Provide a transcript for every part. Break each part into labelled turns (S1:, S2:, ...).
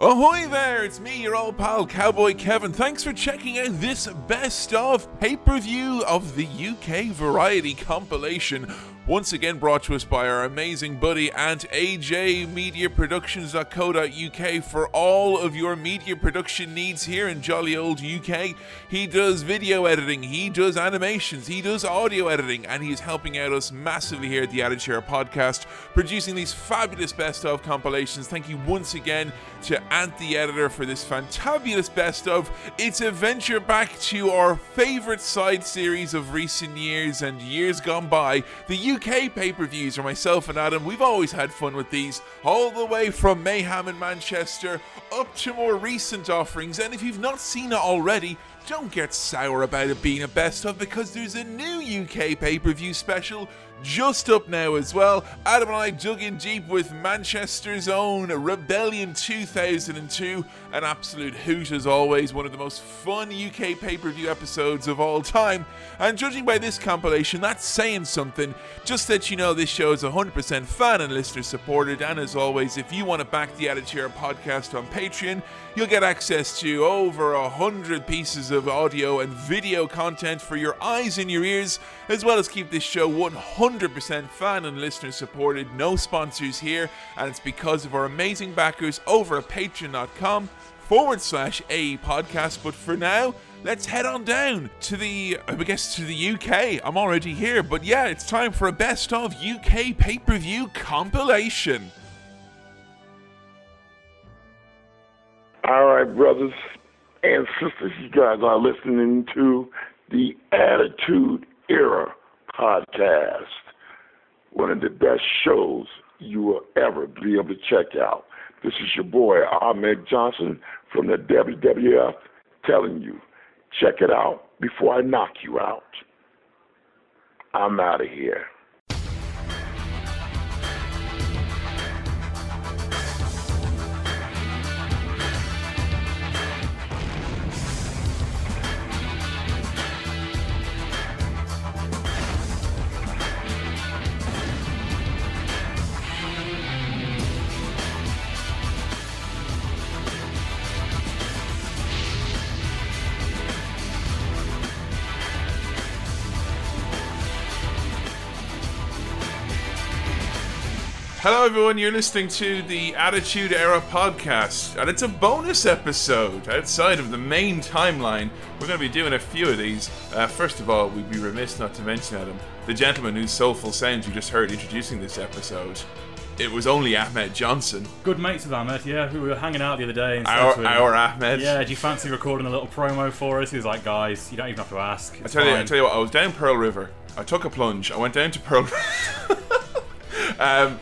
S1: Ahoy there, it's me, your old pal Cowboy Kevin. Thanks for checking out this best of pay per view of the UK variety compilation. Once again, brought to us by our amazing buddy at ajmediaproductions.co.uk for all of your media production needs here in jolly old UK. He does video editing, he does animations, he does audio editing, and he's helping out us massively here at the Added Share podcast, producing these fabulous best of compilations. Thank you once again to Ant the editor for this fantabulous best of. It's a venture back to our favourite side series of recent years and years gone by. The UK pay per views are myself and Adam. We've always had fun with these, all the way from Mayhem in Manchester up to more recent offerings. And if you've not seen it already, don't get sour about it being a best of because there's a new UK pay per view special just up now as well. Adam and I dug in deep with Manchester's own Rebellion 2002, an absolute hoot as always, one of the most fun UK pay per view episodes of all time. And judging by this compilation, that's saying something. Just that you know, this show is 100% fan and listener supported. And as always, if you want to back the Attitude Era podcast on Patreon, you'll get access to over a hundred pieces of audio and video content for your eyes and your ears, as well as keep this show 100% fan and listener supported. No sponsors here, and it's because of our amazing backers over at patreon.com forward slash a podcast. But for now, let's head on down to the, I guess, to the UK. I'm already here, but yeah, it's time for a best of UK pay per view compilation.
S2: All right, brothers and sisters, you guys are listening to the Attitude Era podcast, one of the best shows you will ever be able to check out. This is your boy Ahmed Johnson from the WWF telling you, check it out before I knock you out. I'm out of here.
S1: Hello, everyone. You're listening to the Attitude Era podcast, and it's a bonus episode outside of the main timeline. We're going to be doing a few of these. Uh, first of all, we'd be remiss not to mention Adam, the gentleman whose soulful sounds you just heard introducing this episode. It was only Ahmed Johnson,
S3: Good mates with Ahmed, yeah. We were hanging out the other day and said
S1: our,
S3: to him,
S1: our Ahmed.
S3: Yeah, do you fancy recording a little promo for us? He was like, guys, you don't even have to ask. It's
S1: I tell you, I
S3: fine."
S1: tell you what. I was down Pearl River. I took a plunge. I went down to Pearl. River. um,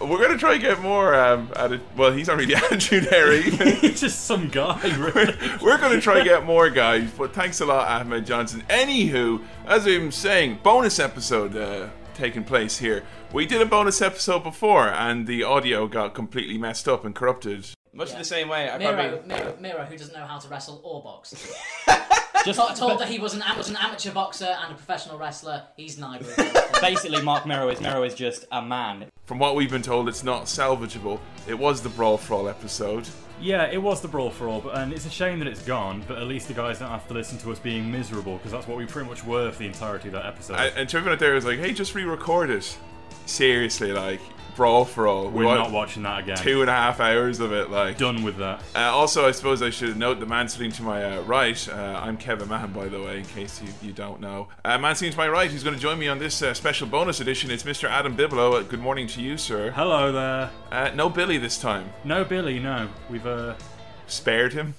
S1: we're gonna try and get more. Um, at a, well, he's not really attitude there either.
S3: He's just some guy, really.
S1: We're going to try and get more, guys. But thanks a lot, Ahmed Johnson. Anywho, as I'm saying, bonus episode uh, taking place here. We did a bonus episode before, and the audio got completely messed up and corrupted.
S4: Much in the same way, I
S5: Miro,
S4: probably
S5: Miro, Miro, who doesn't know how to wrestle or box. Told, told that he was an, am- was an amateur boxer and a professional wrestler. He's neither. of them.
S4: basically Mark Merrow is Merrow is just a man.
S1: From what we've been told, it's not salvageable. It was the Brawl Frawl episode.
S3: yeah, it was the Brawl for All, but, and it's a shame that it's gone, but at least the guys don't have to listen to us being miserable, because that's what we pretty much were for the entirety of that episode.
S1: And, and to everyone out there was like, hey, just re record it. Seriously, like, Brawl Frawl.
S3: we're not watching that again.
S1: Two and a half hours of it, like.
S3: Done with that.
S1: Uh, also, I suppose I should note the man sitting to my uh, right. Uh, I'm Kevin Mahan, by the way, in case you, you don't know. Uh, man sitting to my right, who's going to join me on this uh, special bonus edition, it's Mr. Adam Bibelow. Uh, good morning to you, sir.
S3: Hello there.
S1: Uh, no Billy this time.
S3: No, Billy, no. We've, uh...
S1: Spared him.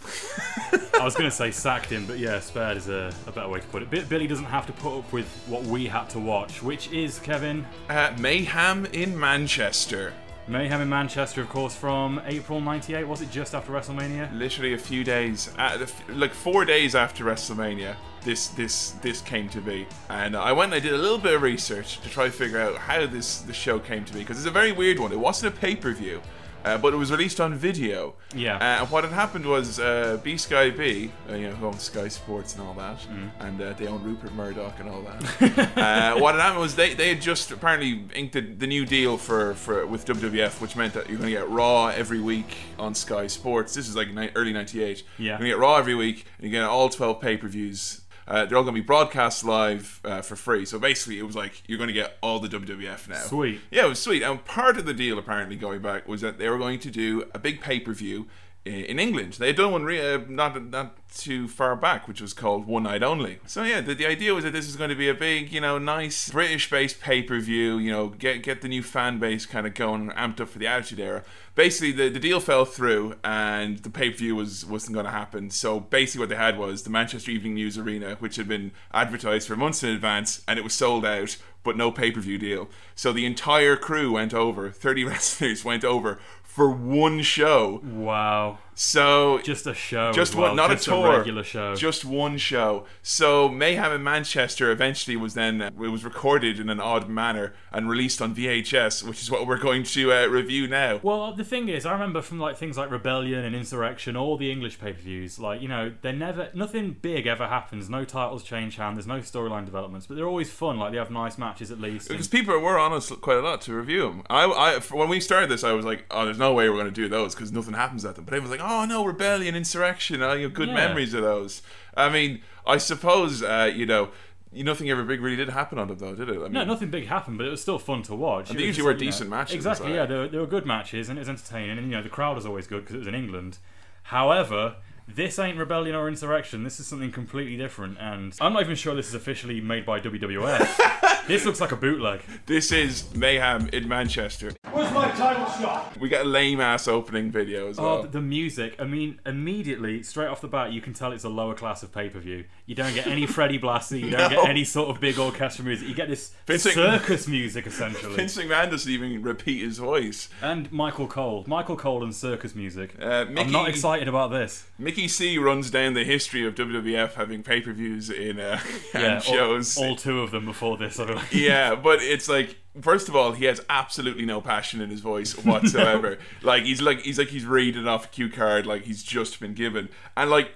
S3: I was going to say sacked him, but yeah, spared is a, a better way to put it. Bi- Billy doesn't have to put up with what we had to watch, which is, Kevin,
S1: Uh, mayhem in Manchester.
S3: Mayhem in Manchester, of course, from April '98. Was it just after WrestleMania?
S1: Literally a few days, uh, the f- like four days after WrestleMania, this this this came to be, and I went and I did a little bit of research to try to figure out how this the show came to be because it's a very weird one. It wasn't a pay per view. uh, but it was released on video.
S3: Yeah.
S1: Uh, and what had happened was uh, B Sky B, uh, you know, who owns Sky Sports and all that, and uh, they own Rupert Murdoch and all that. uh, what had happened was they, they had just apparently inked the, the new deal for, for with WWF, which meant that you're going to get Raw every week on Sky Sports. This is like ni- early '98.
S3: Yeah.
S1: You're gonna get Raw every week, and you get all 12 pay per views. Uh, they're all going to be broadcast live uh, for free. So basically, it was like you're going to get all the WWF now.
S3: Sweet.
S1: Yeah, it was sweet. And part of the deal, apparently, going back, was that they were going to do a big pay per view in England. They had done one re- uh, not not too far back, which was called One Night Only. So yeah, the, the idea was that this is going to be a big, you know, nice British-based pay-per-view. You know, get get the new fan base kind of going, amped up for the Attitude Era. Basically, the, the deal fell through, and the pay-per-view was wasn't going to happen. So basically, what they had was the Manchester Evening News Arena, which had been advertised for months in advance, and it was sold out but no pay per view deal. So the entire crew went over, 30 wrestlers went over for one show.
S3: Wow.
S1: So
S3: Just a show.
S1: just
S3: as well.
S1: one, not
S3: Just
S1: a tour,
S3: regular show.
S1: Just one show. So Mayhem in Manchester eventually was then it was recorded in an odd manner and released on VHS, which is what we're going to uh, review now.
S3: Well, the thing is, I remember from like things like Rebellion and Insurrection, all the English pay-per-views. Like you know, they're never nothing big ever happens. No titles change hand. There's no storyline developments, but they're always fun. Like they have nice matches at least. and-
S1: Because people were on us quite a lot to review them. I, I, for- when we started this, I was like, "Oh, there's no way we're going to do those because nothing happens at them." But everyone's like, "Oh no, rebellion, insurrection, oh, you have good
S3: Yeah.
S1: memories of those." I mean, I suppose uh, you know, you- nothing ever big really did happen on them, though, did it? I mean,
S3: No, nothing big happened, but it was still fun to watch.
S1: they
S3: It was
S1: usually
S3: just,
S1: were
S3: you know-
S1: decent matches,
S3: Exactly,
S1: right?
S3: yeah, they were, they were good matches, and it was entertaining, and you know the crowd was always good because it was in England. However, this ain't rebellion or insurrection. This is something completely different, and I'm not even sure this is officially made by WWF. this looks like a bootleg.
S1: this is mayhem in Manchester.
S6: Where's my title shot?
S1: We got a lame ass opening video as well.
S3: Oh, the music. I mean, immediately, straight off the bat, you can tell it's a lower class of pay per view. You don't get any Freddie Blassie. You don't
S1: No.
S3: get any sort of big orchestra music. You get this
S1: Vincent-
S3: circus music essentially,
S1: Vince McMahon doesn't even repeat his voice.
S3: and Michael Cole. Michael Cole and circus music.
S1: Uh, Mickey,
S3: I'm not excited about this.
S1: Mickey C runs down the history of WWF having pay per views in uh, and
S3: all-
S1: shows.
S3: All, two of them before this. I don't-
S1: yeah, but it's like first of all, he has absolutely no passion in his voice whatsoever. Like he's like he's like he's reading off a cue card like he's just been given. And like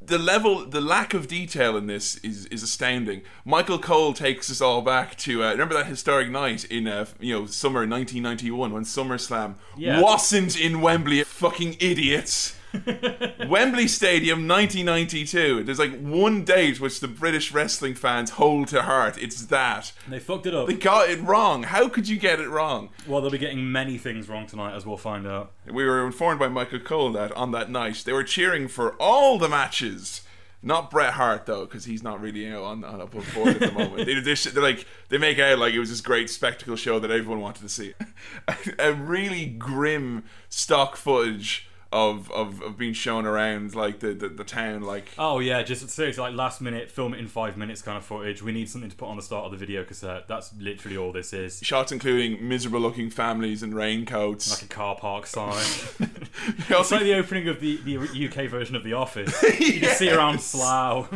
S1: the level the lack of detail in this is is astounding. Michael Cole takes us all back to uh, remember that historic night in uh, you know summer 1991 when SummerSlam
S3: Yeah.
S1: wasn't in Wembley fucking idiots. Wembley Stadium 1992. There's like one date which the British wrestling fans hold to heart. It's that.
S3: They fucked it up.
S1: They got it wrong. How could you get it wrong?
S3: Well, they'll be getting many things wrong tonight, as we'll find out.
S1: We were informed by Michael Cole that on that night they were cheering for all the matches. Not Bret Hart though, because he's not really you know, on on up on board at the moment. they, they, they're like they make out like it was this great spectacle show that everyone wanted to see. a really grim stock footage of of, of being shown around like the, the, the town, like
S3: Oh yeah, just seriously, like last minute, film it in five minutes kind of footage. We need something to put on the start of the video cassette. That's literally all this is.
S1: shots including miserable looking families in raincoats.
S3: Like a car park sign.
S1: They
S3: it's
S1: also-
S3: like the opening of the, the UK version of The Office. You just see around Slough.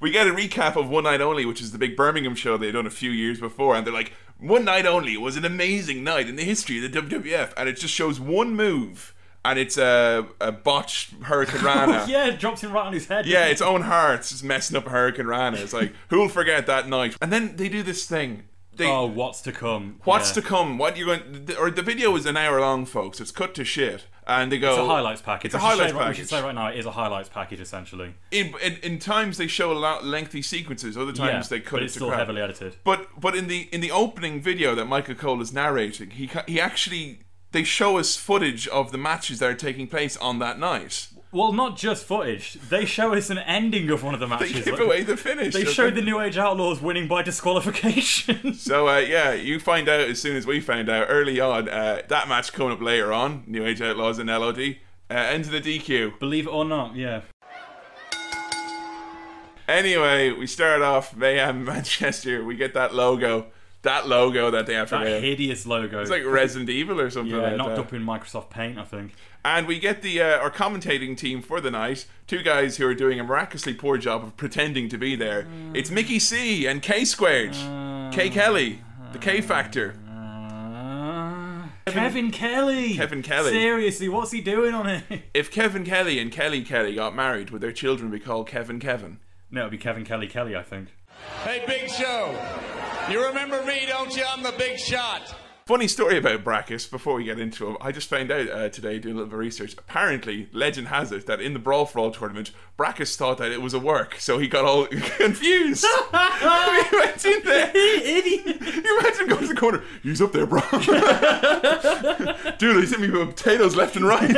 S1: we get a recap of One Night Only, which is the big Birmingham show they had done a few years before, and they're like, One Night Only was an amazing night in the history of the WWF, and it just shows one move, and it's a, a botched Hurricane Rana.
S3: Oh, yeah, it drops him right on his head.
S1: Yeah,
S3: doesn't
S1: its own heart's just messing up Hurricane Rana. It's like, who'll forget that night? And then they do this thing. They,
S3: it? Oh, what's to come?
S1: What's
S3: yeah.
S1: to come? What you're going? th- Or the video is an hour long, folks. It's cut to shit, and they go.
S3: It's a highlights package.
S1: It's a
S3: We should
S1: highlights
S3: say, right- We should
S1: package.
S3: say right now it is a highlights package essentially.
S1: in, in, in times they show a lot lengthy sequences. Other times
S3: yeah,
S1: they cut
S3: but
S1: it
S3: it's
S1: to
S3: still
S1: crap.
S3: heavily edited.
S1: But but in the in the opening video that Michael Cole is narrating, he ca- he actually they show us footage of the matches that are taking place on that night.
S3: Well, not just footage. They show us an ending of one of the
S1: They
S3: matches.
S1: give
S3: Like,
S1: away the finish.
S3: They
S1: don't
S3: showed the New Age Outlaws winning by disqualification.
S1: So uh, yeah, you find out as soon as we found out early on uh, that match coming up later on. New Age Outlaws and LOD uh, ends in a DQ.
S3: Believe it or not, yeah.
S1: Anyway, we start off Mayhem Manchester. We get that logo, that logo that they have to
S3: That
S1: wear.
S3: hideous logo.
S1: It's like Resident Evil or something.
S3: yeah,
S1: like
S3: knocked
S1: that.
S3: up in Microsoft Paint, I think.
S1: And we get the uh, our commentating team for the night. Two guys who are doing a miraculously poor job of pretending to be there.
S3: Mm.
S1: It's Mickey C and K Squared, K Kelly, the K Factor.
S3: Uh, Hmm. Kevin Kelly.
S1: Kevin Kelly.
S3: Seriously, what's he doing on it?
S1: If Kevin Kelly and Kelly Kelly got married, would their children be called Kevin Kevin?
S3: No, it'd be Kevin Kelly Kelly, I think.
S7: Hey, Big Show. You remember me, don't you? I'm the big shot.
S1: Funny story about Brackus before we get into him. I just found out uh, today doing a little bit of research. Apparently, legend has it that in the Brawl for All tournament, Brackus thought that it was a work, so he got all confused. Can you imagine that?
S3: Idiot.
S1: Can you imagine going to the corner? He's up there, bro. Dude, he's hitting me with potatoes left and right.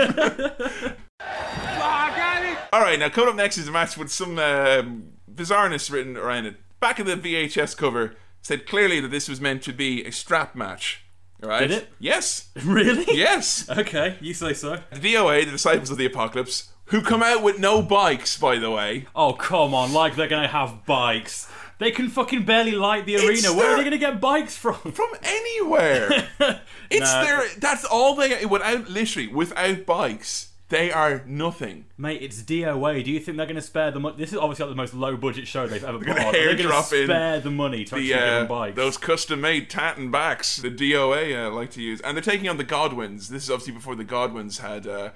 S1: All right, now coming up next is a match with some um bizarreness written around it. Back of the VHS cover said clearly that this was meant to be a strap match. All right?
S3: Did it?
S1: Yes.
S3: Really?
S1: Yes.
S3: Okay, you say so.
S1: The DOA, the Disciples of the Apocalypse, who come out with no bikes, by the way.
S3: Oh, come on, like they're gonna have bikes. They can fucking barely light the arena. Where
S1: their-
S3: are they gonna get bikes from?
S1: From anywhere. it's
S3: Nah.
S1: their. That's all they. Without, literally, without bikes, they are nothing.
S3: Mate, it's DOA. Do you think they're gonna spare the money? This is obviously like the most low budget show they've ever put
S1: gonna
S3: on. Are they gonna
S1: airdrop in
S3: spare the money to actually
S1: the,
S3: give them
S1: uh,
S3: bikes.
S1: those custom made tartan backs the DOA uh, like to use, and they're taking on the Godwins. This is obviously before the Godwins had uh,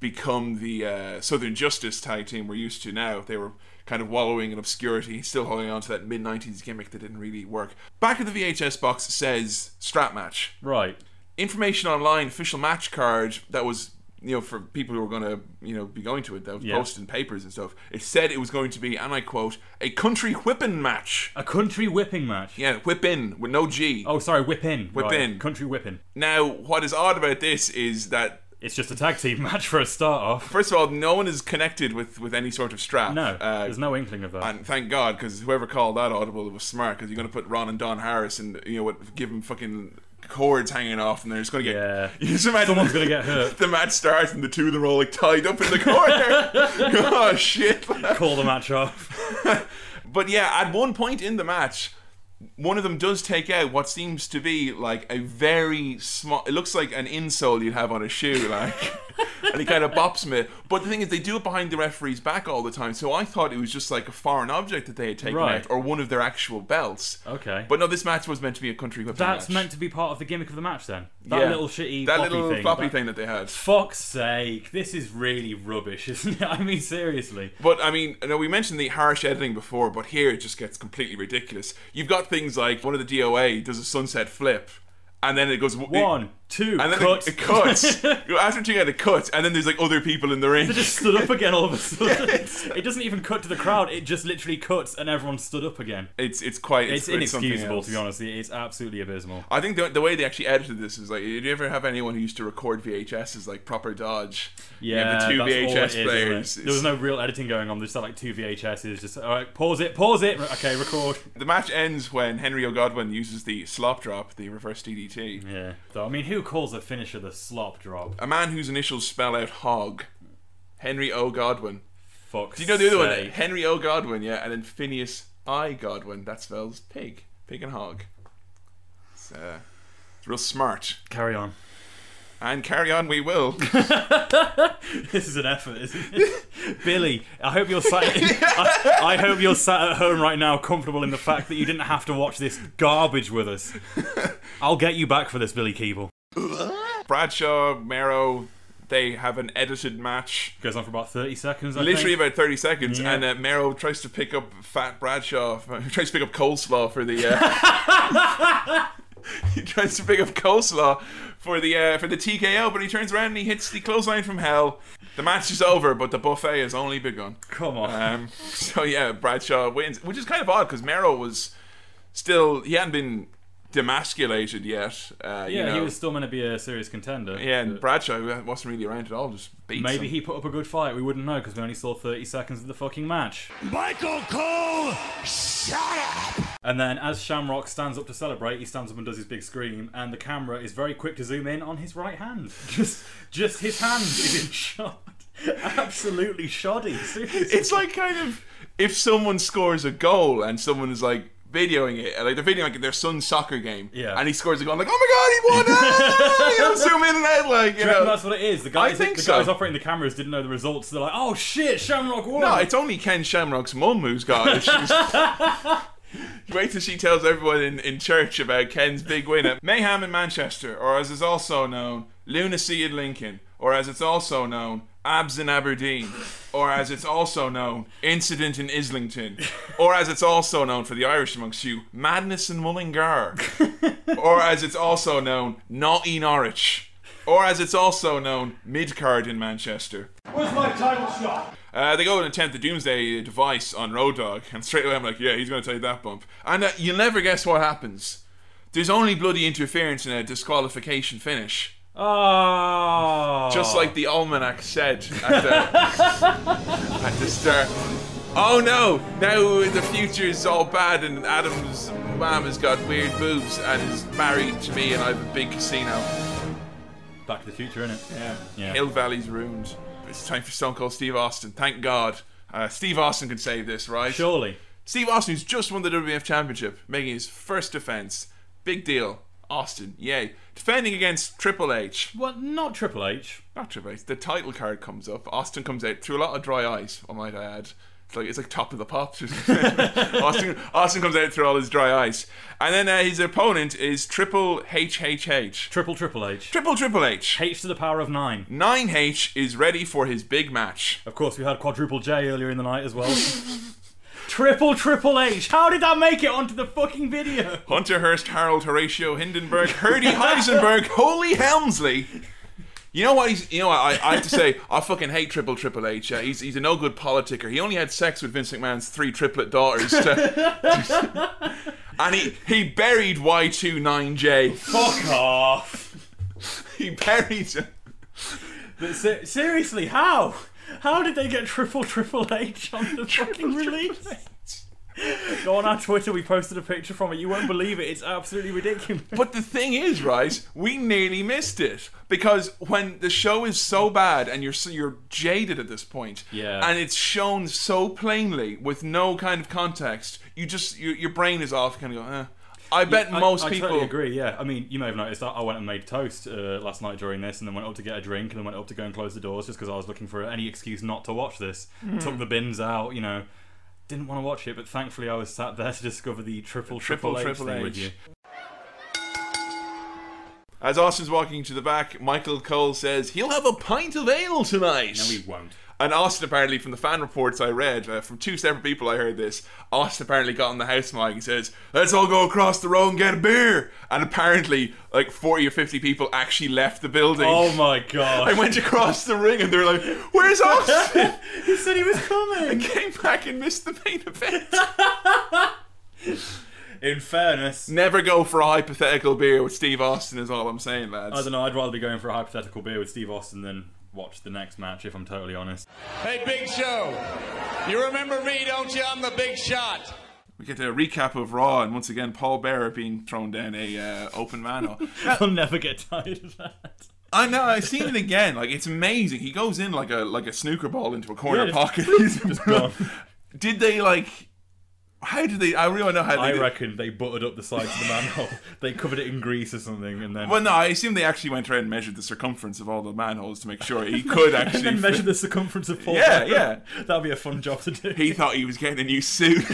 S1: become the uh, Southern Justice tag team we're used to now. They were kind of wallowing in obscurity, still holding on to that mid '90s gimmick that didn't really work. Back of the VHS box says strap match.
S3: Right.
S1: Information online, official match card that was. You know, for people who were going to, you know, be going to it, that was
S3: Yeah.
S1: posted in papers and stuff. It said it was going to be, and I quote, a country whipping match.
S3: A country whipping match.
S1: Yeah, whip in with no G.
S3: Oh, sorry, whip in. Whip
S1: in.
S3: Country whipping.
S1: Now, what is odd about this is that,
S3: It's just a tag team match for a start off.
S1: first of all, no one is connected with, with any sort of strap.
S3: No,
S1: Uh,
S3: there's no inkling of that.
S1: and thank God, because whoever called that audible was smart, because you're going to put Ron and Don Harris and, you know, what, give them fucking cords hanging off, and they're just going to get.
S3: Yeah.
S1: You just imagine
S3: Someone's gonna get hurt.
S1: The match starts, and the two of them are all, like, tied up in the corner. oh, shit.
S3: Call the match off.
S1: But yeah, at one point in the match, one of them does take out what seems to be like a very small. It looks like an insole you'd have on a shoe, like, and he kind of bops me. But the thing is, they do it behind the referee's back all the time. So I thought it was just like a foreign object that they had taken
S3: Right.
S1: out, or one of their actual belts.
S3: Okay.
S1: But no, this match was meant to be a country whipping
S3: That's
S1: match.
S3: meant to be part of the gimmick of the match then. That
S1: Yeah.
S3: little shitty
S1: that
S3: floppy
S1: little
S3: thing.
S1: floppy
S3: that-
S1: thing that they had.
S3: Fuck's sake, this is really rubbish, isn't it? I mean, seriously.
S1: But I mean, I know we mentioned the harsh editing before, but here it just gets completely ridiculous. You've got things like one of the DOA does a sunset flip, and then it goes
S3: One, two,
S1: and then
S3: cut.
S1: It, it cuts. After two, it cuts, and then there's like other people in the ring.
S3: They just stood up again all of a sudden. it doesn't even cut to the crowd, it just literally cuts and everyone stood up again.
S1: It's it's quite
S3: It's,
S1: it's, it's something
S3: inexcusable,
S1: else.
S3: to be honest. It's absolutely abysmal.
S1: I think the, the way they actually edited this is like, did you ever have anyone who used to record VHS as like proper dodge? You
S3: Yeah,
S1: have the two
S3: that's all it
S1: VHS
S3: is, isn't it?
S1: players.
S3: There was no real editing going on. There's just like two VHSs. Just all right, pause it, pause it. Okay, record.
S1: The match ends when Henry O'Godwin uses the slop drop, the reverse DDT.
S3: Yeah. So I mean, who calls a finisher the slop drop?
S1: A man whose initials spell out hog. Henry O. Godwin.
S3: Fuck.
S1: Do you know the other one? Henry O. Godwin, yeah, and then Phineas I. Godwin. That spells pig. Pig and hog. It's, uh, it's real smart.
S3: Carry on.
S1: And carry on we will.
S3: This is an effort, isn't it? Billy, I hope you're sat. I, I hope you're sat at home right now, comfortable in the fact that you didn't have to watch this garbage with us. I'll get you back for this, Billy Keeble.
S1: Bradshaw, Mero, they have an edited match.
S3: Goes on for about thirty seconds. I
S1: Literally
S3: think.
S1: about 30 seconds,
S3: Yeah.
S1: and uh, Mero tries to pick up fat Bradshaw, tries to pick up coleslaw for the. Uh, he tries to pick up coleslaw for the uh, for the TKO, but he turns around and he hits the clothesline from hell. The match is over, but the buffet has only begun.
S3: Come on.
S1: Um, so yeah, Bradshaw wins, which is kind of odd because Mero was still he hadn't been demasculated yet. Uh, you
S3: yeah, he
S1: know.
S3: was still meant to be a serious contender.
S1: Yeah, and Bradshaw who wasn't really around at all. Just beats
S3: Maybe
S1: him.
S3: he put up a good fight. We wouldn't know because we only saw 30 seconds of the fucking match.
S6: Michael Cole, shut up!
S3: And then, as Shamrock stands up to celebrate, he stands up and does his big scream, and the camera is very quick to zoom in on his right hand. Just, just his hand is in shot. Absolutely shoddy. Seriously.
S1: It's like kind of if someone scores a goal and someone is like videoing it, like they're videoing like their son's soccer game,
S3: Yeah.
S1: and he scores a goal, like oh my god, he won! Ah! you know, zoom in and out, like
S3: Do
S1: you
S3: you reckon
S1: know.
S3: that's what it is. The guys,
S1: think
S3: the
S1: so.
S3: guys operating the cameras didn't know the results. They're like, "Oh shit, Shamrock won."
S1: No, it's only Ken Shamrock's mum who's got issues. Wait till she tells everyone in, in church about Ken's big win at Mayhem in Manchester, or as it's also known, Lunacy in Lincoln, or as it's also known, Abs in Aberdeen, or as it's also known, Incident in Islington, or as it's also known for the Irish amongst you, Madness in Mullingar, or as it's also known, Naughty Norwich, or as it's also known, Midcard in Manchester.
S6: Where's my title shot?
S1: Uh, they go and attempt the Doomsday device on Road Dog, and straight away I'm like, yeah, he's going to take that bump. And uh, you'll never guess what happens. There's only bloody interference in a disqualification finish,
S3: Oh.
S1: just like the almanac said at the, at the start. Oh no! Now the future's all bad, and Adam's mom has got weird boobs and is married to me, and I have a big casino.
S3: Back to the Future, innit? Yeah. Yeah.
S1: Hill Valley's ruined. It's time for Stone Cold Steve Austin. Thank God. Uh, Steve Austin can save this, right?
S3: Surely.
S1: Steve Austin, who's just won the WWF Championship, making his first defense. Big deal. Austin, yay. Defending against Triple H.
S3: Well, not Triple H.
S1: Not Triple H. The title card comes up. Austin comes out through a lot of dry eyes, I might add. It's like, it's like top of the pops. Austin, Austin comes out through all his dry eyes. And then uh, his opponent is Triple HHH.
S3: Triple Triple H.
S1: Triple Triple H.
S3: H to the power of nine.
S1: 9H is ready for his big match.
S3: Of course, we had quadruple J earlier in the night as well. Triple Triple H. How did that make it onto the fucking video?
S1: Hunter Hurst, Harold Horatio Hindenburg, Herdy Heisenberg, Holy Helmsley. You know what? He's, you know what? I, I have to say, I fucking hate Triple Triple H. Uh, he's, he's a no good politicker. He only had sex with Vince McMahon's three triplet daughters. to- and he, he buried Y29J.
S3: Fuck off.
S1: He buried him.
S3: But se- seriously, how? How did they get Triple Triple H on the fucking release? Go on our Twitter, we posted a picture from it. You won't believe it. It's absolutely ridiculous.
S1: But the thing is, right? We nearly missed it because when the show is so bad and you're so, you're jaded at this point,
S3: Yeah.
S1: and it's shown so plainly with no kind of context, you just your, your brain is off, kind of going. Eh. I bet
S3: I-
S1: most
S3: I
S1: people.
S3: totally agree. Yeah, I mean, you may have noticed that I went and made toast uh, last night during this, and then went up to get a drink, and then went up to go and close the doors just because I was looking for any excuse not to watch this. Took the bins out, you know. Didn't want to watch it, but thankfully I was sat there to discover the triple
S1: Triple
S3: triple, H
S1: Triple
S3: thing
S1: H.
S3: with you.
S1: As Austin's walking to the back, Michael Cole says he'll have a pint of ale tonight.
S3: No, we won't.
S1: And Austin apparently, from the fan reports I read uh, from two separate people, I heard this. Austin apparently got on the house mic and says, "Let's all go across the road and get a beer." And apparently, like forty or fifty people actually left the building.
S3: Oh my
S1: I
S3: god!
S1: went across the ring and they're like, "Where's Austin?"
S3: he said he was coming.
S1: and came back and missed the main event.
S3: In fairness,
S1: Never go for a hypothetical beer with Steve Austin is all I'm saying, lads.
S3: I don't know. I'd rather be going for a hypothetical beer with Steve Austin than watch the next match. If I'm totally honest.
S7: Hey, Big Show, you remember me, don't you? I'm the big shot.
S1: We get a recap of Raw and once again Paul Bearer being thrown down a uh, open manhole.
S3: I'll never get tired of that.
S1: I know. I've seen it again. Like it's amazing. He goes in like a like a snooker ball into a corner
S3: Yeah, just-
S1: pocket.
S3: Just gone.
S1: Did they like? How did they? I really don't know how they.
S3: I
S1: did.
S3: reckon they buttered up the sides of the manhole. they covered it in grease or something, and then
S1: Well, no. I assume they actually went around and measured the circumference of all the manholes to make sure he could
S3: and
S1: actually.
S3: then
S1: fit.
S3: measure the circumference of Paul.
S1: Yeah,
S3: Bearer.
S1: yeah.
S3: that'd be a fun job to do.
S1: he thought he was getting a new suit.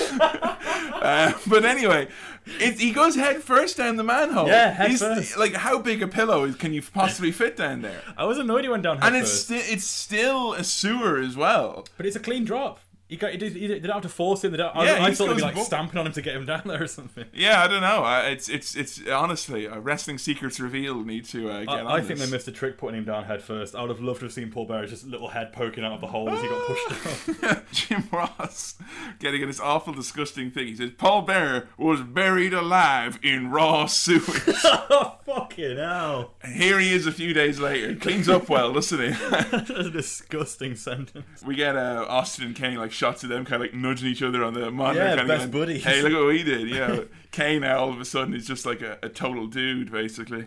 S1: Uh, but anyway, it, he goes head first down the manhole.
S3: Yeah, head
S1: He's-
S3: first.
S1: Like, how big a pillow is, can you possibly fit down there?
S3: I was annoyed he went down
S1: And
S3: head
S1: it's
S3: first,
S1: sti- it's still a sewer as well.
S3: but it's a clean drop. You got, you did, you did, they don't have to force him. They don't,
S1: Yeah,
S3: I,
S1: he
S3: I
S1: just
S3: thought they'd
S1: goes
S3: be like
S1: bu-
S3: stamping on him to get him down there or something.
S1: Yeah, I don't know. I, it's it's it's honestly uh, wrestling secrets reveal need to uh, get on.
S3: I, I think
S1: this.
S3: they missed a trick putting him down head first. I would have loved to have seen Paul Bearer's just little head poking out of the hole as he got pushed down.
S1: Jim Ross getting at this awful, disgusting thing. He says Paul Bearer was buried alive in raw sewage.
S3: oh, fucking hell.
S1: And Here he is a few days later. Cleans up well, doesn't he?
S3: That's a disgusting sentence.
S1: we get uh, Austin and Kane like shots of them, kind of like nudging each other on the monitor.
S3: Yeah,
S1: kind of
S3: best
S1: going,
S3: buddies.
S1: Hey, look what he did. Yeah, Kane now all of a sudden is just like a, a total dude, basically.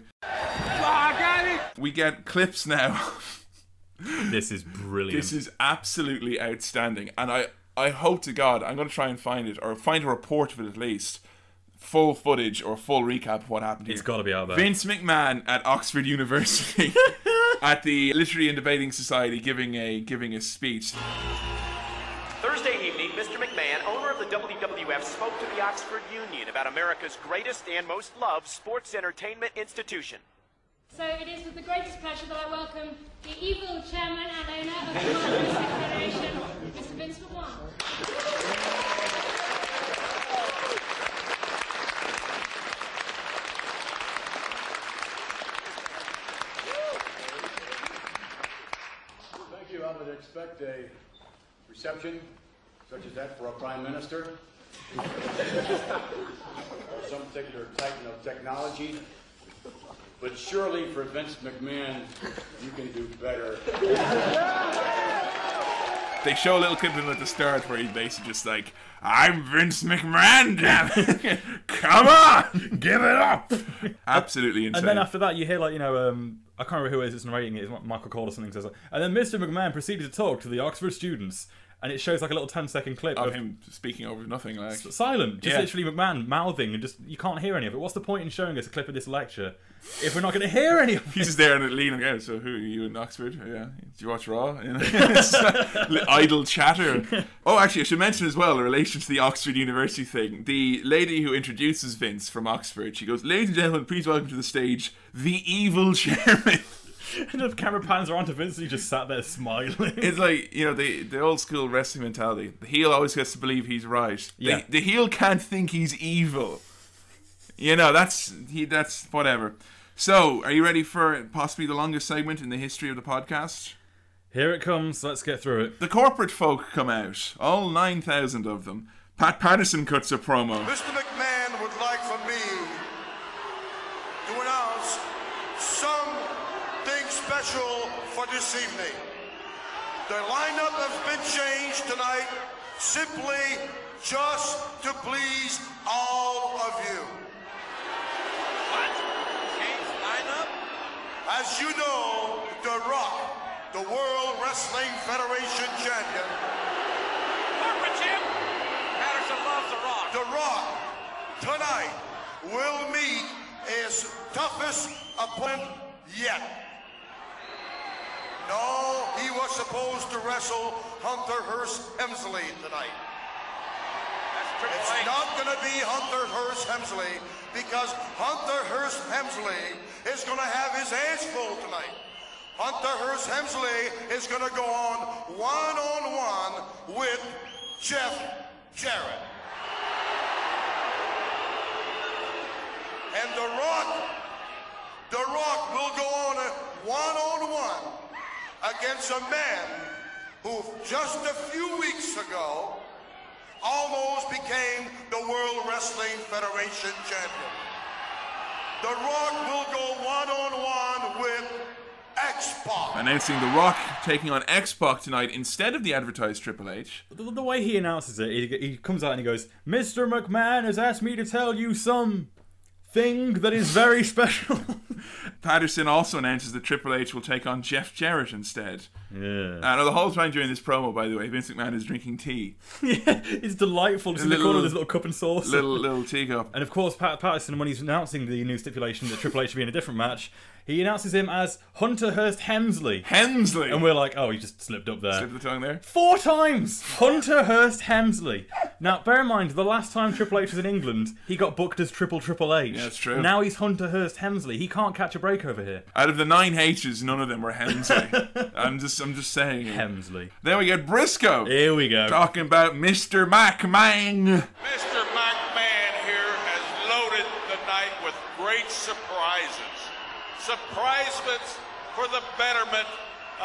S1: We get clips now
S3: This is brilliant.
S1: This is absolutely outstanding, and I I hope to God I'm going to try and find it or find a report of it at least, full footage or full recap of what happened.
S3: it's
S1: here.
S3: got to be out there.
S1: Vince McMahon at Oxford University at the Literary and Debating Society giving a giving a speech.
S8: Thursday evening, Mr. McMahon, owner of the WWE spoke to the Oxford Union about America's greatest and most loved sports entertainment institution.
S9: So it is with the greatest pleasure that I welcome the evil chairman and owner of the World Wrestling Federation, Mr. Vince McMahon.
S10: Thank you. I would expect a reception such as that for a prime minister or some particular titan of technology. But surely for Vince McMahon, you can do better.
S1: They show a little clip of him at the start where he's basically just like, I'm Vince McMahon, damn it. Come on, give it up. Absolutely insane.
S3: And then after that, you hear like you know, um, I can't remember who it is that's narrating it. It's Michael Cole or something says. Like, and then Mr. McMahon proceeded to talk to the Oxford students, and it shows like a little 10-second clip
S1: of him speaking over nothing like.
S3: silent, just
S1: Yeah.
S3: literally McMahon mouthing, and just you can't hear any of it. What's the point in showing us a clip of this lecture if we're not going to hear any of it?
S1: He's just there and leaning out. So who are you in Oxford? Yeah. Do you watch Raw? You know, it's like li- idle chatter. Oh, actually, I should mention as well, in relation to the Oxford University thing, the lady who introduces Vince from Oxford, she goes, "Ladies and gentlemen, please welcome to the stage the evil chairman."
S3: And the camera pans around to Vince, and he just sat there smiling.
S1: It's like you know the the old school wrestling mentality. The heel always gets to believe he's right.
S3: Yeah.
S1: The, the heel can't think he's evil. You know that's he that's whatever. So, are you ready for possibly the longest segment in the history of the podcast?
S3: Here it comes. Let's get through it.
S1: The corporate folk come out, all nine thousand of them. Pat Patterson cuts a promo.
S11: Mr. McMahon would like for me to announce something special for this evening. The lineup has been changed tonight simply just to please all of you. What? Change lineup? As you know, The Rock, the World Wrestling Federation champion. Work with him. Patterson loves The Rock. The Rock tonight will meet his toughest opponent yet. No, he was supposed to wrestle Hunter Hearst Hemsley tonight. It's not going to be Hunter Hearst Hemsley because Hunter Hearst Hemsley is going to have his hands full tonight. Hunter Hearst Hemsley is going to go on one on one with Jeff Jarrett. And The Rock, The Rock will go on a one on one against a man who just a few weeks ago almost became the World Wrestling Federation champion. The Rock will go one on one with X Pac.
S1: Announcing The Rock taking on Xbox tonight instead of the advertised Triple H.
S3: The, the way he announces it, he, he comes out and he goes, "Mr. McMahon has asked me to tell you some thing that is very special."
S1: Patterson also announces that Triple H will take on Jeff Jarrett instead.
S3: Yeah.
S1: I know the whole time during this promo, by the way, Vince McMahon is drinking tea.
S3: it's delightful. Just in the
S1: Little-
S3: corner, there's a little cup and sauce.
S1: Little little teacup.
S3: And of course, Pat Patterson, when he's announcing the new stipulation that Triple H should be in a different match, he announces him as Hunter Hurst Hemsley.
S1: Hemsley.
S3: And we're like, oh, he just slipped up there.
S1: Slip the tongue there.
S3: Four times! Hunter Hurst Hemsley. Now, bear in mind, the last time Triple H was in England, he got booked as Triple Triple H.
S1: Yeah, it's true.
S3: Now he's Hunter Hurst Hemsley. He can't catch a break over here.
S1: Out of the nine H's, none of them were Hemsley. I'm just I'm just saying. it.
S3: Hemsley.
S1: Then we get Briscoe
S3: Here we go.
S1: talking about Mr. McMahon.
S12: Mr. McMahon here has loaded the night with great surprises. Surprisements for the betterment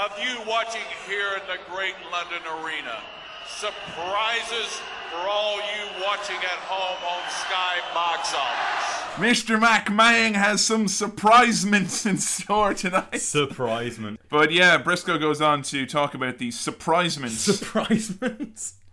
S12: of you watching here in the great London arena. Surprises for all you watching at home on Sky Box Office.
S1: Mr. McMahon has some surprisements in store tonight.
S3: Surprise man.
S1: But yeah, Briscoe goes on to talk about the surprisements.
S3: Surprisements.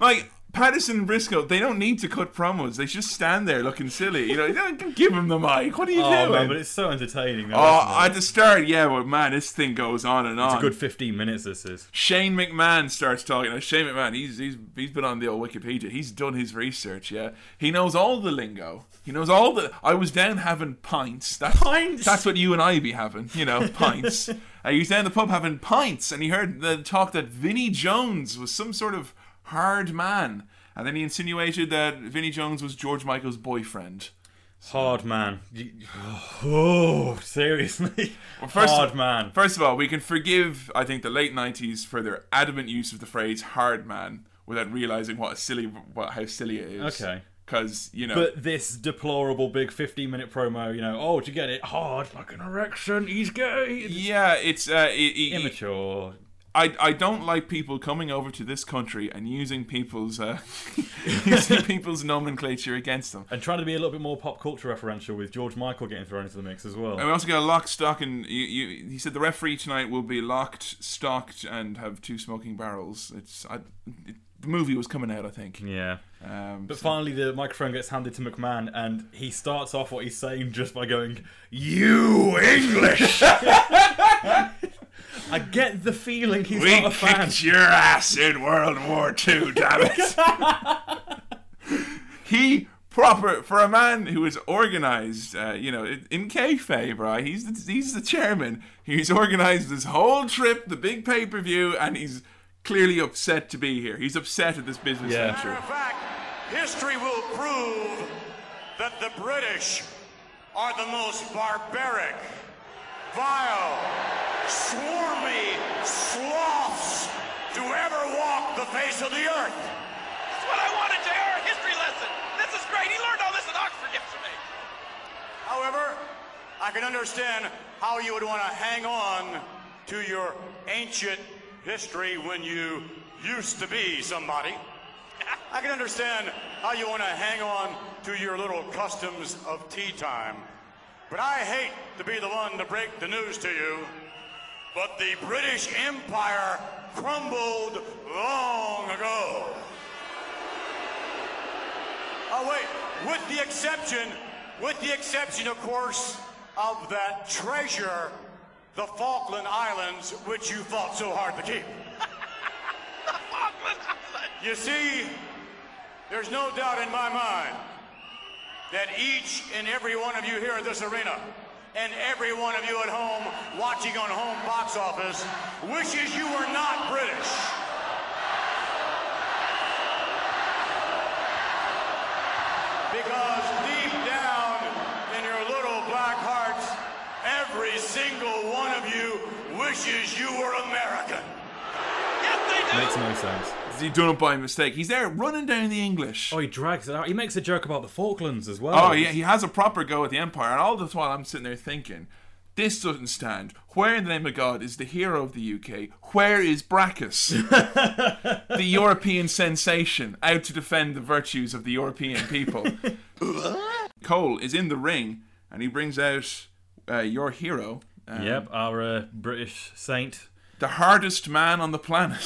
S1: Like Patterson and Briscoe, they don't need to cut promos. They just stand there looking silly. You know, don't give them the mic. What are you
S3: Oh,
S1: doing?
S3: man, but it's so entertaining. Though,
S1: Oh,
S3: isn't
S1: at the start, yeah, but man, this thing goes on and
S3: it?
S1: on.
S3: It's a good 15 minutes, this is.
S1: Shane McMahon starts talking. Now, Shane McMahon, he's, he's he's been on the old Wikipedia. He's done his research. Yeah, he knows all the lingo. He knows all the. I was down having pints. That's,
S3: Pints?
S1: That's what you and I be having. You know, Oh, pints. uh, he was down the pub having pints, and he heard the talk that Vinnie Jones was some sort of hard man. And then he insinuated that Vinnie Jones was George Michael's boyfriend.
S3: Hard man. Oh, seriously. Hard man.
S1: First of all, we can forgive, I think, the late 90s for their adamant use of the phrase hard man without realizing what a silly, what, how silly it is.
S3: Okay.
S1: Because, you know.
S3: But this deplorable big 15 minute promo, you know, oh, did you get it? Hard, like an erection, he's gay.
S1: yeah, it's. Uh, it, it-
S3: Immature.
S1: I, I don't like people coming over to this country and using people's uh, using people's nomenclature against them.
S3: And trying to be a little bit more pop culture referential with George Michael getting thrown into the mix as well.
S1: And we also got a lock, stock, and you, you, he said the referee tonight will be locked, stocked, and have two smoking barrels. It's I, it, the movie was coming out, I think.
S3: Yeah.
S1: Um,
S3: But
S1: so-
S3: finally, the microphone gets handed to McMahon, and he starts off what he's saying just by going, "You English." I get the feeling he's
S1: we
S3: not a fan.
S1: kicked your ass in World War II, damn it. he proper for a man who is organized, uh, you know, in- in kayfabe, right? He's the, he's the chairman. He's organized this whole trip, the big pay per view, and he's clearly upset to be here. He's upset at this business
S3: Yeah.
S1: venture.
S13: History will prove that the British are the most barbaric, vile, swarmy sloths to ever walk the face of the earth.
S4: That's what I wanted to hear a history lesson. This is great. He learned all this in Oxford yesterday.
S13: However, I can understand how you would want to hang on to your ancient history when you used to be somebody. I can understand how you want to hang on to your little customs of tea time. But I hate to be the one to break the news to you, but the British Empire crumbled long ago. Oh wait, with the exception, with the exception, of course, of that treasure, the Falkland Islands, which you fought so hard to keep. You see, there's no doubt in my mind that each and every one of you here in this arena and every one of you at home watching on home box office wishes you were not British. Because deep down in your little black hearts, every single one of you wishes you were American.
S3: Makes no sense.
S1: He done it by mistake. He's there running down the English.
S3: Oh, he drags it out. He makes a joke about the Falklands as well.
S1: Oh yeah, he has a proper go at the Empire, and all this while I'm sitting there thinking, this doesn't stand. Where in the name of God is the hero of the UK? Where is Brackus, the European sensation, out to defend the virtues of the European people? Cole is in the ring, and he brings out uh, your hero. um,
S3: Yep, our uh, British saint.
S1: The hardest man on the planet.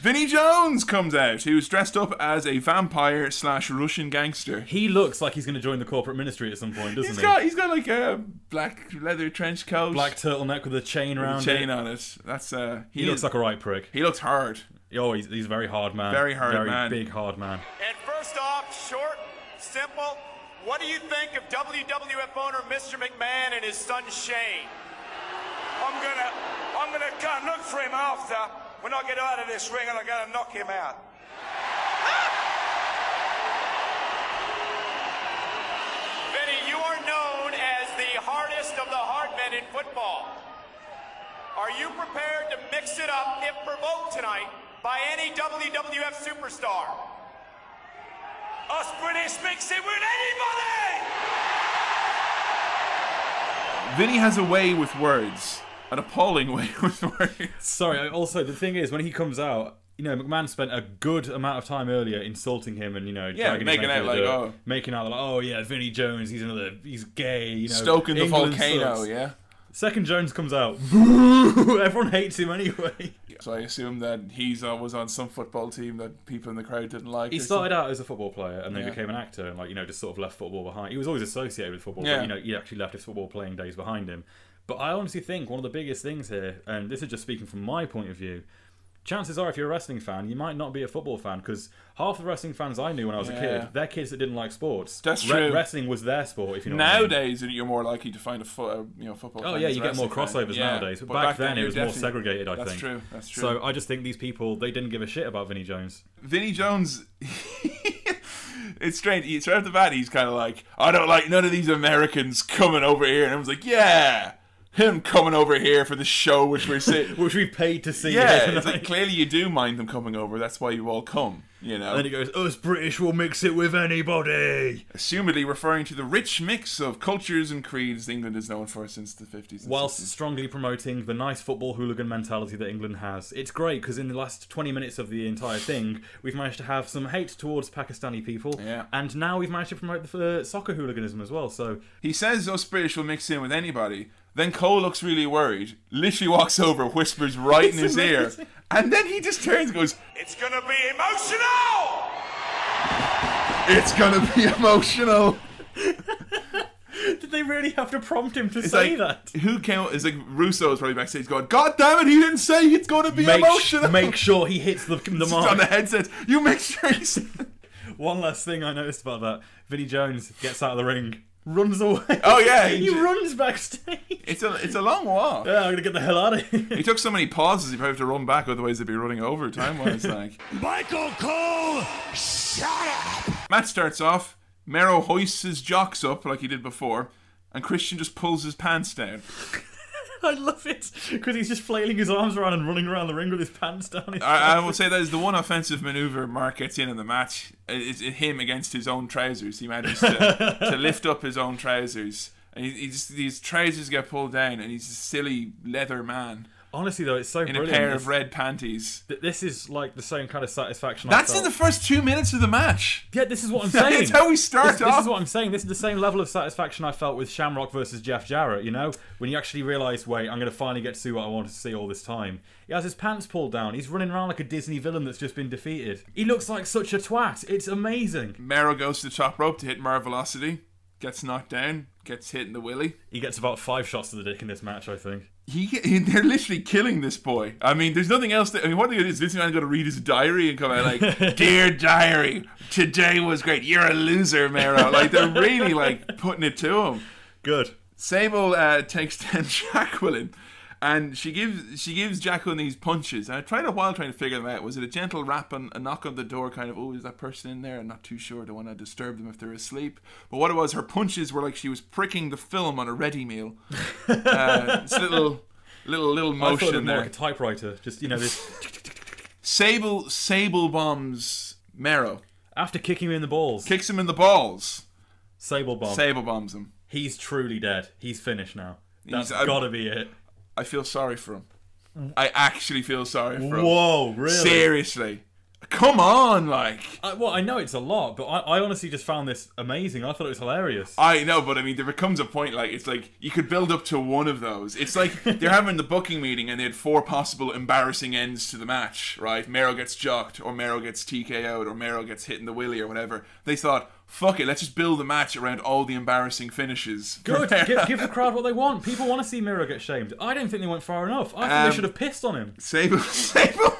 S1: Vinnie Jones comes out, who's dressed up as a vampire slash Russian gangster.
S3: He looks like he's going to join the corporate ministry at some point, doesn't
S1: He's
S3: he?
S1: got he's got like a black leather trench coat,
S3: Black turtleneck with a chain
S1: with a
S3: around it.
S1: chain on it. That's uh,
S3: He, looks
S1: is-
S3: like a right prick.
S1: he looks hard.
S3: Oh, he's, he's a very hard man.
S1: Very hard
S3: very
S1: man.
S3: big hard man.
S8: And first off, short, simple, what do you think of WWF owner Mr. McMahon and his son Shane?
S14: I'm gonna, I'm gonna go and look for him after when I get out of this ring, and I'm gonna knock him out.
S8: Vinny, you are known as the hardest of the hard men in football. Are you prepared to mix it up if provoked tonight by any WWF superstar?
S14: Us British mix it with anybody.
S1: Vinny has a way with words, an appalling way with words.
S3: Sorry, I- also, the thing is, when he comes out, you know, McMahon spent a good amount of time earlier insulting him and, you know,
S1: Yeah,
S3: dragging his
S1: making
S3: name
S1: out
S3: through
S1: like,
S3: the dirt,
S1: oh.
S3: making out like, oh, yeah, Vinnie Jones, he's another, he's gay, you know.
S1: Stoking the
S3: England
S1: volcano,
S3: sucks.
S1: yeah.
S3: Second Jones comes out. Everyone hates him anyway.
S1: So I assume that he's always on some football team that people in the crowd didn't like.
S3: He
S1: or
S3: started out as a football player and then
S1: Yeah.
S3: became an actor and like you know just sort of left football behind. He was always associated with football,
S1: Yeah.
S3: but you know he actually left his football playing days behind him. But I honestly think one of the biggest things here, and this is just speaking from my point of view, chances are, if you're a wrestling fan, you might not be a football fan because half the wrestling fans I knew when I was
S1: Yeah.
S3: a kid, they're kids that didn't like sports.
S1: That's
S3: Re-
S1: true.
S3: Wrestling was their sport. If you know what I mean.
S1: Nowadays, you're more likely to find a fo- uh, you know football.
S3: Oh
S1: fan
S3: yeah,
S1: as
S3: you
S1: a
S3: get more crossovers
S1: wrestling fan. Yeah,
S3: nowadays, but,
S1: but
S3: back, then, it
S1: you're
S3: was more
S1: definitely-
S3: segregated. I
S1: that's
S3: think.
S1: true. That's true.
S3: So I just think these people they didn't give a shit about Vinnie Jones.
S1: Vinny Jones. It's strange. He- Straight off the bat, he's kind of like, I don't like none of these Americans coming over here. And I was like, yeah, him coming over here for the show, which we're sitting,
S3: which we paid to see.
S1: Yeah,
S3: here
S1: it's like clearly you do mind them coming over. That's why you all come. You know.
S3: And then he goes, "Us British will mix it with anybody."
S1: Assumedly referring to the rich mix of cultures and creeds England is known for since the 50s. And
S3: Whilst strongly promoting the nice football hooligan mentality that England has, it's great because in the last 20 minutes of the entire thing, we've managed to have some hate towards Pakistani people, and now we've managed to promote the uh, soccer hooliganism as well. So
S1: he says us British will mix in with anybody. Then Cole looks really worried, literally walks over, whispers right in his ear, and then he just turns and goes,
S7: It's going to be emotional.
S1: It's gonna be emotional.
S3: Did they really have to prompt him to
S1: It's
S3: say
S1: like,
S3: that?
S1: Who came? It's like Russo's probably backstage going, God damn it, he didn't say it's gonna be
S3: Make-
S1: emotional.
S3: make sure he hits the, the mark.
S1: on the headset. You make sure he's.
S3: One last thing I noticed about that Vinnie Jones gets out of the ring, runs away.
S1: Oh, yeah,
S3: He,
S1: he j-
S3: runs backstage.
S1: It's a it's a long walk.
S3: Yeah, I'm gonna get the hell out of here.
S1: He took so many pauses he probably had to run back, otherwise they'd be running over time wise like.
S7: Michael Cole, shut up!
S1: Matt starts off, Mero hoists his jocks up like he did before, and Christian just pulls his pants down.
S3: I love it because he's just flailing his arms around and running around the ring with his pants down. His
S1: I, I will say that is the one offensive maneuver Mark gets in in the match. It's him against his own trousers. He manages to, to lift up his own trousers, and he, he just, these trousers get pulled down, and he's a silly leather man
S3: Honestly, though, it's so
S1: in
S3: brilliant.
S1: a pair of
S3: This-
S1: red panties.
S3: th- This is like the same kind of satisfaction.
S1: That's
S3: I
S1: in
S3: felt.
S1: the first two minutes of the match.
S3: Yeah, this is what I'm
S1: That's
S3: saying.
S1: how we start
S3: this, This
S1: off.
S3: is what I'm saying. This is the same level of satisfaction I felt with Shamrock versus Jeff Jarrett. You know, when you actually realise, wait, I'm going to finally get to see what I wanted to see all this time. He has his pants pulled down. He's running around like a Disney villain that's just been defeated. He looks like such a twat. It's amazing.
S1: Mero goes to the top rope to hit Mar Velocity, gets knocked down, gets hit in the willy.
S3: He gets about five shots to the dick in this match, I think.
S1: He, he- they're literally killing this boy. I mean, there's nothing else. That, I mean, what are they going to do? Is Vince McMahon going to read his diary and come out like, "Dear diary, today was great. You're a loser, Mero." Like they're really like putting it to him.
S3: Good.
S1: Sable uh, takes down Jacqueline, and she gives she gives Jacqueline these punches. And I tried a while trying to figure them out. Was it a gentle rap and a knock on the door, kind of, "Oh, is that person in there?" I'm not too sure. Don't want to disturb them if they're asleep. But what it was, her punches were like she was pricking the film on a ready meal. Uh, it's a little little little
S3: I thought it was
S1: motion
S3: more
S1: there.
S3: like a typewriter. Just you know this.
S1: Sable Sable bombs Marrow.
S3: After kicking him in the balls.
S1: Kicks him in the balls.
S3: Sable bomb.
S1: Sable bombs him.
S3: He's truly dead. He's finished now. That's
S1: He's- I'm-
S3: got to be it.
S1: I feel sorry for him. I actually feel sorry for him.
S3: Whoa, really?
S1: Seriously. Come on, like.
S3: I, well, I know it's a lot, but I, I honestly just found this amazing. I thought it was hilarious.
S1: I know, but I mean, there becomes a point like it's like you could build up to one of those. It's like they're having the booking meeting and they had four possible embarrassing ends to the match, right? Mero gets jocked, or Mero gets TKO'd, or Mero gets hit in the willy, or whatever. They thought, fuck it, let's just build the match around all the embarrassing finishes.
S3: Good. give, give the crowd what they want. People want to see Miro get shamed. I don't think they went far enough. I think
S1: Um,
S3: they should have pissed on him.
S1: Sable, Sable,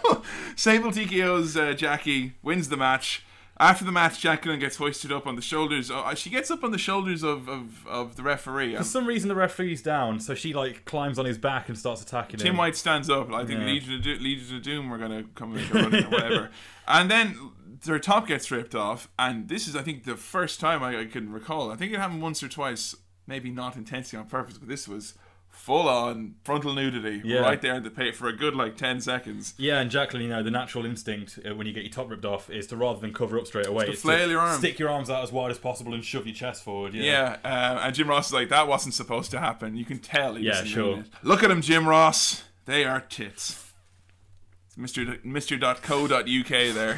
S1: Sable TKO's uh, Jackie wins the match. After the match, Jacqueline gets hoisted up on the shoulders. Oh, she gets up on the shoulders of, of, of the referee. Um,
S3: For some reason, the referee's down, so she like climbs on his back and starts attacking him.
S1: Tim White stands up. I think
S3: Yeah.
S1: Legion, of Do- Legion of Doom were going to come and run in or whatever. And then their top gets ripped off. And this is, I think, the first time I, I can recall. I think it happened once or twice, maybe not intensely on purpose, but this was full on frontal nudity
S3: Yeah.
S1: right there in the pay for a good like 10 seconds.
S3: Yeah, and Jacqueline, you know, the natural instinct uh, when you get your top ripped off is to rather than cover up straight away,
S1: to
S3: it's
S1: flail your arm.
S3: stick your arms out as wide as possible, and shove your chest forward. Yeah.
S1: Yeah, uh, and Jim Ross is like, that wasn't supposed to happen. You can tell. He
S3: Yeah,
S1: doesn't
S3: sure.
S1: mean it. Look at him, Jim Ross. They are tits. It's Mr. D- Mr.co.uk there.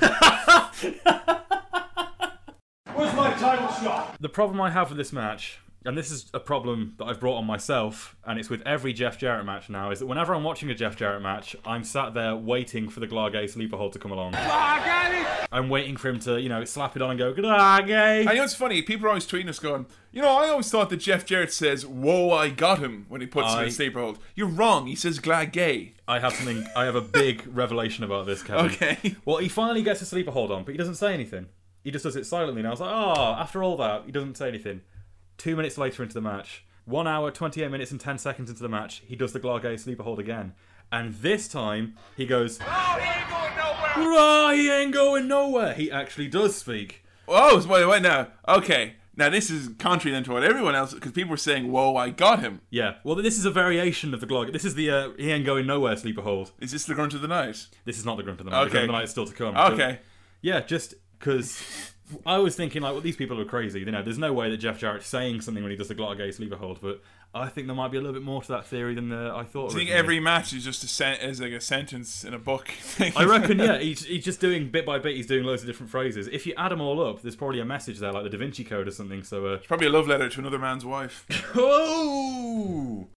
S6: Where's my title shot?
S3: The problem I have with this match and this is a problem that I've brought on myself, and it's with every Jeff Jarrett match now, is that whenever I'm watching a Jeff Jarrett match, I'm sat there waiting for the Glargay sleeper hold to come along.
S15: Oh,
S3: I'm waiting for him to, you know, slap it on and go, Glargay!
S1: I know it's funny. People are always tweeting us going, you know, I always thought that Jeff Jarrett says, "Whoa, I got him" when he puts him in
S3: I-
S1: a sleeper hold. You're wrong. He says "glad gay."
S3: I have something. I have a big revelation about this, Kevin.
S1: Okay.
S3: Well, he finally gets a sleeper hold on, but he doesn't say anything. He just does it silently, and I was like, oh, after all that, he doesn't say anything. Two minutes later into the match, one hour, 28 minutes, and 10 seconds into the match, he does the Glargay sleeper hold again. And this time, he goes, "Rah, he ain't going nowhere. He actually does speak.
S1: Oh, so wait, wait now. Okay, now this is contrary then to what everyone else, because people were saying, "Whoa, I got him."
S3: Yeah. Well, this is a variation of the Glog. This is the uh, he ain't going nowhere sleeper hold.
S1: Is this the grunt of the night?
S3: This is not the grunt of the night. The
S1: Okay.
S3: grunt of the night is still to come.
S1: Okay.
S3: But, yeah, just because I was thinking like, well, these people are crazy. You know, there's no way that Jeff Jarrett's saying something when he does the Glog sleeper hold. But I think there might be a little bit more to that theory than uh, I thought.
S1: Do you think
S3: originally.
S1: every match is just a sen- is like a sentence in a book?
S3: I reckon, yeah, he's, he's just doing bit by bit. He's doing loads of different phrases. If you add them all up, there's probably a message there, like the Da Vinci Code or something. So uh,
S1: Probably a love letter to another man's wife.
S3: oh,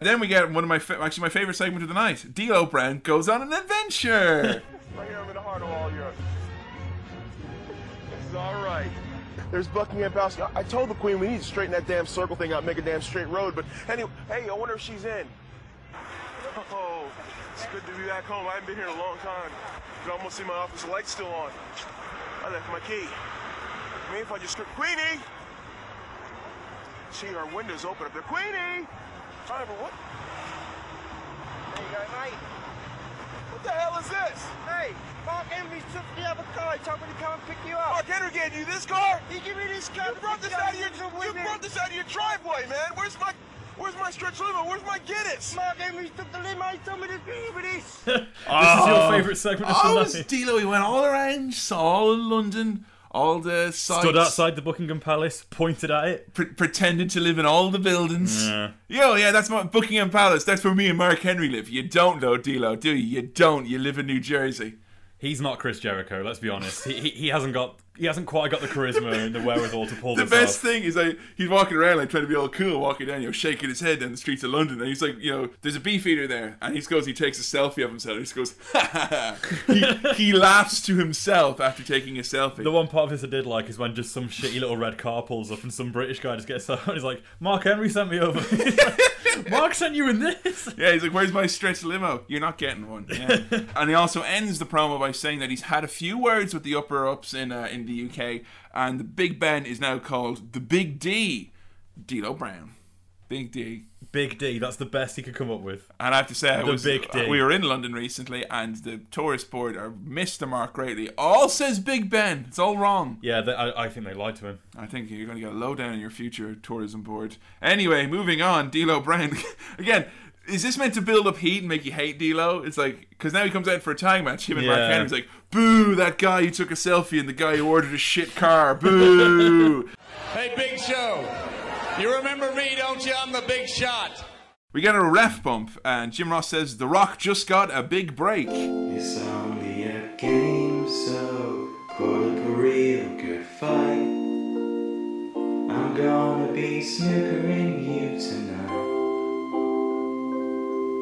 S1: then we get one of my fa- actually my favorite segment of the night. D'Lo Brown goes on an adventure.
S15: Right here, I'm in the heart of all Europe. It's all right. There's Buckingham Palace. I- I told the Queen we need to straighten that damn circle thing out, make a damn straight road. But anyway, hey, I wonder if she's in. Oh, it's good to be back home. I haven't been here in a long time. You can almost see my office lights still on. I left my key. Maybe if I just scream, Queenie! See, our window's open up there. Queenie! Trying to what? Hey, you got a night? What the hell is this? Hey, Mark Henry took me out of a car. He told me to come and pick you up. Mark Henry gave you this car? He gave me this car. You brought this out of your you brought this out of your driveway, man. Where's my where's my stretch limo? Where's my Guinness? Mark Henry took the limo. He told me to pay for this.
S3: this is your favorite segment of the
S1: Oh,
S3: night.
S1: it was D'Lo. He went all around, saw all of London, all the sites.
S3: Stood outside the Buckingham Palace, pointed at it.
S1: Pre- pretended to live in all the buildings.
S3: Yeah.
S1: Yo, yeah, that's my Buckingham Palace. That's where me and Mark Henry live. You don't know D'Lo, do you? You don't. You live in New Jersey.
S3: He's not Chris Jericho. Let's be honest. He, he, he hasn't got he hasn't quite got the charisma and the wherewithal to pull
S1: The
S3: this
S1: best
S3: off.
S1: thing is like he's walking around like trying to be all cool, walking down, you know, shaking his head down the streets of London, and he's like, you know, there's a beef eater there, and he just goes, he takes a selfie of himself, and he just goes, ha ha. ha. He, he laughs to himself after taking a selfie.
S3: The one part of this I did like is when just some shitty little red car pulls up and some British guy just gets out and he's like, "Mark Henry sent me over." Mark sent you in this.
S1: Yeah, he's like, "Where's my stretch limo? You're not getting one." Yeah. and he also ends the promo by saying that he's had a few words with the upper ups in uh, in the UK, and the Big Ben is now called the Big D, D'Lo Brown, Big D.
S3: Big D. That's the best he could come up with.
S1: And I have to say, I
S3: The
S1: was-
S3: Big D.
S1: we were in London recently, and the tourist board are missed the mark greatly. All says Big Ben. It's all wrong.
S3: Yeah, they, I, I think they lied to him.
S1: I think you're going to get low down in your future tourism board. Anyway, moving on, D'Lo Brown. Again, is this meant to build up heat and make you hate D'Lo? It's like because now he comes out for a tag match. Him and Mark
S3: Yeah.
S1: Henry's like, "Boo! That guy who took a selfie and the guy who ordered a shit car. Boo!"
S16: Hey, Big Show. You remember me, don't you? I'm the big shot.
S1: we get a ref bump, and Jim Ross says, "The Rock just got a big break."
S4: It's only a game, so put up a real good fight. I'm gonna be snookering you tonight.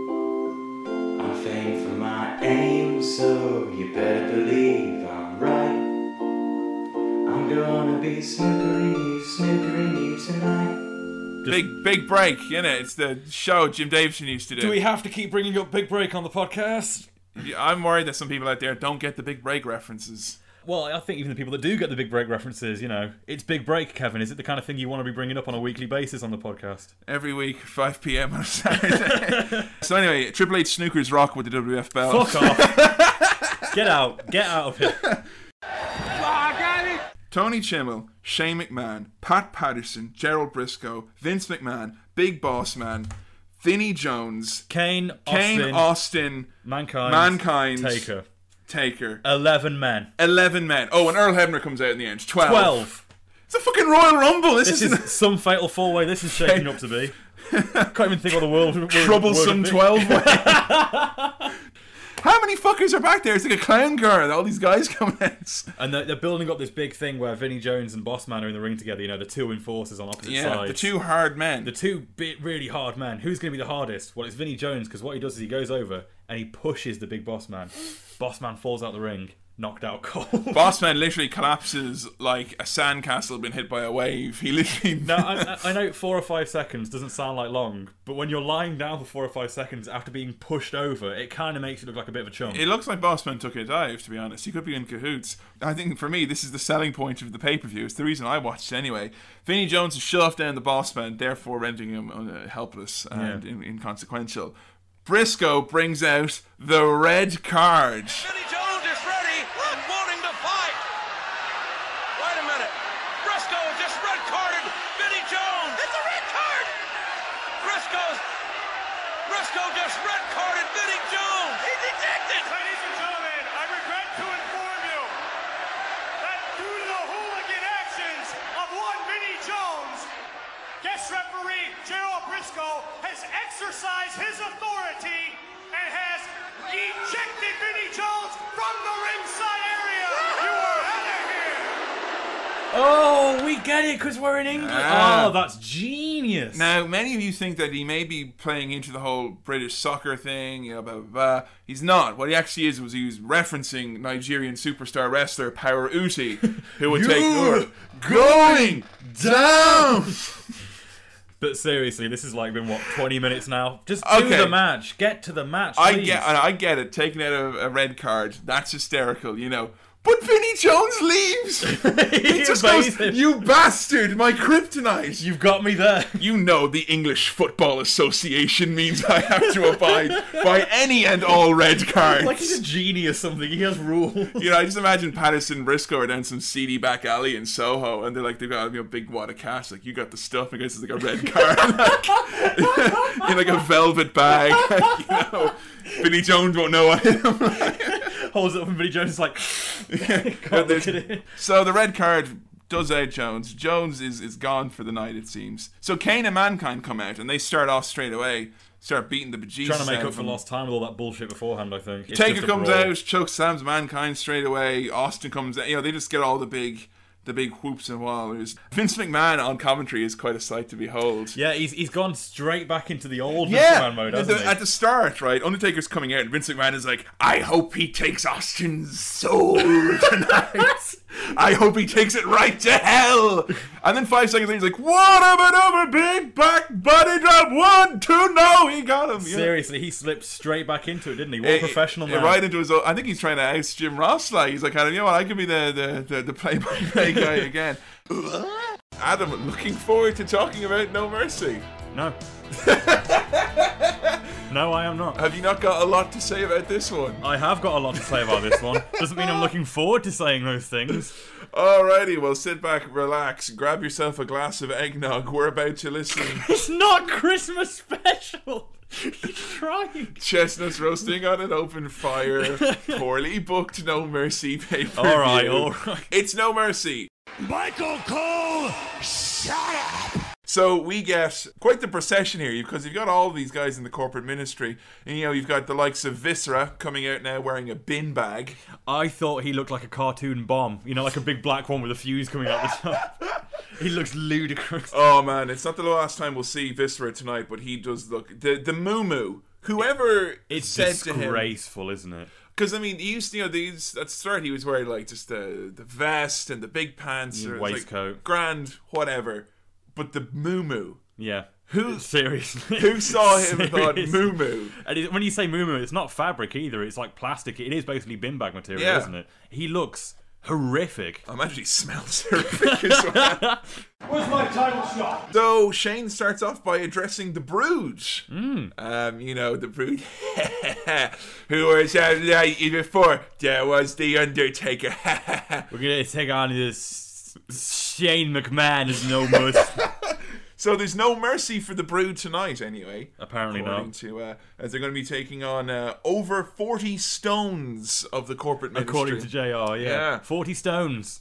S4: I'm famed for my aim, so you better believe I'm right. I'm gonna be snookering you, snookering you tonight.
S1: Big big break, you know. It's the show Jim Davison used to do.
S3: Do we have to keep bringing up Big Break on the podcast?
S1: I'm worried that some people out there don't get the big break references.
S3: Well, I think even the people that do get the Big Break references, you know, it's Big Break, Kevin. Is it the kind of thing you want to be bringing up on a weekly basis on the podcast?
S1: every week, 5 p.m. on a Saturday. so anyway, Triple H snookers rock with the WWF belt.
S3: Fuck off. Get out. Get out of here.
S1: Tony Chimmel, Shane McMahon, Pat Patterson, Gerald Briscoe, Vince McMahon, Big Boss Man, Vinnie Jones,
S3: Kane,
S1: Kane
S3: Austin,
S1: Austin,
S3: Mankind,
S1: Mankind,
S3: Taker.
S1: Taker,
S3: 11 men.
S1: 11 men. Oh, and Earl Hebner comes out in the end. 12.
S3: 12.
S1: It's a fucking Royal Rumble. This,
S3: This
S1: isn't
S3: is some fatal four way this is shaping up to be. Can't even think what the world. world
S1: troublesome
S3: world would be.
S1: 12 way. How many fuckers are back there? It's like a clown car. and All these guys coming out.
S3: And they're, they're building up this big thing where Vinnie Jones and Bossman are in the ring together. You know, the two enforcers on opposite
S1: Yeah,
S3: sides.
S1: the two hard men.
S3: The two bit really hard men. Who's going to be the hardest? Well, it's Vinnie Jones because what he does is he goes over and he pushes the big boss man. boss man falls out the ring, knocked out cold.
S1: Bossman literally collapses like a sandcastle been hit by a wave. He literally.
S3: Now, I, I I know four or five seconds doesn't sound like long, but when you're lying down for four or five seconds after being pushed over, it kind of makes you look like a bit of a chump.
S1: It looks like Bossman took a dive, to be honest. He could be in cahoots. I think for me, this is the selling point of the pay per view. It's the reason I watched it anyway. Vinnie Jones has shoved down the Bossman, therefore rendering him uh, helpless and in- inconsequential. Briscoe brings out the red card.
S4: Vinnie Jones is ready and wanting to fight. Wait a minute. Briscoe just red carded Vinnie Jones. It's a red card. Briscoe's. Briscoe just red carded Vinnie Jones. He's ejected. Ladies and gentlemen, I regret to inform you that due to the hooligan actions of one Vinnie Jones, guest referee Gerald Briscoe has exercised his authority and has ejected Vinnie Jones from the ringside area. You are out of here.
S3: Oh, we get it because we're in England.
S1: Ah.
S3: oh, that's genius.
S1: Now, many of you think that he may be playing into the whole British soccer thing, you know, blah, blah, blah. He's not. What he actually is was he was referencing Nigerian superstar wrestler Power Uti, who would take over. going down.
S3: But seriously, this has like been what twenty minutes now. Just do
S1: Okay.
S3: the match. Get to the match.
S1: I
S3: please.
S1: get, and I get it. Taking out a, a red card, that's hysterical, you know. But Vinnie Jones leaves. he just goes, "You bastard, my kryptonite!
S3: You've got me there."
S1: You know the English Football Association means I have to abide by any and all red cards.
S3: Like he's a genie or something. He has rules.
S1: You know, I just imagine Patterson and Briscoe are down some seedy back alley in Soho, and they're like, they've got you know, a big wad of cash. Like, you got the stuff. I guess it's like a red card, like, in like a velvet bag. you know, Vinnie Jones won't know what
S3: holds it up and Vinnie Jones is like,
S1: But there's- So the red card does out Jones. Jones is, is gone for the night, it seems. So Kane and Mankind come out and they start off straight away, start beating the bejesus
S3: trying to make
S1: out
S3: up
S1: of
S3: for
S1: him.
S3: lost time with all that bullshit beforehand. I think It's
S1: Taker
S3: just a
S1: comes
S3: brawl.
S1: out, chokes Sam's Mankind straight away. Austin comes out. You know, they just get all the big. The big whoops and wallers. Vince McMahon on commentary is quite a sight to behold.
S3: Yeah, he's, he's gone straight back into the old Mr.
S1: Yeah,
S3: Man mode,
S1: at
S3: hasn't
S1: the,
S3: he?
S1: at the start, right? Undertaker's coming out, and Vince McMahon is like, "I hope he takes Austin's soul tonight. I hope he takes it right to hell." And then five seconds later, he's like, "What up and over, big back buddy drop one two? No, he got him." Um, You know?
S3: Seriously, he slipped straight back into it, didn't he? What a
S1: Eh,
S3: professional
S1: eh,
S3: man.
S1: Right into his. Own, I think he's trying to oust Jim Ross. Like he's like, "You know what? I could be the the the, the play by play guy again." Adam, looking forward to talking about No Mercy.
S3: No. no, I am not.
S1: Have you not got a lot to say about this one?
S3: I have got a lot to say about this one. Doesn't mean I'm looking forward to saying those things.
S1: Alrighty, well, sit back, relax, grab yourself a glass of eggnog. We're about to listen
S3: It's not Christmas special. He's trying.
S1: chestnuts roasting on an open fire. Poorly booked, no mercy paper.
S3: All right, all right.
S1: It's no mercy.
S17: Michael Cole, shut up.
S1: So we get quite the procession here because you've got all these guys in the corporate ministry, and you know you've got the likes of Viscera coming out now wearing a bin bag.
S3: I thought he looked like a cartoon bomb. You know, like a big black one with a fuse coming out the top. he looks ludicrous.
S1: Oh man, it's not the last time we'll see Viscera tonight, but he does look the the moo moo. Whoever
S3: It's
S1: said to him,
S3: disgraceful, isn't it?
S1: Because I mean, he used to, you know these at the start he was wearing like just the the vest and the big pants,
S3: Yeah,
S1: or it was, like,
S3: Mm, waistcoat.
S1: grand whatever. But the moo moo,
S3: Yeah.
S1: Who-
S3: seriously?
S1: who saw him and thought
S3: Seriously.
S1: moo moo?
S3: And it, when you say moo moo, it's not fabric either. It's like plastic. It is basically bin bag material,
S1: Yeah.
S3: isn't it? He looks horrific.
S1: I'm actually smells horrific as well.
S6: Where's my title shot?
S1: So Shane starts off by addressing the Brood.
S3: Mm.
S1: Um, you know the Brood, who was out like before. There was the Undertaker.
S3: We're gonna take on this Shane McMahon is no mercy.
S1: so there's no mercy for the Brood tonight, anyway.
S3: Apparently
S1: According
S3: not.
S1: To, uh, as they're going to be taking on uh, over 40 stones of the corporate ministry.
S3: According to JR, yeah.
S1: Yeah.
S3: 40 stones.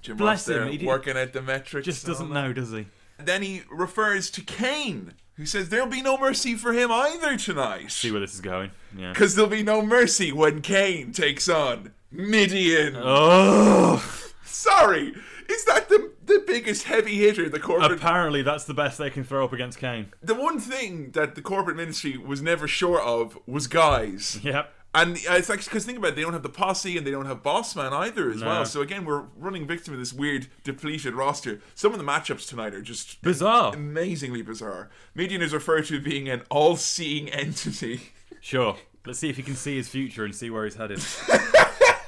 S1: Jim
S3: Bless
S1: Ross there
S3: him, he did-
S1: working at the metrics.
S3: Just
S1: and all
S3: doesn't
S1: that.
S3: know, does he?
S1: Then he refers to Cain, who says there'll be no mercy for him either tonight.
S3: See where this is going. Yeah.
S1: Because there'll be no mercy when Cain takes on Midian.
S3: Oh.
S1: Sorry, is that the, the biggest heavy hitter the corporate
S3: Apparently, that's the best they can throw up against Kane.
S1: the one thing that the corporate ministry was never sure of was guys.
S3: Yep.
S1: And uh, it's like, because think about it, they don't have the posse and they don't have boss man either as
S3: No.
S1: well. So again, we're running victim of this weird depleted roster. Some of the matchups tonight are just
S3: bizarre,
S1: amazingly bizarre. Median is referred to being an all-seeing entity.
S3: Sure. Let's see if he can see his future and see where he's headed.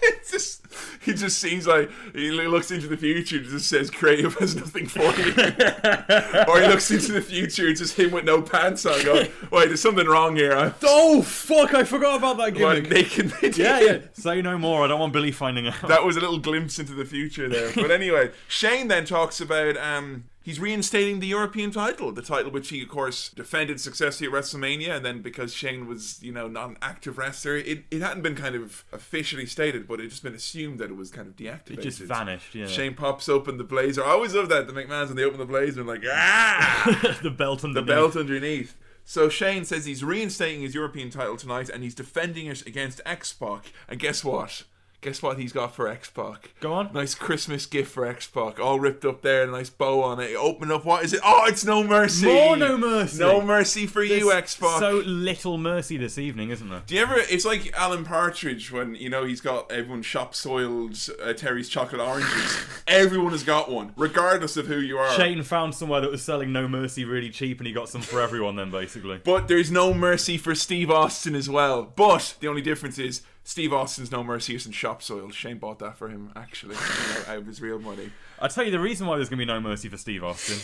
S1: It's just, he just seems like he looks into the future and just says creative has nothing for you. or he looks into the future, it's just him with no pants on going, wait, there's something wrong here. I'm
S3: oh fuck! I forgot about that
S1: like, naked Midian.
S3: Yeah, yeah. Say no more. I don't want Billy finding out.
S1: that was a little glimpse into the future there. But anyway, Shane then talks about um, he's reinstating the European title, the title which he, of course, defended successfully at WrestleMania. And then because Shane was, you know, not an active wrestler, it, it hadn't been kind of officially stated, but it just been assumed that it was kind of deactivated.
S3: It just vanished, yeah.
S1: Shane pops open the blazer. I always love that the McMahon's when they open the blazer and like ah
S3: the belt underneath.
S1: the belt underneath. So Shane says he's reinstating his European title tonight and he's defending it against X Pac. And guess what? Guess what he's got for X Pac?
S3: Go on.
S1: Nice Christmas gift for X Pac. All ripped up there, a nice bow on it. Open up. What is it? Oh, it's No Mercy.
S3: More No Mercy.
S1: No Mercy for you,
S3: There's
S1: X Pac.
S3: So little mercy this evening, isn't there?
S1: Do you ever? It's like Alan Partridge when you know he's got everyone shop soiled uh, Terry's chocolate oranges. everyone has got one, regardless of who you are.
S3: Shane found somewhere that was selling No Mercy really cheap, and he got some for everyone. Then basically,
S1: But there's no mercy for Steve Austin as well. But the only difference is Steve Austin's no mercy isn't shop soiled. Shane bought that for him actually you know, out of his real money.
S3: I tell you the reason why there's going to be no mercy for Steve Austin.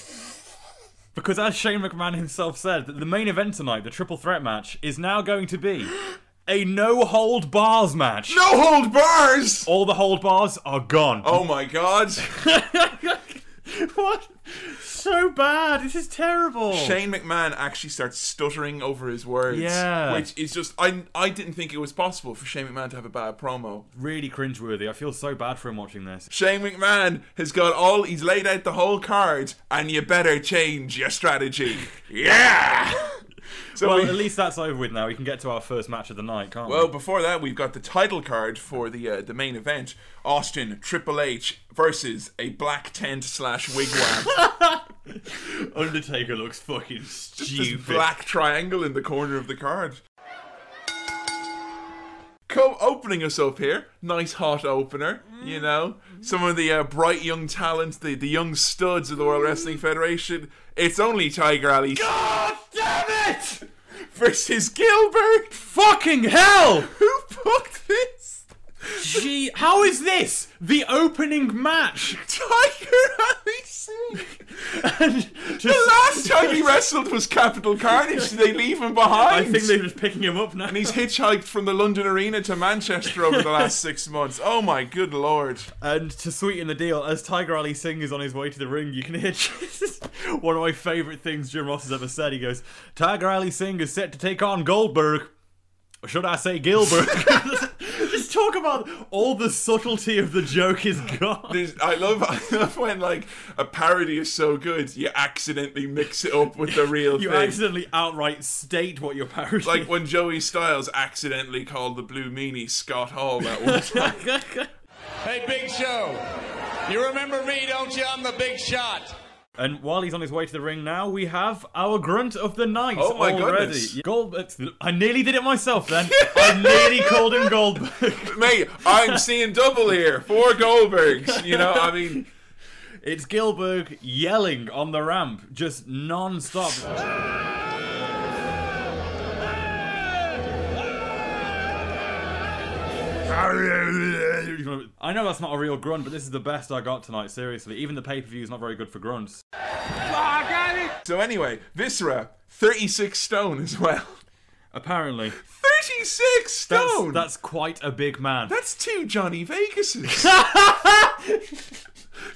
S3: Because as Shane McMahon himself said, that the main event tonight, the triple threat match, is now going to be a no hold bars match.
S1: No hold bars.
S3: All the hold bars are gone.
S1: Oh my god.
S3: what? So bad. This is terrible.
S1: Shane McMahon actually starts stuttering over his words.
S3: Yeah.
S1: Which is just I I didn't think it was possible for Shane McMahon to have a bad promo.
S3: really cringeworthy. I feel so bad for him watching this.
S1: Shane McMahon has got all he's laid out the whole card and you better change your strategy. yeah. So
S3: well,
S1: we-
S3: at least that's over with now. We can get to our first match of the night, can't
S1: Well,
S3: we?
S1: before that, we've got the title card for the uh, the main event: Austin Triple H versus a black tent slash wigwam.
S3: Undertaker looks fucking
S1: This
S3: stupid.
S1: black triangle in the corner of the card. Co opening us up here, nice hot opener. You know, some of the uh, bright young talents, the the young studs of the World Wrestling Federation. It's only Tiger Ali
S3: God damn it!
S1: versus Gilbert.
S3: Fucking hell!
S1: Who booked this?
S3: Gee, how is this the opening match?
S1: Tiger Ali Singh.
S3: And just-
S1: The last time he wrestled was Capital Carnage. Did they leave him
S3: I
S1: behind?
S3: think they're just picking him up now.
S1: and he's hitchhiked from the London Arena to Manchester over the last six months. Oh my good lord.
S3: And to sweeten the deal, as Tiger Ali Singh is on his way to the ring, you can hear just one of my favourite things Jim Ross has ever said. He goes, Tiger Ali Singh is set to take on Goldberg. Or should I say Gilbert? just talk about all the subtlety of the joke is gone.
S1: There's- I love, I love when like a parody is so good, you accidentally mix it up with the real
S3: You
S1: thing.
S3: accidentally outright state what you're parodying.
S1: like when Joey Styles accidentally called the Blue Meanie Scott Hall that
S3: Oh
S1: one time.
S16: Hey, Big Show. You remember me, don't you? I'm the big shot.
S3: And while he's on his way to the ring now, we have our grunt of the night
S1: Oh my
S3: already.
S1: goodness.
S3: Goldberg. I nearly did it myself then. I nearly called him Goldberg.
S1: Mate, I'm seeing double here. Four Goldbergs. You know, I mean,
S3: It's Gilberg yelling on the ramp, just non-stop. I know that's not a real grunt, but this is the best I got tonight, seriously. Even the pay-per-view is not very good for grunts.
S1: so anyway, Viscera, 36 stone as well.
S3: Apparently.
S1: 36
S3: That's,
S1: stone!
S3: that's quite a big man.
S1: That's two Johnny Vegases.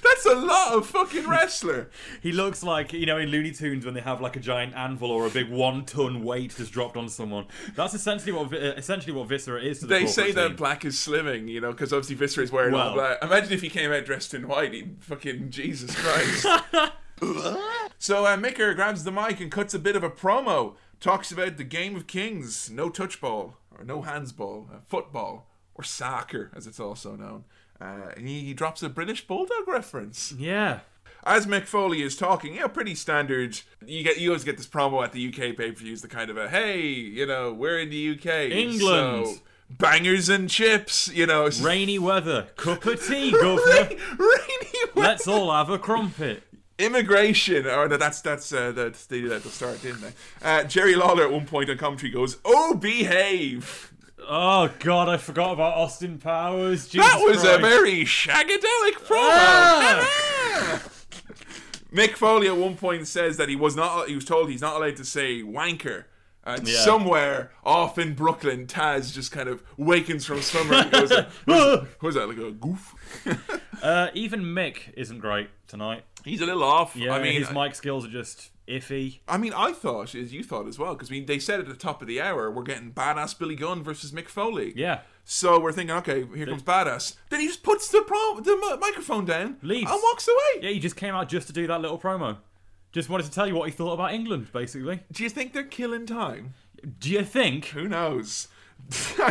S1: That's a lot of fucking wrestler.
S3: He looks like, you know, in Looney Tunes when they have like a giant anvil or a big one-ton weight just dropped on someone. That's essentially what Vi- uh, essentially what Viscera is to the
S1: They
S3: corporate
S1: say that
S3: team.
S1: black is slimming, you know, because obviously Viscera is wearing all
S3: Well.
S1: black. Imagine if he came out dressed in white. He'd fucking Jesus Christ. So uh, Micker grabs the mic and cuts a bit of a promo. Talks about the game of kings, no touch ball or no hands ball, uh, football or soccer as it's also known. Uh, and he, he drops a British bulldog reference.
S3: Yeah.
S1: As Mick Foley is talking, you know, pretty standard. You get you always get this promo at the UK pay per views, the kind of a hey, you know, we're in the UK,
S3: England.
S1: so bangers and chips, you know, it's-
S3: Rainy weather, cup of tea, governor. Let's all have a crumpet.
S1: Immigration. Oh no, that's that's uh, that's they did that at the start, didn't they? Uh, Jerry Lawler at one point on commentary goes, "Oh, behave."
S3: Oh God, I forgot about Austin Powers. Jesus
S1: that was a
S3: Christ.
S1: very shagadelic promo.
S3: Ah!
S1: Mick Foley at one point says that he was not. He was told he's not allowed to say wanker. And
S3: Yeah.
S1: somewhere off in Brooklyn, Taz just kind of wakens from slumber and goes, "Who's who's that? Like a goof?"
S3: Uh, even Mick isn't great tonight.
S1: He's a little off.
S3: Yeah,
S1: I mean,
S3: his mic skills are just iffy.
S1: I mean, I thought as you thought as well because we, they said at the top of the hour we're getting badass Billy Gunn versus Mick Foley.
S3: Yeah.
S1: So we're thinking, okay, here comes badass. Then he just puts the pro- the mi- microphone down,
S3: leaves,
S1: and walks away.
S3: Yeah, he just came out just to do that little promo. Just wanted to tell you what he thought about England, basically.
S1: Do you think they're killing time?
S3: Do you think?
S1: Who knows? All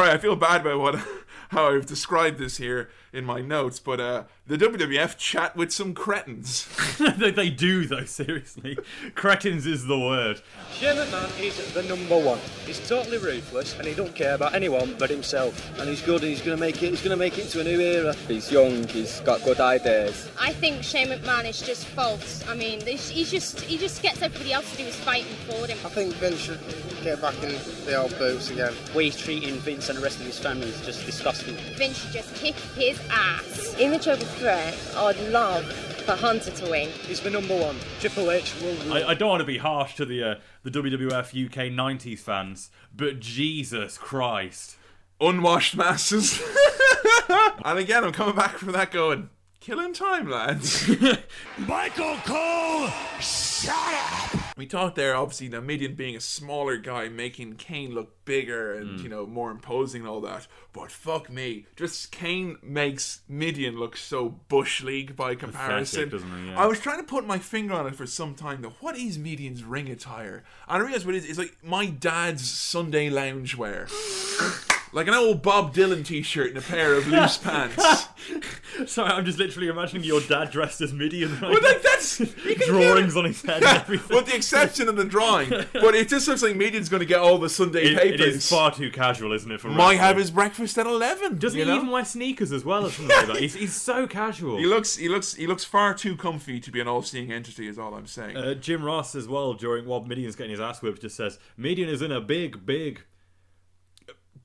S1: right, I feel bad about what how I've described this here in my notes, but uh, the WWF chat with some cretins.
S3: they, they do though, seriously. Cretins is the word.
S18: Shane McMahon is the number one. He's totally ruthless and he don't care about anyone but himself. And he's good and he's gonna make it. He's gonna make it to a new era. He's young. He's got good ideas.
S19: I think Shane McMahon is just false. I mean, this- he's just he just gets everybody else to do his fighting for him.
S20: I think Vince should get back in the old boots again.
S18: Way he's treating Vince and the rest of his family is just disgusting.
S19: Vince should just kick his ass. Image over threat. I'd love for Hunter to win.
S18: He's the number one. Triple H will rule.
S3: I, I don't want to be harsh to the uh, the WWF UK '90s fans, but Jesus Christ,
S1: unwashed masses. and again, I'm coming back from that going, killing time, lads.
S16: Michael Cole, shut up!
S1: We talked there, obviously, now Midian being a smaller guy, making Kane look bigger and,
S3: Hmm.
S1: you know, more imposing and all that. But fuck me. Just Kane makes Midian look so Bush League by comparison.
S3: doesn't he? Yeah.
S1: I was trying to put my finger on it for some time, though. What is Midian's ring attire? And I realized what it is. It's like my dad's Sunday lounge wear. like an old Bob Dylan t shirt and a pair of loose pants.
S3: Sorry, I'm just literally imagining your dad dressed as Midian. Like,
S1: Well, like that's you can
S3: drawings on his head. and everything.
S1: with the exception of the drawing. But it just looks like Median's going to get all the Sunday
S3: It- it
S1: papers.
S3: is far too casual, isn't it? For
S1: Might
S3: wrestling?
S1: have his breakfast at eleven.
S3: Doesn't
S1: you
S3: he
S1: know?
S3: even wear sneakers as well? Or something like that? He's, he's so casual.
S1: He looks, he looks, he looks far too comfy to be an all-seeing entity. Is all I'm saying.
S3: Uh, Jim Ross as well during while Midian's getting his ass whipped just says Midian is in a big, big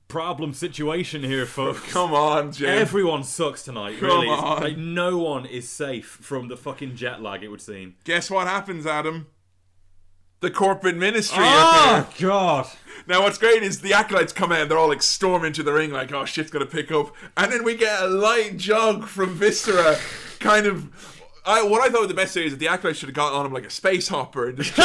S3: problem situation here, folks.
S1: Come on, Jim.
S3: Everyone sucks tonight.
S1: Come
S3: really, It's-
S1: on.
S3: like no one is safe from the fucking jet lag. It would seem.
S1: Guess what happens, Adam? The corporate ministry.
S3: Ah,
S1: out there.
S3: God!
S1: Now, what's great is the acolytes come out. They're all like storm into the ring, like, "Oh shit's gonna pick up," and then we get a light jog from Viscera, kind of. I, what I thought was the best thing is that the acolytes should have got on him like a space hopper and just,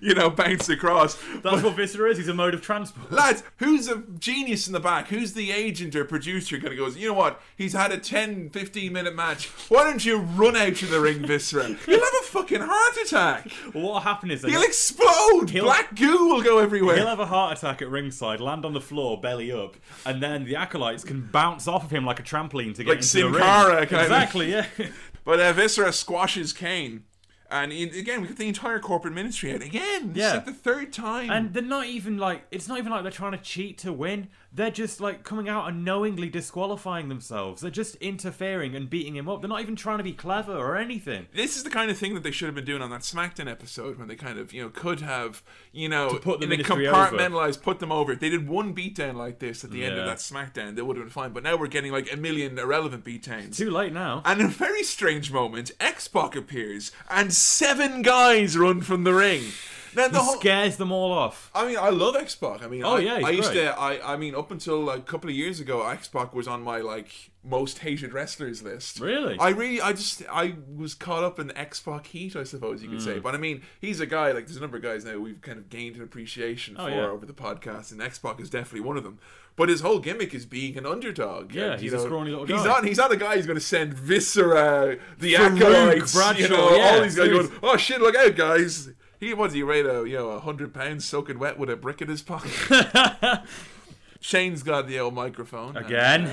S1: you know, bounce across.
S3: That's what Viscera is. He's a mode of transport.
S1: Lads, who's a genius in the back? Who's the agent or producer going to go, you know what? He's had a 10, 15 minute match. Why don't you run out to the ring, Viscera? You'll have a fucking heart attack.
S3: What happened is
S1: He'll explode. Black goo will go everywhere.
S3: He'll have a heart attack at ringside, land on the floor, belly up, and then the acolytes can bounce off of him like a trampoline to get
S1: Like
S3: into
S1: Sin
S3: the ring.
S1: Cara, kind of.
S3: exactly, yeah.
S1: But uh, Viscera squashes Kane. And in, again, we get the entire corporate ministry out again. This is
S3: Yeah.
S1: like the third time.
S3: And they're not even like it's not even like they're trying to cheat to win. They're just like coming out and knowingly disqualifying themselves. They're just interfering and beating him up. They're not even trying to be clever or anything.
S1: this is the kind of thing that they should have been doing on that SmackDown episode when they kind of, you know, could have, you know,
S3: To put the
S1: in a
S3: ministry over.
S1: compartmentalized, put them over. If they did one beatdown like this at the end of
S3: Yeah.
S1: that SmackDown, they would have been fine. But now we're getting like a million irrelevant beatdowns.
S3: Too late now.
S1: And in a very strange moment, X Pac appears and seven guys run from the ring. Now, the
S3: he
S1: whole-
S3: scares them all off.
S1: I mean, I love X Pac. I mean,
S3: Oh,
S1: I,
S3: yeah, he's
S1: I used
S3: great.
S1: to. I, I mean, up until like, a couple of years ago, X Pac was on my like most hated wrestlers list.
S3: Really?
S1: I really, I just, I was caught up in X Pac heat, I suppose you could say.
S3: Mm.
S1: But I mean, he's a guy like there's a number of guys now we've kind of gained an appreciation
S3: Oh,
S1: for
S3: yeah.
S1: over the podcast, and X Pac is definitely one of them. But his whole gimmick is being an underdog.
S3: Yeah,
S1: and, you
S3: he's a
S1: know,
S3: scrawny little
S1: He's
S3: guy.
S1: not. He's not a guy who's going to send Viscera, the
S3: Farouk
S1: acolytes, you
S3: Bradshaw,
S1: know, all
S3: yeah,
S1: these guys going,
S3: seriously.
S1: oh shit, look out, guys. He was he weighed a you know a hundred pounds soaking wet with a brick in his pocket. Shane's got the old microphone
S3: Again.
S1: um,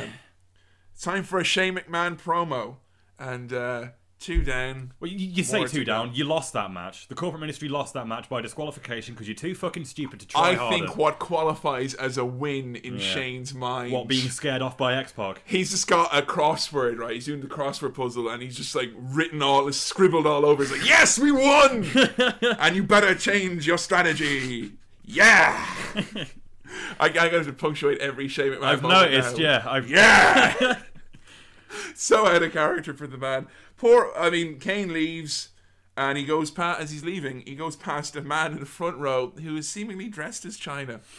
S1: it's time for a Shane McMahon promo, and uh, two down.
S3: Well, you, you say
S1: more
S3: two
S1: to go.
S3: down. You lost that match. The corporate ministry lost that match by disqualification because you're too fucking stupid to try
S1: I
S3: harder.
S1: think what qualifies as a win in
S3: Yeah.
S1: Shane's mind.
S3: What, being scared off by X Pac?
S1: He's just got a crossword, right? He's doing the crossword puzzle, and he's just like written all, scribbled all over. He's like, "Yes, we won," and you better change your strategy. Yeah. I, I got to punctuate every Shane McMahon.
S3: I've
S1: moment
S3: noticed,
S1: now.
S3: yeah, I've-
S1: yeah. so out of character for the man. Poor. I mean, Kane leaves, and he goes past as he's leaving. He goes past a man in the front row who is seemingly dressed as China.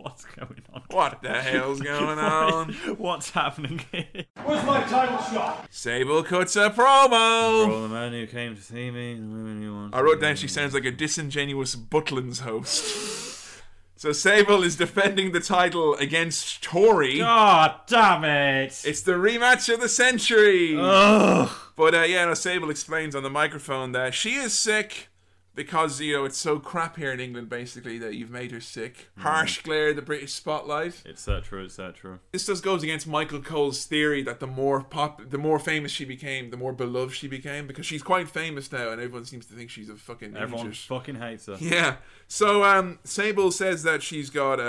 S3: What's going on?
S1: What the hell's going
S3: What
S1: on?
S3: is- What's happening here?
S4: Where's my title shot?
S1: Sable cuts a promo.
S3: For all the men who came to see me, and the women who want
S1: I wrote down she sounds like a disingenuous Butlins host. so Sable is defending the title against Tori.
S3: God damn it!
S1: It's the rematch of the century.
S3: Ugh.
S1: But uh, yeah, no, Sable explains on the microphone that she is sick because you know it's so crap here in England, basically that you've made her sick.
S3: Mm.
S1: Harsh glare, the British spotlight.
S3: Etc. Etc.
S1: This just goes against Michael Cole's theory that the more pop, the more famous she became, the more beloved she became, because she's quite famous now, and everyone seems to think she's a fucking
S3: Everyone
S1: idiot.
S3: fucking hates her.
S1: Yeah. So um, Sable says that she's got a,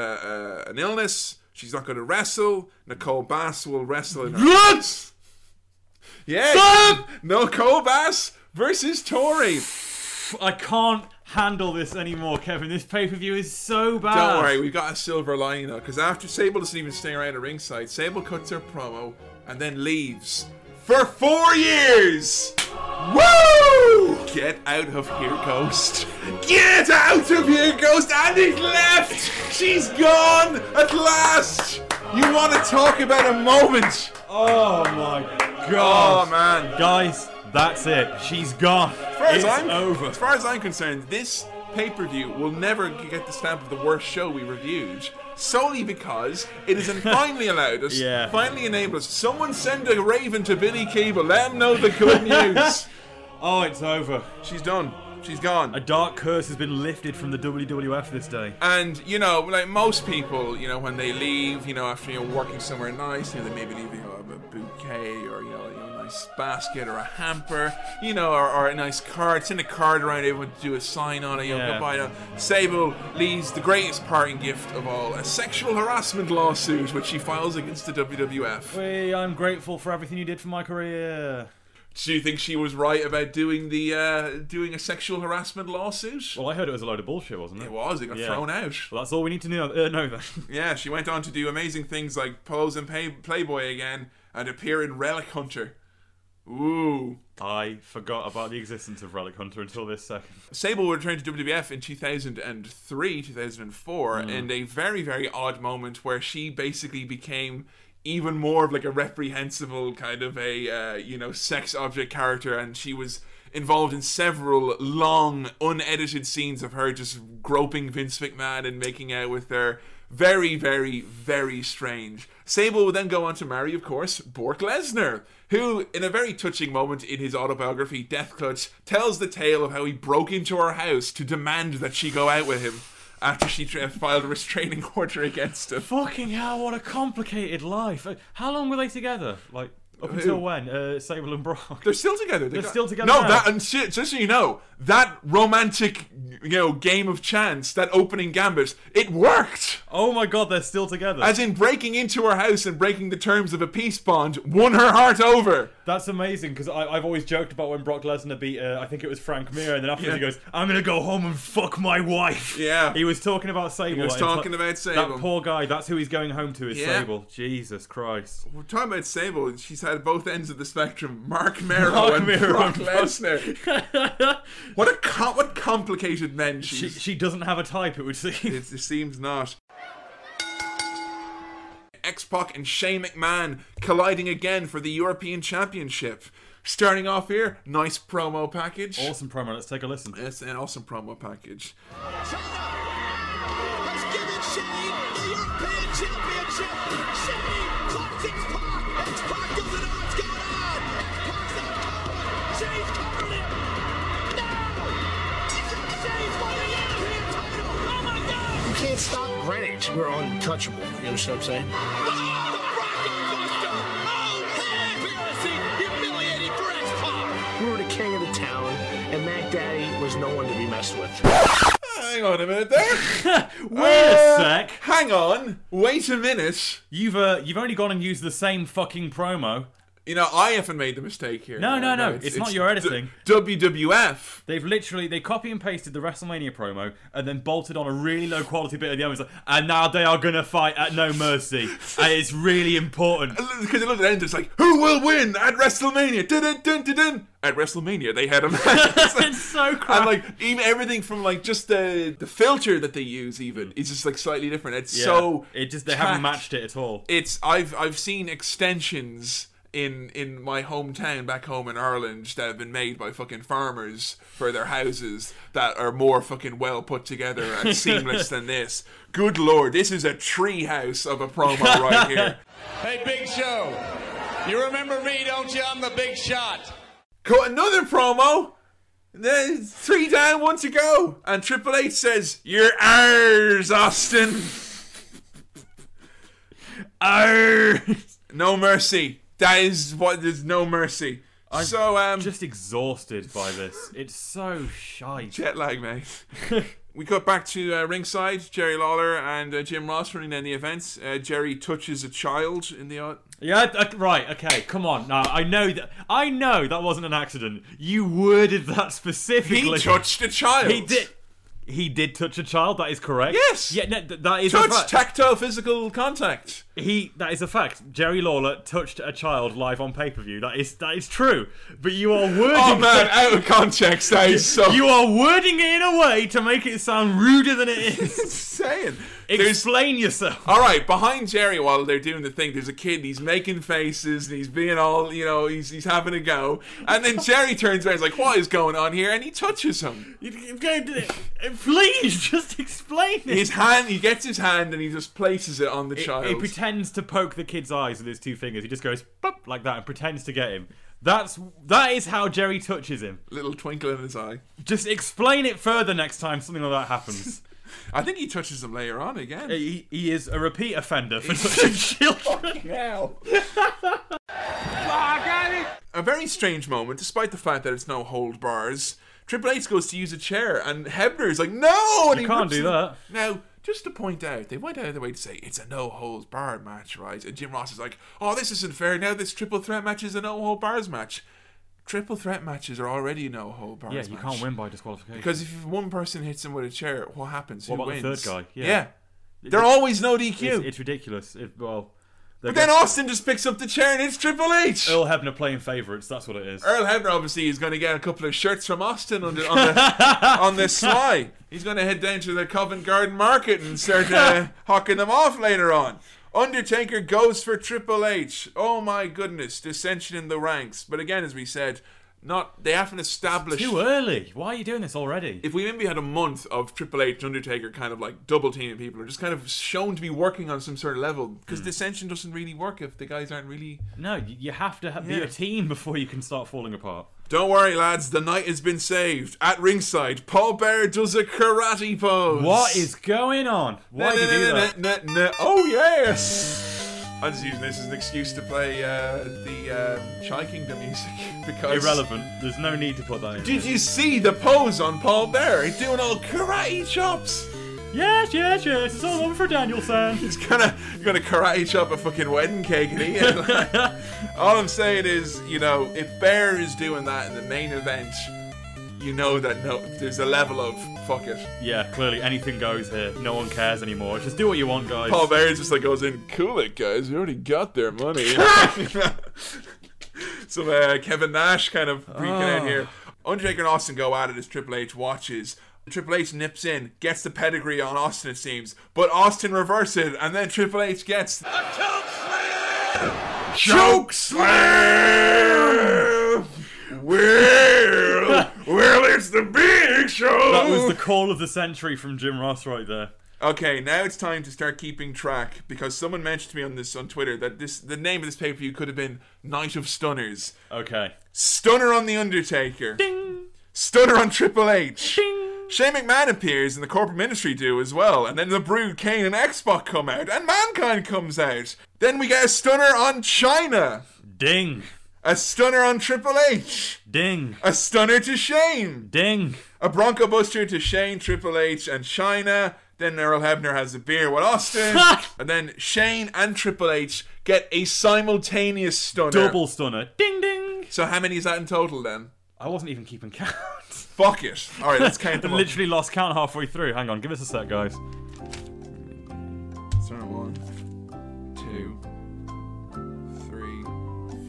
S1: a, an illness. She's not going to wrestle. Nicole Bass will wrestle in her. What? Yeah. Nicole Bass versus Tori.
S3: I can't handle this anymore, Kevin. This pay per view is so bad.
S1: Don't worry, we've got a silver lining though, because after Sable doesn't even stay around at ringside, Sable cuts her promo and then leaves for four years. Woo! Get out of here, Ghost. Get out of here, Ghost! And he's left! She's gone at last! You want to talk about a moment?
S3: Oh my
S1: god. Oh man.
S3: Guys, that's it. She's gone.
S1: As far as,
S3: it's
S1: I'm,
S3: over.
S1: as far as I'm concerned, this pay per view will never get the stamp of the worst show we reviewed. Solely because it is finally allowed us,
S3: Yeah.
S1: finally enabled us. Someone send a raven to Billy Keeble, let him know the good news.
S3: oh, it's over.
S1: She's done. She's gone.
S3: A dark curse has been lifted from the WWF this day.
S1: And you know, like most people, you know, when they leave, you know, after you're working somewhere nice, you know, they maybe leave you know, a bouquet or you know, you know, a nice basket or a hamper, you know, or, or a nice card. Send a card around everyone to do a sign on it. You know,
S3: Yeah.
S1: goodbye. You know. Sable leaves the greatest parting gift of all: a sexual harassment lawsuit, which she files against the WWF.
S3: Wee, I'm grateful for everything you did for my career.
S1: Do you think she was right about doing the uh, doing a sexual harassment lawsuit?
S3: Well, I heard it was a load of bullshit, wasn't it?
S1: It was. It got thrown out.
S3: Well, that's all we need to know. Uh, know then.
S1: Yeah, she went on to do amazing things like pose in pay- Playboy again and appear in Relic Hunter. Ooh.
S3: I forgot about the existence of Relic Hunter until this second.
S1: Sable returned to WWF in 2003, 2004,
S3: Mm.
S1: in a very, very odd moment where she basically became even more of like a reprehensible kind of a, uh, you know, sex object character. And she was involved in several long, unedited scenes of her just groping Vince McMahon and making out with her. Very, very, very strange. Sable would then go on to marry, of course, Bork Lesnar, who, in a very touching moment in his autobiography, Death Clutch, tells the tale of how he broke into her house to demand that she go out with him after she tra- filed a restraining order against him.
S3: Fucking hell! What a complicated life. Uh, How long were they together? Like up
S1: Who?
S3: until when? Uh, Sable and Brock.
S1: They're still together.
S3: They're
S1: got-
S3: still together
S1: No,
S3: now.
S1: that and shit, just so you know, that romantic, you know, game of chance, that opening gambit, it worked.
S3: Oh my god, they're still together.
S1: As in breaking into her house and breaking the terms of a peace bond won her heart over.
S3: That's amazing because I've always joked about when Brock Lesnar beat, uh, I think it was Frank Mir, and then afterwards
S1: Yeah.
S3: he goes, "I'm gonna go home and fuck my wife."
S1: Yeah.
S3: he was talking about Sable. and
S1: was
S3: it's
S1: talking about
S3: That
S1: Sable.
S3: poor guy. That's who he's going home to is
S1: Yeah.
S3: Sable. Jesus Christ.
S1: We're talking about Sable. She's had both ends of the spectrum: Mark Merrow
S3: Mark
S1: and
S3: Merrow
S1: Brock
S3: and
S1: Lesnar. what a com- what complicated men she's.
S3: She doesn't have a type, it would seem.
S1: It, it seems not. X Pac and Shane McMahon colliding again for the European Championship. Starting off here, nice promo package.
S3: Awesome promo. Let's take a listen.
S1: It's an awesome promo package.
S4: Let's give it Shane the European Championship. Shane clocks his Pac. It's Pac doesn't know what's going on. Pac's not covered. Shane's covered it. No! Shane's won the European title. Oh my God!
S8: You can't stop Greenwich. We're untouchable. You understand what I'm saying? We were the king of the town, and Mac Daddy was no one to be messed with.
S1: Hang on a minute there.
S3: Wait
S1: Uh,
S3: a sec.
S1: Hang on. Wait a minute.
S3: You've uh, you've only gone and used the same fucking promo.
S1: You know, I haven't made the mistake here.
S3: No, no, no.
S1: No,
S3: It's,
S1: it's-
S3: not
S1: it's
S3: your editing.
S1: WWF.
S3: They've literally they copy and pasted the WrestleMania promo and then bolted on a really low quality bit of the end. It's like, and now they are gonna fight at No Mercy, and it's really important.
S1: Because it looked at the end, it's like, who will win at WrestleMania? Dun, dun, dun, dun. At WrestleMania, they had a match.
S3: it's so crap.
S1: and like even everything from like just the the filter that they use even is just like slightly different. It's
S3: Yeah.
S1: so
S3: it just they haven't
S1: tacked.
S3: matched it at all.
S1: It's I've I've seen extensions in in my hometown back home in Ireland that have been made by fucking farmers for their houses that are more fucking well put together and seamless than this. Good lord, this is a tree house of a promo right here.
S16: Hey, Big Show. You remember me, don't you? I'm the big shot.
S1: Cut another promo. Then Three down, one to go. And Triple H says, You're ours, Austin. ours. No mercy. That is what there's no mercy.
S3: I'm
S1: so um
S3: just exhausted by this. It's so shite.
S1: Jet lag, mate. we got back to uh, ringside. Jerry Lawler and uh, Jim Ross running down the event. Uh, Jerry touches a child in the. uh, au-
S3: Yeah, th- right. Okay, come on. Now I know that I know that wasn't an accident. You worded that specifically.
S1: He touched a child.
S3: He did. He did touch a child. That is correct.
S1: Yes.
S3: Yeah. No, th- that is
S1: Touch,
S3: a fact.
S1: tactile, physical contact.
S3: He. That is a fact. Jerry Lawler touched a child live on pay per view. That is. That is true. But you are wording.
S1: Oh man, out of context, that is so.
S3: You are wording it in a way to make it sound ruder than it is.
S1: saying.
S3: Explain yourself.
S1: All right, behind Jerry while they're doing the thing, there's a kid. and He's making faces and he's being all, you know, he's he's having a go. And then Jerry turns around, and is like, "What is going on here?" And he touches him.
S3: Please just explain it.
S1: His hand. He gets his hand and he just places it on the
S3: He-
S1: child.
S3: He pretends to poke the kid's eyes with his two fingers. He just goes "Bop," like that and pretends to get him. That's that is how Jerry touches him.
S1: Little twinkle in his eye.
S3: Just explain it further next time something like that happens.
S1: I think he touches him later on again.
S3: he, he is a repeat offender for touching children.
S1: A very strange moment, despite the fact that it's no hold bars. Triple H goes to use a chair, and Hebner is like, "No!" And
S3: You
S1: he
S3: can't
S1: rips
S3: do
S1: him.
S3: that.
S1: Now, just to point out, they went out of their way to say it's a no holds barred match, right? And Jim Ross is like, "Oh, this isn't fair. Now this triple threat match is a no hold bars match. Triple threat matches are already no hold bars.
S3: Yeah, you
S1: match.
S3: can't win by disqualification.
S1: because if one person hits him with a chair, what happens?
S3: what
S1: Who
S3: about the
S1: wins?
S3: third guy? Yeah,
S1: yeah. They're always no DQ.
S3: It's, it's ridiculous. It, well,
S1: but then Austin just picks up the chair and it's Triple H.
S3: Earl Hebner playing favourites. That's what it is.
S1: Earl Hebner obviously is going to get a couple of shirts from Austin on the on the, on the sly. He's going to head down to the Covent Garden Market and start uh, hawking them off later on. Undertaker goes for Triple H. Oh my goodness, dissension in the ranks. But again, as we said, not they haven't established
S3: Too early. Why are you doing this already?
S1: if we maybe had a month of Triple H and Undertaker kind of like double teaming people, or just kind of shown to be working on some sort of level,
S3: Hmm.
S1: because dissension doesn't really work if the guys aren't really.
S3: No, you you have to ha- be
S1: Yeah.
S3: a team before you can start falling apart.
S1: Don't worry, lads, the night has been saved. At ringside, Paul Bear does a karate pose.
S3: What is going on? Why
S1: Na-
S3: do you
S1: na-
S3: do
S1: na-
S3: that?
S1: na- na- na- Oh yes. I'm just using this as an excuse to play uh, the um, Shy Kingdom music because
S3: Irrelevant. There's no need to put that in.
S1: Did you see the pose on Paul Bear? He's doing all karate chops.
S3: Yes, yes, yes. It's all over for Danielson.
S1: He's gonna gonna karate chop a fucking wedding cake and eat it. all I'm saying is, you know, if Bear is doing that in the main event, you know that no, there's a level of fuck it.
S3: yeah, clearly anything goes here. No one cares anymore. Just do what you want, guys.
S1: Paul Bear just like goes in, cool it, guys. We already got their money. some uh, Kevin Nash kind of freaking out
S15: Ah.
S1: here. Undertaker and Austin go at it as Triple H watches. Triple H nips in, gets the pedigree on Austin, it seems, but Austin reverses it, and then Triple H gets Choke slam! Well, well, it's the big show.
S3: That was the call of the century from Jim Ross right there.
S1: Okay, now it's time to start keeping track because someone mentioned to me on this on Twitter that this the name of this pay per view could have been Night of Stunners.
S3: Okay.
S1: Stunner on the Undertaker. Ding. Stunner on Triple H. Ding. Shane McMahon appears and the corporate ministry do as well, and then the Brood, Kane, and Xbox come out, and Mankind comes out. Then we get a stunner on China.
S3: Ding.
S1: A stunner on Triple H.
S3: Ding.
S1: A stunner to Shane.
S3: Ding.
S1: A Bronco Buster to Shane, Triple H, and China. Then Errol Hebner has a beer with Austin. and then Shane and Triple H get a simultaneous stunner.
S3: Double stunner. Ding ding.
S1: So how many is that in total then?
S3: I wasn't even keeping count.
S1: Fuck it. All right, let's count them up.
S3: Literally lost count halfway through. Hang on, give us a sec, guys.
S15: So one, two, three,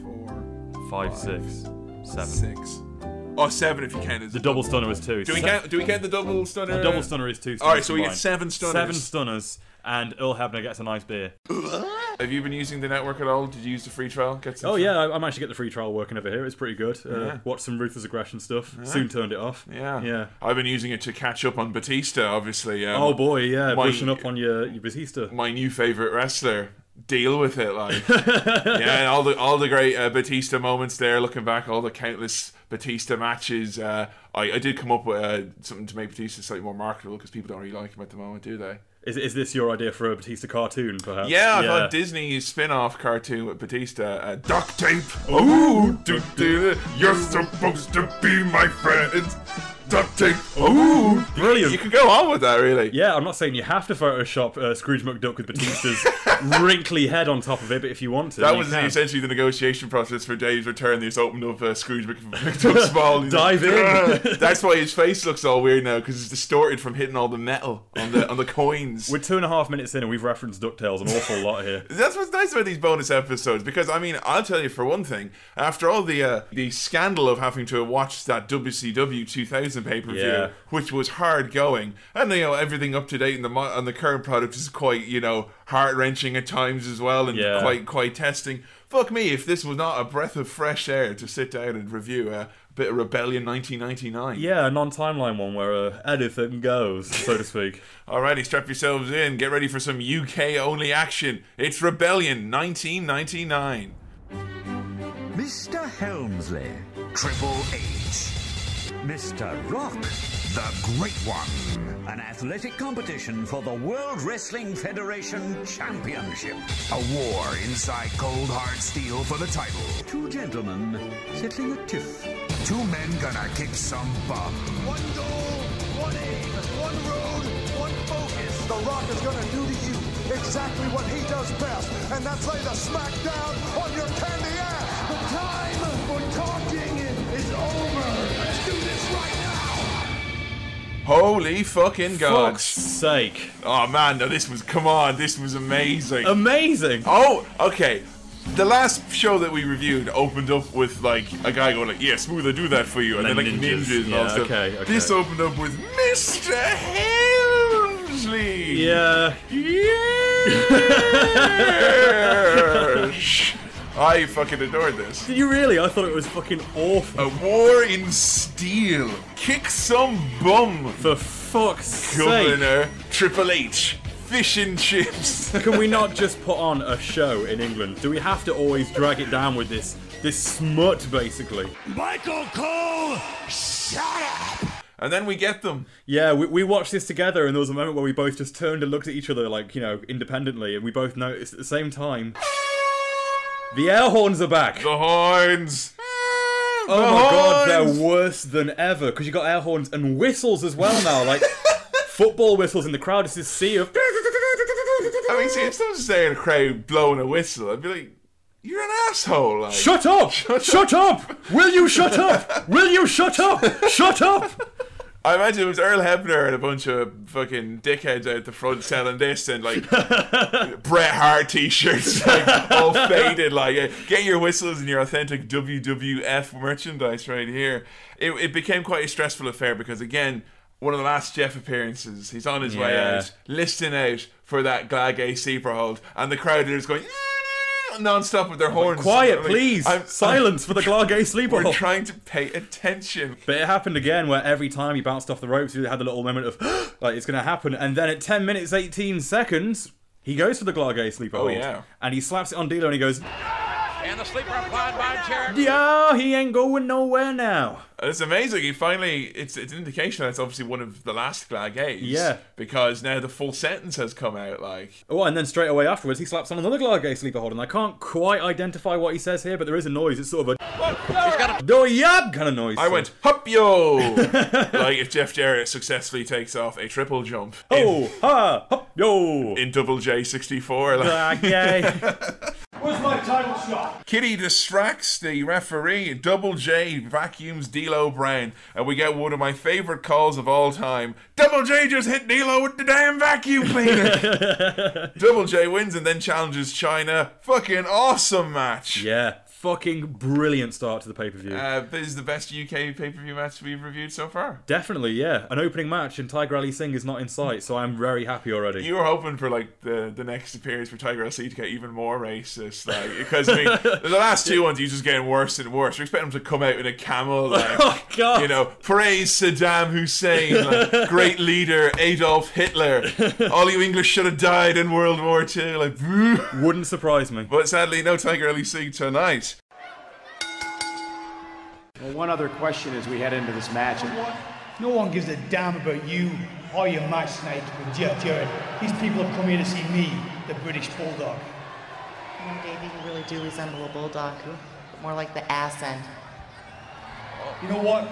S15: four,
S3: Five, six, seven.
S1: Six. Or seven if you count it.
S3: The double stunner was two.
S1: Do we
S3: Se-
S1: count? Do we count the double stunner?
S3: The double stunner is two.
S1: All right, so we
S3: stunners
S1: get seven
S3: combined.
S1: stunners.
S3: Seven stunners, and Earl Hebner gets a nice beer.
S1: Have you been using the network at all? Did you use the free trial? Get some
S3: Oh
S1: free-
S3: yeah, I- I'm actually getting the free trial working over here. It's pretty good. Uh,
S1: Yeah.
S3: Watched some ruthless aggression stuff.
S1: Yeah.
S3: Soon turned it off.
S1: Yeah.
S3: Yeah.
S1: Ah. I've been using it to catch up on Batista, obviously. Um,
S3: oh boy, yeah,
S1: my-
S3: pushing up on your, your Batista.
S1: my new favorite wrestler. Deal with it, like yeah, and all the all the great uh, Batista moments there. Looking back, all the countless Batista matches. Uh, I I did come up with uh, something to make Batista slightly more marketable because people don't really like him at the moment, do they?
S3: Is, is this your idea for a Batista cartoon, perhaps?
S1: Yeah, I thought Disney's spin-off cartoon with Batista, uh, duct tape.
S21: Ooh,
S1: Ooh, do, do, you're supposed to be my friend. Duct tape.
S3: Ooh, brilliant! You
S1: can go on with that, really.
S3: Yeah, I'm not saying you have to Photoshop uh, Scrooge McDuck with Batista's wrinkly head on top of it, but if you want to,
S1: That
S3: you
S1: was
S3: can.
S1: essentially the negotiation process for Dave's return. They just opened up uh, Scrooge Mc- McDuck's ball. He's
S3: Dive in.
S1: "Grr." That's why his face looks all weird now because it's distorted from hitting all the metal on the on the coins.
S3: We're two and a half minutes in, and we've referenced Ducktales an awful lot here.
S1: That's what's nice about these bonus episodes because I mean I'll tell you for one thing after all the uh, the scandal of having to watch that WCW 2000 pay per view
S3: Yeah.
S1: which was hard going and you know everything up to date in the mo- on the current product is quite you know heart wrenching at times as well and
S3: Yeah.
S1: quite quite testing. Fuck me if this was not a breath of fresh air to sit down and review a bit of Rebellion 1999.
S3: Yeah, a non-timeline one where uh, anything goes, so to speak.
S1: Alrighty, strap yourselves in. Get ready for some UK only action. It's Rebellion 1999.
S22: Mr. Helmsley, Triple H. Mr. Rock, the Great One. An athletic competition for the World Wrestling Federation Championship. A war inside cold hard steel for the title. Two gentlemen settling a tiff. Two men gonna kick some bum.
S21: One goal, one aim, one road, one focus. The Rock is going to do to you exactly what he does best, and that's lay the smackdown on your candy ass. The time for talking is over. Let's do this right now.
S1: Holy fucking god.
S3: Fuck's sake.
S1: Oh man, no, this was, come on, this was amazing.
S3: Amazing.
S1: Oh, okay. The last show that we reviewed opened up with like a guy going like, yeah, smooth, I do that for you. And then like
S3: Like ninjas.
S1: ninjas, and all
S3: Yeah,
S1: stuff.
S3: okay, okay.
S1: This opened up with Mr. Helmsley.
S3: Yeah.
S1: Yes. I fucking adored this.
S3: Did you really? I thought it was fucking awful.
S1: A war in steel. Kick some bum.
S3: For fuck's
S1: Governor Triple H. Fish and chips.
S3: Can we not just put on a show in England? Do we have to always drag it down with this this smut, basically?
S21: Michael Cole, shut up.
S1: And then we get them.
S3: Yeah, we, we watched this together, and there was a moment where we both just turned and looked at each other, like, you know, independently, and we both noticed at the same time. The air horns are back!
S1: The horns! Oh
S3: my god,
S1: horns!
S3: they're worse than ever, because you got air horns and whistles as well now, like football whistles in the crowd. It's this sea of.
S1: I mean, see, if someone's there in a crowd blowing a whistle, I'd be like, you're an asshole. Like.
S3: Shut up! Shut, up! Will you shut up? Will you shut up? Shut up!
S1: I imagine it was Earl Hebner and a bunch of fucking dickheads out the front selling this and like Bret Hart t-shirts, like all faded. Like, eh, get your whistles and your authentic WWF merchandise right here. It, it became quite a stressful affair because again, one of the last Jeff appearances, he's on his way
S3: Yeah.
S1: out, listing out for that Glag super hold, and the crowd is going. Non-stop with their horns.
S3: Quiet,
S1: I'm like,
S3: please.
S1: I'm-
S3: Silence for the Glargay sleeper.
S1: We're trying to pay attention.
S3: But it happened again, where every time he bounced off the ropes, he had the little moment of like it's going to happen, and then at 10 minutes 18 seconds, he goes for the Glargay sleeper.
S1: Oh,
S3: hold.
S1: yeah.
S3: and he slaps it on Dilo, and he goes,
S8: And the sleeper applied by Jericho.
S3: "Yeah, he ain't going nowhere now."
S1: And It's amazing. He finally, it's it's an indication that it's obviously one of the last Glag A's.
S3: Yeah.
S1: Because now the full sentence has come out. Like,
S3: Oh, and then straight away afterwards, he slaps on another Glargay sleeper hold, and I can't quite identify what he says here, but there is a noise. It's sort of a do yab kind of noise.
S1: I went, hop yo! like, if Jeff Jarrett successfully takes off a triple jump.
S3: Oh, ha, hop, yo! Ah,
S1: In double J64. Like,
S6: Where's my title shot?
S1: Kitty distracts the referee. Double J vacuums D'Lo Brown, and we get one of my favorite calls of all time. Double J just hit D'Lo with the damn vacuum cleaner. Double J wins and then challenges China. Fucking awesome match.
S3: Yeah, fucking brilliant start to the pay per view.
S1: Uh, this is the best UK pay per view match we've reviewed so far.
S3: Definitely, yeah. An opening match and Tiger Ali Singh is not in sight, so I'm very happy already.
S1: You were hoping for like the, the next appearance for Tiger LC to get even more racist, like because I mean the last two ones he's just getting worse and worse. You're expecting him to come out in a camel, like
S3: Oh,
S1: you know, praise Saddam Hussein, like, great leader Adolf Hitler. All you English should have died in World War II. Like
S3: wouldn't surprise me.
S1: But sadly, no Tiger LC tonight.
S2: Well, one other question as we head into this match.
S6: No one gives a damn about you or your match tonight with Jeff Jarrett. These people have come here to see me, the British Bulldog.
S23: Well, Davey, you really do resemble a bulldog, who- more like the ass end.
S6: You know what?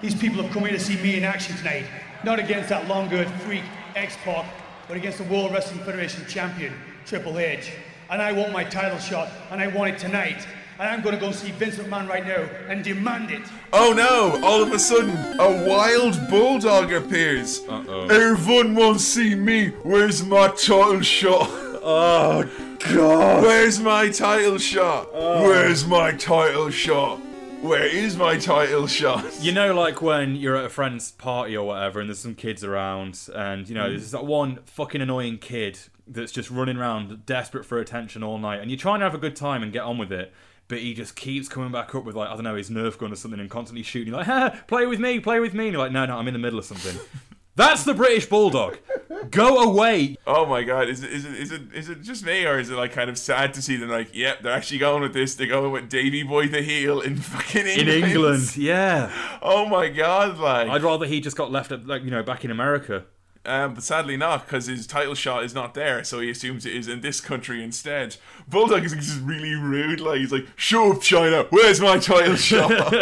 S6: These people have come here to see me in action tonight. Not against that long-haired freak, X-Pac, but against the World Wrestling Federation champion, Triple H. And I want my title shot, and I want it tonight. And I'm going to go see Vince McMahon right now and demand it.
S1: Oh no! All of a sudden, a wild bulldog appears. Everyone wants to see me. Where's my title shot? Oh
S3: God. Oh.
S1: Where's my title shot? Where's my title shot? Where is my title shot?
S3: You know, like when you're at a friend's party or whatever, and there's some kids around, and you know, there's that one fucking annoying kid that's just running around desperate for attention all night, and you're trying to have a good time and get on with it, but he just keeps coming back up with like I don't know his Nerf gun or something, and constantly shooting. You're like, ha, play with me, play with me. And you're like, no, no, I'm in the middle of something. That's the British bulldog. Go away.
S1: Oh my god, is it, is it is it is it just me or is it like kind of sad to see them like, yep, they're actually going with this, they're going with Davy Boy the heel in fucking
S3: in
S1: England.
S3: England. Yeah.
S1: Oh my god, like
S3: I'd rather he just got left at like you know back in America.
S1: Um, but sadly not, because his title shot is not there, so he assumes it is in this country instead. Bulldog is just really rude, like he's like, "Show up, China! Where's my title shot?"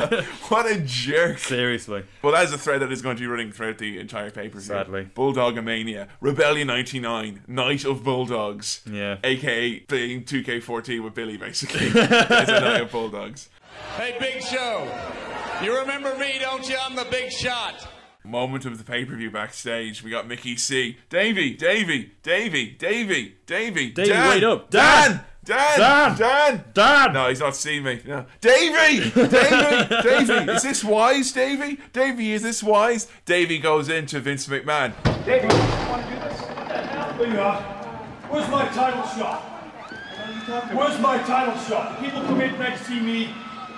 S1: what a jerk!
S3: Seriously.
S1: Well, that is a thread that is going to be running throughout the entire paper.
S3: Sadly.
S1: Bulldog Mania, Rebellion '99, Night of Bulldogs,
S3: yeah,
S1: aka playing 2K14 with Billy, basically. It's a Night of Bulldogs.
S16: Hey, Big Show. You remember me, don't you? I'm the big shot.
S1: Moment of the pay per view backstage. We got Mickey C. Davey, Davey, Davey, Davey, Davey.
S3: Davey, wait up.
S1: Dan,
S3: Dan!
S1: Dan, Dan, Dan,
S3: Dan.
S1: No, he's not seeing me. No. Davey, Davey, Davey. Is this wise, Davey? Davey, is this wise? Davey goes into Vince McMahon.
S6: David, you want to do this? There you are. Where's my title shot? Where's my title shot? People come in tonight to see me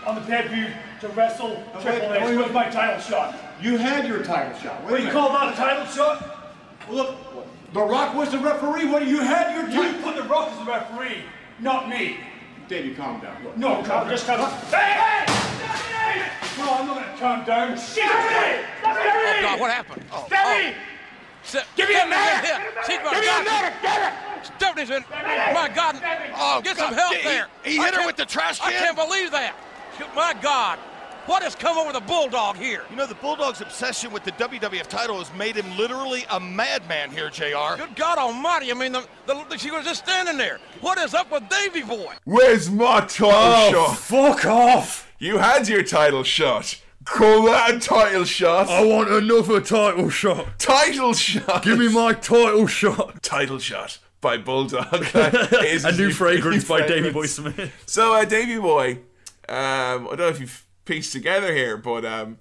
S6: on the pay per view to wrestle Triple H. Where's my title shot?
S10: You had your title shot. Wait
S6: What
S10: a
S6: do you
S10: minute.
S6: call that a title shot? Well, look,
S10: The Rock was the referee. What do you had your
S6: you
S10: title?
S6: put the Rock as the referee, not me.
S10: Davey, calm down. Look.
S6: No, calm, just calm. Hey, hey! Stephanie! No, I'm not gonna calm down. Stephanie! Stephanie!
S8: Oh, God, what happened? Oh,
S6: Stephanie!
S8: Give me a minute! Give me a minute!
S6: Get
S8: Stephanie's in. My God.
S11: Oh,
S8: Get
S11: God.
S8: some help
S11: He-
S8: there.
S11: he hit
S8: I
S11: her
S8: can't-
S11: with the trash
S8: I
S11: can?
S8: can't believe that. My God. What has come over the Bulldog here?
S11: You know, the Bulldog's obsession with the WWF title has made him literally a madman here, JR.
S8: Good God almighty. I mean, the, the, she was just standing there. What is up with Davy Boy?
S1: Where's my title
S8: Oh,
S1: shot?
S3: Fuck off!
S1: You had your title shot. Call that a title shot.
S4: I want another title shot.
S1: Title shot.
S4: Give me my title shot.
S1: Title shot by Bulldog. That is
S4: A new
S1: his
S4: fragrance by Davey Boy
S1: fragrance.
S4: Smith.
S1: So, uh, Davey Boy, um, I don't know if you've pieced together here, but um,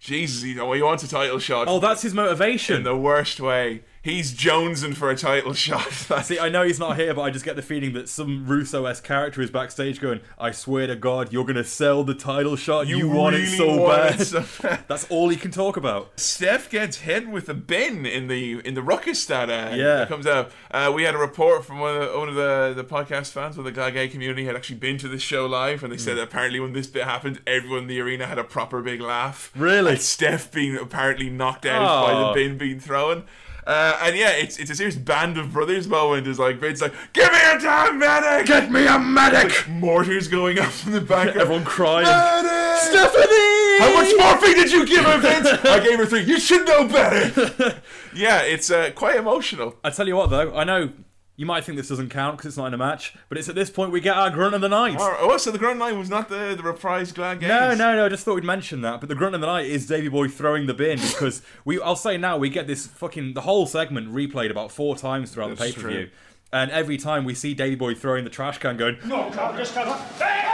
S1: Jesus, he, oh, he wants a title shot.
S3: Oh, that's his motivation.
S1: In the worst way. He's jonesing for a title shot.
S3: See, I know he's not here, but I just get the feeling that some Russo-esque character is backstage going, "I swear to God, you're gonna sell the title shot. You, want it
S1: really
S3: so
S1: want
S3: bad."
S1: it so
S3: That's all he can talk about.
S1: Steph gets hit with a bin in the in the ruckus that uh,
S3: Yeah.
S1: that comes out. Uh, we had a report from one of the, one of the, the podcast fans, where the guy gay community had actually been to this show live, and they said
S3: Mm.
S1: apparently when this bit happened, everyone in the arena had a proper big laugh.
S3: Really? Oh.
S1: at Steph being apparently knocked out by
S3: Aw.
S1: the bin being thrown. Uh, and yeah, it's it's a serious band of brothers moment. Is like Vince like, give me a damn medic,
S4: Get me a medic!
S1: Like, mortars going up in the background,
S4: Everyone crying.
S1: Medic!
S4: Stephanie!
S1: How much morphine did you give her, Vince? I gave her three. You should know better. yeah, it's uh, quite emotional.
S3: I tell you what, though, I know you might think this doesn't count because it's not in a match, but it's at this point we get our grunt of the night.
S1: All right. Oh, so the Grand Line was not the the reprise Glad Games.
S3: No, no, no. I just thought we'd mention that. But the grunt of the night is Davy Boy throwing the bin because we. I'll say now we get this fucking the whole segment replayed about four times throughout the
S6: That's
S3: pay per view,
S6: true.
S3: and every time we see Davy Boy throwing the trash can, going,
S6: No, come, just come up. Hey,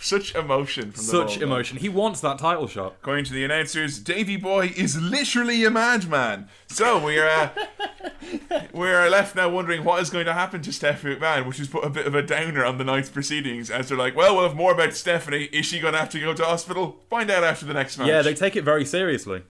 S1: Such emotion from the
S3: Such
S1: Bulldog.
S3: emotion. He wants that title shot.
S1: According to the announcers, Davy Boy is literally a madman. So we're uh, we're left now wondering what is going to happen to Stephanie McMahon, which has put a bit of a downer on the night's proceedings. As they're like, well, we'll have more about Stephanie. Is she going to have to go to hospital? Find out after the next match.
S3: Yeah, they take it very seriously.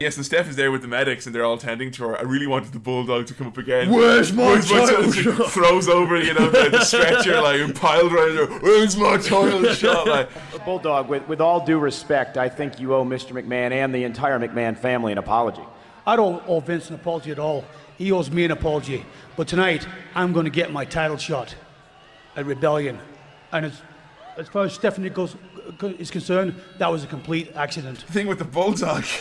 S1: Yes, and Steph is there with the medics, and they're all tending to her. I really wanted the bulldog to come up again.
S4: Where's my title
S1: She
S4: shot?
S1: Throws over, you know, the, the stretcher like piled around her. Where's my title shot? Like,
S2: Bulldog, with, with all due respect, I think you owe Mr. McMahon and the entire McMahon family an apology.
S5: I don't owe Vince an apology at all. He owes me an apology. But tonight, I'm going to get my title shot at Rebellion. And as, as far as Stephanie goes, is concerned, that was a complete accident. The
S1: thing with the Bulldog,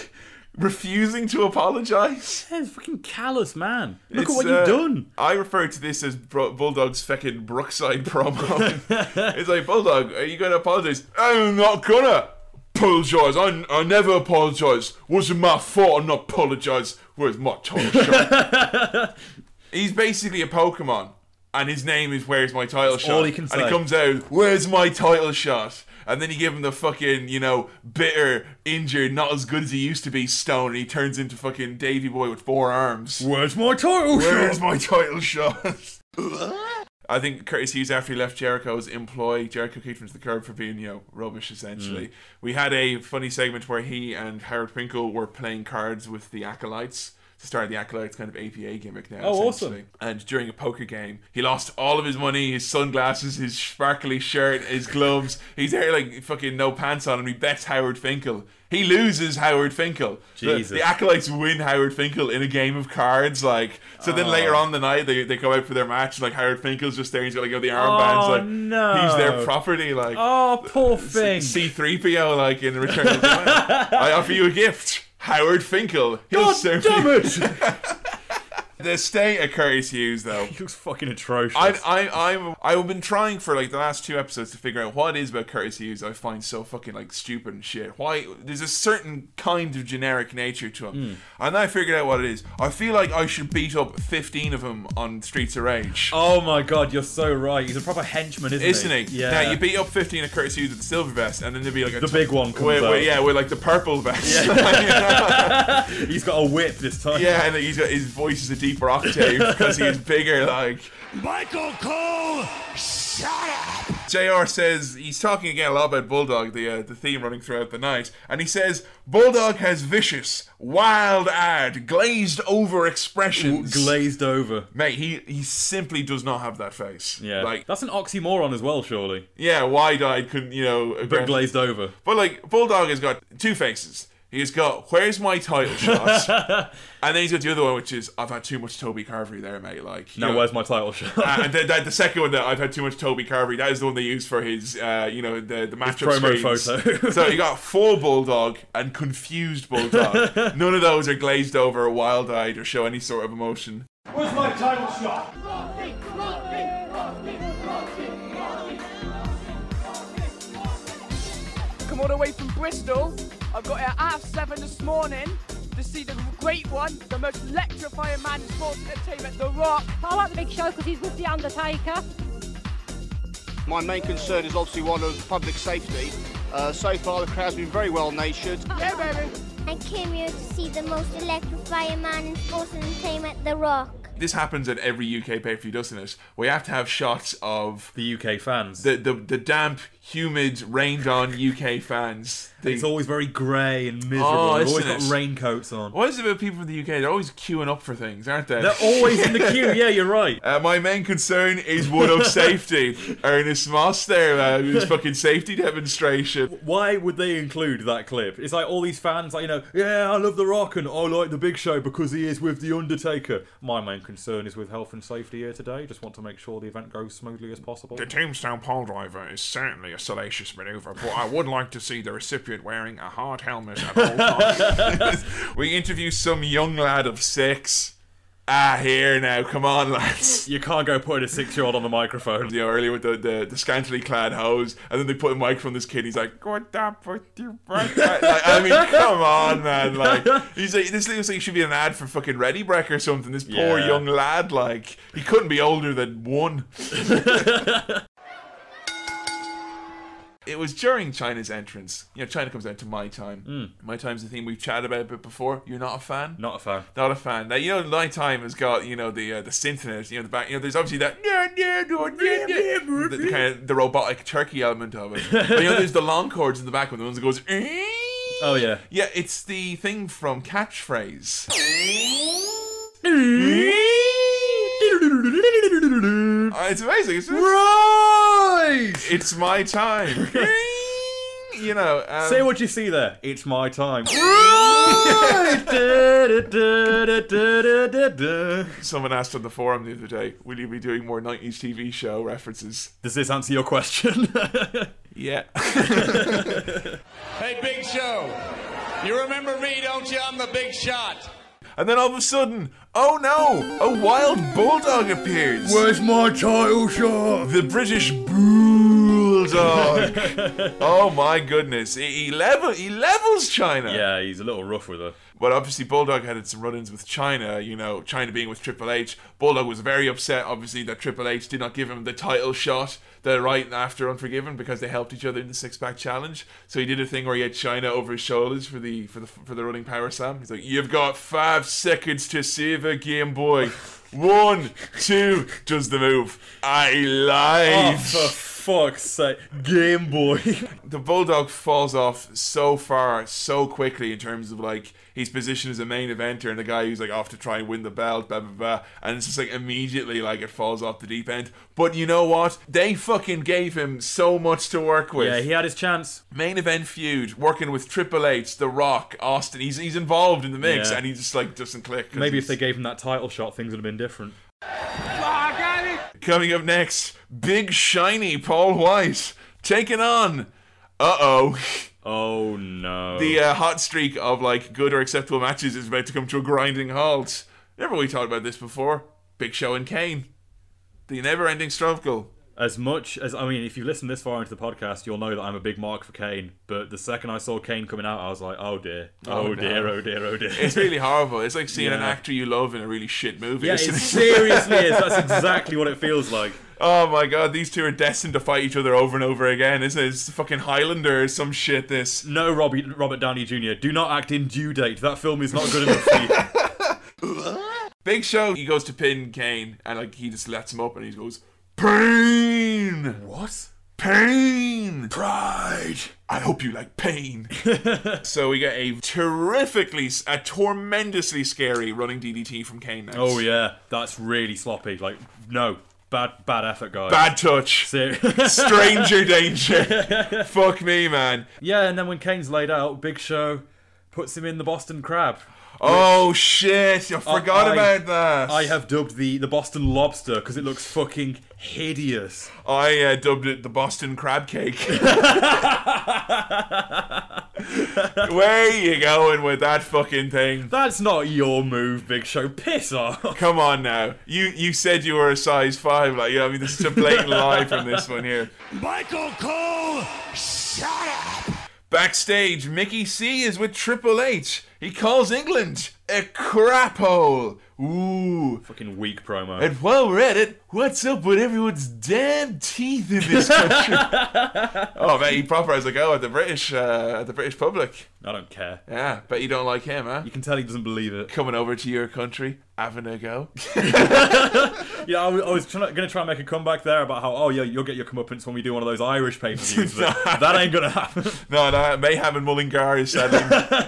S1: refusing to apologize.
S3: Yeah, he's a fucking callous man. Look
S1: It's,
S3: at what you've
S1: uh,
S3: done.
S1: I refer to this as Bro- Bulldog's fucking Brookside promo. it's like, Bulldog, are you going to apologize? I'm not gonna apologize. I, I never apologize. Wasn't my fault. I'm not apologize. Where's my title shot? He's basically a Pokemon, and his name is Where's My Title
S3: That's
S1: Shot?
S3: all he can
S1: and
S3: say.
S1: he comes out, Where's My Title Shot? And then you give him the fucking, you know, bitter, injured, not as good as he used to be, Stone, and he turns into fucking Davy Boy with four arms.
S3: Where's my title
S1: Where's
S4: shot?
S1: my title shot? I think Curtis Hughes, after he left Jericho's employ, Jericho kicked him to the curb for being, you know, rubbish, essentially.
S4: Mm.
S1: We had a funny segment where he and Howard Finkel were playing cards with the Acolytes. To start the Acolytes kind of APA gimmick now.
S3: Oh, awesome.
S1: essentially. And during a poker game, he lost all of his money, his sunglasses, his sparkly shirt, his gloves. He's there like fucking no pants on, and he bets Howard Finkel. He loses Howard Finkel. The-
S3: Jesus.
S1: The, acolytes win Howard Finkel in a game of cards. Like so, then
S3: Oh.
S1: later on the night they, they go out for their match. And, like Howard Finkel's just there. He's got like all the armbands.
S3: Oh,
S1: like
S3: no.
S1: he's their property. Like
S3: Oh, poor thing.
S1: C three PO. Like in Return of the Man. I offer you a gift, Howard Finkel. He'll serve
S4: damn
S1: you.
S4: it!
S1: The state of Curtis Hughes, though. He
S3: looks fucking atrocious.
S1: I, I, I'm, I've been trying for like the last two episodes to figure out what it is about Curtis Hughes I find so fucking like stupid and shit. Why? There's a certain kind of generic nature to him.
S3: Hmm.
S4: Mm.
S1: And I figured out what it is. I feel like I should beat up 15 of them on Streets of Rage.
S3: Oh my god, you're so right. He's a proper henchman, isn't, he? Yeah.
S1: Now you beat up 15 of Curtis Hughes with the silver vest, and then there'd be like a
S3: The big one comes
S1: with, with-
S3: out.
S1: yeah, with like the purple vest.
S3: he's got a whip this time.
S1: Yeah, and he's got his voice is a deeper octave because he's bigger. Like
S21: Michael Cole, shut up!
S1: Jr. says, he's talking again a lot about Bulldog, the uh, the theme running throughout the night, and he says Bulldog has vicious, wild eyed, glazed over expressions.
S3: glazed over,
S1: mate. He he simply does not have that face.
S3: Yeah.
S1: like
S3: That's an oxymoron as well, surely.
S1: yeah, wide eyed, couldn't you know?
S3: But
S1: aggressive.
S3: glazed over.
S1: But like Bulldog has got two faces. He's got where's my title shot, and then he's got the other one, which is I've had too much Toby Carvery there, mate. Like you
S3: Now
S1: know-
S3: where's my title shot?
S1: Uh, and the, the, the second one that I've had too much Toby Carvery. That is the one they use for his, uh, you know, the the matchup
S3: promo
S1: screens.
S3: photo.
S1: so you got full bulldog and confused bulldog. None of those are glazed over, wild eyed, or show any sort of emotion.
S6: Where's my title shot?
S9: all the way from Bristol. I've got here at half seven this morning to see the great one, the most electrifying man in sports entertainment, The Rock.
S12: I like the big show because he's with The Undertaker.
S13: My main concern is obviously one of public safety. Uh, so far, the crowd's been very well natured.
S12: Yeah, baby.
S24: I came here to see the most electrifying man in sports entertainment, The Rock.
S1: This happens at every UK pay per view, doesn't it? We have to have shots of
S3: the UK fans,
S1: the the, the damp, humid, rained on UK fans. They-
S3: It's always very grey and miserable.
S1: Oh,
S3: They've always
S1: isn't
S3: got
S1: it?
S3: raincoats on.
S1: What is it about people from the UK? They're always queuing up for things, aren't they?
S3: They're always in the queue, yeah, you're right.
S1: Uh, my main concern is one of safety. Ernest Moss there, uh, his fucking safety demonstration.
S3: Why would they include that clip? It's like all these fans, like you know, yeah, I love The Rock and I like The Big Show because he is with The Undertaker. My main concern is with health and safety here today. Just want to make sure the event goes smoothly as possible.
S25: The tombstone pole driver is certainly a salacious maneuver, but I would like to see the recipient wearing a hard helmet at all times.
S1: We interview some young lad of six. Ah, here now, come on, lads.
S3: You can't go putting a six-year-old on the microphone.
S1: You know, earlier with the, the, the scantily clad hose, and then they put a microphone. This kid, he's like,
S25: Good up with you,
S1: like, I mean, come on, man. Like, he's like, this looks like he should be an ad for fucking Ready Breck or something. This poor
S25: Yeah.
S1: young lad, like, he couldn't be older than one. it was during China's entrance. You know, China comes down to my time. My time's the thing we've chatted about a bit before. You're not a fan.
S3: Hmm. Not a fan.
S1: Not a fan. Now you know, my time has got you know the uh, the synth in it. You know the back. You know, there's obviously that the, the kind of the robotic turkey element of it. But you know, there's the long chords in the back one, the ones that goes. "Eh?"
S3: Oh yeah.
S1: Yeah, it's the thing from catchphrase. Uh, it's amazing. It's
S3: right.
S1: It's my time. you know. Um,
S3: Say what you see there. It's my time.
S1: Someone asked on the forum the other day, "Will you be doing more '90s TV show references?"
S3: Does this answer your question?
S1: yeah.
S16: Hey, Big Show, you remember me, don't you? I'm the big shot.
S1: And then all of a sudden, oh no, a wild bulldog appears.
S4: Where's
S1: my title shot? The British bulldog. oh my goodness, he, he level he levels China.
S3: Yeah, he's a little rough with her.
S1: But obviously, Bulldog had some run-ins with China. You know, China being with Triple H, Bulldog was very upset. Obviously, that Triple H did not give him the title shot the right after Unforgiven because they helped each other in the six-pack challenge. So he did a thing where he had China over his shoulders for the for the for the running power slam. He's like, "You've got five seconds to save a Game Boy. One, two, does the move. I lied."
S3: Oh, for fuck's sake. Game Boy.
S1: the Bulldog falls off so far, so quickly in terms of like his position as a main eventer and the guy who's like off to try and win the belt, blah blah blah. And it's just like immediately like it falls off the deep end. But you know what? They fucking gave him so much to work with.
S3: Yeah, he had his chance.
S1: Main event feud, working with Triple H, The Rock, Austin. He's he's involved in the mix
S3: Yeah.
S1: and he just like doesn't click. 'cause
S3: Maybe if they
S1: he's-
S3: gave him that title shot, things would have been different.
S1: Coming up next, big shiny Paul White taking on. Uh oh.
S3: Oh no.
S1: The uh, hot streak of like good or acceptable matches is about to come to a grinding halt. Never we talked about this before. Big Show and Kane, the never-ending struggle.
S3: As much as I mean, if you've listened this far into the podcast, you'll know that I'm a big mark for Kane. But the second I saw Kane coming out, I was like, oh dear, oh,
S1: no.
S3: dear, oh dear, oh dear.
S1: It's really horrible. It's like seeing an
S3: Yeah.
S1: actor you love in a really shit movie.
S3: Yeah, it
S1: isn't
S3: seriously is. That's exactly what it feels like.
S1: Oh my god, these two are destined to fight each other over and over again, isn't it? It's fucking Highlander or some shit. This.
S3: No, Robbie, Robert Downey Jr. Do not act in due date. That film is not good enough for you.
S1: Big Show, he goes to pin Kane, and like he just lets him up, and he goes, "Pain."
S3: What?
S1: Pain. Pride. I hope you like pain. so we get a terrifically, a tormentously scary running DDT from Kane. Next.
S3: Oh yeah, that's really sloppy. Like, no, bad, bad effort, guys.
S1: Bad touch.
S3: Ser-
S1: Stranger danger. Fuck me, man.
S3: Yeah, and then when Kane's laid out, Big Show puts him in the Boston Crab.
S1: Oh,
S3: which
S1: shit! I forgot about that.
S3: I have dubbed the the Boston Lobster because it looks fucking hideous.
S1: I uh, dubbed it the Boston Crab Cake. Where you going with that fucking thing?
S3: That's not your move, Big Show. Piss off.
S1: Come on now. You you said you were a size five. Like, you know, I mean, this is a blatant lie from this one here.
S4: Michael Cole, shut up!
S1: Backstage, Mickey C is with Triple H. He calls England a crap hole. Ooh.
S3: Fucking weak promo.
S1: And while we're at it, what's up with everyone's damn teeth in this country? oh man, he proper has a go at the British, uh, at the British public.
S3: I don't care.
S1: Yeah, bet you don't like him, huh? You
S3: can tell he doesn't believe it.
S1: Coming over to your country, having a go.
S3: Yeah, I was, I was tryna- gonna try and make a comeback there about how oh yeah you'll get your comeuppance when we do one of those Irish pay per views. that ain't gonna happen.
S1: no, no, Mayhem and Mullingar is sadly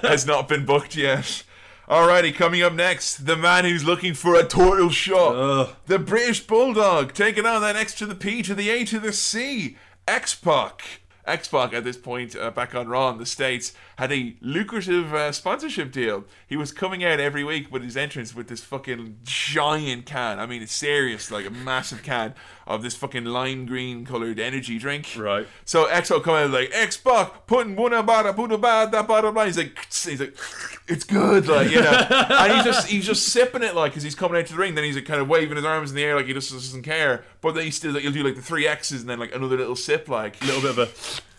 S1: has not been booked yet. Alrighty, coming up next, the man who's looking for a turtle shot. The British Bulldog, taking on that X to the P to the A to the C. X Pac. X Pac, at this point, uh, back on Raw in the States, had a lucrative uh, sponsorship deal. He was coming out every week with his entrance with this fucking giant can. I mean, it's serious, like a massive can of this fucking lime green colored energy drink. Right. So XO come out like X Pac putting one about put about that bottom line. He's like he's like it's good, like you know. and he's just he's just sipping it like because he's coming out to the ring. Then he's like, kind of waving his arms in the air like he just doesn't care. But then he still like, he'll do like the three X's and then like another little sip, like a
S3: little bit of a,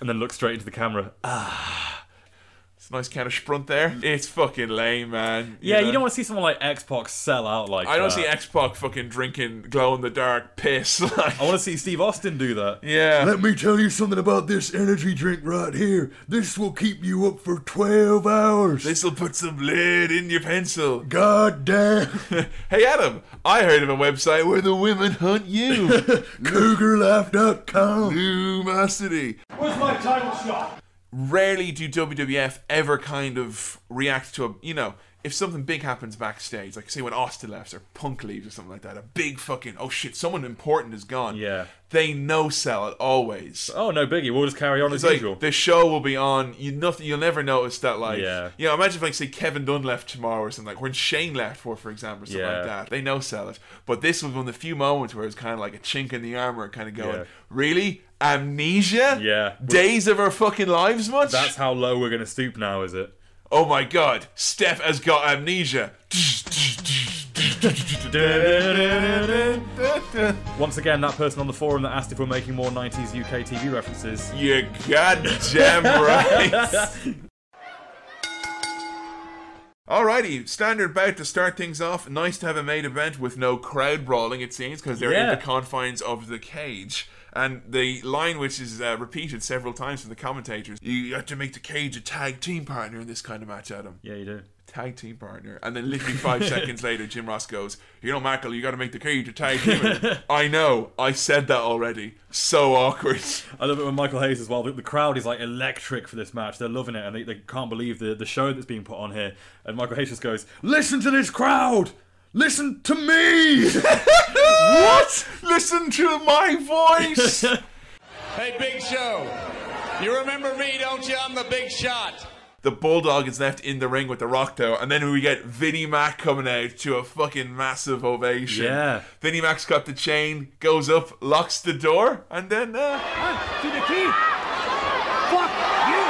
S3: and then look straight into the camera.
S1: It's a nice kind of sprunt there. It's fucking lame, man.
S3: yeah, you don't want to see someone like X Pac sell out like uh,
S1: I don't
S3: that.
S1: see X Pac fucking drinking glow in the dark piss. Like.
S3: I want to see Steve Austin do that.
S1: Yeah.
S7: Let me tell you something about this energy drink right here. This will keep you up for 12 hours.
S1: This'll put some lead in your pencil.
S7: God damn.
S1: hey, Adam, I heard of a website where the women hunt you.
S7: CougarLife.com.
S1: Lumosity.
S6: Where's my title shot?
S1: Rarely do WWF ever kind of react to a, you know, if something big happens backstage, like say when Austin left or Punk leaves or something like that, a big fucking, oh shit, someone important is gone.
S3: Yeah.
S1: They no sell it always.
S3: Oh no, biggie. We'll just carry on
S1: It's
S3: as
S1: like
S3: usual.
S1: the show will be on. You nothing. You'll never notice that. Like,
S3: Yeah.
S1: you know, imagine if like say Kevin Dunn left tomorrow or something. Like when Shane left for, for example, or something
S3: Yeah.
S1: like that. They know sell it. But this was one of the few moments where it was kind of like a chink in the armor, kind of going,
S3: Yeah.
S1: really amnesia.
S3: Yeah.
S1: days of our fucking lives much.
S3: That's how low we're gonna stoop now, is it?
S1: Oh my god, Steph has got amnesia.
S3: Once again, that person on the forum that asked if we're making more 90s UK TV references.
S1: You're goddamn right. Alrighty, standard bout to start things off. Nice to have a main event with no crowd brawling, it seems, because they're
S3: Yeah.
S1: in the confines of the cage. And the line, which is uh, repeated several times from the commentators, you have to make the cage a tag team partner in this kind of match, Adam.
S3: Yeah, you do.
S1: Tag team partner. And then literally five seconds later, Jim Ross goes, You know, Michael, you got to make the cage a tag team. I know, I said that already. So awkward.
S3: I love it when Michael Hayes as well. The, the crowd is like electric for this match. They're loving it and they, they can't believe the, the show that's being put on here. And Michael Hayes just goes, Listen to this crowd! Listen to me!
S1: what? Listen to my voice!
S16: Hey, Big Show, you remember me, don't you? I'm the big shot.
S1: the Bulldog is left in the ring with the Rock though, and then we get Vinnie Mac coming out to a fucking massive ovation.
S3: Yeah.
S1: Vinnie Mac's got the chain, goes up, locks the door, and then uh,
S4: To the key. Fuck you.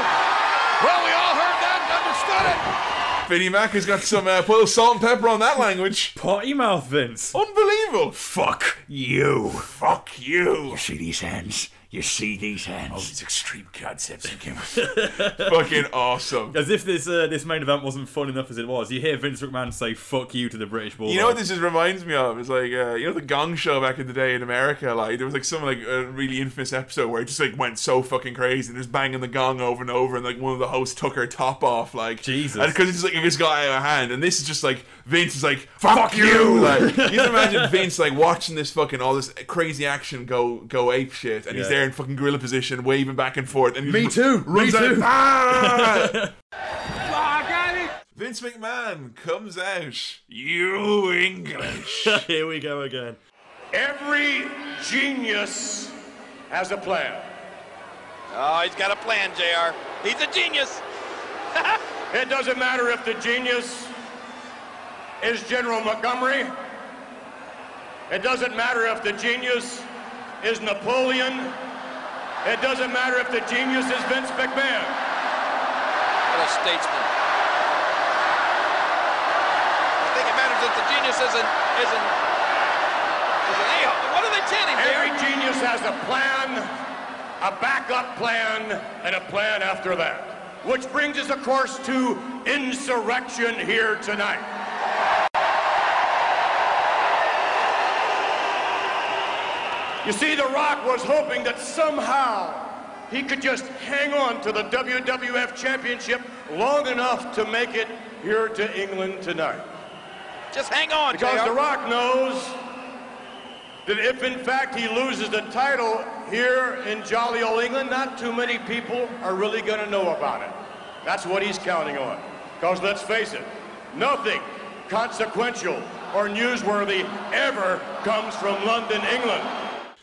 S4: Well, we all heard that and understood it.
S1: Vinnie Mac has got some uh, put a little salt and pepper on that language.
S3: Potty mouth, Vince.
S1: Unbelievable. Fuck
S4: you.
S1: Fuck you.
S4: You see these hands? You see these hands? Oh,
S1: these extreme concepts you came
S3: Fucking
S1: awesome.
S3: As if this uh, this main event wasn't fun enough as it was. You hear Vince McMahon say "fuck you" to the British Bulldog.
S1: You know what this just reminds me of? It's like uh, you know the Gong Show back in the day in America. Like there was like some like a really infamous episode where it just like went so fucking crazy and just banging the gong over and over, and like one of the hosts took her top off, like Jesus, because it's like it just got out of hand. And this is just like Vince is like fuck, you. Like you can imagine Vince like watching this fucking all this crazy action go go ape shit, and he's
S3: Yeah.
S1: there in fucking gorilla position, waving back and forth. And he
S7: Me
S1: just
S7: too,
S1: Runs
S7: me
S1: out.
S7: too.
S1: "Ah!" Vince McMahon comes out. You English.
S3: Here we go again.
S13: Every genius has a plan. Oh, he's got a plan, JR. He's a genius. It doesn't matter if the genius is General Montgomery. It doesn't matter if the genius is Napoleon. It doesn't matter if the genius is Vince McMahon. What a statesman.
S26: I think it matters that the genius isn't isn't. isn't a-hole. what are they chanting?
S13: Every genius has a plan, a backup plan, and a plan after that. Which brings us, of course, to insurrection here tonight. You see, The Rock was hoping that somehow he could just hang on to the WWF Championship long enough to make it here to England tonight.
S27: Just hang on,
S13: Because
S27: JR.
S13: The Rock knows that if in fact he loses the title here in jolly old England, not too many people are really going to know about it. That's what he's counting on. Because let's face it, nothing consequential or newsworthy ever comes from London, England.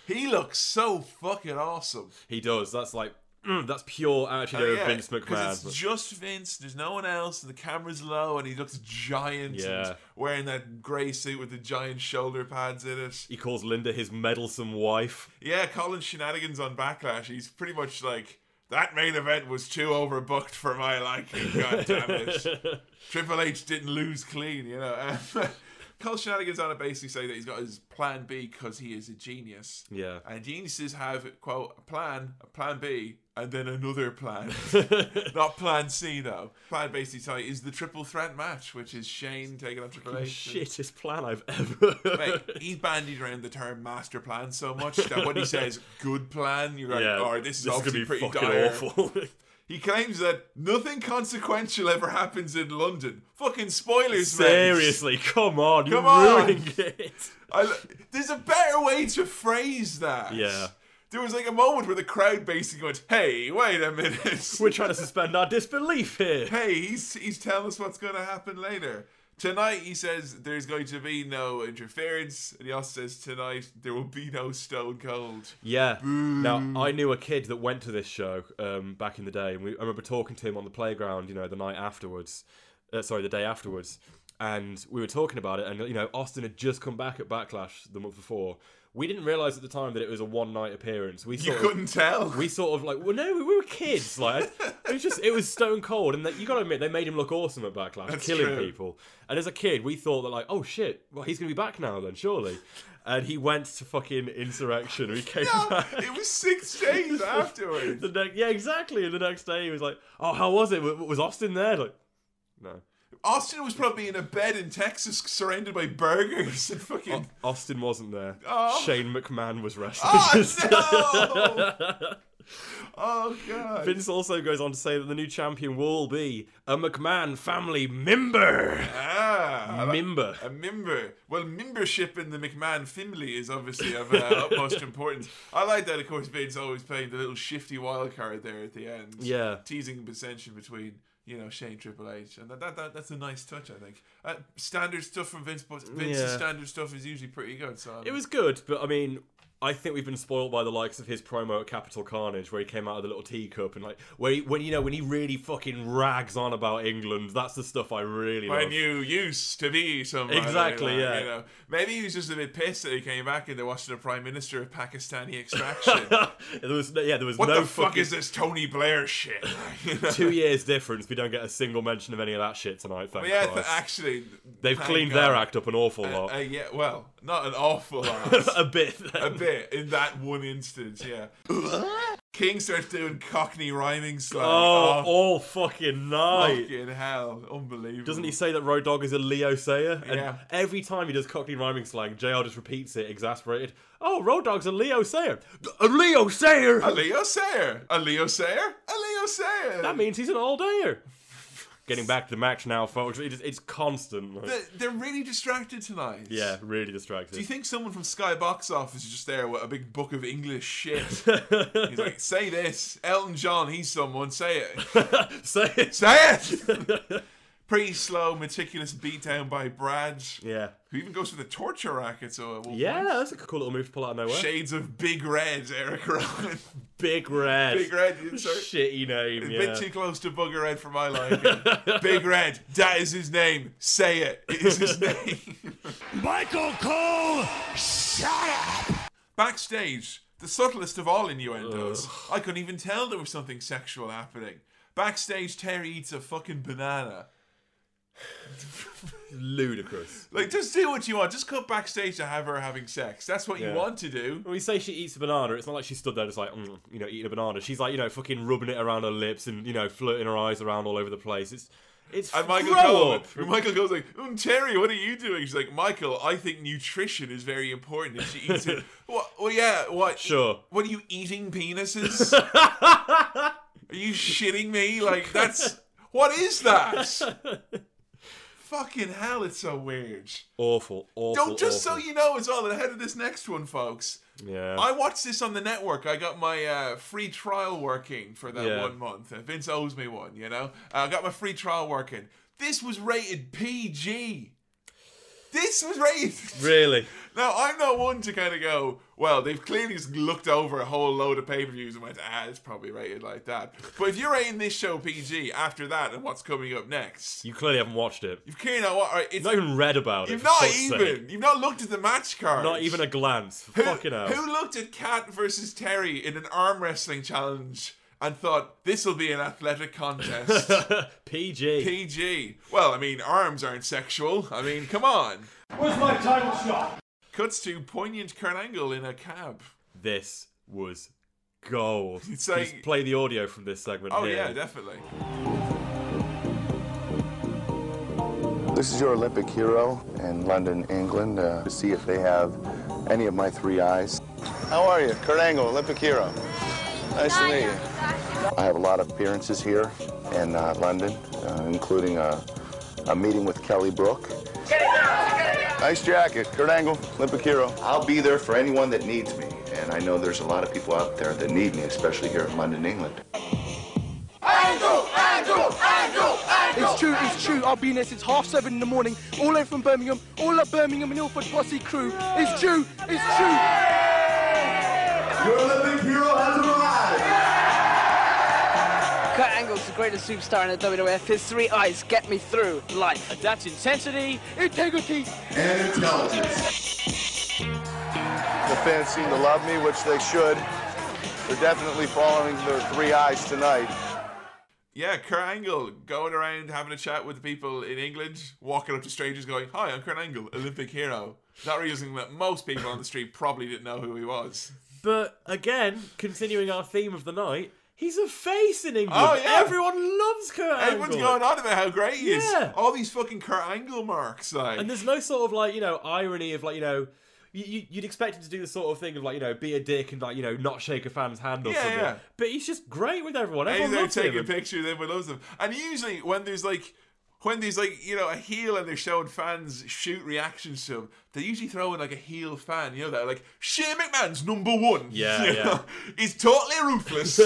S1: He looks so fucking awesome.
S3: He does. That's like mm, that's pure attitude
S1: Oh,
S3: of
S1: yeah,
S3: Vince
S1: 'cause
S3: McMahon.
S1: It's just Vince. There's no one else, and the camera's low, and he looks giant.
S3: Yeah.
S1: And wearing that grey suit with the giant shoulder pads in it.
S3: he calls Linda his meddlesome wife.
S1: Yeah, Colin Shenanigans on Backlash. He's pretty much like that main event was too overbooked for my liking. God damn it! Triple H didn't lose clean, you know. Colin Shenanigans on it basically saying that he's got his plan B because he is a genius.
S3: Yeah.
S1: And geniuses have quote a plan, a plan B, and then another plan. Not plan C though. Plan basically sorry, is the triple threat match, which is Shane taking on Triple H.
S3: Shittest plan I've ever.
S1: Mate, he's bandied around the term master plan so much that when he says good plan, you're like,
S3: Yeah,
S1: oh, this
S3: this
S1: is
S3: is gonna
S1: obviously
S3: be
S1: pretty
S3: fucking
S1: dire.
S3: awful.
S1: he claims that nothing consequential ever happens in London. Fucking spoilers, mate.
S3: Seriously, come on, you're
S1: Come on.
S3: ruining it.
S1: I lo- there's a better way to phrase that.
S3: Yeah.
S1: There was like a moment where the crowd basically went, "Hey, wait a minute."
S3: We're trying to suspend our disbelief here.
S1: Hey, he's he's telling us what's going to happen later. Tonight, he says there's going to be no interference, and he also says tonight there will be no Stone Cold.
S3: Yeah. Now I knew a kid that went to this show um, back in the day, and we, I remember talking to him on the playground. You know, the night afterwards, uh, sorry, the day afterwards, and we were talking about it. And you know, Austin had just come back at Backlash the month before. We didn't realize at the time that it was a one night appearance. We sort of-
S1: couldn't tell.
S3: We sort of like, well, no, we were kids. Like it was just, it was Stone Cold, and that, you got to admit they made him look awesome at Backlash,
S1: That's
S3: killing
S1: true.
S3: people. And as a kid, we thought that like, oh shit, well he's gonna be back now then, surely. And he went to fucking insurrection. and He came back.
S1: It was six days afterwards.
S3: The next, yeah, exactly. And the next day he was like, "Oh, how was it? W- Was Austin there?" Like, no.
S1: Austin was probably in a bed in Texas, surrounded by burgers and fucking.
S3: Austin wasn't there.
S1: Oh.
S3: Shane McMahon was wrestling.
S1: Oh, no! oh god!
S3: Vince also goes on to say that the new champion will be a McMahon family member.
S1: Ah, I like-
S3: Member.
S1: A member. Well, membership in the McMahon family is obviously of uh, utmost importance. I like that, of course, Vince always playing the little shifty wild card there at the end.
S3: Yeah.
S1: Teasing dissension between, you know, Shane Triple H. And that, that, that that's a nice touch, I think. Uh, standard stuff from Vince, but Vince's
S3: Yeah.
S1: standard stuff is usually pretty good. So I'm-
S3: It was good, but I mean, I think we've been spoiled by the likes of his promo at Capital Carnage, where he came out of the little teacup and like, where he, when you know when he really fucking rags on about England. That's the stuff I really
S1: when
S3: love.
S1: you used to be somebody.
S3: Exactly,
S1: like,
S3: yeah.
S1: You know, maybe he was just a bit pissed that he came back and they're watching a prime minister of Pakistani extraction.
S3: there was no, yeah, there was
S1: what
S3: no
S1: the fuck
S3: fucking-
S1: is this Tony Blair shit?
S3: Two years difference. We don't get a single mention of any of that shit tonight. Thank
S1: But yeah, th-
S3: Christ.
S1: actually,
S3: They've
S1: thank
S3: cleaned
S1: God.
S3: their act up an awful
S1: Uh,
S3: lot.
S1: uh, yeah, well, not an awful lot.
S3: a bit.
S1: A bit in that one instance, yeah. King starts doing Cockney rhyming slang. Oh,
S3: oh, all fucking night.
S1: fucking hell, unbelievable!
S3: Doesn't he say that Road Dog is a Leo Sayer? And
S1: Yeah.
S3: every time he does Cockney rhyming slang, JR just repeats it, exasperated. Oh, Road Dog's a Leo Sayer. A Leo Sayer!
S1: A Leo Sayer! A Leo Sayer! A Leo Sayer!
S3: That means he's an all dayer. Getting back to the match now, folks. It is, it's constant. like-
S1: They- They're really distracted tonight.
S3: yeah, really distracted.
S1: Do you think someone from Sky Box Office is just there with a big book of English shit? He's like, say this. Elton John, he's someone. Say it.
S3: say it.
S1: Say it. Pretty slow, meticulous beatdown by Brad.
S3: Yeah.
S1: Who even goes for the torture racket. So at one
S3: yeah,
S1: point.
S3: that's a cool little move to pull out of nowhere.
S1: Shades of Big Red, Eric Rowan.
S3: Big Red.
S1: Big Red, you- sorry.
S3: Shitty name,
S1: A
S3: yeah.
S1: bit too close to Bugger Red for my liking. Big Red, that is his name. Say it. It is his name.
S20: Michael Cole, shut up!
S1: Backstage, the subtlest of all innuendos. I couldn't even tell there was something sexual happening. Backstage, Terry eats a fucking banana.
S3: Ludicrous.
S1: Like, just do what you want. Just cut backstage to have her having sex. That's what
S3: Yeah.
S1: you want to do.
S3: When we say she eats a banana, it's not like she stood there just like, mm, you know, eating a banana. She's like, you know, fucking rubbing it around her lips and, you know, flirting her eyes around all over the place. It's, it's,
S1: And Michael
S3: grow
S1: Cole,
S3: up.
S1: Michael Cole's like, "Mm, Terry, what are you doing? She's like, Michael, I think nutrition is very important. And she eats it. What? Well, yeah. What?
S3: Sure.
S1: What are you eating? Penises? are you shitting me? Like that's what is that? Fucking hell! It's so weird.
S3: Awful, awful.
S1: Don't just
S3: awful.
S1: so you know as well. Ahead of this next one, folks.
S3: Yeah.
S1: I watched this on the network. I got my uh, free trial working for that
S3: Yeah.
S1: one month. Uh, Vince owes me one, you know? Uh, I got my free trial working. This was rated PG. This was rated.
S3: Really?
S1: Now, I'm not one to kind of go, well, they've clearly just looked over a whole load of pay per views and went, ah, it's probably rated like that. But if you're rating this show PG after that and what's coming up next,
S3: You clearly haven't watched it.
S1: you've clearly not, wa- all right,
S3: You've
S1: it's,
S3: not even read about it.
S1: you've
S3: for
S1: not
S3: fuck's sake.
S1: even, you've not looked at the match card.
S3: Not even a glance. Fucking hell.
S1: Who looked at Cat versus Terry in an arm wrestling challenge and thought this will be an athletic contest?
S3: PG.
S1: PG. Well, I mean, arms aren't sexual. I mean, come on.
S6: Where's my title shot?
S1: Cuts to poignant Kurt Angle in a cab.
S3: This was gold.
S1: It's
S3: Just
S1: like-
S3: play the audio from this segment
S1: Oh
S3: here.
S1: yeah, definitely.
S28: This is your Olympic hero in London, England, uh, to see if they have any of my three eyes. How are you? Kurt Angle, Olympic hero. Nice to meet you. I have a lot of appearances here in uh, London, uh, including a, a meeting with Kelly Brook. Nice jacket, Kurt Angle, Olympic hero. I'll be there for anyone that needs me, and I know there's a lot of people out there that need me, especially here in London, England.
S20: Angle, angle, angle, angle.
S4: It's true, it's true. I've been there since half seven in the morning, all the way from Birmingham, all the Birmingham and Ilford posse crew. It's true, it's true.
S28: Your Olympic hero hasn't arrived.
S4: Kurt Angle's the greatest superstar in the WWF. His three eyes get me through life. That's intensity, integrity.
S28: and intelligence. The fans seem to love me, which they should. They're definitely following their three eyes tonight.
S1: Yeah, Kurt Angle going around having a chat with the people in England, walking up to strangers, going, "Hi, I'm Kurt Angle, Olympic hero." That reason that most people on the street probably didn't know who he was.
S3: But again, continuing our theme of the night, he's a face in England.
S1: Oh, yeah.
S3: Everyone loves Kurt
S1: Everyone's
S3: Angle.
S1: going on about how great he is.
S3: Yeah.
S1: All these fucking Kurt Angle marks, like.
S3: And there's no sort of like, you know, irony of like, you know, you- you, you'd expect him to do the sort of thing of like, you know, be a dick and like, you know, not shake a fan's hand or
S1: Yeah,
S3: something.
S1: yeah.
S3: But he's just great with everyone.
S1: And
S3: Everyone
S1: they're
S3: loves him.
S1: taking pictures, everyone loves them. And usually when there's like when there's like, you know, a heel and they're showing fans shoot reactions to him, they usually throw in like a heel fan, you know, that like, Shane McMahon's number one.
S3: Yeah,
S1: You
S3: yeah.
S1: know? He's totally ruthless.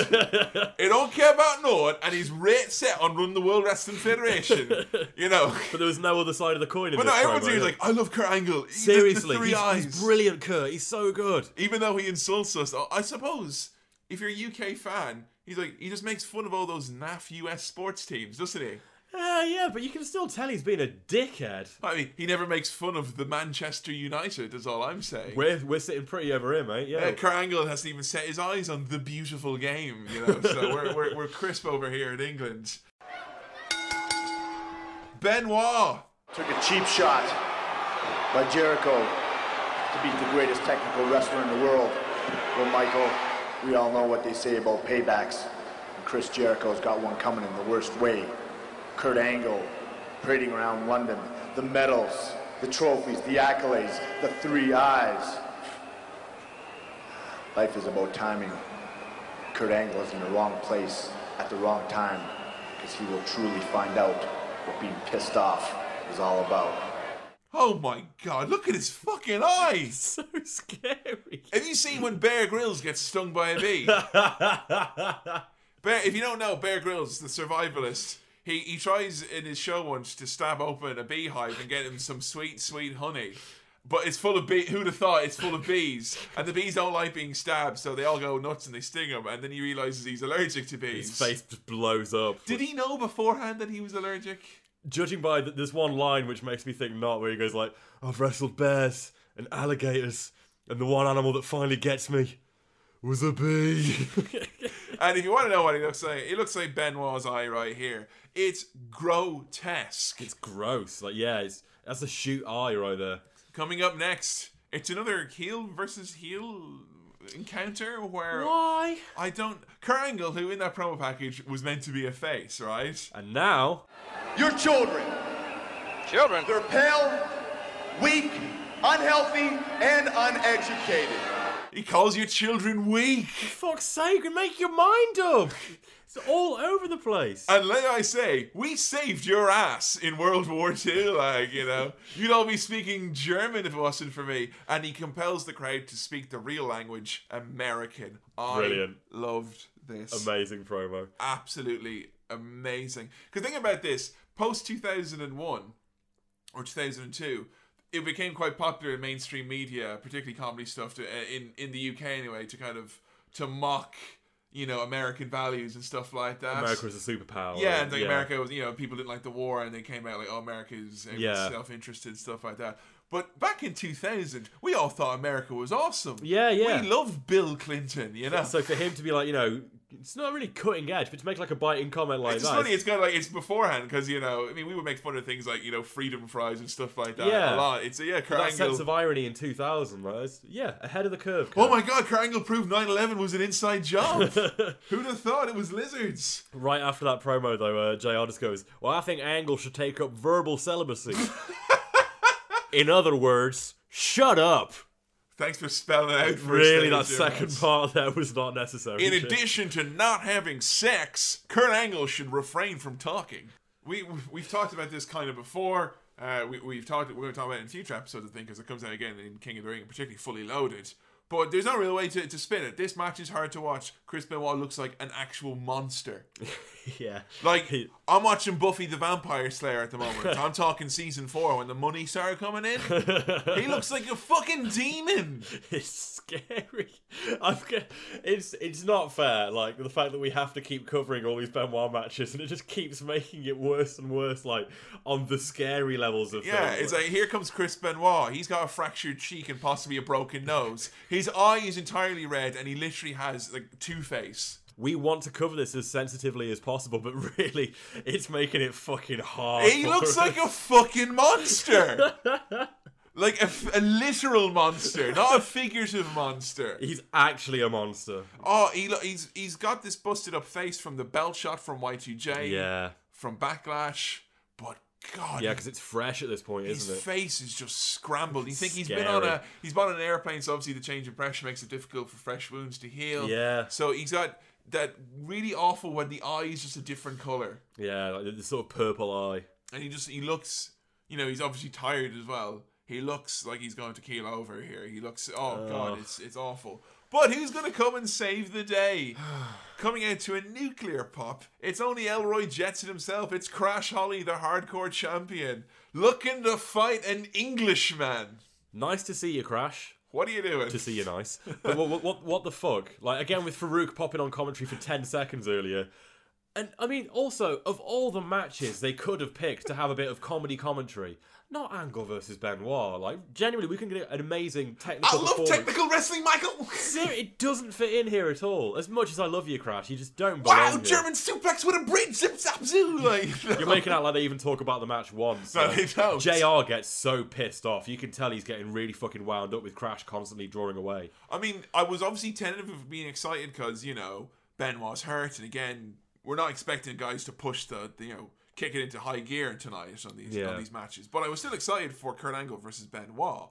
S1: he don't care about none, and he's rate set on Run the World Wrestling Federation. you know.
S3: But there was no other side of the coin in
S1: But
S3: this
S1: no, everyone's
S3: promo.
S1: always like, I love Kurt Angle. He- the- the
S3: Seriously,
S1: three
S3: he's-
S1: eyes.
S3: he's brilliant, Kurt. He's so good.
S1: Even though he insults us, I- I suppose if you're a UK fan, he's like he just makes fun of all those naff US sports teams, doesn't he?
S3: Ah, yeah, but you can still tell he's being a dickhead.
S1: I mean, he never makes fun of the Manchester United. Is all I'm saying.
S3: We're, we're sitting pretty over here, mate. Yeah.
S1: Yeah, Kurt Angle hasn't even set his eyes on the beautiful game, you know. So we're, we're, we're crisp over here in England. Benoit
S10: Took a cheap shot by Jericho to beat the greatest technical wrestler in the world. Well, Michael, we all know what they say about paybacks. And Chris Jericho's got one coming in the worst way. Kurt Angle parading around London, the medals, the trophies, the accolades, the three eyes. Life is about timing. Kurt Angle is in the wrong place at the wrong time because he will truly find out what being pissed off is all about.
S1: Oh my god, look at his fucking eyes!
S3: so scary.
S1: Have you seen when Bear Grylls gets stung by a bee? Bear, if you don't know, Bear Grylls, the survivalist, he, he tries in his show once to stab open a beehive and get him some sweet, sweet honey. But it's full of bee. Who'd have thought it's full of bees? And the bees don't like being stabbed, so they all go nuts and they sting him. And then he realizes he's allergic to bees.
S3: His face just blows up.
S1: Did he know beforehand that he was allergic?
S3: Judging by th- this one line, which makes me think not, where he goes like, "I've wrestled bears and alligators, and the one animal that finally gets me was a bee."
S1: and if you want to know what he looks like, he looks like Benoit's eye right here. It's grotesque.
S3: It's gross. Like, yeah, it's that's a shoot eye right there.
S1: Coming up next, it's another heel versus heel encounter where
S3: Why?
S1: I don't Kurt Angle, who in that promo package was meant to be a face, right?
S3: And now
S4: Your children.
S10: Children.
S4: They're pale, weak, unhealthy, and uneducated.
S1: He calls your children weak.
S3: For fuck's sake, make your mind up. It's all over the place.
S1: And let I say, we saved your ass in World War II. Like, you know, you'd all be speaking German if it wasn't for me. And he compels the crowd to speak the real language, American. I
S3: Brilliant.
S1: loved this. Ah,
S3: Amazing promo.
S1: Absolutely amazing. Because think about this post 2001 or 2002. It became quite popular in mainstream media, particularly comedy stuff, to, uh, in in the UK anyway, to kind of to mock, you know, American values and stuff like that.
S3: America was a superpower.
S1: Yeah, and like America was, you know, people didn't like the war, and they came out like, oh, America's
S3: Yeah.
S1: self-interested stuff like that. But back in 2000, we all thought America was awesome.
S3: Yeah, yeah.
S1: We loved Bill Clinton, you know.
S3: So for him to be like, you know, it's not really cutting edge, but to make like a biting comment like
S1: it's
S3: that.
S1: just funny. It's kind of like it's beforehand because you know, I mean, we would make fun of things like you know, freedom fries and stuff like that.
S3: yeah,
S1: a lot. It's yeah,
S3: But
S1: Kurt
S3: that
S1: Angle-
S3: sense of irony in 2000, like, it's- yeah, ahead of the curve.
S1: Oh my God, Kurt Angle proved 9/11 was an inside job. Who'd have thought it was lizards?
S3: Right after that promo, though, uh, JR just goes, Well, I think Angle should take up verbal celibacy. In other words, shut up.
S1: Thanks for spelling it out. For us
S3: Really,
S1: there,
S3: that
S1: Jim.
S3: second part there was not necessary.
S1: In addition to not having sex, Kurt Angle should refrain from talking. We we've talked about this kind of before. Uh, we, we've talked. We're going to talk about it in future episodes, I think, because it comes out again in King of the Ring, particularly fully loaded. But there's no real way to, to spin it. This match is hard to watch. Chris Benoit looks like an actual monster.
S3: yeah.
S1: Like I'm watching Buffy the Vampire Slayer at the moment. I'm talking season four when the money started coming in. he looks like a fucking demon.
S3: It's scary. I've got, it's it's not fair. Like the fact that we have to keep covering all these Benoit matches, and it just keeps making it worse and worse. Like on the scary levels of
S1: Yeah,
S3: things.
S1: it's like here comes Chris Benoit. He's got a fractured cheek and possibly a broken nose. His eye is entirely red, and he literally has like two face.
S3: we want to cover this as sensitively as possible, but really, it's making it fucking hard. Ah,
S1: He
S3: for
S1: looks
S3: us.
S1: like a fucking monster. Like a, f- a literal monster, not a figurative monster.
S3: He's actually a monster.
S1: Oh, he lo- he's he's got this busted up face from the belt shot from Y2J,
S3: Yeah.
S1: from Backlash. But God,
S3: Yeah, because it's fresh at this point,
S1: his
S3: isn't it?
S1: face is just scrambled. You think he's been
S3: Scary.
S1: on a he's been on an airplane, so obviously the change in pressure makes it difficult for fresh wounds to heal.
S3: Yeah.
S1: So he's got that really awful when the eye is just a different color,
S3: yeah, like the, the sort of purple eye.
S1: and he just he looks, you know, he's obviously tired as well. He looks like he's going to keel over here. He looks, oh
S3: Ugh.
S1: god, it's it's awful. But who's going to come and save the day? Coming out to a nuclear pop, it's only Elroy Jetson himself. It's Crash Holly, the hardcore champion, looking to fight an Englishman.
S3: Nice to see you, Crash.
S1: What are you doing?
S3: To see you nice. But what, what, what, what the fuck? Like, again, with Farouk popping on commentary for 10 seconds earlier. And, I mean, also, of all the matches they could have picked to have a bit of comedy commentary, not Angle versus Benoit. Like, genuinely, we can get an amazing technical
S1: I love
S3: performance.
S1: technical wrestling, Michael.
S3: Ser- it doesn't fit in here at all. As much as I love you, Crash, you just don't belong
S1: Wow,
S3: here.
S1: German suplex with a bridge, zip zap zoo. Like,
S3: You're making out like they even talk about the match once.
S1: No, they don't.
S3: JR gets so pissed off. You can tell he's getting really fucking wound up with Crash constantly drawing away.
S1: I mean, I was obviously tentative of being excited because you know Benoit's hurt, and again, we're not expecting guys to push the the, you know kick it into high gear tonight on these
S3: Yeah.
S1: on these matches. But I was still excited for Kurt Angle versus Benoit.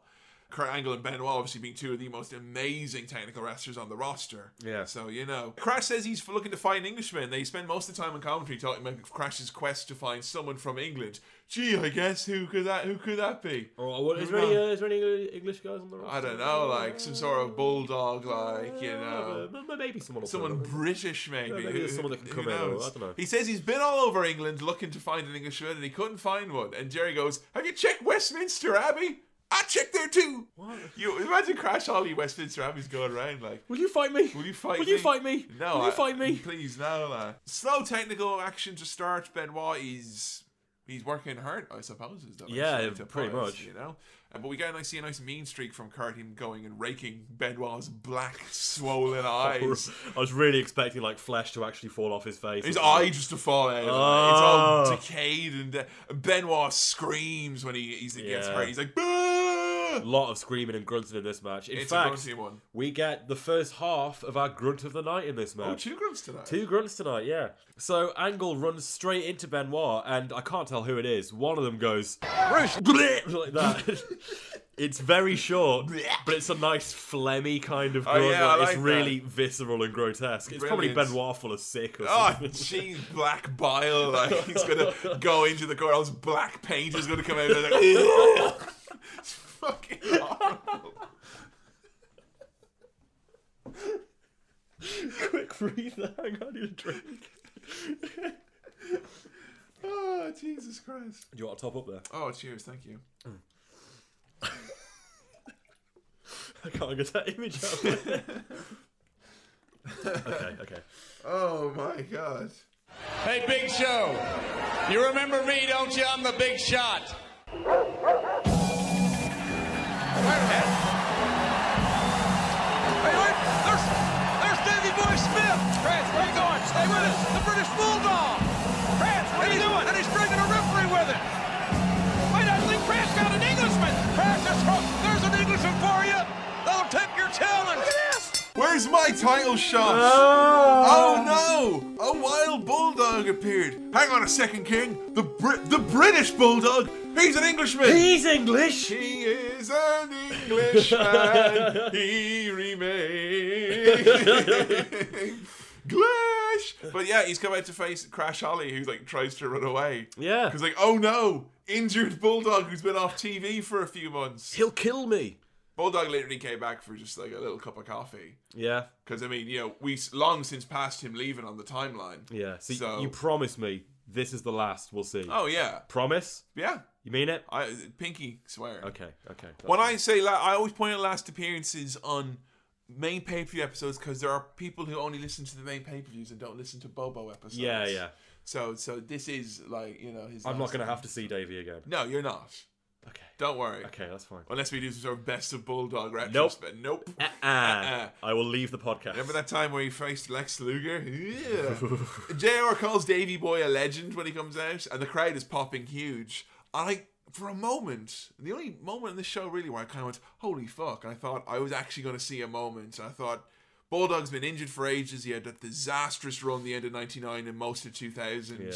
S1: Kurt Angle and Benoit obviously being two of the most amazing technical wrestlers on the roster.
S3: Yeah.
S1: So you know, Crash says he's looking to find Englishmen. They spend most of the time in commentary talking about Crash's quest to find someone from England. Gee, I guess who could that who could that be?
S3: Oh, what, is, there any, uh, is there any English guys on the roster?
S1: I don't know, like some sort of bulldog, like you know,
S3: Uh, but maybe someone. will put
S1: someone
S3: it up.
S1: British, maybe.
S3: Yeah, maybe
S1: Who-
S3: there's someone that can
S1: who
S3: come in, or-
S1: knows?
S3: I dunno.
S1: He says he's been all over England looking to find an Englishman, and he couldn't find one. And Jerry goes, "Have you checked Westminster Abbey? I checked there too." What? You imagine Crash Holly Westminster Abbey's going around like,
S3: "Will you fight me?
S1: Will you fight
S3: Will
S1: me?
S3: you fight me?
S1: No,
S3: Will you
S1: I-
S3: fight me?"
S1: Please, no, lad. Slow technical action to start. Benoit is He's working hard, I suppose. Is that
S3: Yeah,
S1: actually to
S3: pretty
S1: put it,
S3: much.
S1: You know, Uh, but we get a nice, see a nice mean streak from Kurt, him going and raking Benoit's black, swollen eyes.
S3: I was really expecting like flesh to actually fall off his face.
S1: His eye just to fall out. It's all
S3: Oh.
S1: decayed, and uh, Benoit screams when he he's, he gets
S3: Yeah.
S1: hurt. He's like,
S3: A lot of screaming and grunting in this match. In
S1: It's a
S3: fact,
S1: grunty one.
S3: we get the first half of our grunt of the night in this match.
S1: Oh, two grunts tonight.
S3: Two grunts tonight, yeah. So Angle runs straight into Benoit, and I can't tell who it is. One of them goes "Bleh," like that. it's very short, but it's a nice phlegmy kind of
S1: Oh,
S3: grunt.
S1: yeah, I
S3: like,
S1: like
S3: it's
S1: that.
S3: really visceral and grotesque. It's
S1: Brilliant.
S3: probably Benoit full of sick or
S1: Oh,
S3: something.
S1: jeez, black bile. Like, he's going to go into the corner. All this black paint is going to come out. And like, it's fucking horrible.
S3: Quick breather. Hang on, I need a drink.
S1: Oh, Jesus Christ.
S3: Do you want to top up there? Mm.
S1: Oh, cheers. Thank you.
S3: I can't get that image up. okay, okay.
S1: Oh, my God.
S16: Hey, Big Show, you remember me, don't you? I'm the big shot.
S4: Hey, wait, there's, there's Davy Boy Smith. France, where you going? Stay with us. The British Bulldog. France, what are you doing? And he's bringing a referee with him. Wait, I think France got an Englishman. France, that's wrong. There's an Englishman for you. They'll take your challenge. Yes.
S1: Where's my title shot?
S3: Ah.
S1: Oh no! A wild bulldog appeared. Hang on a second, King. The Brit, the British bulldog. He's an Englishman.
S3: He's English.
S1: He is an Englishman. he remains. Glash. But yeah, he's come out to face Crash Holly, who like tries to run away.
S3: Yeah.
S1: Because like, oh no, injured bulldog who's been off TV for a few months.
S3: He'll kill me.
S1: Bulldog literally came back for just like a little cup of coffee.
S3: Yeah.
S1: Because I mean, you know, we s- long since passed him leaving on the timeline.
S3: Yeah. So,
S1: So-
S3: you promise me this is the last we'll see.
S1: Oh, yeah.
S3: Promise?
S1: Yeah.
S3: You mean it?
S1: I pinky swear.
S3: Okay. Okay. that's
S1: When
S3: fine.
S1: I say la- I always point at last appearances on main pay per view episodes because there are people who only listen to the main pay per views and don't listen to Bobo episodes.
S3: Yeah, yeah.
S1: So, so this is like you know his.
S3: I'm not
S1: last-
S3: going to have to see Davey again.
S1: No, you're not.
S3: Okay.
S1: Don't worry.
S3: Okay, that's fine.
S1: Unless we do some sort of best of Bulldog
S3: Nope.
S1: retrospect. Nope.
S3: Uh-uh.
S1: Uh-uh.
S3: I will leave the podcast.
S1: Remember that time where he faced Lex Luger? Yeah. JR calls Davy Boy a legend when he comes out, and the crowd is popping huge. And I, for a moment, the only moment in this show really where I kind of went, holy fuck, and I thought I was actually going to see a moment. And I thought, Bulldog's been injured for ages. He had that disastrous run the end of 99 and most of 2000.
S3: Yeah.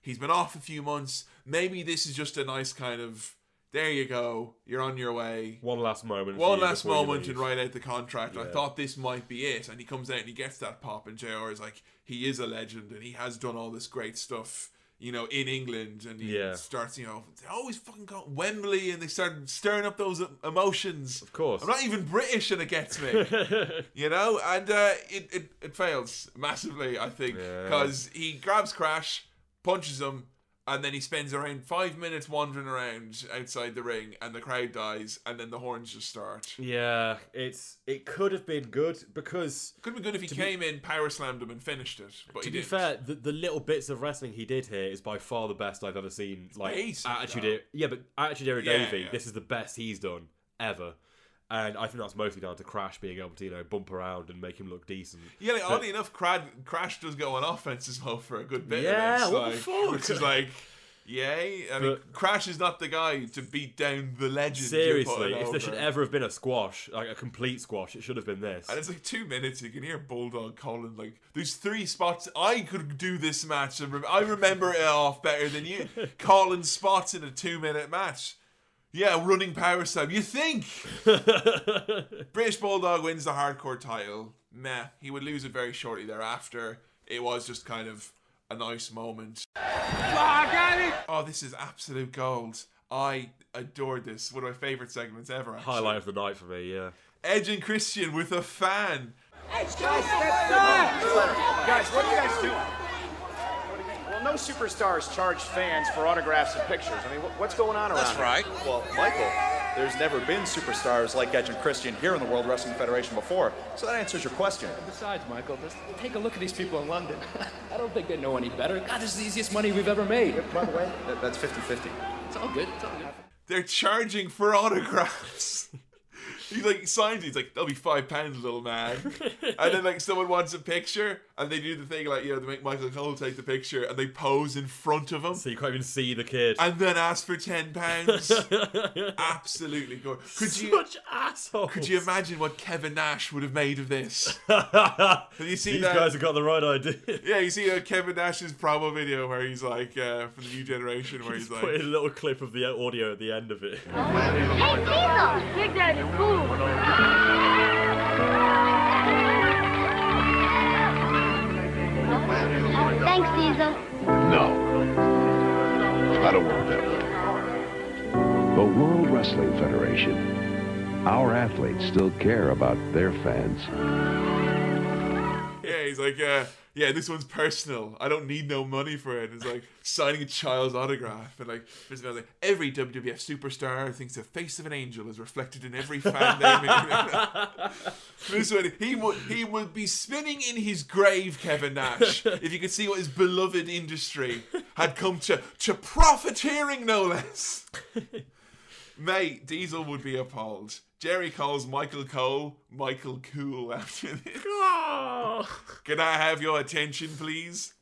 S1: He's been off a few months. Maybe this is just a nice kind of, there you go, you're on your way.
S3: One last moment. for
S1: One
S3: you
S1: last
S3: before you
S1: moment
S3: leave.
S1: and write out the contract. I
S3: Yeah.
S1: thought this might be it. And he comes out and he gets that pop, and JR is like, he is a legend and he has done all this great stuff, you know, in England. And he
S3: Yeah.
S1: starts, you know, they always Oh, fucking go Wembley and they start stirring up those emotions. Of
S3: course.
S1: I'm not even British and it gets me, you know? And uh, it, it, it fails massively, I think, because he grabs Crash, punches him. And then he spends around five minutes wandering around outside the ring, and the crowd dies, and then the horns just start.
S3: Yeah, it's it could have been good because
S1: Could be good if he
S3: To be-
S1: came in, power slammed him, and finished it. But
S3: to
S1: he
S3: be
S1: didn't.
S3: fair, the, the little bits of wrestling he did here is by far the best I've ever seen. Like
S1: basic,
S3: Attitude
S1: though.
S3: Era, yeah, but Attitude Era
S1: Yeah,
S3: Davey,
S1: yeah.
S3: this is the best he's done ever. And I think that's mostly down to Crash being able to, you know, bump around and make him look decent.
S1: yeah, like,
S3: But-
S1: oddly enough, Crad, Crash does go on offense as well for a good bit.
S3: Yeah,
S1: of this,
S3: what the
S1: like,
S3: fuck?
S1: Which is like, yay! I mean, Crash is not the guy to beat down the legend. you're putting
S3: Seriously, if
S1: over.
S3: there should ever have been a squash, like a complete squash, it should have been this.
S1: And it's like two minutes, you can hear Bulldog calling, like, there's three spots. I could do this match. And rem- I remember it off better than you. calling spots in a two minute match. Yeah, running power slam. You think? British Bulldog wins the hardcore title. Meh. He would lose it very shortly thereafter. It was just kind of a nice moment. Oh, this is absolute gold. I adored this. One of my favourite segments ever, actually.
S3: Highlight of the night for me, yeah.
S1: Edge and Christian with a fan.
S4: Guys, that's not.
S8: Guys, what are you guys doing? Well, no superstars charge fans for autographs and pictures. I mean, wh- what's going on around
S4: That's
S8: here?
S4: right.
S8: Well, Michael,
S10: There's never been superstars like Edge and Christian here in the World Wrestling Federation before, so that answers your question.
S8: Besides, Michael, just take a look at these people in London. I don't think they know any better. God, this is the easiest money we've ever made. By the way,
S10: That- That's 50 50.
S8: it's all good. It's all good.
S1: They're charging for autographs. he like signs. it, He's like, "That'll be five pounds, little man." and then like someone wants a picture, and they do the thing like you know they make Michael Cole take the picture, and they pose in front of him. So
S3: you can't even see the kid.
S1: And then ask for ten pounds. Absolutely good. Could you?
S3: Such assholes.
S1: Could you imagine what Kevin Nash would have made of this? Have you seen
S3: These
S1: that?
S3: guys have got the right idea.
S1: yeah, you see uh, Kevin Nash's promo video where he's like uh, for the new generation, where he's
S3: Just
S1: like,
S3: put in a little clip of the audio at the end of it.
S29: Big Daddy's cool.
S4: Thanks, Diesel.
S11: No. I don't work that way. The World Wrestling Federation. Our athletes still care about their fans.
S1: yeah, he's like, uh, yeah, this one's personal. I don't need no money for it. It's like signing a child's autograph, and like, there's another, like every WWF superstar thinks the face of an angel is reflected in every fan they meet. this one, he would he would be spinning in his grave, Kevin Nash, if you could see what his beloved industry had come to to profiteering, no less. Mate, Diesel would be appalled. Jerry calls Michael Cole Michael Cool after this. Can I have your attention, please?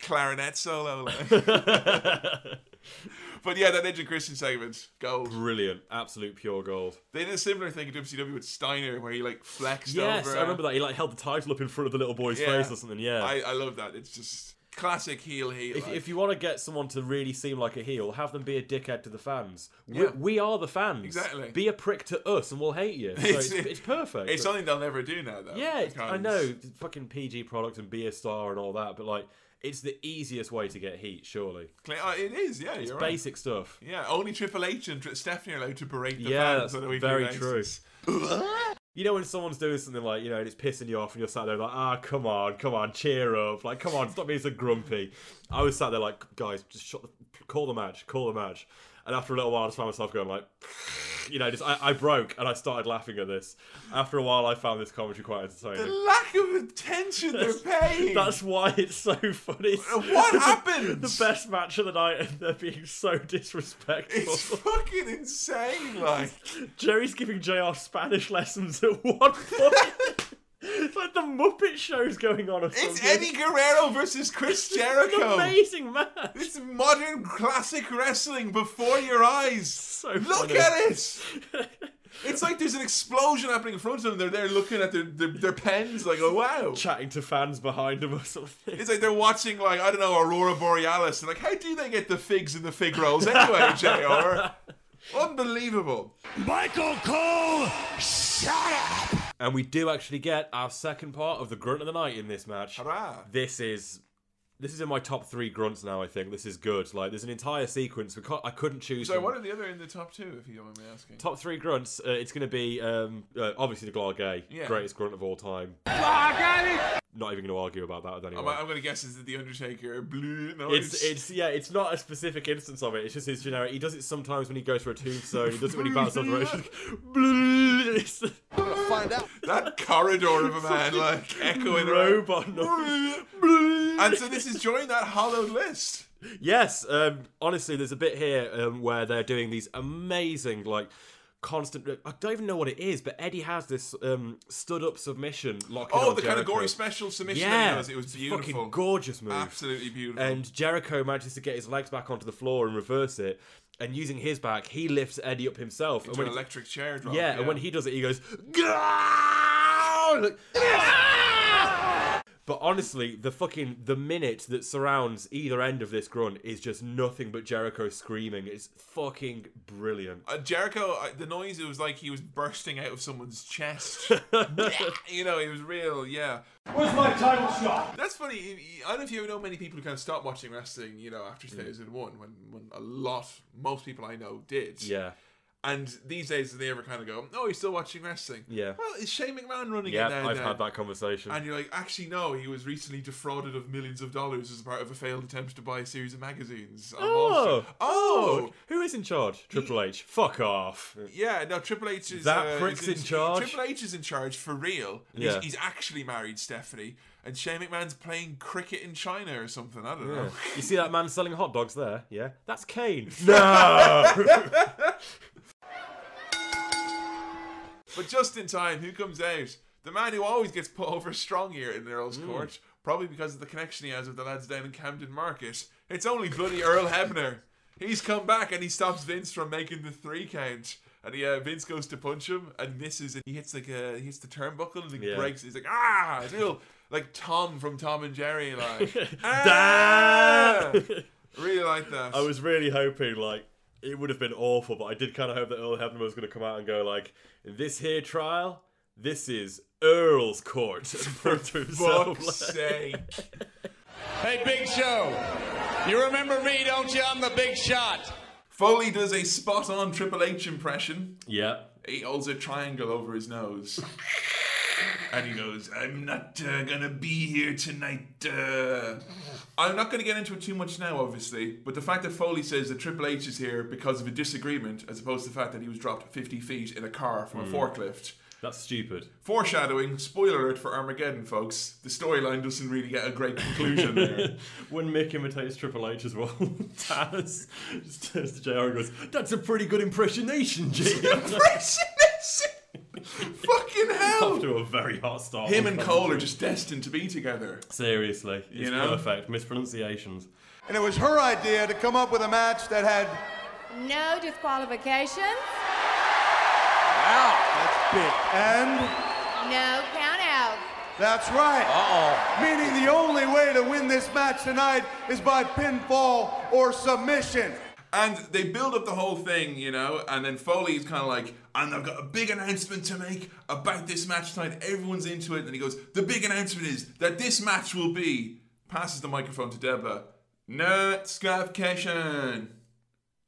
S1: Clarinet solo. but yeah, that Edge and Christian segment, gold.
S3: Brilliant, absolute pure gold.
S1: They did a similar thing in WCW with Steiner, where he like flexed
S3: Yes,
S1: over.
S3: I remember that. He like held the title up in front of the little boy's
S1: Yeah.
S3: face or something. Yeah.
S1: I, I love that. It's just classic heel heel.
S3: if,
S1: like.
S3: if you want to get someone to really seem like a heel, have them be a dickhead to the fans. We,
S1: Yeah.
S3: we are the fans.
S1: Exactly.
S3: Be a prick to us, and we'll hate you. So it's, it's perfect.
S1: It's something they'll never do now, though.
S3: Yeah, it's- I
S1: because-
S3: know it's fucking PG product and be a star and all that, but like it's the easiest way to get heat, surely.
S1: Cla- oh, it is, yeah.
S3: It's
S1: you're right.
S3: basic stuff.
S1: Yeah, only Triple H and Tri- Stephanie are allowed to berate the
S3: yeah,
S1: fans
S3: that's
S1: on a weekly
S3: very
S1: basis.
S3: true. You know when someone's doing something like you know and it's pissing you off and you're sat there like ah come on come on cheer up like come on stop being so grumpy. I was sat there like guys just shut the, call the match call the match, and after a little while I just found myself going like you know just I, I broke and I started laughing at this. After a while I found this commentary quite
S1: The
S3: entertaining.
S1: lack of attention they're paying.
S3: That's why it's so funny.
S1: What happened?
S3: The best match of the night, and they're being so disrespectful.
S1: It's fucking insane. Like
S3: Jerry's giving JR Spanish lessons at one point. it's like the Muppet Show's going on. Or
S1: It's
S3: something.
S1: Eddie Guerrero versus Chris Jericho.
S3: It's an amazing match.
S1: It's modern classic wrestling before your eyes. Look
S3: funny.
S1: at it. It's like there's an explosion happening in front of them. They're there looking at their, their, their pens, like, oh wow.
S3: Chatting to fans behind them or something.
S1: It's like they're watching, like, I don't know, Aurora Borealis. And like, how do they get the figs and the fig rolls anyway, JR? Unbelievable.
S3: Michael Cole, shut up! And we do actually get our second part of the grunt of the night in this match. This is this is in my top three grunts now. I think this is good. Like there's an entire sequence. We can't, I couldn't choose.
S1: So,
S3: from-
S1: what are the other in the top two, if you don't mind me asking?
S3: Top three grunts. Uh, it's going to be um, uh, obviously the Glargay,
S1: Yeah.
S3: greatest grunt of all time. Not even going to argue about that with anyone.
S1: I'm, I'm going to guess it's The Undertaker. Blue. No,
S3: it's it's yeah, it's not a specific instance of it. It's just his generic. He does it sometimes when he goes for a tombstone. He does it when he bounces off the rope. It's just-
S1: find out. That corridor of a man, like echoing
S3: robot
S1: And so this is joining that hollowed list.
S3: Yes, um, honestly, there's a bit here um, where they're doing these amazing, like, constant. I don't even know what it is, but Eddie has this um, stood up submission. Locked in
S1: Oh,
S3: on
S1: the kind of
S3: Jericho.
S1: gory special submission that he
S3: Yeah,
S1: does. It was
S3: it's a
S1: beautiful.
S3: fucking gorgeous move,
S1: Absolutely beautiful.
S3: And Jericho manages to get his legs back onto the floor and reverse it. And using his back, he lifts Eddie up himself. and
S1: Into
S3: when
S1: an
S3: he-
S1: electric chair drop.
S3: yeah, and when he does it, he goes. like- But honestly, the fucking the minute that surrounds either end of this grunt is just nothing but Jericho screaming. It's fucking brilliant.
S1: Uh, Jericho, uh, the noise, it was like he was bursting out of someone's chest. you know, it was real, yeah.
S6: Where's my title shot?
S1: That's funny. you- you- I don't know if you know many people who kind of stopped watching
S3: Mm.
S1: wrestling, you know, after 2001, when, when a lot, most people I know did.
S3: Yeah.
S1: And these days, they ever kind of go, "Oh, he's still watching wrestling."
S3: Yeah.
S1: Well, is Shane McMahon running
S3: Yeah,
S1: it now?
S3: I've
S1: now?
S3: had that conversation.
S1: And you're like, actually, no. He was recently defrauded of millions of dollars as part of a failed attempt to buy a series of magazines. I'm
S3: Oh!
S1: also- oh,
S3: who is in charge? Triple H. Fuck off.
S1: yeah. No, Triple H is
S3: That
S1: uh,
S3: prick's
S1: is
S3: in charge?
S1: Triple H is in charge for real.
S3: Yeah.
S1: He's, he's actually married Stephanie, and Shane McMahon's playing cricket in China or something. I don't
S3: Yeah.
S1: know.
S3: you see that man selling hot dogs there? Yeah, that's Kane. No.
S1: But just in time, who comes out? The man who always gets put over strong here in Earl's
S3: Mm.
S1: Court, probably because of the connection he has with the lads down in Camden Market. It's only bloody Earl Hebner. He's come back and he stops Vince from making the three count. And he, uh, Vince goes to punch him and misses, and he hits like uh, he hits the turnbuckle and he
S3: Yeah.
S1: breaks. He's like, ah, it's real like Tom from Tom and Jerry, like, ah!
S3: Damn.
S1: really like that.
S3: I was really hoping like it would have been awful, but I did kind of hope that Earl Hebner was going to come out and go like, "This here trial, this is Earl's court." For
S30: fuck's sake. Hey, Big Show, you remember me, don't you? I'm the big shot.
S1: Foley does a spot on Triple H impression.
S3: Yeah.
S1: He holds a triangle over his nose. and he goes, I'm not uh, gonna be here tonight. Uh. I'm not gonna get into it too much now, obviously, but the fact that Foley says that Triple H is here because of a disagreement, as opposed to the fact that he was dropped 50 feet in a car from a
S3: Hmm.
S1: forklift.
S3: That's stupid.
S1: Foreshadowing, spoiler alert for Armageddon, folks. The storyline doesn't really get a great conclusion there.
S3: when Mick imitates Triple H as well, Taz just turns to JR and goes, That's a pretty good impressionation, JR.
S1: Fucking hell!
S3: After a very hot start.
S1: Him
S3: on
S1: and Cole are
S3: commentary.
S1: just destined to be together.
S3: Seriously. It's
S1: You know?
S3: perfect. Mispronunciations.
S11: And it was her idea to come up with a match that had.
S16: No disqualification.
S11: Wow, that's big. And
S16: No count out.
S11: that's right. Uh-oh. Meaning the only way to win this match tonight is by pinfall or submission.
S1: And they build up the whole thing, you know, and then Foley's kind of like, and I've got a big announcement to make about this match tonight. Everyone's into it. And he goes, the big announcement is that this match will be, passes the microphone to Deborah, no disqualification,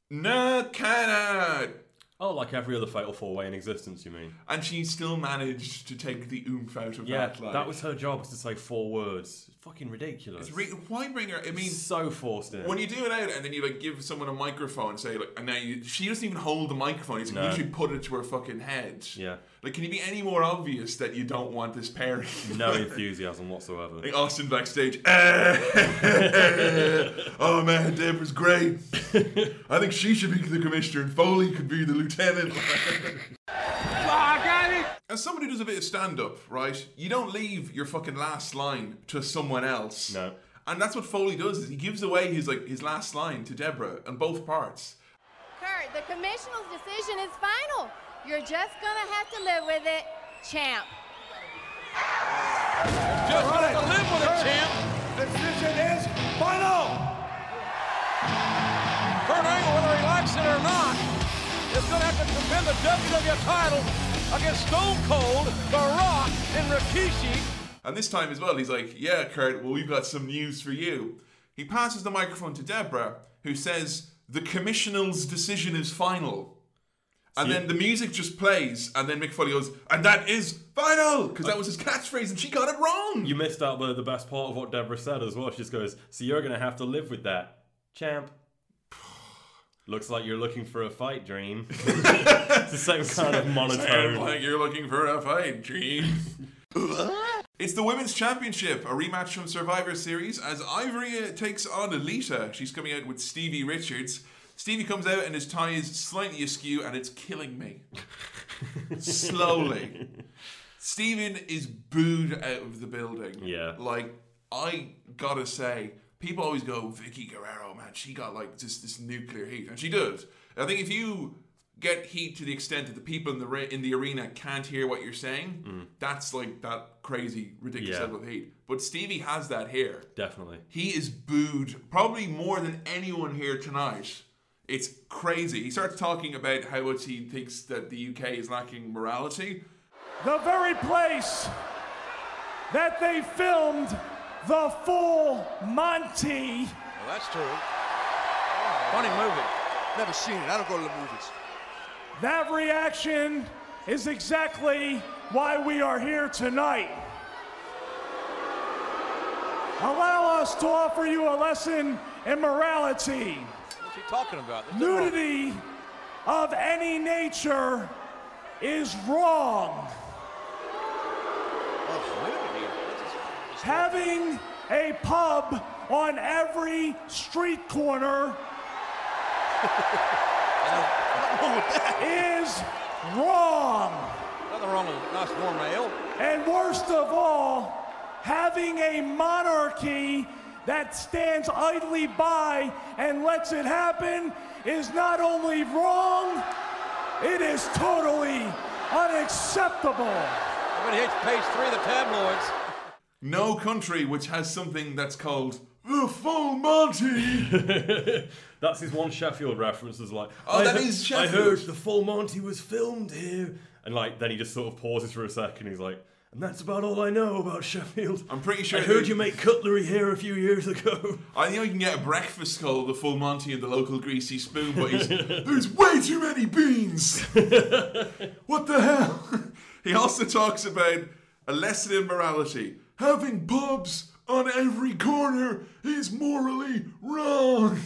S1: no count out.
S3: Oh, like every other Fatal Four Way in existence, you mean?
S1: And she still managed to take the oomph out of
S3: Yeah,
S1: that. Like.
S3: that was her job was to say four words. It's fucking ridiculous.
S1: It's re- why bring her? I mean,
S3: so forced in.
S1: When you do it out and then you like give someone a microphone and say like, and now you, she doesn't even hold the microphone. It's like,
S3: No.
S1: you should put it to her fucking head.
S3: Yeah.
S1: Like, can you be any more obvious that you don't want this pairing?
S3: No enthusiasm whatsoever.
S1: like Austin backstage. "Eh, oh man, Deborah's great. I think she should be the commissioner and Foley could be the lieutenant. As somebody who does a bit of stand up, right, you don't leave your fucking last line to someone else. No. And that's what Foley does is he gives away his like his last line to Deborah on both parts.
S16: Kurt, the commissioner's decision is final. You're just gonna have to live with it, champ.
S4: Just
S11: All right.
S4: have to live with it,
S11: Kurt,
S4: champ.
S11: Decision is final.
S4: Kurt Angle, whether he likes it or not, is going to have to defend the WWF title against Stone Cold, The Rock, and Rikishi.
S1: And this time as well, he's like, Yeah, Kurt, well, we've got some news for you. He passes the microphone to Deborah, who says, The commissioner's decision is final. And
S3: See-
S1: then the music just plays, and then Mick Foley goes, And that is final! Because that was his catchphrase, and she got it wrong!
S3: You missed out the, the best part of what Deborah said as well. She just goes, So you're going to have to live with that, champ. Looks like you're looking for a fight, Dream. it's the same kind of monotone.
S1: Sound like you're looking for a fight, Gene. it's the Women's Championship, a rematch from Survivor Series, as Ivory uh, takes on Alita. She's coming out with Stevie Richards. Stevie comes out and his tie is slightly askew, and it's killing me. Slowly. Steven is booed out of the building.
S3: Yeah.
S1: Like, I gotta say, people always go, Vicky Guerrero, man, she got like just this nuclear heat. And she does. I think if you get heat to the extent that the people in the ra- in the arena can't hear what you're saying,
S3: Mm.
S1: that's like that crazy, ridiculous
S3: Yeah.
S1: level of heat. But Stevie has that here.
S3: Definitely.
S1: He is booed probably more than anyone here tonight. It's crazy. He starts talking about how much he thinks that the UK is lacking morality.
S31: the very place that they filmed the full Monty.
S4: Well, that's true.
S31: Funny movie.
S4: Never seen it. I don't go to the movies. That reaction is exactly why we are here tonight. Allow us to offer you a lesson in morality.
S13: What's he talking about? There's nothing wrong-
S4: Nudity of any nature is wrong. Having a pub on every street corner is wrong.
S13: Nothing wrong with a nice warm ale.
S4: And worst of all, having a monarchy that stands idly by and lets it happen is not only wrong, it is totally unacceptable.
S13: Everybody hates page three of the tabloids.
S1: No country which has something that's called the full Monty.
S3: That's his one Sheffield reference. Is like,
S1: Oh,
S3: I
S1: that
S3: heard-
S1: is
S3: I
S1: Sheffield."
S3: heard the full Monty was filmed here, and like then he just sort of pauses for a second. He's like, and that's about all I know about Sheffield.
S1: I'm pretty sure
S3: I heard
S1: they-
S3: you make cutlery here a few years ago.
S1: I think I can get a breakfast called the full Monty and the local greasy spoon, but he's, there's way too many beans. what the hell? he also talks about a lesson in morality. Having pubs on every corner is morally wrong.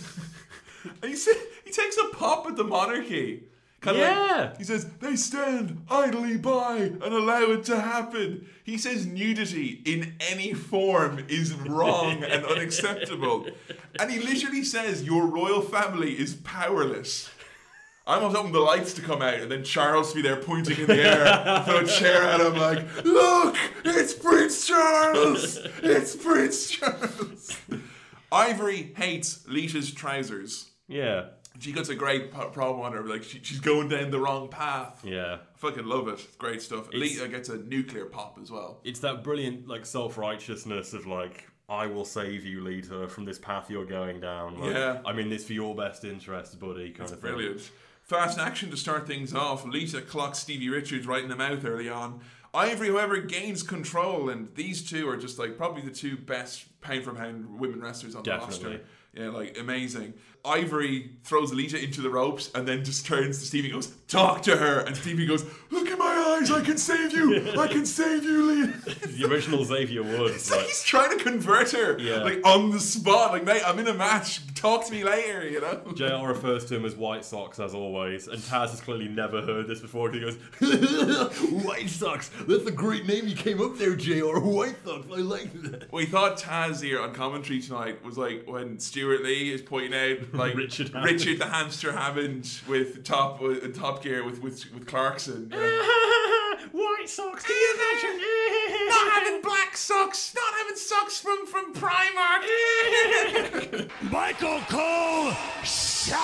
S1: and he, said, he takes a pop at the monarchy. Kinda like-
S3: Yeah.
S1: he says they stand idly by and allow it to happen. He says nudity in any form is wrong and unacceptable. And he literally says your royal family is powerless. I almost opened the lights to come out and then Charles to be there pointing in the air, throw a chair at him like, Look, it's Prince Charles! It's Prince Charles! Ivory hates Lita's trousers.
S3: Yeah.
S1: She gets a great p- problem on her. Like she, she's going down the wrong path.
S3: Yeah.
S1: I fucking love it. It's great stuff. Lita gets a nuclear pop as well.
S3: It's that brilliant like self righteousness of like I will save you, leader, from this path you're going down. Like,
S1: Yeah.
S3: I'm in this for your best interest, buddy. Kind of thing.
S1: Brilliant. Fast action to start things off. Lita clocks Stevie Richards right in the mouth early on. Ivory, however, gains control, and these two are just like probably the two best pound for pound women wrestlers on the
S3: Definitely.
S1: roster. Yeah, like amazing. Ivory throws Lita into the ropes and then just turns to Stevie and goes, Talk to her. And Stevie goes, Look at my eyes, I can save you, I can save you, Lita.
S3: the original Xavier Woods. like,
S1: He's trying to convert her,
S3: Yeah.
S1: like on the spot. Like, mate, I'm in a match. Talk to me later, you know.
S3: JR refers to him as White Sox as always, and Taz has clearly never heard this before. 'cause He goes,
S15: White Sox. That's a great name you came up there, Jr. White Sox. I like that.
S1: We thought Taz here on commentary tonight was like when Stuart Lee is pointing out like Richard,
S3: Hammond.
S1: the hamster Hammond with top uh, Top Gear with with, with Clarkson. you know.
S3: White socks. Can you imagine?
S32: Not
S1: having black socks. Not having socks from from
S32: Primark.
S1: Michael Cole, shut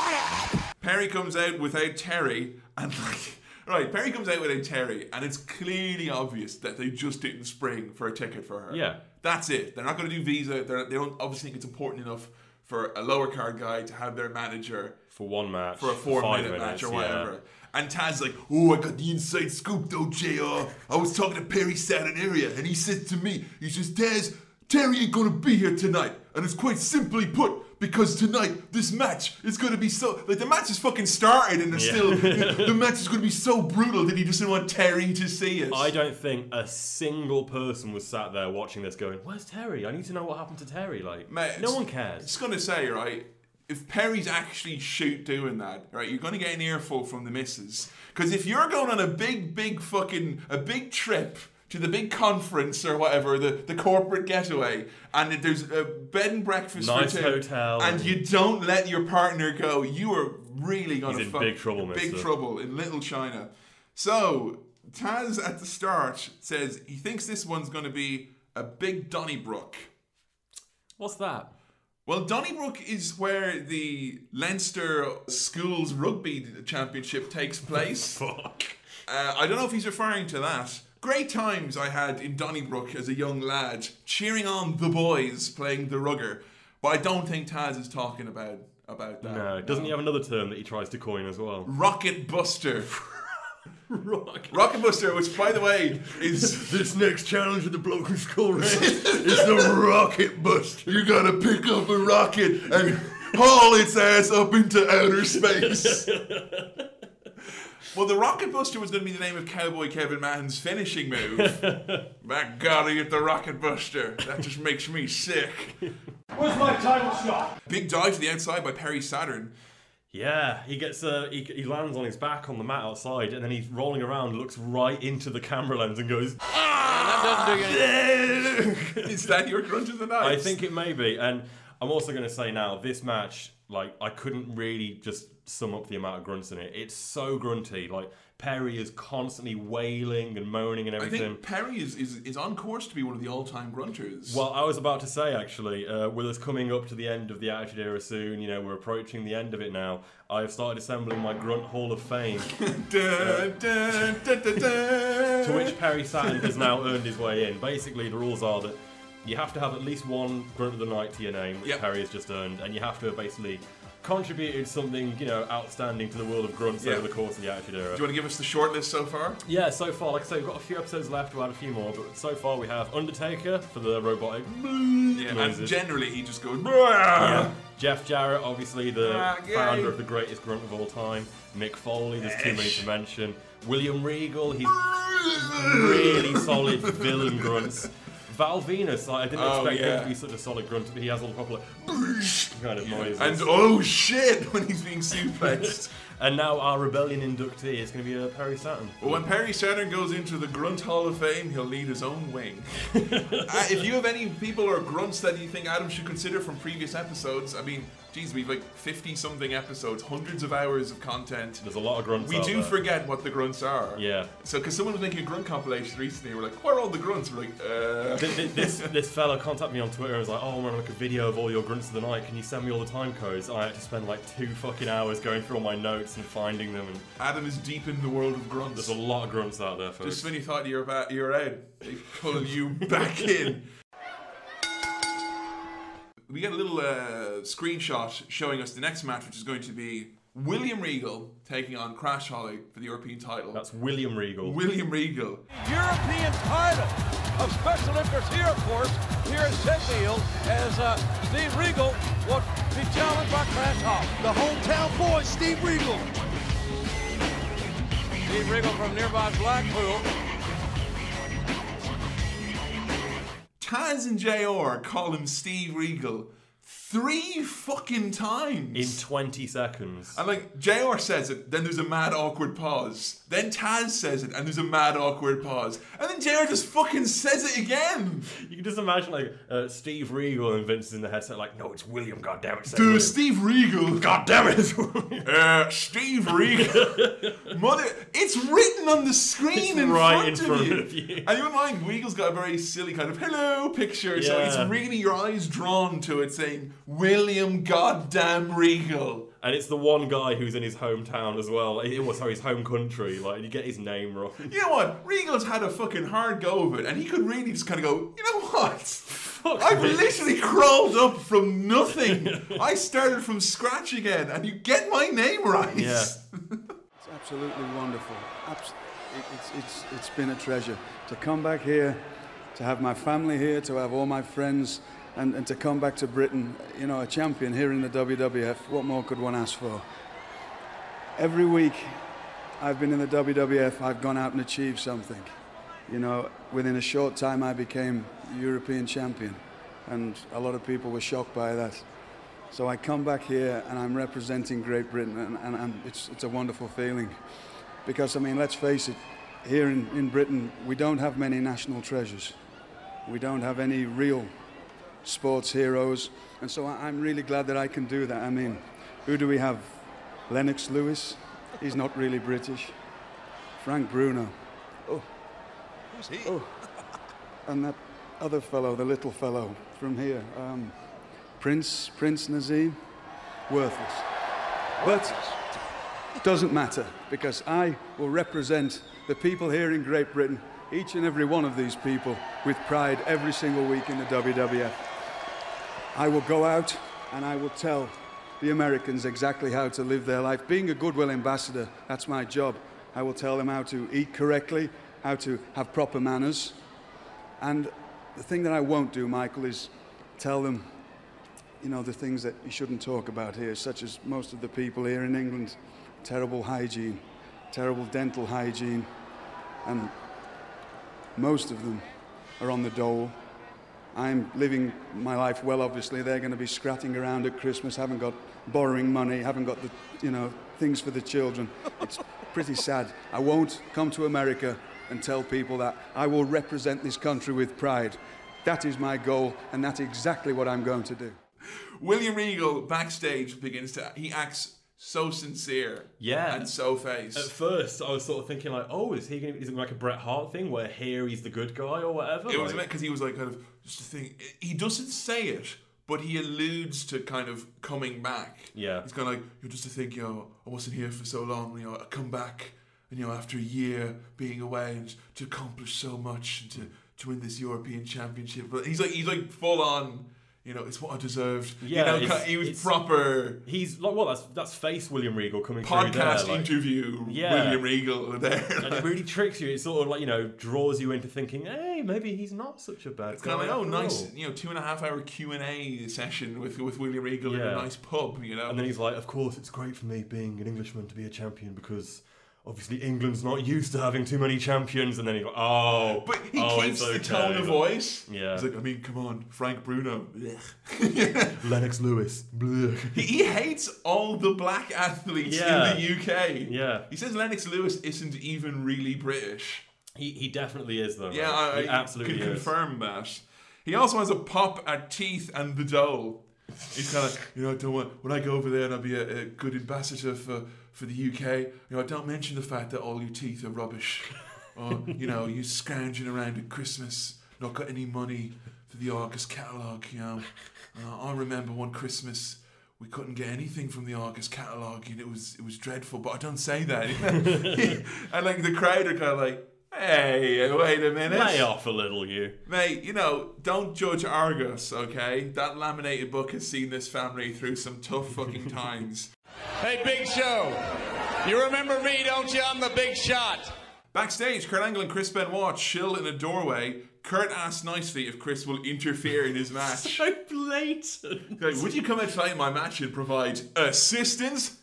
S1: up. Perry comes out without Terry, and like, right, Perry comes out without Terry, and it's clearly obvious that they just didn't spring for a ticket for her.
S3: Yeah.
S1: that's it. They're not going to do visa. They're, they don't obviously think it's important enough for a lower card guy to have their manager
S3: for one match
S1: for a four
S3: five
S1: minute
S3: minutes,
S1: match or
S3: yeah.
S1: whatever. And Taz's like, oh, I got the inside scoop though, JR. I was talking to Perry Saturnaria, and he said to me, he says, Taz, Terry ain't gonna be here tonight. And it's quite simply put, because tonight, this match is gonna be so. Like, the match is fucking started, and there's
S3: Yeah.
S1: still. the match is gonna be so brutal that he just didn't want Terry to see it.
S3: I don't think a single person was sat there watching this going, "Where's Terry? I need to know what happened to Terry." Like,
S1: Mate,
S3: no one cares.
S1: Just gonna say, right, if Perry's actually shoot doing that, right, you're gonna get an earful from the missus. Because if you're going on a big, big fucking a big trip to the big conference or whatever, the, the corporate getaway, and if there's a bed and breakfast
S3: Nice
S1: for two,
S3: hotel.
S1: and you don't let your partner go, you are really gonna
S3: He's in
S1: fuck-
S3: big trouble,
S1: big
S3: mister.
S1: trouble in Little China. So Taz at the start says he thinks this one's gonna be a big Donnybrook.
S3: What's that?
S1: Well, Donnybrook is where the Leinster Schools Rugby Championship takes place.
S3: Fuck.
S1: Uh, I don't know if he's referring to that. Great times I had in Donnybrook as a young lad, cheering on the boys playing the rugger. But I don't think Taz is talking about about that.
S3: No, doesn't he have another term that he tries to coin as well?
S1: Rocket Buster. Rocket. Buster, which by the way is
S15: this next challenge of the bloke who scored it is the rocket buster.
S1: You gotta pick up a rocket and haul its ass up into outer space. Well, the Rocket Buster was going to be the name of Cowboy Kevin Mahan's finishing move. My God, I get the Rocket Buster. That just makes me sick.
S6: Where's my title shot?
S1: Big dive to the outside by Perry Saturn.
S3: Yeah, he gets uh, he, he lands on his back on the mat outside, and then he's rolling around, looks right into the camera lens, and goes.
S1: that doesn't do anything. Ah, Is that your crunch of the night?
S3: I think it may be, and I'm also going to say now this match, like I couldn't really just sum up the amount of grunts in it. It's so grunty. Like Perry is constantly wailing and moaning and
S1: I
S3: everything.
S1: think Perry is, is, is on course to be one of the all time grunters.
S3: Well, I was about to say actually, uh, with us coming up to the end of the Attitude Era soon, you know, we're approaching the end of it now. I've started assembling my Grunt Hall of Fame.
S1: Dun, dun, dun, dun, dun.
S3: to which Perry Saturn has now earned his way in. Basically, the rules are that you have to have at least one Grunt of the Night to your name, which Perry has just earned, and you have to have basically contributed something, you know, outstanding to the world of grunts
S1: Yeah.
S3: over the course of the Attitude Era.
S1: Do you want to give us the short list so far?
S3: Yeah, so far, like I say, we've got a few episodes left. We'll add a few more, but so far we have Undertaker for the robotic.
S1: and generally he just goes.
S3: Yeah. Jeff Jarrett, obviously the
S1: Ah, gay.
S3: founder of the greatest grunt of all time. Mick Foley, there's too many to mention. William Regal, he's really solid villain grunts. Val Venus, like, I didn't
S1: Oh,
S3: expect him
S1: yeah.
S3: to be such a solid grunt, but he has all the proper like, kind of noises.
S1: And oh shit when he's being suplexed.
S3: and now our rebellion inductee is going to be uh, Perry Saturn.
S1: Well, when Perry Saturn goes into the Grunt Hall of Fame, he'll need his own wing. uh, if you have any people or grunts that you think Adam should consider from previous episodes, I mean, geez, we've like 50 something episodes, hundreds of hours of content.
S3: There's a lot of grunts
S1: We
S3: out
S1: do
S3: there.
S1: forget what the grunts are.
S3: Yeah.
S1: So, because someone was making a grunt compilation recently, we're like, where are all the grunts? We're like, uh.
S3: Th- th- this this fella contacted me on Twitter and was like, "Oh, I want to look a video of all your grunts of the night. Can you send me all the time codes?" I had to spend like two fucking hours going through all my notes and finding them. And
S1: Adam is deep in the world of grunts.
S3: There's a lot of grunts out there, folks.
S1: Just when you thought you were, about, you were out, they pull you back in. We get a little uh, screenshot showing us the next match, which is going to be William Regal taking on Crash Holly for the European title. That's
S3: William Regal.
S1: William Regal.
S4: European title of special interest here, of course, here at Sheffield, as uh, Steve Regal will be challenged by Crash Hall. The hometown boy, Steve Regal. Steve Regal from nearby Blackpool.
S1: Taz and JR call him Steve Regal three fucking times.
S3: In 20 seconds.
S1: And like JR says it, then there's a mad awkward pause. Then Taz says it, and there's a mad awkward pause. And then JR just fucking says it again.
S3: You can just imagine like uh, Steve Regal and Vince in the headset, like, "No, it's William. God damn it, say
S1: Dude,
S3: William."
S1: Steve Regal.
S3: God damn it.
S1: uh, Steve Regal. Mother, it's written on the screen
S3: It's
S1: in,
S3: right
S1: front
S3: in front
S1: of, you.
S3: of you.
S1: And you mind, Regal's got a very silly kind of hello picture, so
S3: Yeah.
S1: it's really your eyes drawn to it saying William Goddamn Regal.
S3: And it's the one guy who's in his hometown as well. It was sorry, his home country. Like you get his name wrong.
S1: You know what? Regal's had a fucking hard go of it, and he could really just kind of go, you know what? I've
S3: this."
S1: literally crawled up from nothing. I started from scratch again, and you get my name right.
S2: It's absolutely wonderful. Abs- it- It's, it's, it's been a treasure to come back here, to have my family here, to have all my friends, and, and to come back to Britain, you know, a champion here in the WWF. What more could one ask for? Every week I've been in the WWF, I've gone out and achieved something. You know, within a short time, I became European champion, and a lot of people were shocked by that. So I come back here and I'm representing Great Britain, and, and, and it's, it's a wonderful feeling. Because, I mean, let's face it, here in, in Britain, we don't have many national treasures. We don't have any real sports heroes. And so I, I'm really glad that I can do that. I mean, who do we have? Lennox Lewis? He's not really British. Frank Bruno. Oh.
S4: Who's he?
S2: Oh. And that other fellow, the little fellow from here, um, Prince, Prince Nazim, worthless. But doesn't matter because I will represent the people here in Great Britain, each and every one of these people, with pride every single week in the WWF. I will go out and I will tell the Americans exactly how to live their life. Being a goodwill ambassador, that's my job. I will tell them how to eat correctly, how to have proper manners. And the thing that I won't do, Michael, is tell them, you know, the things that you shouldn't talk about here, such as most of the people here in England, terrible hygiene, terrible dental hygiene, and most of them are on the dole. I'm living my life well, obviously. They're going to be scratting around at Christmas, haven't got borrowing money, haven't got the, you know, things for the children. It's pretty sad. I won't come to America and tell people that. I will represent this country with pride. That is my goal, and that's exactly what I'm going to do.
S1: William Regal backstage begins to he acts so sincere.
S3: Yeah.
S1: And so face.
S3: At first, I was sort of thinking like, oh, is he gonna, is it like a Bret Hart thing where here he's the good guy or whatever?
S1: It was
S3: Like-
S1: meant because he was like kind of just a thing. He doesn't say it, but he alludes to kind of coming back.
S3: Yeah.
S1: It's kind of like you're just to think, you know, I wasn't here for so long. You know, I come back, and you know, after a year being away and to accomplish so much and to to win this European Championship. But he's like he's like full on. You know, it's what I deserved. You know,
S3: it's-
S1: he was
S3: it's-
S1: proper.
S3: He's like what? That's that's face William Regal coming through there,
S1: Podcast
S3: like-
S1: interview William Regal there.
S3: and it really tricks you. It sort of like you know draws you into thinking, hey, maybe he's not such a bad.
S1: It's kind of like oh, nice,
S3: And
S1: you know, two and a half hour Q and A session with with William Regal in
S3: Yeah.
S1: a nice pub, you know.
S3: then he's like, of course, it's great for me being an Englishman to be a champion because. Obviously, England's not used to having too many champions, and then he go, "Oh,
S1: but he
S3: oh, it's
S1: keeps the
S3: okay.
S1: tone of voice.
S3: Yeah,
S1: he's like, I mean, come on, Frank Bruno. Blech.
S3: Lennox Lewis. Blech.
S1: He, he hates all the black athletes
S3: Yeah.
S1: in the UK.
S3: Yeah.
S1: he says Lennox Lewis isn't even really British.
S3: He he definitely is though.
S1: Yeah,
S3: right?
S1: I,
S3: he
S1: I
S3: absolutely
S1: can
S3: is.
S1: confirm that. He also has a pop at teeth and the dole. He's kind of, you know, I don't want when I go over there and I'll be a, a good ambassador for, for the UK. You know, I don't mention the fact that all your teeth are rubbish, or you know, you scrounging around at Christmas, not got any money for the Argus catalogue. You know, uh, I remember one Christmas. We couldn't get anything from the Argus catalogue, and it was it was dreadful. But I don't say that, and like the crowd are kind of like, "Hey, wait a minute,
S3: Lay off a little, you.
S1: Mate, you know, don't judge Argus, okay? That laminated book has seen this family through some tough fucking times.
S33: Hey, Big Show. You remember me, don't you? I'm the big shot.
S1: Backstage, Kurt Angle and Chris Benoit chill in a doorway. Kurt asks nicely if Chris will interfere in his match.
S3: so blatant.
S1: Like, Would you come and fight my match and provide assistance?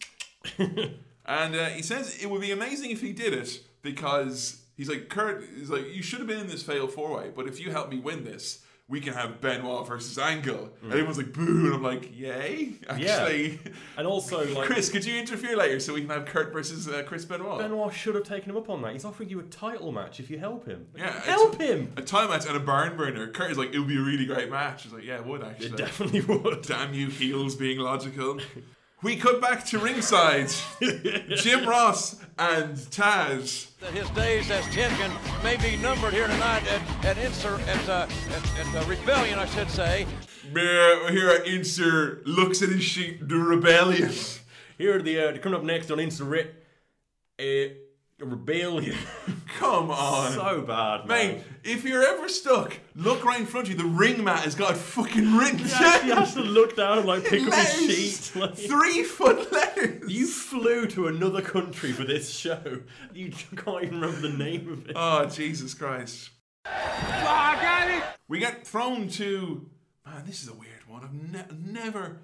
S1: and uh, he says it would be amazing if he did it because he's like, Kurt, he's like, you should have been in this fatal four way, but if you help me win this, we can have Benoit versus Angle.
S3: Mm.
S1: And everyone's like, boo. And I'm like, yay. Actually.
S3: And also, like-
S1: Chris, could you interfere later so we can have Kurt versus uh, Chris Benoit?
S3: Benoit should have taken him up on that. He's offering you a title match if you help him.
S1: yeah,
S3: help
S1: a-
S3: him.
S1: A time match and a barn burner. Kurt is like, it would be a really great match. He's like, yeah, it would actually.
S3: It definitely would.
S1: Damn you, heels being logical. We cut back to ringside. Jim Ross and Taz.
S26: That his days as champion may be numbered here tonight at at, insur- at, uh, at, at uh, rebellion, I should say.
S1: Here, here, insert looks at his sheet, the rebellion.
S3: Here are the uh, coming up next on Insurrect. Uh, rebellion.
S1: Come on.
S3: So bad, man.
S1: Mate, if you're ever stuck, look right in front of you. The ring mat has got a fucking ring.
S3: Yeah, you have to look down and like pick up a
S1: Letters.
S3: sheet. Like,
S1: Three foot letters.
S3: You flew to another country for this show. You can't even remember the name of it.
S1: Oh Jesus Christ! We get thrown to man. This is a weird one. I've ne- never,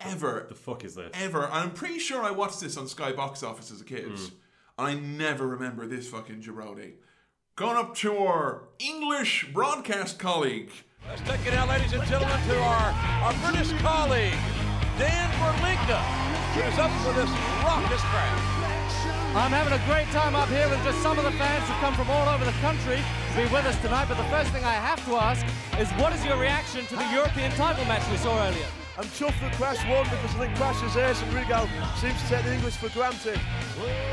S1: ever,
S3: the fuck is this?
S1: ever. And I'm pretty sure I watched this on Sky Box Office as a kid.
S3: Mm.
S1: And I never remember this fucking jabroni. Going up to our English broadcast colleague.
S26: Let's take it out, ladies and gentlemen, to our, our British colleague, Dan Berlinga, who's up for this raucous crowd.
S4: I'm having a great time up here with just some of the fans who've come from all over the country to be with us tonight. But the first thing I have to ask is what is your reaction to the European title match we saw earlier?
S34: I'm chuffed that Crash won because I think Crash's ace and Regal seems to take the English for granted.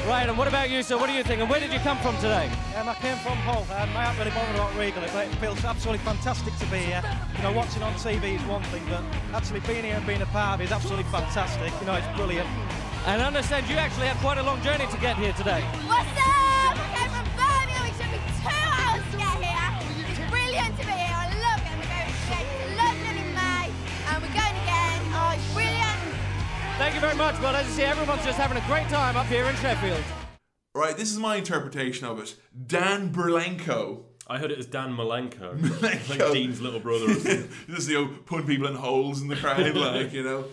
S4: Right, and what about you, sir? What do you think? And where did you come from today?
S35: Um, I came from Hull. Um, I haven't really bothered about Regal, but it feels absolutely fantastic to be here. You know, watching on TV is one thing, but actually being here and being a part of it is absolutely fantastic. You know, it's brilliant.
S4: And I understand you actually had quite a long journey to get here today.
S15: What's up? We came from Birmingham. It took me two hours to get here. It's brilliant to be here. I love it. We're going straight to London in May, and we're going again. Oh, it's brilliant.
S4: Thank you very much. Well, as you see, everyone's just having a great time up here in Sheffield.
S1: Right, this is my interpretation of it. Dan Berlenko.
S3: I heard it as Dan Malenko. Like Dean's little brother or something.
S1: Just you know, putting people in holes in the crowd, like you know.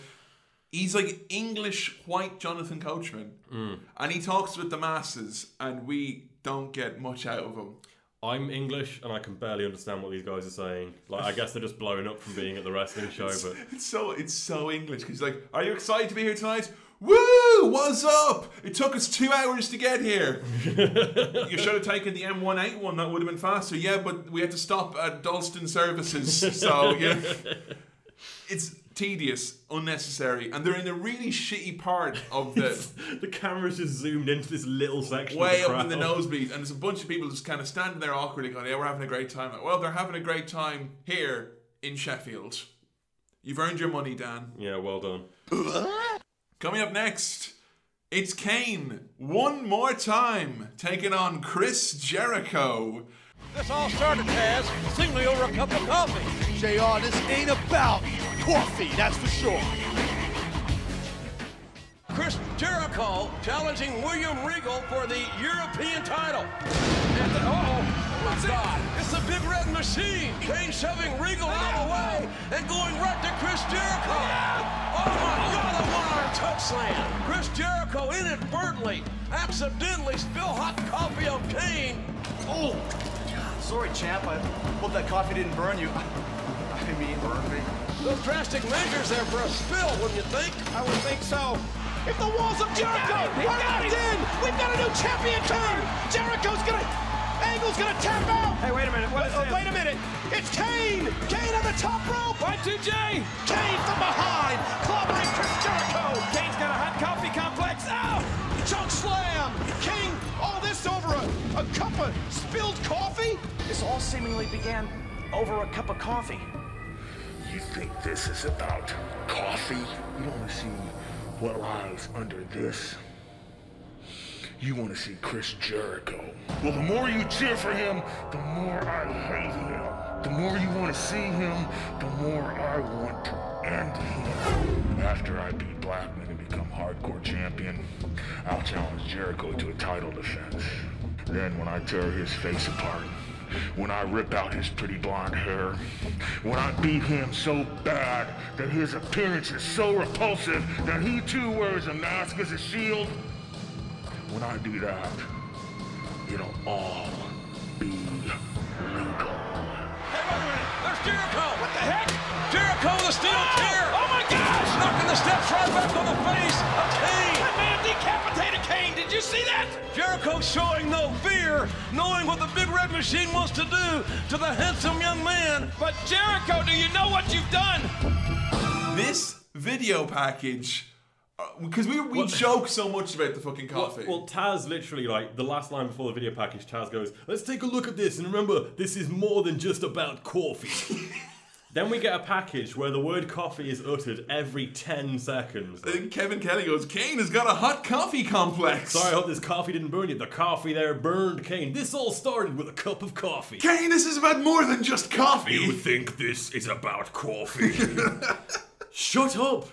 S1: He's like English white Jonathan Coachman,
S3: Mm.
S1: and he talks with the masses, and we don't get much out of him.
S3: I'm English and I can barely understand what these guys are saying. Like, I guess they're just blowing up from being at the wrestling show,
S1: It's,
S3: but
S1: it's so it's so English because like, are you excited to be here tonight? Woo! What's up? It took us two hours to get here. you should have taken the M181. That would have been faster. Yeah, but we had to stop at Dalston Services, so yeah, it's tedious, unnecessary, and they're in a really shitty part of the.
S3: the camera's just zoomed into this little section.
S1: Way
S3: of the
S1: up in the
S3: crowd.
S1: nosebleeds, and there's a bunch of people just kind of standing there awkwardly going, Yeah, we're having a great time. Like, well, they're having a great time here in Sheffield. You've earned your money, Dan.
S3: Yeah, well done.
S1: Coming up next, it's Kane one more time taking on Chris Jericho.
S26: This all started as singly over a cup of coffee. JR, this ain't about coffee, that's for sure. Chris Jericho challenging William Regal for the European title. And
S4: uh,
S26: the, oh, what's God. It's the big red machine. Kane shoving Regal out of the way and going right to Chris Jericho. Oh my God, a one-arm touch slam. Chris Jericho inadvertently, accidentally spill hot coffee on Kane. Oh,
S36: Sorry, champ. I hope that coffee didn't burn you. I mean, burn me.
S26: Those drastic measures there for a spill, wouldn't you think? I would think so. If the walls of Jericho are locked in, we've got a new champion turn. Jericho's gonna, Angle's gonna tap out. Hey, wait a minute. What is wait, wait a minute. It's Kane. Kane on the top rope. One, two, J. Kane from behind, clobbering Chris Jericho. Kane's got a hot coffee complex. Ah! Out. Choke slam. Kane. All this over a, a cup of spilled coffee. This all seemingly began over a cup of coffee.
S4: You think this is about coffee? You don't want to see what lies under this. You want to see Chris Jericho. Well, the more you cheer for him, the more I hate him. The more you want to see him, the more I want to end him. After I beat Blackman and become hardcore champion, I'll challenge Jericho to a title defense. Then when I tear his face apart, when I rip out his pretty blonde hair, when I beat him so bad that his appearance is so repulsive that he too wears a mask as a shield, when I do that, it'll all be legal.
S26: There's Jericho. What the heck? Jericho the steel chair. Oh my gosh! Knocking the steps right back on the face of Kane. That man decapitated Kane. Did you see that? Jericho showing no fear, knowing what the big red machine wants to do to the handsome young man. But Jericho, do you know what you've done?
S1: This video package, because Uh, we, we joke so much about the fucking coffee.
S3: Well, well, Taz literally, like, the last line before the video package, Taz goes, Let's take a look at this and remember, this is more than just about coffee. then we get a package where the word coffee is uttered every 10 seconds.
S1: Kevin Kelly goes, Kane has got a hot coffee complex.
S3: Sorry, I hope this coffee didn't burn you. The coffee there burned Kane. This all started with a cup of coffee.
S1: Kane, this is about more than just coffee.
S3: You think this is about coffee? Shut up.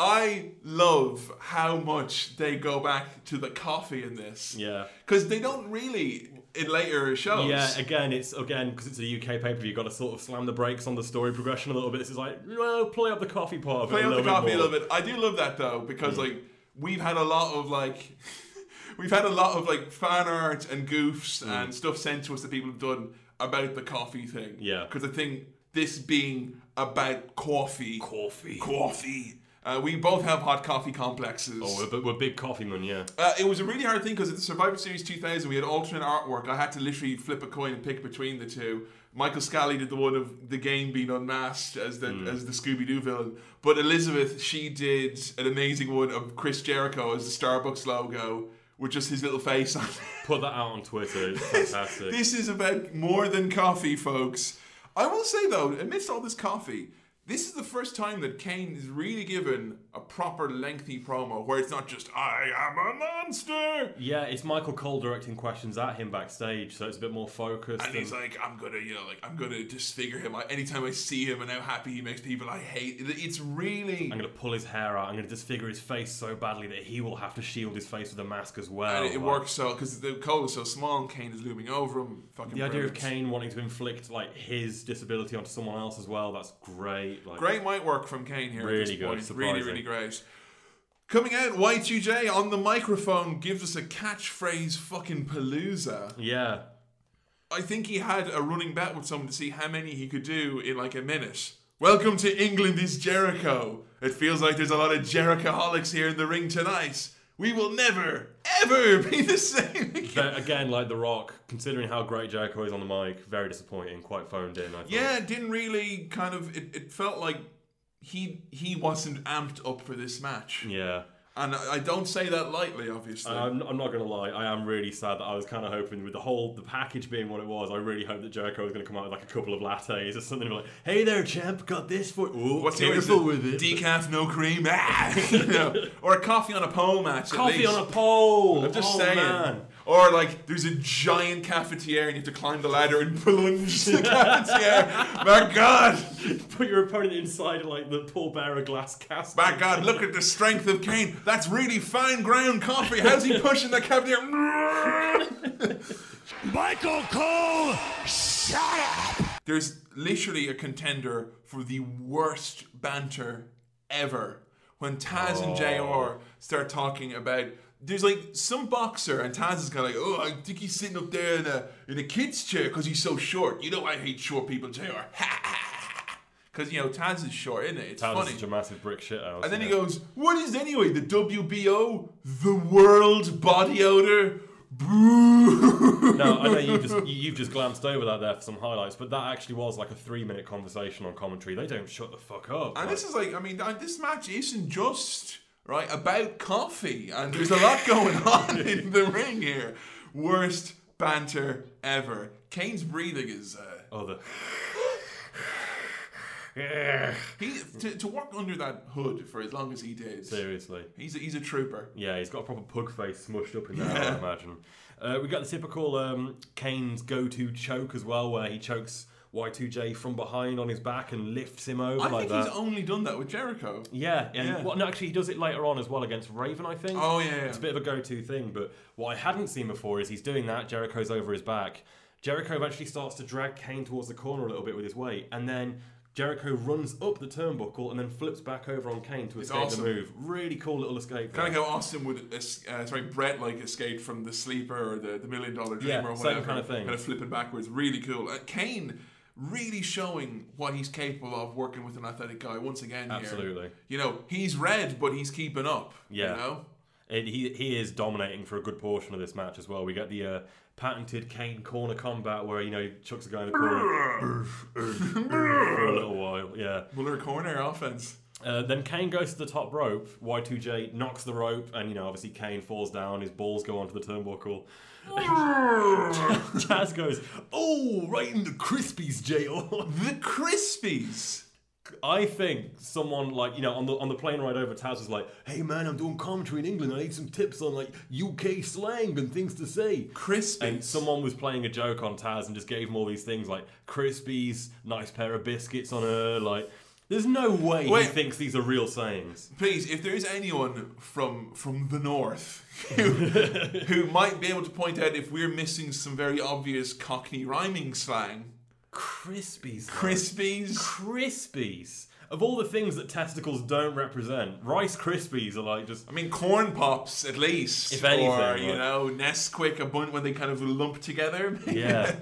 S1: I love how much they go back to the coffee in this.
S3: yeah.
S1: Because they don't really in later shows.
S3: Yeah, again, it's again because it's a UK pay per view. Got to sort of slam the brakes on the story progression a little bit. This is like, well, play up the coffee part of it
S1: play
S3: a
S1: up the
S3: little bit
S1: coffee a
S3: more.
S1: little bit. I do love that though because
S3: Mm.
S1: like we've had a lot of like we've had a lot of like fan art and goofs
S3: Mm.
S1: and stuff sent to us that people have done about the coffee thing.
S3: Yeah.
S1: because I think this being about coffee,
S3: coffee,
S1: coffee. Uh, we both have hot coffee complexes.
S3: Oh, we're, we're big coffee men, yeah.
S1: Uh, it was a really hard thing because at the Survivor Series 2000, we had alternate artwork. I had to literally flip a coin and pick between the two. Michael Scally did the one of the game being unmasked as the
S3: Mm.
S1: as the Scooby Doo villain, but Elizabeth she did an amazing one of Chris Jericho as the Starbucks logo with just his little face on. it.
S3: Put that out on Twitter. It's fantastic.
S1: this is about more than coffee, folks. I will say though, amidst all this coffee. This is the first time that Kane is really given a proper lengthy promo where it's not just "I am a monster."
S3: yeah, it's Michael Cole directing questions at him backstage, so it's a bit more focused.
S1: And he's like, I'm gonna, you know, like I'm gonna disfigure him. I, anytime I see him and how happy he makes people, I hate. it- It's really.
S3: I'm gonna pull his hair out. I'm gonna disfigure his face so badly that he will have to shield his face with a mask as well.
S1: and it, it
S3: Like,
S1: works so because the code is so small, and Kane is looming over him. Fucking
S3: The idea of
S1: brilliant.
S3: Kane wanting to inflict like his disability onto someone else as well—that's great. sweep. Like
S1: Great mic work from Kane here.
S3: Really
S1: at this
S3: good,
S1: Point. Really,
S3: surprising.
S1: really great. Coming out, Y2J on the microphone gives us a catchphrase fucking palooza.
S3: Yeah.
S1: I think he had a running bet with someone to see how many he could do in like a minute. Welcome to England is Jericho. It feels like there's a lot of Jerichoholics here in the ring tonight. We will never, ever be the same again.
S3: But again, like The Rock, considering how great Jericho is on the mic, very disappointing. Quite phoned in. I thought.
S1: Yeah, it didn't really kind of. It, it felt like he he wasn't amped up for this match.
S3: Yeah.
S1: And I I don't say that lightly, obviously.
S3: I'm, I'm not gonna lie. I am really sad that I was kind of hoping, with the whole the package being what it was, I really hoped that Jericho was gonna come out with like a couple of lattes or something like, "Hey there, champ, got this for Ooh,
S1: What's here is
S3: careful
S1: it?
S3: with it."
S1: Decaf, no cream. Ah! You know, or a coffee on a pole match. at
S3: Coffee
S1: least.
S3: on a pole.
S1: I'm just
S3: Oh,
S1: saying.
S3: man.
S1: Or like, there's a giant cafetiere and you have to climb the ladder and plunge the cafetiere. My God!
S3: Put your opponent inside like the Paul Bearer glass cast.
S1: My God, look at the strength of Kane. That's really fine ground coffee. How's he pushing the cafetiere?
S20: Michael Cole, shut up!
S1: There's literally a contender for the worst banter ever. When Taz and
S3: Oh.
S1: JR start talking about there's like some boxer and Taz is kind of like, oh, I think he's sitting up there in a in a kid's chair because he's so short. You know, I hate short people, JR. Because you know Taz is short, isn't it? It's
S3: Taz is
S1: funny.
S3: such a massive brick shit house.
S1: And then he
S3: isn't it?
S1: goes, What is anyway the WBO? The World Body Odor?
S3: No, I know you just you- you've just glanced over that there for some highlights, but that actually was like a three minute conversation on commentary. They don't shut the fuck up.
S1: And
S3: like-
S1: this is like, I mean, th- this match isn't just right about coffee, and there's a lot going on in the ring here. Worst banter ever. Kane's breathing is. Uh,
S3: oh, the.
S1: he to, to work under that hood for as long as he did.
S3: Seriously.
S1: he's a, he's a trooper.
S3: Yeah, he's got a proper pug face smushed up in there,
S1: Yeah.
S3: I imagine. Uh, we got the typical um, Kane's go to choke as well, where he chokes Y2J from behind on his back and lifts him over
S1: I
S3: like
S1: think
S3: that.
S1: he's only done that with Jericho.
S3: Yeah, and
S1: Yeah.
S3: Well, no, actually, he does it later on as well against Raven, I think.
S1: Oh, yeah, yeah.
S3: it's a bit of a go-to thing. But what I hadn't seen before is he's doing that. Jericho's over his back. Jericho eventually starts to drag Kane towards the corner a little bit with his weight, and then Jericho runs up the turnbuckle and then flips back over on Kane to
S1: It's
S3: escape
S1: awesome.
S3: the move. Really cool little escape.
S1: Kind of
S3: there.
S1: how Austin would, es- uh, sorry, Brett like escaped from the sleeper or the, the million dollar dream
S3: Yeah,
S1: or
S3: same
S1: whatever.
S3: kind of thing.
S1: Kind of flipping backwards. Really cool. Uh, Kane really showing what he's capable of working with an athletic guy once again. here.
S3: Absolutely.
S1: You know, he's red, but he's keeping up.
S3: Yeah.
S1: You know?
S3: And he he is dominating for a good portion of this match as well. We get the uh, patented Kane corner combat where you know he chucks a guy in the corner for a little while. Yeah,
S1: Muller corner offense.
S3: Uh, then Kane goes to the top rope. Y2J knocks the rope, and you know obviously Kane falls down. His balls go onto the turnbuckle. Taz goes, "Oh, right in the crispies, Jr.
S1: the crispies."
S3: I think someone like you know on the on the plane ride over, Taz was like, "Hey man, I'm doing commentary in England. I need some tips on like UK slang and things to say."
S1: Crispies.
S3: And someone was playing a joke on Taz and just gave him all these things like crispies, nice pair of biscuits on her. Like, there's no way
S1: Wait.
S3: he thinks these are real sayings.
S1: Please, if there is anyone from from the north who, who might be able to point out if we're missing some very obvious Cockney rhyming slang,
S3: Crispies. though.
S1: Crispies.
S3: Crispies. Of all the things that testicles don't represent, Rice Krispies are like just.
S1: I mean, corn pops at least,
S3: If anything,
S1: or you
S3: like-
S1: know, Nesquik, a bun when they kind of lump together.
S3: Yeah.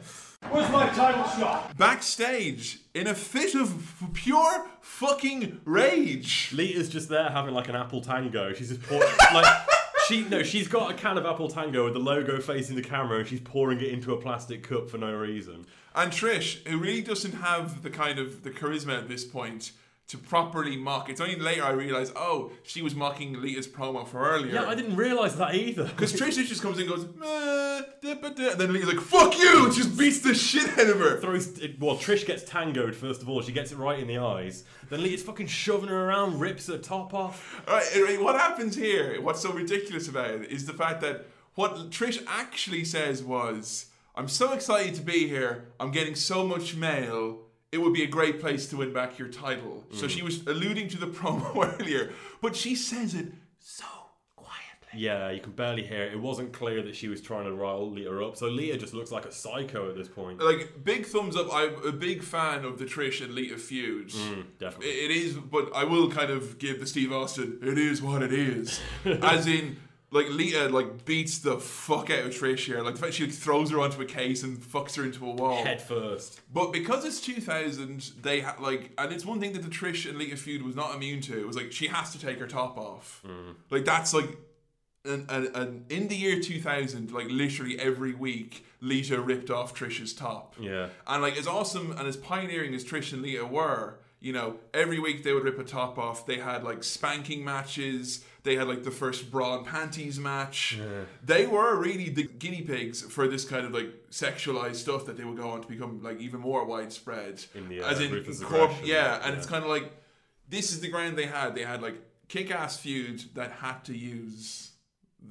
S4: Where's my title shot?
S1: Backstage, in a fit of pure fucking rage,
S3: Lita's just there having like an apple tango. She's just pouring. like, she, no, she's got a can of apple tango with the logo facing the camera and she's pouring it into a plastic cup for no reason.
S1: and Trish, who really doesn't have the kind of the charisma at this point to properly mock. It's only later I realize, oh, she was mocking Lita's promo for earlier.
S3: Yeah, I didn't realise that either.
S1: Because Trish just comes in and goes, "Meh, da, ba, da," and then Lita's like, fuck you! and Just beats the shit out of her.
S3: Throws it, well, Trish gets tangoed first of all. She gets it right in the eyes. Then Lita's fucking shoving her around, rips her top off.
S1: All right, all right, what happens here, what's so ridiculous about it, is the fact that what Trish actually says was, I'm so excited to be here, I'm getting so much mail, it would be a great place to win back your title. So
S3: Mm.
S1: she was alluding to the promo earlier, but she says it so
S3: Yeah, you can barely hear it. It wasn't clear that she was trying to rile Lita up. So Lita just looks like a psycho at this point.
S1: Like big thumbs up. I'm a big fan of the Trish and Lita feud.
S3: Mm, definitely.
S1: It- it is, but I will kind of give the Steve Austin. It is what it is. As in, like Lita like beats the fuck out of Trish here. Like the fact she like, throws her onto a case and fucks her into a wall
S3: Head first.
S1: But because it's 2000, they ha- like, and it's one thing that the Trish and Lita feud was not immune to. It was like she has to take her top off.
S3: Mm.
S1: Like that's like and, and, and in the year 2000 like literally every week lita ripped off trish's top
S3: Yeah.
S1: and like as awesome and as pioneering as trish and lita were you know every week they would rip a top off they had like spanking matches they had like the first bra and panties match they were really the guinea pigs for this kind of like sexualized stuff that they would go on to become like even more widespread
S3: In the, uh,
S1: as in
S3: Ruthless
S1: corp-
S3: Aggression,
S1: yeah and it's
S3: yeah.
S1: kind of like this is the ground they had they had like kick-ass feud that had to use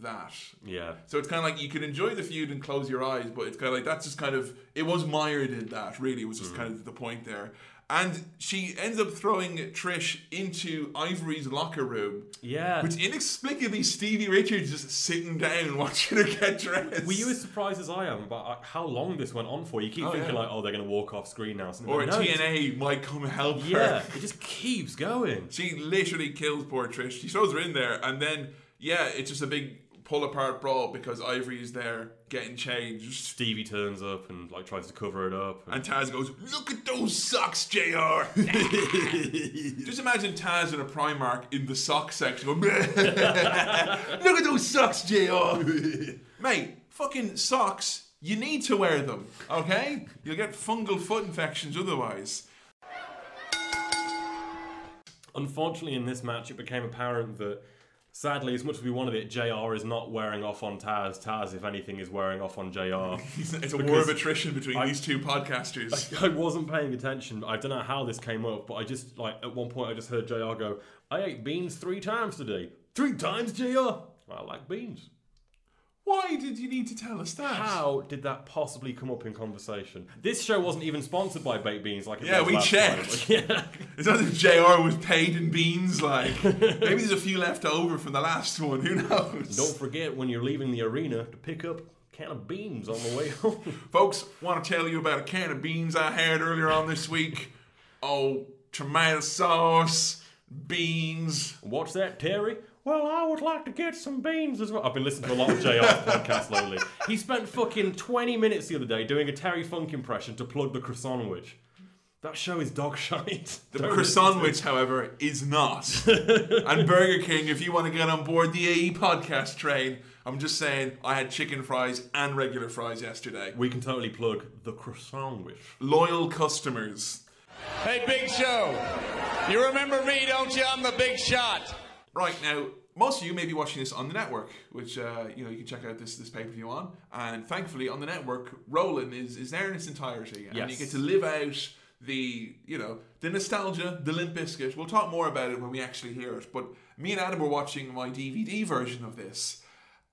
S1: that
S3: Yeah.
S1: so it's kind of like you can enjoy the feud and close your eyes, but it's kind of like that's just kind of it was mired in that. Really, was just
S3: Mm.
S1: kind of the point there. And she ends up throwing Trish into Ivory's locker room.
S3: Yeah.
S1: Which inexplicably Stevie Richards just sitting down watching her get dressed.
S3: Were you as surprised as I am about uh, how long this went on for? You keep
S1: Oh,
S3: thinking
S1: yeah.
S3: like, oh, they're going to walk off screen now. Something
S1: Or
S3: like,
S1: a
S3: no, it's-
S1: TNA might come help her.
S3: Yeah, it just keeps going.
S1: She literally kills poor Trish. She throws her in there, and then yeah, it's just a big pull apart brawl because Ivory is there getting changed.
S3: Stevie turns up and like tries to cover it up.
S1: And Taz goes, Look at those socks, JR. Just imagine Taz in a Primark in the sock section. going, Look at those socks, JR. Mate, fucking socks, you need to wear them, okay? You'll get fungal foot infections otherwise.
S3: Unfortunately, in this match, it became apparent that, sadly, as much as we wanted it, JR is not wearing off on Taz. Taz, if anything, is wearing off on JR.
S1: It's a war of attrition between these two podcasters.
S3: I wasn't paying attention. I don't know how this came up, but I just, like, at one point I just heard JR go, I ate beans three times today. Three times, JR? I like beans.
S1: Why did you need to tell us that?
S3: How did that possibly come up in conversation? This show wasn't even sponsored by Baked Beans, like it
S1: Yeah,
S3: was
S1: we
S3: last
S1: checked.
S3: time. yeah.
S1: It's not as if JR was paid in beans, like. Maybe there's a few left over from the last one, who knows?
S3: Don't forget when you're leaving the arena to pick up a can of beans on the way home.
S1: Folks, want to tell you about a can of beans I had earlier on this week. Oh, tomato sauce, beans.
S3: Watch that, Terry. Well, I would like to get some beans as well. I've been listening to a lot of JR's podcasts lately. He spent fucking 20 minutes the other day doing a Terry Funk impression to plug the croissant witch. That show is dog shite.
S1: The
S3: Don't
S1: croissant
S3: listen
S1: witch, however, is not. and Burger King, if you want to get on board the AE podcast train, I'm just saying I had chicken fries and regular fries yesterday.
S3: We can totally plug the croissant witch.
S1: Loyal customers.
S37: Hey, Big Show, you remember me, don't you? I'm the big shot.
S1: Right now, most of you may be watching this on the network, which uh, you know you can check out this this pay per view on. And thankfully, on the network, Roland is is there in its entirety, and
S3: Yes.
S1: you get to live out the you know the nostalgia, the Limp Bizkit. We'll talk more about it when we actually hear it. But me and Adam were watching my DVD version of this,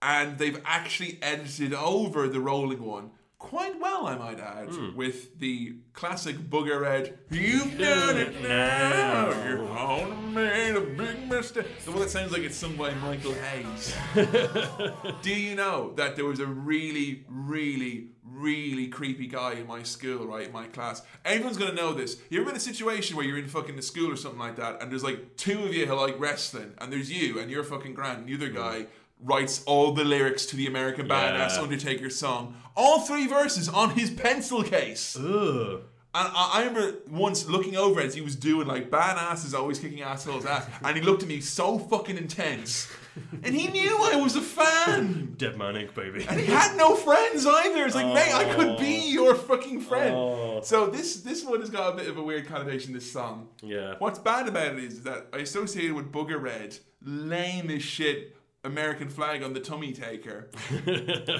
S1: and they've actually edited over the rolling one quite well, I might add, with the classic booger red. You've done it now. You're on made a big mistake. The one that sounds like it's sung by Michael Hayes. Do you know that there was a really, really, really creepy guy in my school, right? In my class. Everyone's gonna know this. You ever been in a situation where you're in fucking the school or something like that, and there's like two of you who like wrestling, and there's you, and you're fucking grand, and the other guy writes all the lyrics to the American Badass
S3: Yeah.
S1: Undertaker song, all three verses on his pencil case.
S3: Ugh.
S1: And I, I remember once looking over as he was doing like badass is always kicking assholes ass, and he looked at me so fucking intense, and he knew I was a fan.
S3: Dead Man Inc., baby.
S1: And he had no friends either. It's like, mate, I could be your fucking friend.
S3: Oh.
S1: So this this one has got a bit of a weird connotation. This song.
S3: Yeah.
S1: What's bad about it is that I associate it with Booger Red, lame as shit American flag on the tummy taker,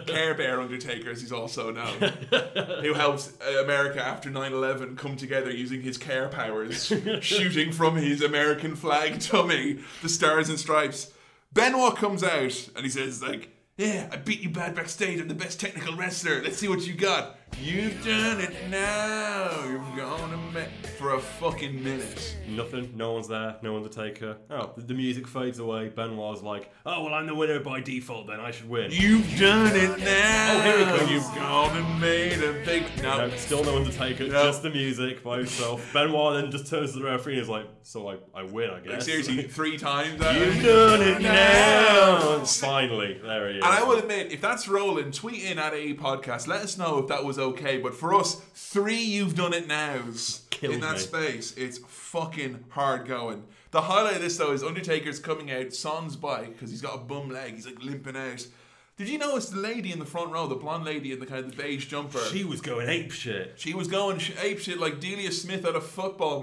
S1: Care Bear Undertaker, as he's also known, who helps uh, America after 9-11 come together using his care powers, shooting from his American flag tummy, the stars and stripes. Benoit comes out and he says like, "Yeah, I beat you bad backstage. I'm the best technical wrestler. Let's see what you got." You've done it now. You've gone a mi- for a fucking minute.
S3: Nothing. No one's there. No one's a taker. Oh, the, the music fades away. Benoit's like, oh, well, I'm the winner by default, then I should win.
S1: You've done it now.
S3: Oh, here it comes.
S1: You've gone and made a big. No.
S3: still no Undertaker, just the music by himself. Benoit then just turns to the referee and is like, so I, I win, I guess.
S1: Like, seriously, three times. eh?
S3: You've done it now. Finally, there he is.
S1: And I will admit, if that's rolling, tweet in at a podcast. Let us know if that was okay. But for us, three you've done it nows in that
S3: me.
S1: space. It's fucking hard going. The highlight of this though is Undertaker's coming out Son's bike because he's got a bum leg. He's like limping out. Did you notice the lady in the front row, the blonde lady in the kind of the beige jumper?
S3: She was going ape shit.
S1: She was going sh- ape shit like Delia Smith at a football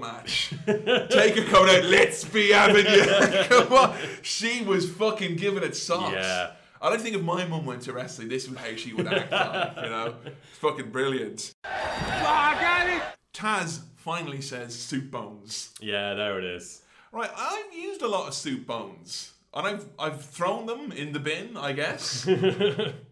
S1: match. Take her coat out. Let's be having you. Come on. She was fucking giving it socks.
S3: Yeah.
S1: I don't think if my mum went to wrestling, this was how she would act. like, you know, it's fucking brilliant.
S4: I got it.
S1: Taz finally says soup bones.
S3: Yeah, there it is.
S1: Right, I've used a lot of soup bones. And I've I've thrown them in the bin, I guess.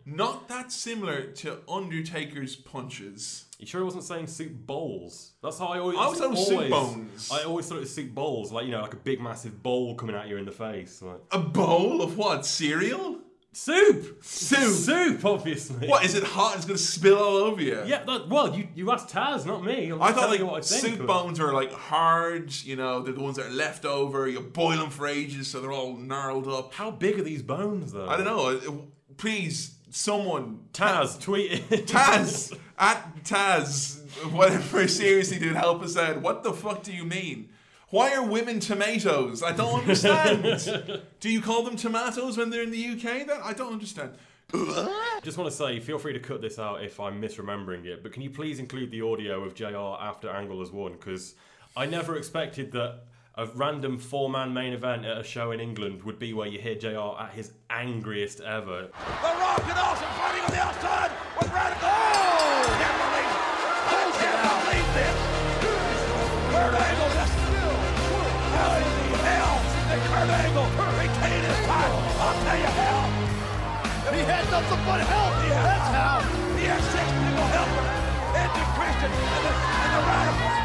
S1: Not that similar to Undertaker's punches.
S3: You sure he wasn't saying soup bowls? That's how I always.
S1: I always thought it was soup
S3: always-
S1: bones.
S3: I always thought it was soup bowls, like you know, like a big massive bowl coming at you in the face. Like
S1: a bowl of what? Cereal?
S3: Soup.
S1: Soup.
S3: Soup, obviously.
S1: What is it hot? and It's gonna spill all over you.
S3: Yeah. That, well, you you asked Taz, not me. I'm
S1: I
S3: just
S1: thought
S3: telling
S1: like
S3: you what I think,
S1: soup
S3: but-
S1: bones are like hard, you know, they're the ones that are left over. You boil them for ages, so they're all gnarled up.
S3: How big are these bones, though?
S1: I don't know. Uh, Please, someone
S3: Taz, tweet it.
S1: Taz at Taz, whatever. Seriously, dude, help us out. What the fuck do you mean? Why are women tomatoes? I don't understand. do you call them tomatoes when they're in the UK? Then I don't understand.
S3: Just want to say, feel free to cut this out if I'm misremembering it, but can you please include the audio of JR after Angle has won? Because I never expected that a random four man main event at a show in England would be where you hear JR at his angriest ever.
S4: The Rock and Austin fighting on the outside with Radical. Oh, can't believe it. I can't believe this. Kurt Angle just How in the hell did Kurt Angle retain his title? I'll tell you how. He had nothing but help. He had That's how. He had six people helping. And the Christian and the, and the Radical.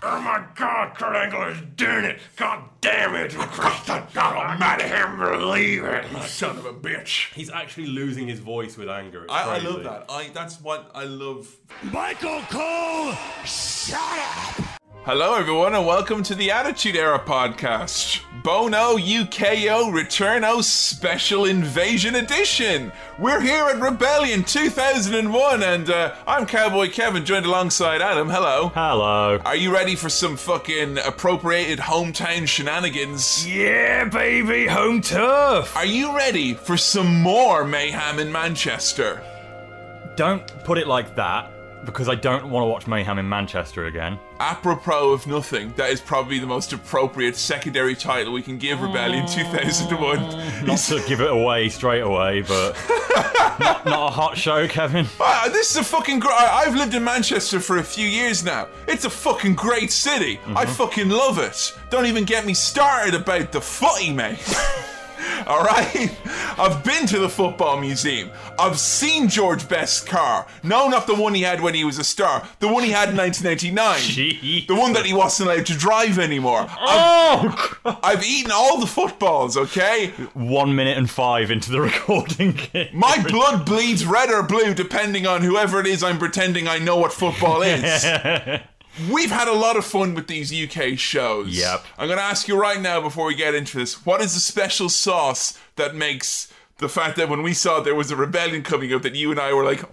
S38: Oh my god, Kurt Angle is doing it! God damn it! Christian, I'm out of here, believe it! You son of a bitch!
S3: He's actually losing his voice with anger. It's
S1: I, I
S3: crazy.
S1: love that. I that's what I love.
S4: Michael Cole, shut up.
S1: Hello, everyone, and welcome to the Attitude Era podcast. Bono UKO Returno Special Invasion Edition. We're here at Rebellion 2001, and uh, I'm Cowboy Kevin, joined alongside Adam. Hello.
S3: Hello.
S1: Are you ready for some fucking appropriated hometown shenanigans?
S39: Yeah, baby, home turf.
S1: Are you ready for some more mayhem in Manchester?
S39: Don't put it like that because I don't want to watch Mayhem in Manchester again.
S1: Apropos of nothing, that is probably the most appropriate secondary title we can give Rebellion
S39: Mm.
S1: 2001.
S39: Not to give it away straight away, but not, not a hot show, Kevin.
S1: Ah, this is a fucking great. I've lived in Manchester for a few years now. It's a fucking great city. I
S39: Mm-hmm.
S1: fucking love it. Don't even get me started about the footy, mate. All right, I've been to the football museum. I've seen George Best's car. No, not the one he had when he was a star. The one he had in 1989. the one that he wasn't allowed to drive anymore. I've, oh, I've eaten all the footballs. Okay,
S39: One minute and five into the recording. Kevin.
S1: my blood bleeds red or blue depending on whoever it is I'm pretending I know what football is. We've had a lot of fun with these UK shows. Yep. I'm going to ask you right now before we get into this what is the special sauce that makes the fact that when we saw there was a rebellion coming up that you and I were like,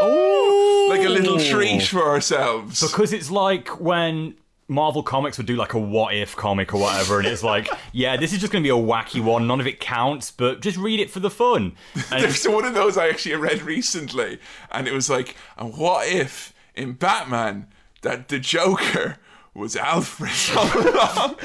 S1: oh, like a little treat for ourselves?
S39: Because it's like when Marvel Comics would do like a what if comic or whatever, and it's like, yeah, this is just going to be a wacky one. None of it counts, but just read it for the fun. And
S1: There's one of those I actually read recently, and it was like, and what if in Batman that the Joker was Alfred all along?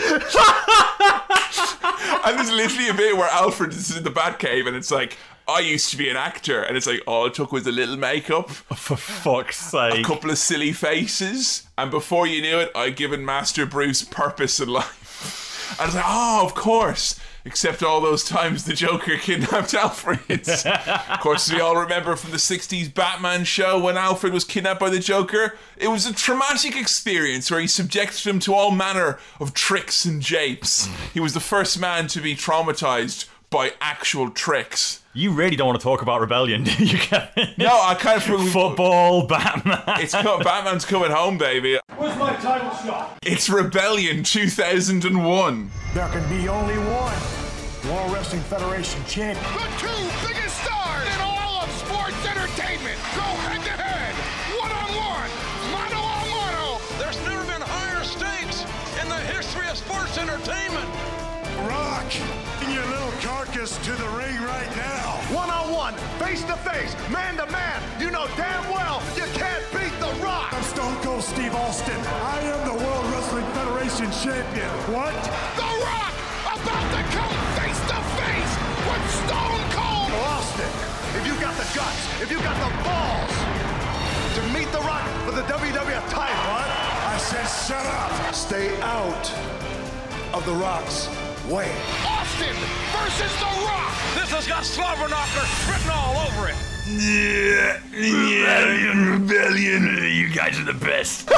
S1: and there's literally a bit where Alfred is in the Batcave, and it's like, I used to be an actor, and it's like all it took was a little makeup,
S39: Oh, for fuck's sake,
S1: a couple of silly faces, and before you knew it, I'd given Master Bruce purpose in life. And I was like, oh, "Ah, of course. Except all those times the Joker kidnapped Alfred. of course, we all remember from the 60s Batman show when Alfred was kidnapped by the Joker. It was a traumatic experience where he subjected him to all manner of tricks and japes. He was the first man to be traumatized by actual tricks.
S3: You really don't want to talk about rebellion, do you, Kevin?
S1: No, I kind of
S3: football Batman.
S1: It's co- Batman's coming home, baby.
S6: Where's my title shot?
S1: It's Rebellion 2001.
S40: There can be only one World Wrestling Federation champion.
S4: The two biggest stars in all of sports entertainment go head to head, one on one, mano a mano. There's never been higher stakes in the history of sports entertainment.
S40: Rock your little carcass to the ring right now.
S11: One on one, face to face, man to man. You know damn well you can't beat The Rock.
S40: I'm Stone Cold Steve Austin. I am the World Wrestling Federation champion. What?
S4: The Rock about to come face to face with Stone Cold.
S11: Austin, if you got the guts, if you got the balls to meet The Rock for the WWF title, what?
S40: I said shut up.
S11: Stay out of The Rock's way.
S4: Austin versus The Rock. This has got Slobberknocker written all over it.
S15: Yeah, yeah, rebellion. You guys are the best.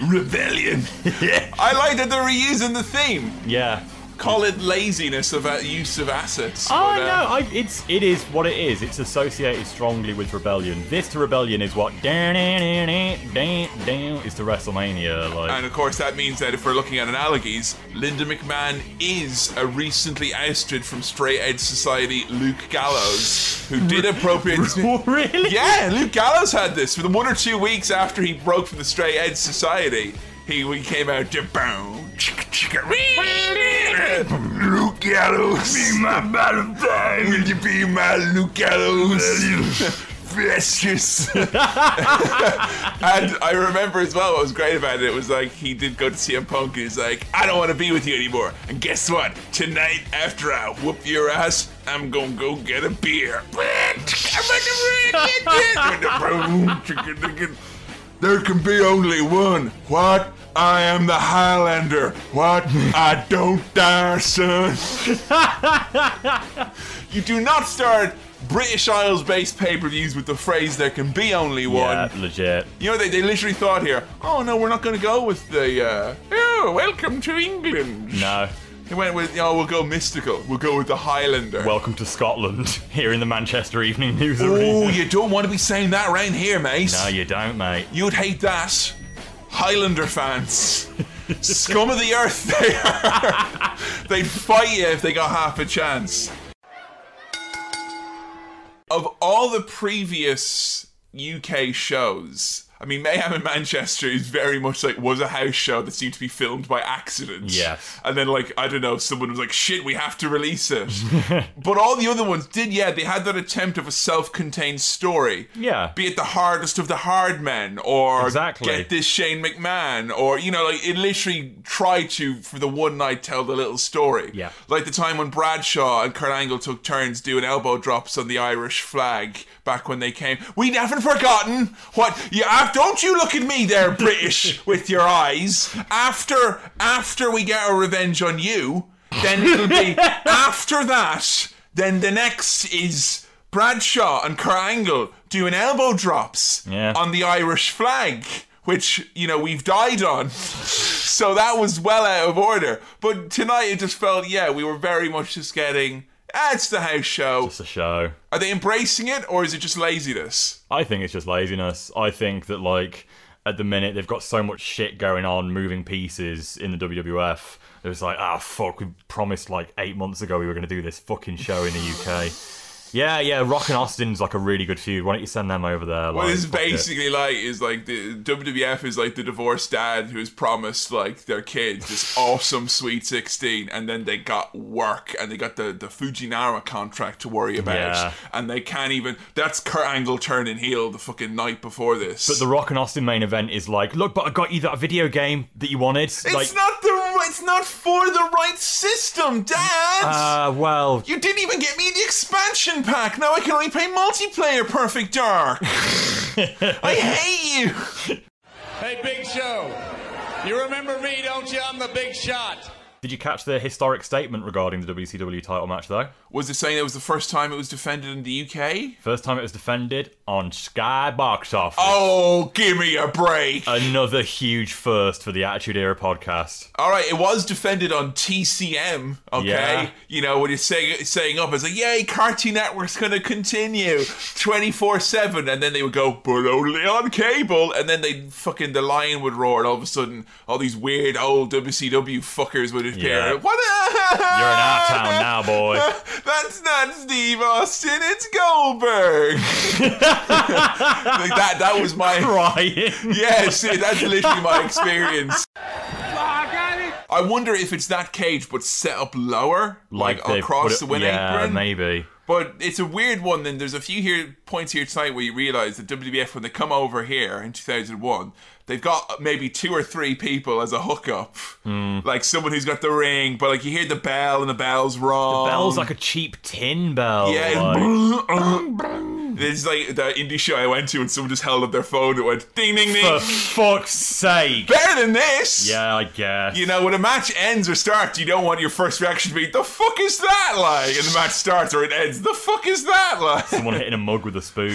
S15: rebellion.
S1: I like that they're reusing the theme.
S3: Yeah.
S1: Call it laziness of uh, use of assets.
S3: Oh
S1: but, uh,
S3: no, I, it's it is what it is. It's associated strongly with rebellion. This to rebellion is what down is to WrestleMania. Like
S1: And of course, that means that if we're looking at analogies, Linda McMahon is a recently ousted from Straight Edge Society Luke Gallows, who did
S3: Mm-hmm.
S1: appropriate.
S3: really?
S1: Yeah, Luke Gallows had this for the one or two weeks after he broke from the Straight Edge Society. He we came out to boom.
S15: Luke Gallows, be my bottom time. Will you be my Luke Gallows?
S1: precious. and I remember as well what was great about it was like he did go to CM Punk and he's like, I don't want to be with you anymore. And guess what? Tonight after I whoop your ass, I'm gonna go get a beer.
S15: There can be only one. What? I am the Highlander. What? I don't die, son.
S1: you do not start British Isles based pay per views with the phrase there can be only one.
S3: Yeah, legit.
S1: You know, they, they literally thought here, oh no, we're not going to go with the, uh, oh, welcome to England.
S3: No.
S1: They went with, oh, we'll go mystical. We'll go with the Highlander.
S3: Welcome to Scotland. Here in the Manchester Evening News
S1: Oh,
S3: Arena.
S1: you don't want to be saying that around here, mate.
S3: No, you don't, mate.
S1: You'd hate that. Highlander fans. Scum of the earth they are. They'd fight you if they got half a chance. Of all the previous UK shows, I mean, Mayhem in Manchester is very much like was a house show that seemed to be filmed by accident.
S3: Yes.
S1: And then, like, I don't know, someone was like, shit, we have to release it. but all the other ones did, yeah, they had that attempt of a self contained story.
S3: Yeah.
S1: Be it the hardest of the hard men, or
S3: Exactly.
S1: get this Shane McMahon, or, you know, like, it literally tried to, for the one night, tell the little story.
S3: Yeah.
S1: Like the time when Bradshaw and Kurt Angle took turns doing elbow drops on the Irish flag back when they came. We haven't forgotten what you have. Don't you look at me there, British, with your eyes. After after we get our revenge on you, then it'll be after that. Then the next is Bradshaw and Kurt Angle doing elbow drops
S3: Yeah.
S1: on the Irish flag, which, you know, we've died on. so that was well out of order. But tonight it just felt, yeah, we were very much just getting, ah, it's the house show.
S3: It's a show.
S1: Are they embracing it or is it just laziness?
S3: I think it's just laziness. I think that like at the minute they've got so much shit going on, moving pieces in the WWF. It was like, ah, fuck, we promised like eight months ago we were going to do this fucking show in the UK. Yeah, yeah, Rock and Austin's like a really good feud. Why don't you send them over there? Like,
S1: What it's
S3: fuck it.
S1: basically like is like the WWF is like the divorced dad who's promised like their kids this awesome sweet sixteen, and then they got work and they got the the Fujinara contract to worry about,
S3: Yeah.
S1: and they can't even. That's Kurt Angle turning heel the fucking night before this.
S3: But the Rock and Austin main event is like, look, but I got you that video game that you wanted.
S1: it's
S3: like,
S1: not the it's not for the right system, Dad.
S3: uh, well,
S1: you didn't even get me the expansion pack. Now I can only play multiplayer Perfect Dark. I hate you.
S11: Hey, Big Show, you remember me, don't you? I'm the big shot.
S3: Did you catch the historic statement regarding the WCW title match, though?
S1: Was it saying it was the first time it was defended in the UK?
S3: First time it was defended on Sky Box Office.
S1: Oh, give me a break.
S3: Another huge first for the Attitude Era podcast.
S1: All right, it was defended on TCM. Okay,
S3: Yeah.
S1: you know when you're saying saying up, it's like, yay, Cartoon Network's going to continue twenty four seven, and then they would go, but only on cable, and then they fucking the lion would roar, and all of a sudden, all these weird old WCW fuckers would appear.
S3: Yeah.
S1: What? You're
S3: in our town now, boy.
S1: That's not Steve Austin. It's Goldberg. like that. That was my
S3: crying.
S1: Yes, that's literally my experience. I wonder if it's that cage, but set up lower, like,
S3: they've put
S1: across
S3: it-
S1: the win
S3: yeah,
S1: apron.
S3: maybe.
S1: But it's a weird one. Then there's a few here points here tonight where you realise that WWF, when they come over here in 2001, they've got maybe two or three people as a hookup,
S3: Hmm.
S1: like someone who's got the ring, but like you hear the bell and the bell's wrong.
S3: Bell's like a cheap tin bell.
S1: yeah.
S3: like-
S1: It's, it's like the indie show I went to, and someone just held up their phone and went ding ding ding.
S3: For fuck's sake!
S1: Better than this.
S3: Yeah, I guess.
S1: You know, when a match ends or starts, you don't want your first reaction to be, the fuck is that like? And the match starts or it ends, the fuck is that like?
S3: Someone hitting a mug with a spoon.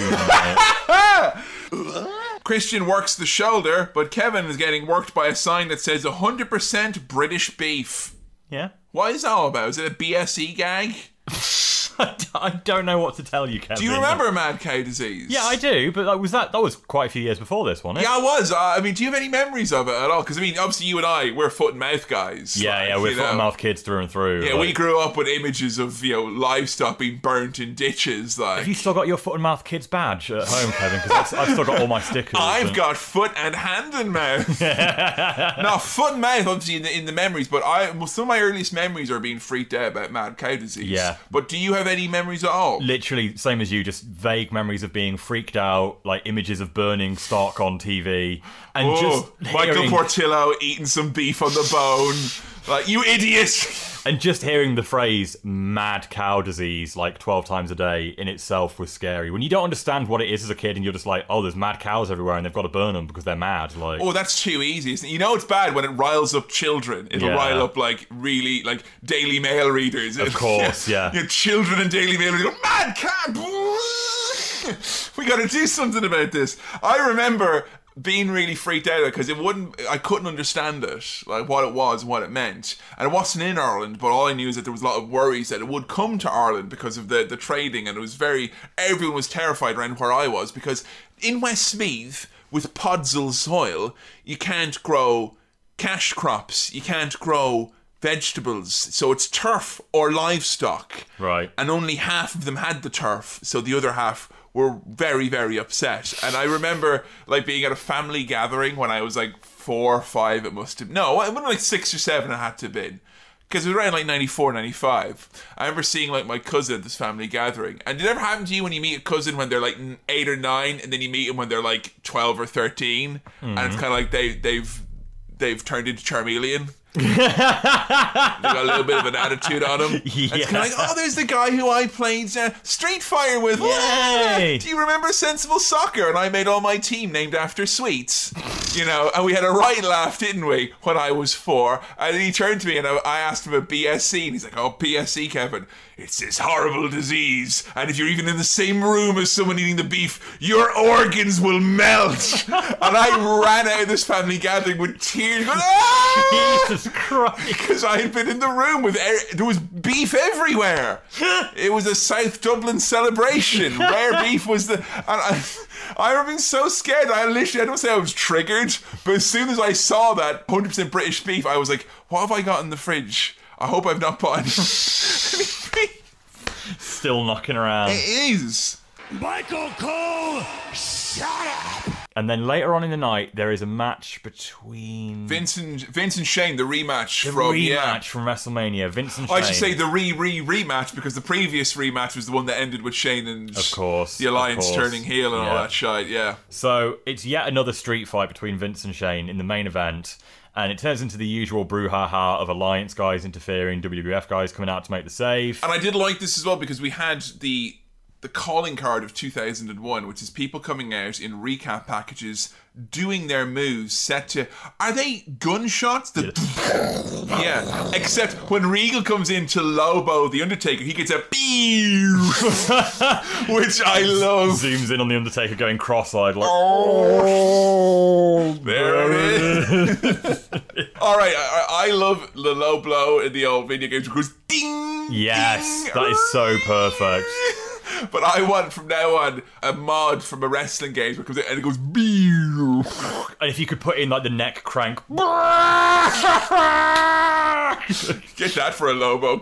S1: Christian works the shoulder, but Kevin is getting worked by a sign that says 100% British beef.
S3: Yeah.
S1: What is that all about? Is it a BSE gag?
S3: I don't know what to tell you, Kevin.
S1: Do you remember Mad Cow Disease?
S3: Yeah, I do. But like, was that that was quite a few years before this, wasn't it?
S1: Yeah, I was. Uh, I mean, do you have any memories of it at all? Because, I mean, obviously, you and I, we're foot and mouth guys.
S3: Yeah,
S1: like,
S3: yeah, we're
S1: you know.
S3: foot and mouth kids through and through.
S1: Yeah,
S3: like-
S1: we grew up with images of, you know, livestock being burnt in ditches. Like,
S3: Have you still got your foot and mouth kids badge at home, Kevin? Because I've, I've still got all my stickers.
S1: I've
S3: and-
S1: got foot and hand and mouth. now, foot and mouth, obviously, in the, in the memories, but I well, some of my earliest memories are being freaked out about mad cow disease.
S3: Yeah.
S1: But do you have any memories at all?
S3: Literally, same as you, just vague memories of being freaked out, like images of burning stock on TV, and
S1: Oh,
S3: just
S1: Michael
S3: hearing-
S1: Portillo eating some beef on the bone. like, you idiot!
S3: and just hearing the phrase "mad cow disease" like twelve times a day in itself was scary. When you don't understand what it is as a kid, and you're just like, "Oh, there's mad cows everywhere, and they've got to burn them because they're mad." Like,
S1: Oh, that's too easy. Isn't it? You know it's bad when it riles up children. It'll
S3: Yeah.
S1: rile up like really like Daily Mail readers.
S3: Of course, yeah.
S1: Your children and Daily Mail readers go mad cat. we got to do something about this. I remember being really freaked out because it wouldn't. I couldn't understand it, like what it was and what it meant. And it wasn't in Ireland, but all I knew is that there was a lot of worries that it would come to Ireland because of the the trading, and it was very. Everyone was terrified around where I was because in Westmeath with podzol soil, you can't grow cash crops, you can't grow vegetables. So it's turf or livestock.
S3: right.
S1: And only half of them had the turf, so the other half were very, very upset. And I remember like being at a family gathering when I was like four or five, it must have no, I went like six or seven it had to have been. Because it was around like 94, 95. I remember seeing like my cousin at this family gathering. And did it ever happen to you when you meet a cousin when they're like n- eight or nine and then you meet them when they're like 12 or 13? And it's
S3: Mhm.
S1: kind of like they, they've they've turned into Charmeleon. they got a little bit of an attitude on them. It's kind of like, oh, there's the guy who I played uh, Street Fire with.
S3: Yay.
S1: Do you remember Sensible Soccer? And I made all my team named after sweets. You know, and we had a right laugh, didn't we, when I was four. And he turned to me and I, I asked him about BSC. And he's like, oh, BSC, Kevin, it's this horrible disease. And if you're even in the same room as someone eating the beef, your organs will melt. and I ran out of this family gathering with tears. Going, ah!
S3: Jesus Christ.
S1: Because I had been in the room with er- there was beef everywhere. it was a South Dublin celebration. Rare beef was the. And I, I remember being so scared. I literally, I don't say I was triggered, but as soon as I saw that 100% British beef, I was like, what have I got in the fridge? I hope I've not put any.
S3: Still knocking around.
S1: it is.
S20: Michael Cole, shut up!
S3: And then later on in the night, there is a match between
S1: Vincent, Vincent Shane, the rematch
S3: the
S1: from.
S3: rematch
S1: Yeah.
S3: from WrestleMania. Vincent.
S1: I should
S3: Shane.
S1: say the re re rematch because the previous rematch was the one that ended with Shane and
S3: Of course,
S1: the alliance
S3: of course.
S1: turning heel and all
S3: Yeah.
S1: that shite. Yeah.
S3: So it's yet another street fight between Vince and Shane in the main event, and it turns into the usual brouhaha of Alliance guys interfering, WWF guys coming out to make the save.
S1: And I did like this as well because we had the the calling card of 2001, which is people coming out in recap packages doing their moves set to. Are they gunshots? The yeah. Except when Regal comes in to Lobo, the Undertaker, he gets a pew, which I love.
S3: Zooms in on the Undertaker going cross-eyed, like
S1: Oh, there it is. All right, I, I love the low blow in the old video games because ding.
S3: yes, that is so perfect.
S1: But I want from now on a mod from a wrestling game because it, and it goes pew.
S3: And if you could put in like the neck crank,
S1: Get that for a Lobo.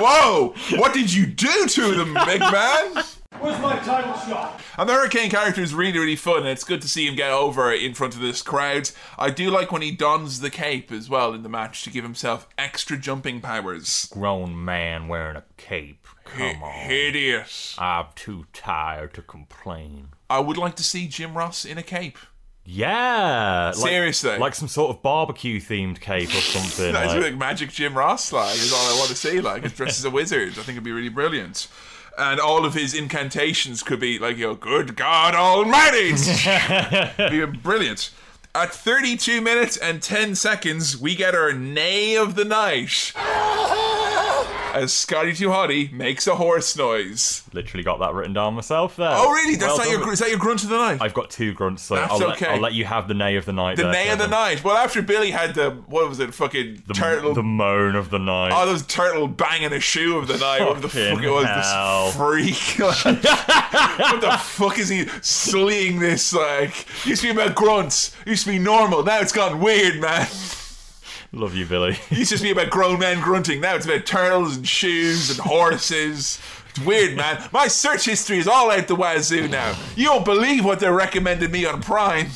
S1: Whoa! What did you do to them, big man?
S6: Where's my title shot?
S1: And the Hurricane character is really, really fun, and it's good to see him get over in front of this crowd. I do like when he dons the cape as well in the match to give himself extra jumping powers.
S3: grown man wearing a cape. Come on. Ah,
S1: Hideous.
S3: I'm too tired to complain.
S1: I would like to see Jim Ross in a cape.
S3: Yeah. like-
S1: Seriously.
S3: Like some sort of barbecue themed cape or something.
S1: That's
S3: like-
S1: like magic Jim Ross like is all I want to see. Like he's dressed as a wizard. I think it'd be really brilliant. And all of his incantations could be like, you know, good God Almighty! It'd be brilliant. At 32 minutes and 10 seconds, we get our neigh of the night as Scotty Too Hottie makes a horse noise.
S3: Literally got that written down myself there.
S1: Oh, really? That's
S3: Well
S1: not your
S3: done.
S1: gr- is that your grunt of the night?
S3: I've got two grunts, so
S1: That's
S3: I'll,
S1: okay.
S3: let, I'll let you have the neigh of the night.
S1: the
S3: there,
S1: neigh of the
S3: Kevin.
S1: night. Well, after Billy had the what was it? Fucking
S3: The,
S1: turtle
S3: the moan of the night.
S1: Oh, those turtle banging a shoe of the night. What the
S3: Fucking
S1: fuck it was?
S3: hell.
S1: This freak. like, what the fuck is he slaying this? Like, used to be about grunts. Used to be normal. Now it's gone weird, man.
S3: Love you, Billy.
S1: Used to be about grown men grunting. Now it's about turtles and shoes and horses. It's weird, man. My search history is all out the wazoo now. You don't believe what they recommended me on Prime.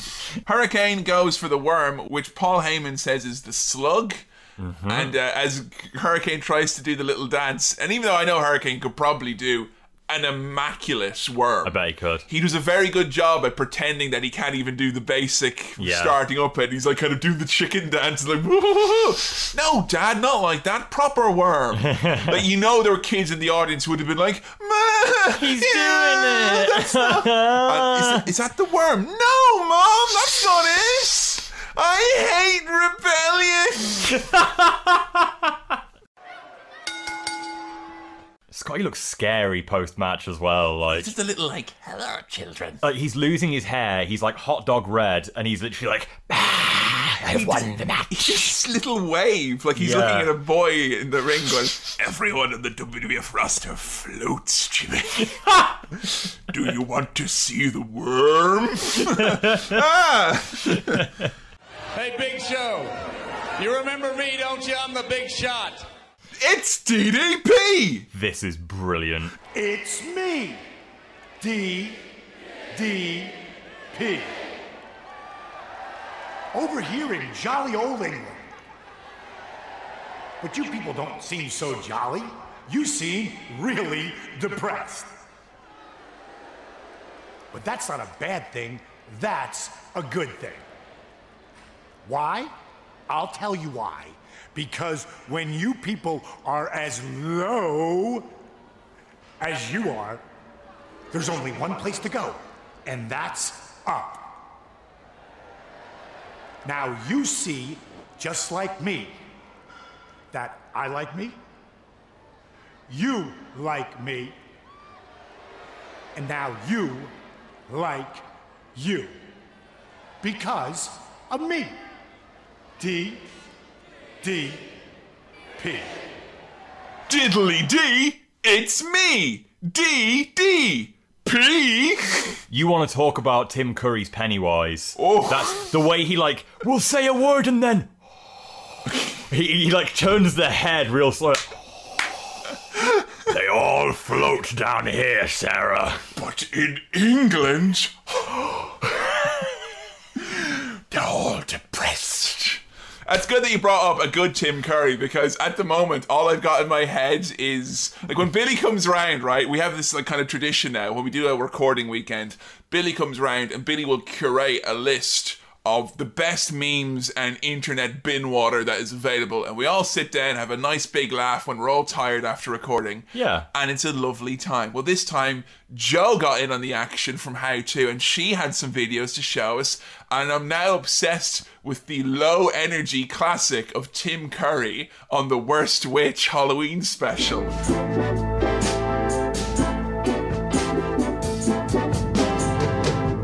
S1: Hurricane goes for the worm, which Paul Heyman says is the slug.
S3: Mm-hmm.
S1: And uh, as Hurricane tries to do the little dance, and even though I know Hurricane could probably do an immaculate worm,
S3: I bet he could.
S1: he does a very good job at pretending that he can't even do the basic
S3: Yeah.
S1: starting up and he's like kind of doing the chicken dance like "Woo, woo, woo, woo." no dad not like that proper worm like you know there were kids in the audience who would have been like he's doing it that's not, Uh, is, that- is that the worm no mom that's not it I hate rebellion
S3: Scotty looks scary post match as well. Like
S1: just a little like hello children
S3: Like he's losing his hair. He's like hot dog red, and he's literally like, "Ah,
S1: I've won the match. This little wave, like he's
S3: Yeah.
S1: looking at a boy in the ring, going, "Everyone in the WWF roster floats, Jimmy. Do you want to see the worm?" ah!
S16: Hey, Big Show, you remember me, don't you? I'm the big shot.
S1: It's DDP!
S3: "This is brilliant."
S22: It's me, D D P. Over here in jolly old England. But you people don't seem so jolly. You seem really depressed. But that's not a bad thing, that's a good thing. Why? I'll tell you why. Because when you people are as low as you are, there's only one place to go, and that's up. Now you see, just like me, that I like me, you like me, and now you like you because of me. D, D, P.
S1: Diddly D, it's me, D D P.
S3: You want to talk about Tim Curry's Pennywise? Oh, that's the way he like will say a word and then he, he like turns the head real slow. they all float down here, Sarah.
S15: But in England,
S1: They're all depressed. It's good that you brought up a good Tim Curry because at the moment all I've got in my head is like when Billy comes round, right? We have this like kind of tradition now when we do a recording weekend. Billy comes round and Billy will curate a list of the best memes and internet bin water that is available, and we all sit down, have a nice big laugh when we're all tired after recording.
S9: Yeah.
S1: And it's a lovely time. Well, this time, Joe got in on the action from How To, and she had some videos to show us. And I'm now obsessed with the low energy classic of Tim Curry on the Worst Witch Halloween special.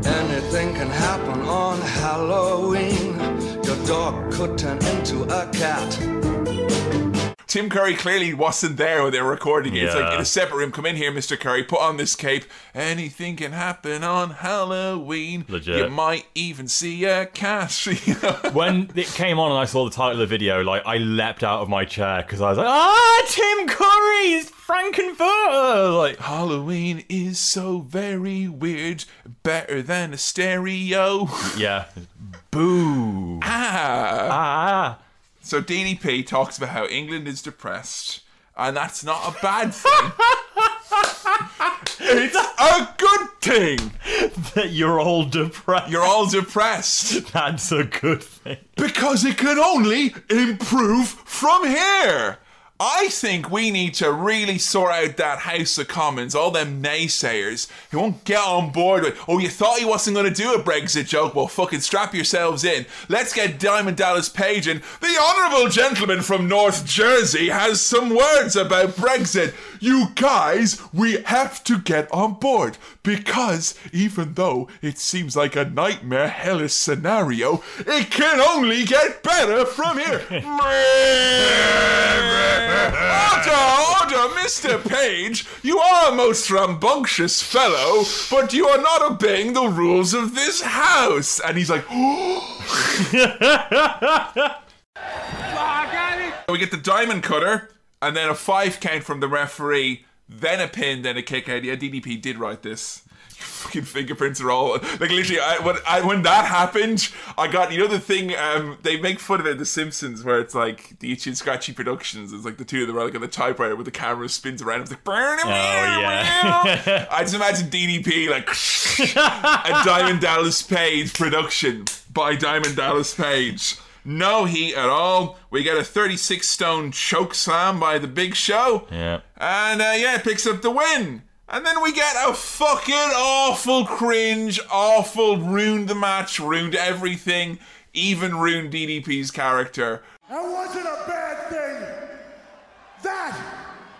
S10: Anything can happen on Halloween. Your dog could turn into a cat.
S1: Tim Curry clearly wasn't there when they were recording it. It's like
S9: Yeah.
S1: in a separate room. Come in here, Mr. Curry. Put on this cape. Anything can happen on Halloween.
S9: Legit.
S1: You might even see a cat. You know?
S9: when it came on and I saw the title of the video, like I leapt out of my chair because I was like, ah, Tim Curry's Frankenfurter. Like
S1: Halloween is so very weird. Better than a stereo.
S3: "Ah,
S9: yeah, boo.
S1: Ah.
S9: Ah.
S1: So DDP talks about how England is depressed, and that's not a bad thing. it's a good thing
S9: that you're all depressed.
S1: You're all depressed.
S9: That's a good thing.
S1: Because it can only improve from here. I think we need to really sort out that House of Commons, all them naysayers who won't get on board with, oh, you thought he wasn't going to do a Brexit joke? Well, fucking strap yourselves in. Let's get Diamond Dallas Page in. The Honourable Gentleman from North Jersey has some words about Brexit. You guys, we have to get on board because even though it seems like a nightmare hellish scenario, it can only get better from here. order, order, Mr. Page. You are a most rambunctious fellow, but you are not obeying the rules of this house. And he's like, We get the diamond cutter, and then a five count from the referee, then a pin, then a kick out. Yeah, DDP did write this. Your fucking fingerprints are all like literally. I, when I, when that happened, I got you know the thing. Um, they make fun of it in The Simpsons where it's like the Itchy and Scratchy Productions. It's like the two of them are like on the typewriter where the camera spins around. It's like burn
S9: Oh yeah.
S1: I just imagine DDP like a Diamond Dallas Page production by Diamond Dallas Page. No heat at all. We get a 36 stone choke slam by the Big Show,
S9: yeah.
S1: and uh, yeah, picks up the win. And then we get a fucking awful cringe, awful ruined the match, ruined everything, even ruined DDP's character.
S19: That wasn't a bad thing. That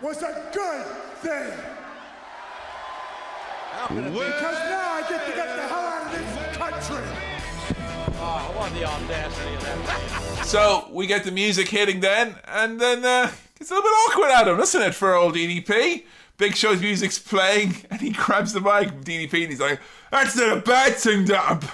S19: was a good thing. Because now I get to get the hell out of this country.
S4: Oh, what the audacity of that.
S1: So we get the music hitting then, and then uh, it's a little bit awkward, Adam, isn't it, for old DDP? Big Show's music's playing, and he grabs the mic, DDP, and he's like, "That's not a bad thing, Dub.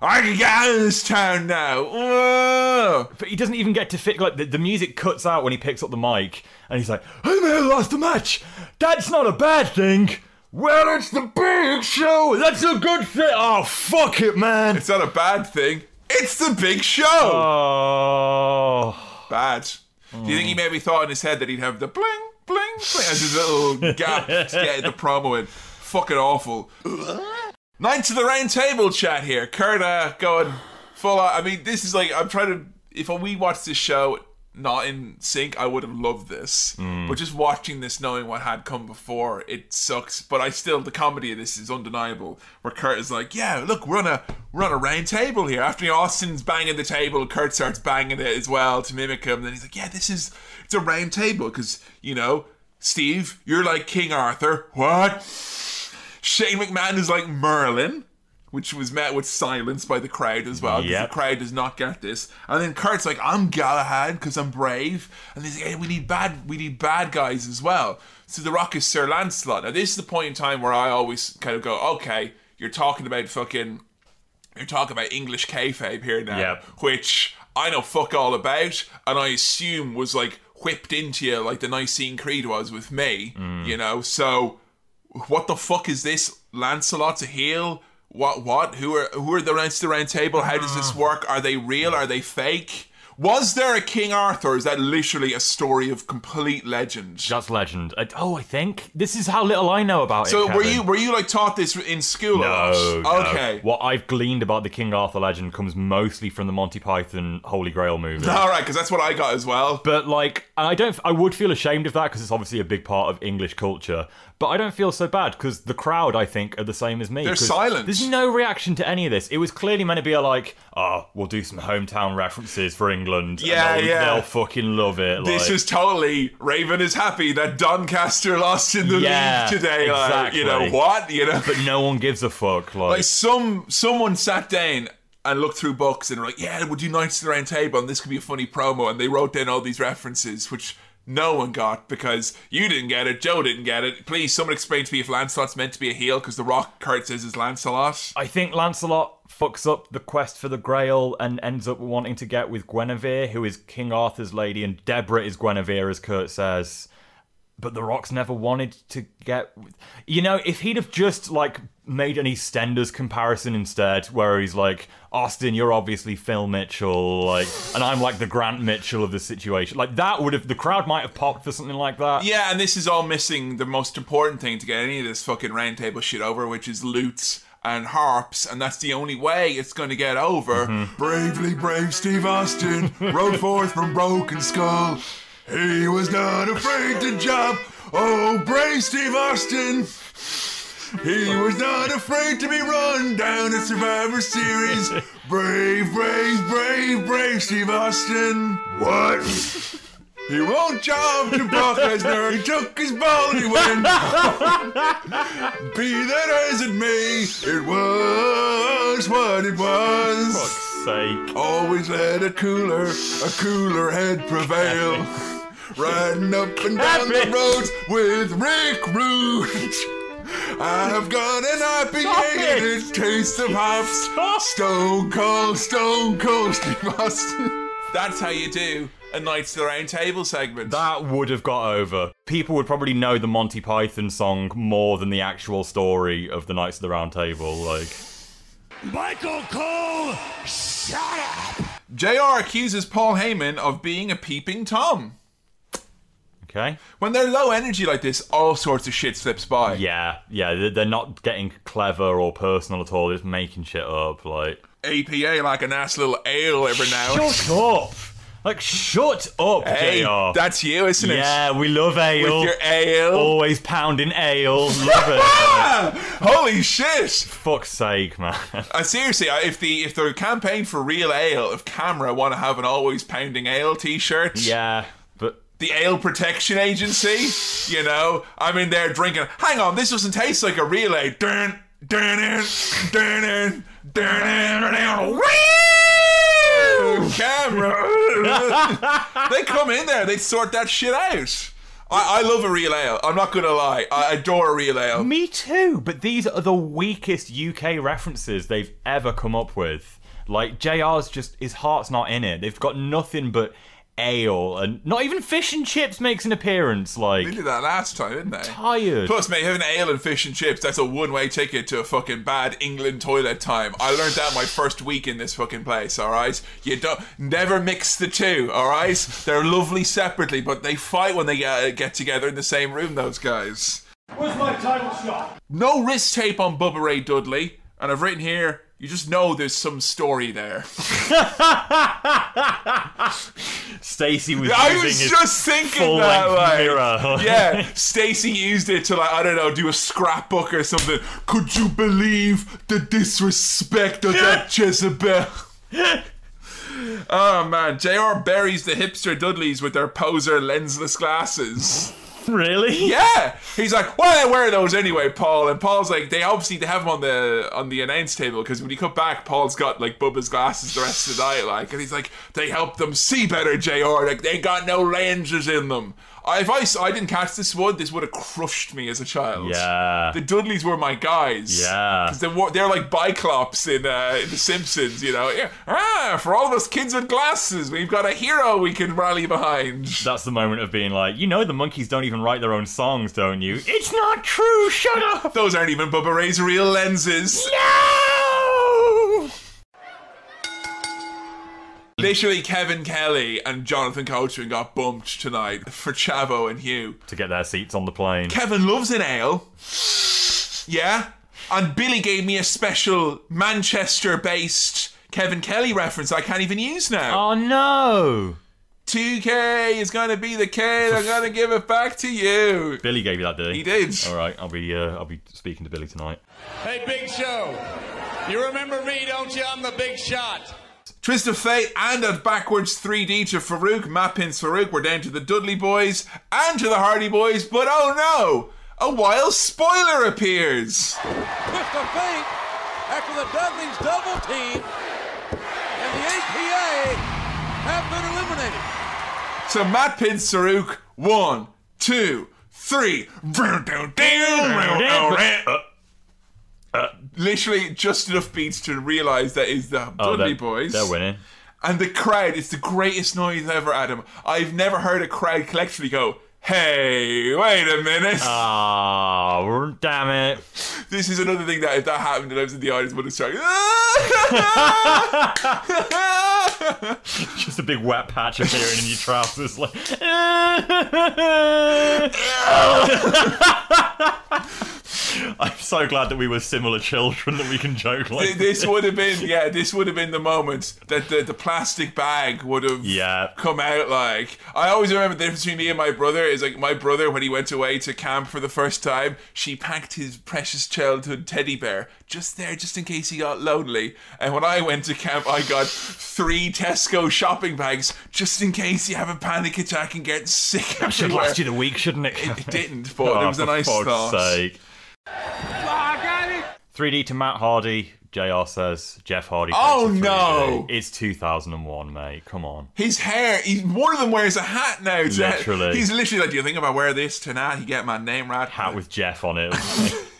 S1: I can get out of this town now." Whoa.
S9: But he doesn't even get to fit. Like the, the music cuts out when he picks up the mic, and he's like, "Who the hell lost the match? That's not a bad thing." Well, it's the big show. That's a good thing. Oh, fuck it, man. It's
S1: not a bad thing. It's the Big Show.
S9: Oh,
S1: bad. Do you think he maybe thought in his head that he'd have the bling, bling, bling as his little gap to get the promo in? Fucking awful. Nine to the round table chat here. Kurta going full out. I mean, this is like, I'm trying to. If we watched this show not in sync, I would have loved this.
S9: Mm.
S1: But just watching this, knowing what had come before, it sucks. But I still, the comedy of this is undeniable. Where Kurt is like, "Yeah, look, we're on a we're on a round table here." After you know, Austin's banging the table, Kurt starts banging it as well to mimic him. Then he's like, "Yeah, this is it's a round table because you know, Steve, you're like King Arthur. What? Shane McMahon is like Merlin." Which was met with silence by the crowd as well. 'cause
S9: Yep.
S1: the crowd does not get this. And then Kurt's like, "I'm Galahad because I'm brave," and he's like, hey, "We need bad, we need bad guys as well." So the Rock is Sir Lancelot. Now this is the point in time where I always kind of go, "Okay, you're talking about fucking, you're talking about English kayfabe here now,
S9: Yep.
S1: which I know fuck all about, and I assume was like whipped into you like the Nicene Creed was with me,
S9: Mm.
S1: you know." So what the fuck is this? Lancelot's a heel?
S3: Mm.
S1: What what? Who are who are the rest of the round table? How does this work? Are they real? Are they fake? Was there a King Arthur? Or is that literally a story of complete legend?
S3: That's legend. I, oh, I think this is how little I know about it.
S1: So were
S3: Kevin.
S1: you were you like taught this in school? a lot?
S3: No, no.
S1: Okay.
S3: What I've gleaned about the King Arthur legend comes mostly from the Monty Python Holy Grail movie.
S1: All right, because that's what I got as well.
S3: But like, and I don't, I would feel ashamed of that because it's obviously a big part of English culture. But I don't feel so bad because the crowd, I think, are the same as me.
S1: They're
S3: 'cause
S1: silent.
S3: There's no reaction to any of this. It was clearly meant to be a like, oh, we'll do some hometown references for England. and
S1: Yeah,
S3: they'll,
S1: yeah.
S3: They'll fucking love it.
S1: This
S3: like.
S1: is totally Raven is happy that Doncaster lost in the
S3: yeah,
S1: league today. Like, you know
S3: exactly.
S1: what? You know,
S3: But no one gives a fuck. Like,
S1: like some someone sat down and looked through books and were like, "Yeah, we'll do Knights of the Round Table, and this could be a funny promo." And they wrote down all these references, which no one got because you didn't get it, Joe didn't get it. Please, someone explain to me if Lancelot's meant to be a heel because the Rock card says it's Lancelot.
S3: I think Lancelot fucks up the quest for the Grail and ends up wanting to get with Guinevere, who is King Arthur's lady, and Deborah is Guinevere, as Kurt says. But The Rock's never wanted to get. with- You know, if he'd have just, like, made an EastEnders comparison instead, where he's like, Austin, you're obviously Phil Mitchell, like, and I'm like the Grant Mitchell of the situation. Like, that would have. The crowd might have popped for something like that.
S1: Yeah, and this is all missing the most important thing to get any of this fucking roundtable shit over, which is lutes and harps, and that's the only way it's going to get over.
S15: Mm-hmm. Bravely brave Steve Austin rode forth from Broken Skull. He was not afraid to jump. Oh, brave Steve Austin. He was not afraid to be run down at Survivor Series. Brave, brave, brave, brave Steve Austin. What? He won't jump to Brock Lesnar. He took his ball and he went. Be that as it may, it was what it was.
S3: sake.
S15: Always let a cooler, a cooler head prevail. Riding up and down the roads with Rick Rude. I have got an IPA and it tastes of hops. Stone cold, stone cold, Steve Austin.
S1: That's how you do a Knights of the Round Table segment.
S3: That would have got over. People would probably know the Monty Python song more than the actual story of the Knights of the Round Table. Like,
S20: Michael Cole, shut up!
S1: JR accuses Paul Heyman of being a peeping Tom.
S3: Okay.
S1: When they're low energy like this, all sorts of shit slips by.
S3: yeah, yeah, they- they're not getting clever or personal at all. They're just making shit up. Like,
S1: APA like a nice little ale every now and
S3: shut up. Like, shut up,
S1: Hey,
S3: JR.
S1: that's you, isn't it?
S3: Yeah, we love ale.
S1: With your ale.
S3: Always pounding ale. Love it.
S1: Holy shit!
S3: Fuck's sake, man.
S1: Uh, seriously, I- if the if they're campaigning for real ale, if Camera want to have an always pounding ale T-shirt,
S3: yeah, but
S1: the Ale Protection Agency, you know, I'm in there drinking. Hang on, this doesn't taste like a real ale. Dun dun dun dun dun dun dun. dun. Woo! Camera, they come in there, they sort that shit out. I, I love a real ale. I'm not gonna lie, I adore a real ale.
S3: Me too, but these are the weakest UK references they've ever come up with. Like JR's just his heart's not in it. They've got nothing but ale and not even fish and chips makes an appearance like
S1: They did that last time, didn't they?
S3: Tired.
S1: Plus, mate, having ale and fish and chips, that's a one way ticket to a fucking bad England toilet time. I learned that my first week in this fucking place, alright? You don't, never mix the two, alright? They're lovely separately, but they fight when they uh, get together in the same room, those guys.
S6: Where's my title shot?
S1: No wrist tape on Bubba Ray Dudley, and I've written here, you just know there's some story there.
S3: Stacy was
S1: I
S3: using
S1: was
S3: his
S1: just thinking that,
S3: full-length
S1: like,
S3: mirror.
S1: yeah, Stacy used it to like I don't know, do a scrapbook or something. Could you believe the disrespect of that Jezebel? oh man, Jr. buries the hipster Dudleys with their poser lensless glasses.
S3: Really?
S1: Yeah. He's like, why do I wear those anyway, Paul? And Paul's like, they obviously they have him on the on the announce table because when you come back, Paul's got like Bubba's glasses the rest of the night, like, and he's like, they help them see better, Jr. Like they got no lenses in them. I, if I s- I didn't catch this one, this would have crushed me as a child.
S3: Yeah.
S1: The Dudleys were my guys.
S3: Yeah.
S1: 'Cause they were, they're like Biclops in, uh, in The Simpsons, you know. Yeah. Ah, for all of us kids with glasses, we've got a hero we can rally behind.
S3: That's the moment of being like, you know, the monkeys don't even write their own songs, don't you? It's not true. Shut up.
S1: Those aren't even Bubba Ray's real lenses.
S3: No.
S1: Literally, Kevin Kelly and Jonathan Coachman got bumped tonight for Chavo and Hugh.
S3: to get their seats on the plane.
S1: Kevin loves an ale. Yeah? And Billy gave me a special Manchester based Kevin Kelly reference I can't even use now.
S3: Oh no!
S1: 2K is going to be the K, and I'm going to give it back to you.
S3: Billy gave you that, did he? He
S1: did.
S3: All right, I'll be uh, I'll be speaking to Billy tonight.
S16: Hey, Big Show. You remember me, don't you? I'm the big shot.
S1: Twist of Fate and a backwards 3D to Farouk. Mappins Farouk. We're down to the Dudley Boys and to the Hardy Boys, but oh no! A wild spoiler appears!
S4: Twist of fate after the Dudleys double team, and the APA have been eliminated.
S1: So Matt Pin Saruk, one, two, three.
S3: Uh,
S1: Literally just enough beats to realise that is the
S3: Oh,
S1: Dudley
S3: they're-
S1: Boys.
S3: They're winning.
S1: And the crowd, it's the greatest noise ever, Adam. I've never heard a crowd collectively go, hey, wait a minute.
S3: Ah, damn it.
S1: This is another thing that if that happened and I was in the audience, would have started,
S3: Just a big wet patch appearing in your trousers. Like, I'm so glad that we were similar children that we can joke like
S1: Th- this would have been yeah this would have been the moment that the, the plastic bag would have
S3: yeah.
S1: come out like i always remember the difference between me and my brother is like my brother when he went away to camp for the first time she packed his precious childhood teddy bear just there just in case he got lonely and when i went to camp i got three tesco shopping bags just in case you have a panic attack and get sick
S3: That should
S1: everywhere.
S3: last you the week, shouldn't it? Oh,
S1: It didn't, but there was
S3: for
S1: a nice
S3: fuck's
S1: thought.
S3: sake. 3D to Matt Hardy. JR says Jeff Hardy. takes
S1: Oh,
S3: the 3D.
S1: no.
S3: It's 2001, mate. Come on.
S1: His hair, he, one of them wears a hat now. to-
S3: Literally.
S1: He's literally like, Do you think if I wear this tonight, you get my name right?
S3: Hat with Jeff on it.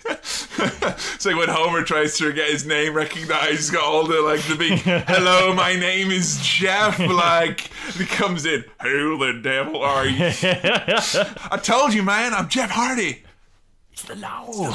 S1: It's like when Homer tries to get his name recognized, he's got all the like the big hello, my name is Jeff. Like he comes in, who the devil are you? I told you, man, I'm Jeff Hardy. It's the law.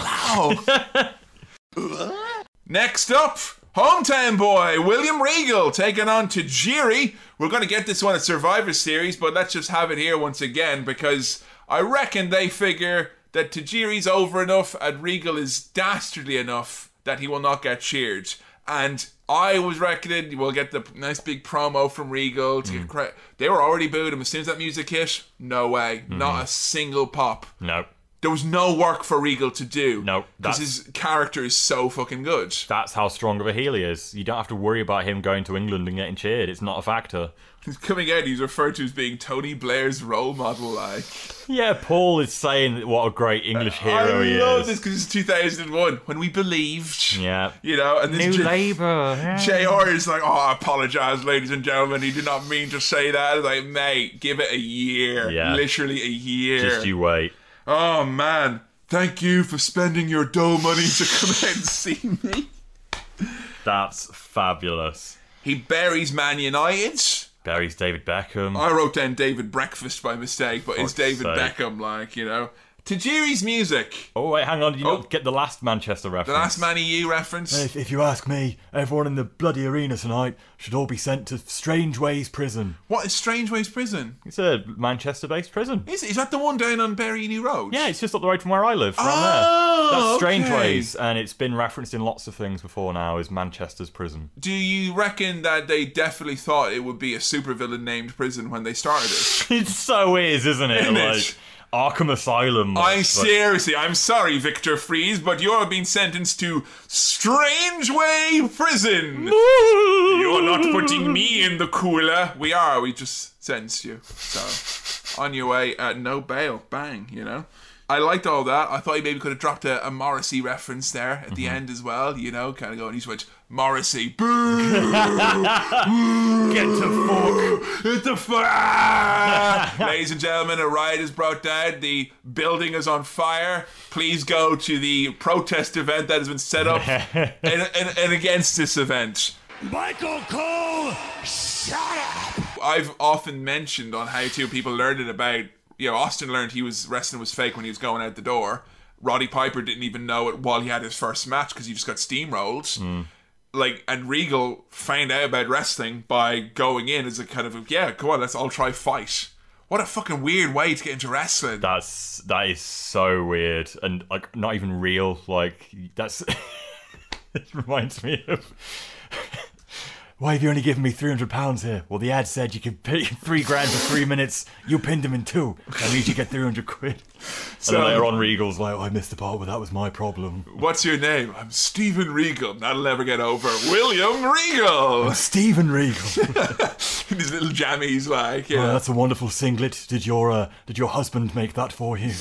S1: Next up, hometown boy William Regal taking on Tajiri. We're going to get this one at Survivor Series, but let's just have it here once again because I reckon they figure that Tajiri's over enough and Regal is dastardly enough that he will not get cheered. And I was reckoning we'll get the nice big promo from Regal. To get cre- they were already booed him as soon as that music hit. No way, not a single pop.
S3: no.
S1: There was no work for Regal to do. No,
S3: that's-
S1: because his character is so fucking good.
S3: That's how strong of a heel he is. You don't have to worry about him going to England and getting cheered. It's not a factor.
S1: He's coming out. He's referred to as being Tony Blair's role model. Like
S3: Yeah, Paul is saying that what a great English hero
S1: I
S3: he
S1: love
S3: is.
S1: this because it's 2001 when we believed.
S3: Yeah.
S1: You know, and this
S3: New
S1: J-
S3: Labour. yeah.
S1: JR is like, oh, I apologize, ladies and gentlemen. He did not mean to say that. It's like, mate, give it a year.
S3: Yeah.
S1: Literally a year.
S3: Just you wait.
S1: Oh, man. Thank you for spending your dough money to come out and see me.
S3: That's fabulous.
S1: He buries Man United.
S3: Buries David Beckham.
S1: I wrote down David Breakfast by mistake, but
S3: Fuck's
S1: it's David
S3: sake.
S1: Beckham, like, you know. Tajiri's music.
S3: Oh, wait, hang on. Did you not get the last Manchester
S1: The
S3: reference?
S1: last Man EU reference.
S41: If, if you ask me, everyone in the bloody arena tonight should all be sent to Strange Ways Prison.
S1: What is Strange Ways Prison?
S3: It's a Manchester based prison.
S1: Is, is that the one down on Berry New Road?
S3: Yeah, it's just up the road from where I live. Around
S1: Oh,
S3: there. That's Strange
S1: okay.
S3: Ways, and it's been referenced in lots of things before now, is Manchester's prison.
S1: Do you reckon that they definitely thought it would be a supervillain named prison when they started it?
S3: it so is, isn't it?
S1: Isn't it?
S3: like Arkham Asylum. like,
S1: I
S3: but-
S1: seriously, I'm sorry, Victor Freeze, but you're being sentenced to Strange Way Prison. you're not putting me in the cooler. We are. We just sentenced you. So, on your way, uh, no bail. Bang. You know. I liked all that. I thought he maybe could have dropped a, a Morrissey reference there at the end as well. You know, kind of going. He's much Morrissey. Boo. Get to fuck. Mm. Get to fuck. Ah! Ladies and gentlemen, a riot is brought down. The building is on fire. Please go to the protest event that has been set up and, and, and against this event.
S20: Michael Cole, shut up!
S1: I've often mentioned on how two people learned it about you know Austin learned he was wrestling was fake when he was going out the
S3: Mm.
S1: door. Roddy Piper didn't even know it while he had his first match because he just got steamrolled. like and Regal found out about wrestling by going in as a kind of yeah, come on, let's all try fight. What a fucking weird way to get into wrestling.
S3: That's that is so weird and like not even real. Like that's it reminds me of
S42: Why have you only given me three hundred pounds here? Well, the ad said you could pay three grand for three minutes. You pinned him in two. That means you get three hundred quid.
S3: So-
S42: and then later on, Regal's like, oh, "I missed the part, but that was my problem."
S1: What's your name? I'm Steven Regal. That'll never get over. William Regal.
S42: I'm Steven Regal.
S1: In his little jammies, like
S42: Oh,
S1: yeah.
S42: that's a wonderful singlet. Did your uh, did your husband make that for you?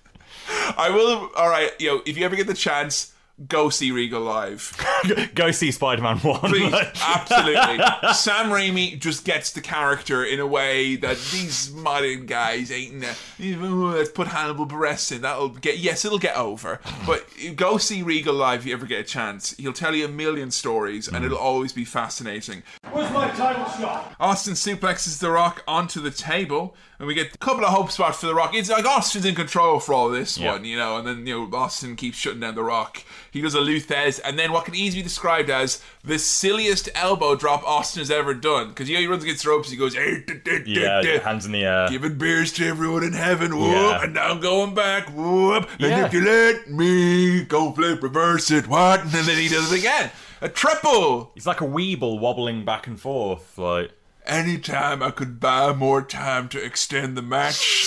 S1: I will. All right, yo. If you ever get the chance, go see Regal live.
S3: Go see Spider Man One.
S1: Please, absolutely. Sam Raimi just gets the character in a way that these modern guys ain't. in a- "Ooh, Let's put Hannibal Buress in. That'll get. Yes, it'll get over. But go see Regal live if you ever get a chance. He'll tell you a million stories, and it'll always be fascinating.
S6: Where's my title shot?
S1: Austin suplexes The Rock onto the table, and we get a couple of hope spots for The Rock. It's like Austin's in control for all this
S3: Yeah.
S1: one, you know, and then, you know, Austin keeps shutting down The Rock. He does a Luthez, and then what can easily be described as the silliest elbow drop Austin has ever done. Because, you know, he runs against the ropes, he goes, "Eh, duh, duh, duh, duh."
S3: yeah, hands in the air.
S1: Giving beers to everyone in heaven, whoop,
S3: Yeah.
S1: and now I'm going back, whoop, and
S3: Yeah.
S1: if you let me go flip, reverse it, what? And then he does it again. A triple!
S3: He's like a weeble wobbling back and forth, like
S1: Anytime I could buy more time to extend the match.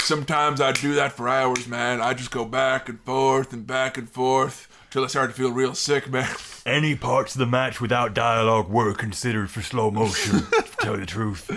S1: Sometimes I do that for hours, man. I just go back and forth and back and forth till I start to feel real sick, man.
S42: Any parts of the match without dialogue were considered for slow motion. to tell you the truth.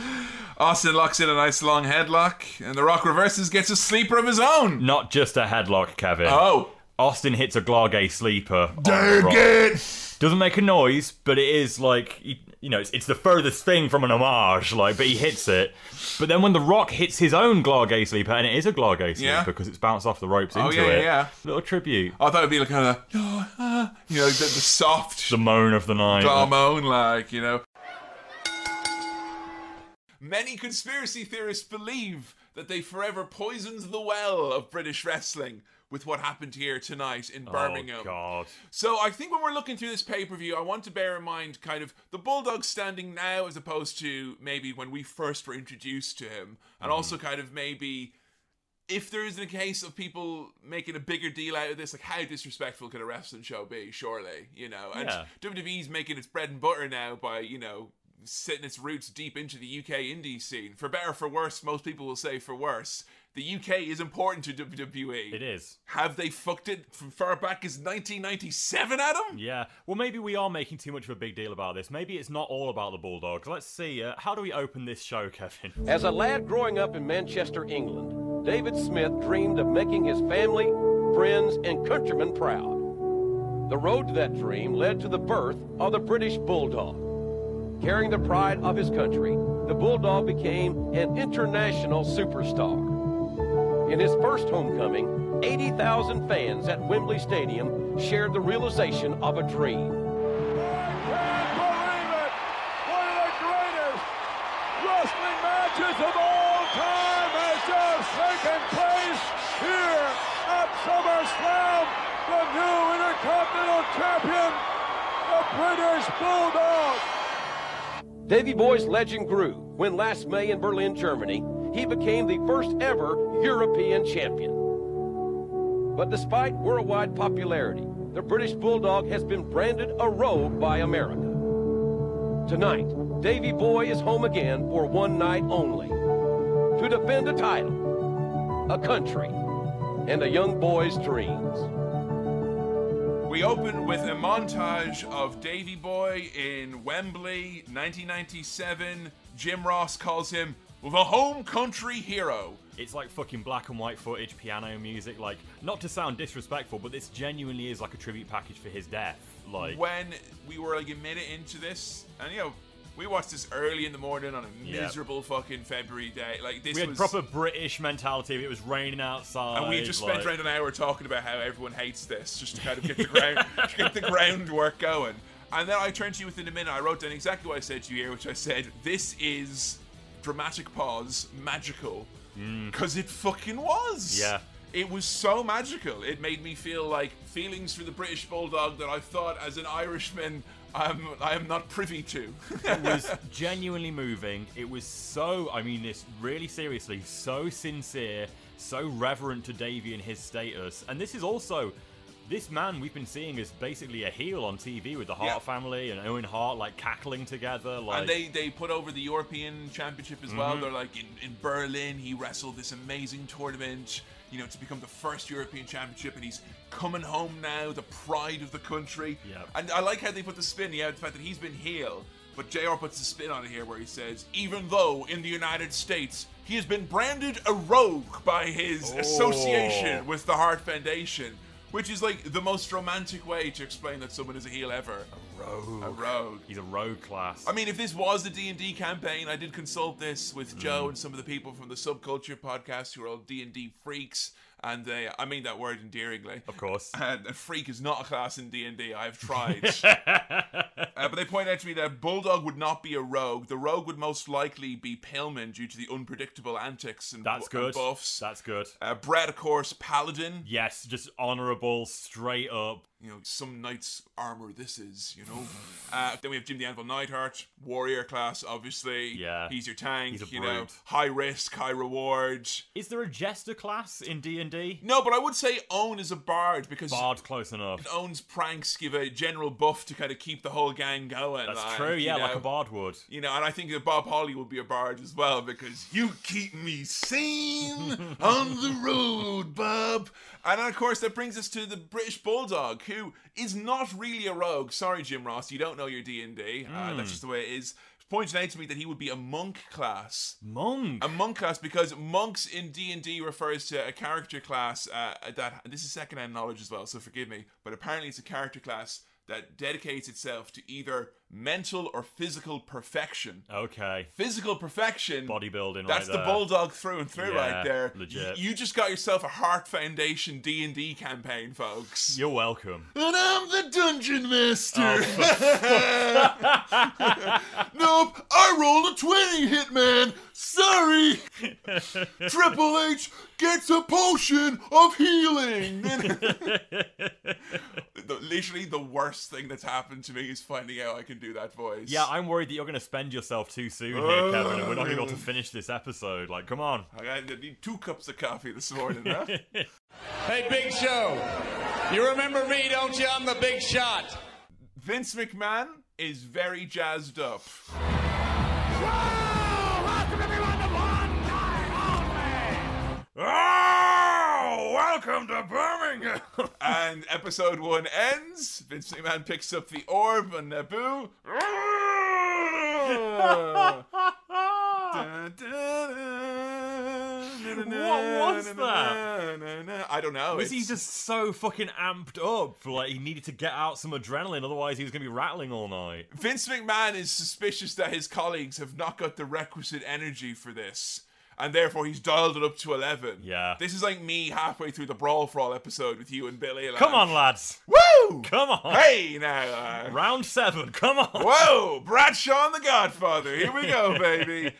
S1: Austin locks in a nice long headlock, and The Rock reverses, gets a sleeper of his own.
S3: Not just a headlock, Kevin.
S1: Oh.
S3: Austin hits a Glargay sleeper. on the
S1: Dig
S3: rock.
S1: it!
S3: Doesn't make a noise, but it is like he- you know, it's, it's the furthest thing from an homage. Like, but he hits it. But then when the Rock hits his own Glargay sleeper, and it is a Glargay sleeper
S1: Yeah.
S3: because it's bounced off the ropes
S1: Oh,
S3: into
S1: yeah, yeah,
S3: it.
S1: yeah.
S3: Little tribute.
S1: I thought it'd be like kind of, no, uh, you know, the, the soft
S3: The moan of the night.
S1: hormone, like, you know. Many conspiracy theorists believe that they forever poisoned the well of British wrestling with what happened here tonight in Birmingham.
S3: God.
S1: So I think when we're looking through this pay per view, I want to bear in mind kind of the Bulldog standing now as opposed to maybe when we first were introduced to him, and also kind of maybe if there isn't a case of people making a bigger deal out of this, like how disrespectful could a wrestling show be? Surely, you know, and
S3: Yeah.
S1: WWE's making its bread and butter now by you know setting its roots deep into the UK indie scene. For better or for worse, most people will say for worse. The UK is important to WWE. It
S3: is.
S1: Have they fucked it from far back as 1997, Adam?
S3: Yeah. Well, maybe we are making too much of a big deal about this. Maybe it's not all about the Bulldogs. Let's see. Uh, how do we open this show, Kevin?
S26: As a lad growing up in Manchester, England, David Smith dreamed of making his family, friends, and countrymen proud. The road to that dream led to the birth of the British Bulldog. Carrying the pride of his country, the Bulldog became an international superstar. In his first homecoming, 80,000 fans at Wembley Stadium shared the realization of a dream.
S4: One of the greatest wrestling matches of all time has just taken place here at SummerSlam. The new Intercontinental Champion, the British Bulldog.
S26: Davy Boy's legend grew when last May in Berlin, Germany, he became the first ever European champion. But despite worldwide popularity, the British Bulldog has been branded a rogue by America. Tonight, Davy Boy is home again for one night only to defend a title, a country, and a young boy's dreams.
S1: We open with a montage of Davy Boy in Wembley, 1997. Jim Ross calls him the home country hero.
S3: It's like fucking black and white footage, piano music. Like, not to sound disrespectful, but this genuinely is like a tribute package for his death. Like,
S1: when we were like a minute into this, and you know, we watched this early in the morning on a
S3: Yeah.
S1: miserable fucking February day. Like this
S3: we had
S1: was
S3: proper British mentality. It was raining outside.
S1: And we just
S3: like,
S1: spent around an hour talking about how everyone hates this, just to kind of get the ground, to get the groundwork going. And then I turned to you within a minute. I wrote down exactly what I said to you here, which I said, "This is dramatic pause, magical,
S3: Mm.
S1: because it fucking was."
S3: Yeah.
S1: It was so magical. It made me feel like feelings for the British Bulldog that I thought, as an Irishman, I'm I am not privy to.
S9: it was genuinely moving. It was so, I mean this really seriously, so sincere, so reverent to Davy and his status. And this is also this man we've been seeing is basically a heel on TV with the Hart
S1: Yeah.
S9: family and Owen Hart like cackling together. Like
S1: and they, they put over the European Championship as well.
S9: Mhm.
S1: They're like in, in Berlin, he wrestled this amazing tournament, you know, to become the first European Championship, and he's coming home now, the pride of the country.
S9: Yep.
S1: And I like how they put the spin, yeah, the fact that he's been heel, but JR puts the spin on it here where he says, even though in the United States he has been branded a rogue by
S9: Oh.
S1: his association with the Hart Foundation. Which is like the most romantic way to explain that someone is a heel ever. A
S9: rogue.
S1: A rogue.
S9: He's a rogue class.
S1: I mean, if this was the D and D campaign, I did consult this with
S9: Mm.
S1: Joe and some of the people from the Subculture podcast, who are all D and D freaks, and they, I mean that word endearingly,
S9: of course.
S1: And a freak is not a class in D and D. I've tried, Uh, but they point out to me that Bulldog would not be a rogue. The rogue would most likely be Pillman due to the unpredictable antics and
S9: That's
S1: bu- and
S9: good.
S1: buffs.
S9: That's good.
S1: Uh, Brad, of course, paladin.
S9: Yes, just honourable, straight up.
S1: You know, some knight's armor this is, you know. uh, then we have Jim the Anvil Nightheart, warrior class, obviously.
S9: Yeah.
S1: He's your tank,
S9: He's a
S1: you know.
S9: brute.
S1: High risk, high reward.
S9: Is there a jester class in D and D?
S1: No, but I would say Own is a bard because
S9: Bard close enough.
S1: Own's pranks give a general buff to kind of keep the whole gang going.
S9: That's
S1: like,
S9: true,
S1: you
S9: yeah, like
S1: know.
S9: a bard would.
S1: You know, and I think that Bob Holly will be a bard as well because you keep me sane on the road, Bob. And of course, that brings us to the British Bulldog, who is not really a rogue. Sorry, Jim Ross, you don't know your D and D. Uh,
S9: Mm.
S1: That's just the way it is. Pointed out to me that he would be a monk class.
S9: Monk.
S1: A monk class because monks in D and D refers to a character class uh, that this is secondhand knowledge as well, so forgive me. But apparently, it's a character class that dedicates itself to either mental or physical perfection.
S9: Okay.
S1: Physical perfection.
S9: Bodybuilding.
S1: That's
S9: right
S1: the
S9: there.
S1: bulldog through and through
S9: Yeah,
S1: right there.
S9: legit.
S1: You, you just got yourself a Heart Foundation D and D campaign, folks.
S9: You're welcome.
S16: And I'm the dungeon master.
S1: Oh,
S16: nope, I rolled a 20, Hitman. Sorry. Triple H gets a potion of healing.
S1: The- literally, the worst thing that's happened to me is finding out I can do that voice.
S9: Yeah, I'm worried that you're going to spend yourself too soon here, Kevin, and we're not going to be able to finish this episode. Like, come on.
S1: Oh. I got- I need two cups of coffee this morning, huh?
S16: hey, Big Show. You remember me, don't you? I'm the big shot.
S1: Vince McMahon is very jazzed up.
S16: Oh, welcome to Birmingham.
S1: and episode one ends. Vince McMahon picks up the orb on Naboo.
S9: What was that?
S1: I don't know.
S9: Was he
S1: it's-
S9: just so fucking amped up? Like, he needed to get out some adrenaline, otherwise, he was going to be rattling all night.
S1: Vince McMahon is suspicious that his colleagues have not got the requisite energy for this, and therefore he's dialed it up to 11.
S9: Yeah.
S1: This is like me halfway through the Brawl for All episode with you and Billy. Like,
S9: Come on, lads.
S1: Woo!
S9: Come on.
S1: Hey, now. uh,
S9: Round seven. Come on.
S1: Whoa! Bradshaw and the Godfather. Here we go, baby.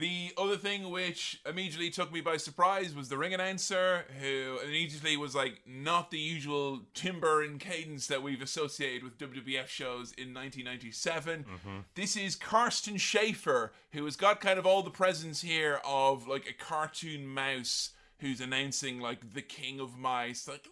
S1: The other thing which immediately took me by surprise was the ring announcer, who immediately was like not the usual timbre and cadence that we've associated with WWF shows in 1997.
S3: Mm-hmm.
S1: This is Karsten Schaefer, who has got kind of all the presence here of like a cartoon mouse who's announcing like the king of mice, like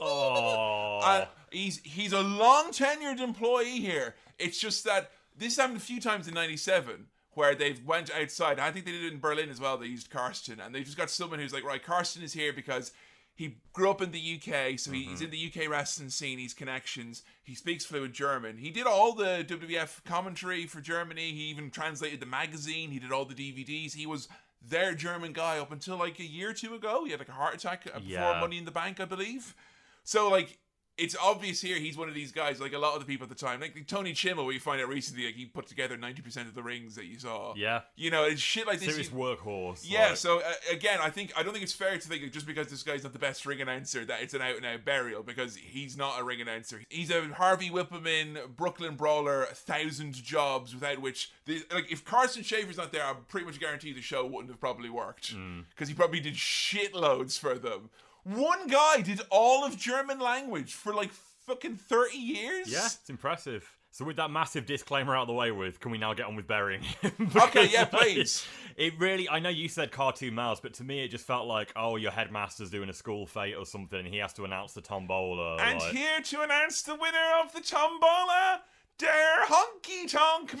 S9: Oh.
S1: uh, he's he's a long tenured employee here. It's just that this happened a few times in '97 where they've went outside. I think they did it in Berlin as well. They used Karsten, and they just got someone who's like, right, Karsten is here because he grew up in the UK, so he- he's in the UK wrestling scene. He's connections. He speaks fluent German. He did all the WWF commentary for Germany. He even translated the magazine. He did all the DVDs. He was their German guy up until like a year or two ago. He had like a heart attack uh, before
S9: Yeah.
S1: Money in the Bank, I believe. So like it's obvious here he's one of these guys, like a lot of the people at the time, like Tony Chimmel, where you find out recently, like he put together ninety percent of the rings that you saw.
S3: Yeah.
S1: you know, it's shit like this.
S3: Serious
S1: you-
S3: workhorse.
S1: Yeah,
S3: like-
S1: so uh, again, I think I don't think it's fair to think that just because this guy's not the best ring announcer that it's an out and out burial because he's not a ring announcer. He's a Harvey Whippleman, Brooklyn brawler, thousand jobs without which, the, like if Carson Shaver's not there, I'm pretty much guarantee the show wouldn't have probably worked because he probably did shitloads for them. One guy did all of German language for like fucking thirty years.
S3: Yeah, it's impressive. So with that massive disclaimer out of the way with, can we now get on with burying him?
S1: Okay, yeah,
S3: Because, like,
S1: please.
S3: It really, I know you said cartoon mouse, but to me it just felt like, oh, your headmaster's doing a school fete or something. He has to announce the tombola.
S1: And
S3: like-
S1: here to announce the winner of the tombola, Der Honky Tonk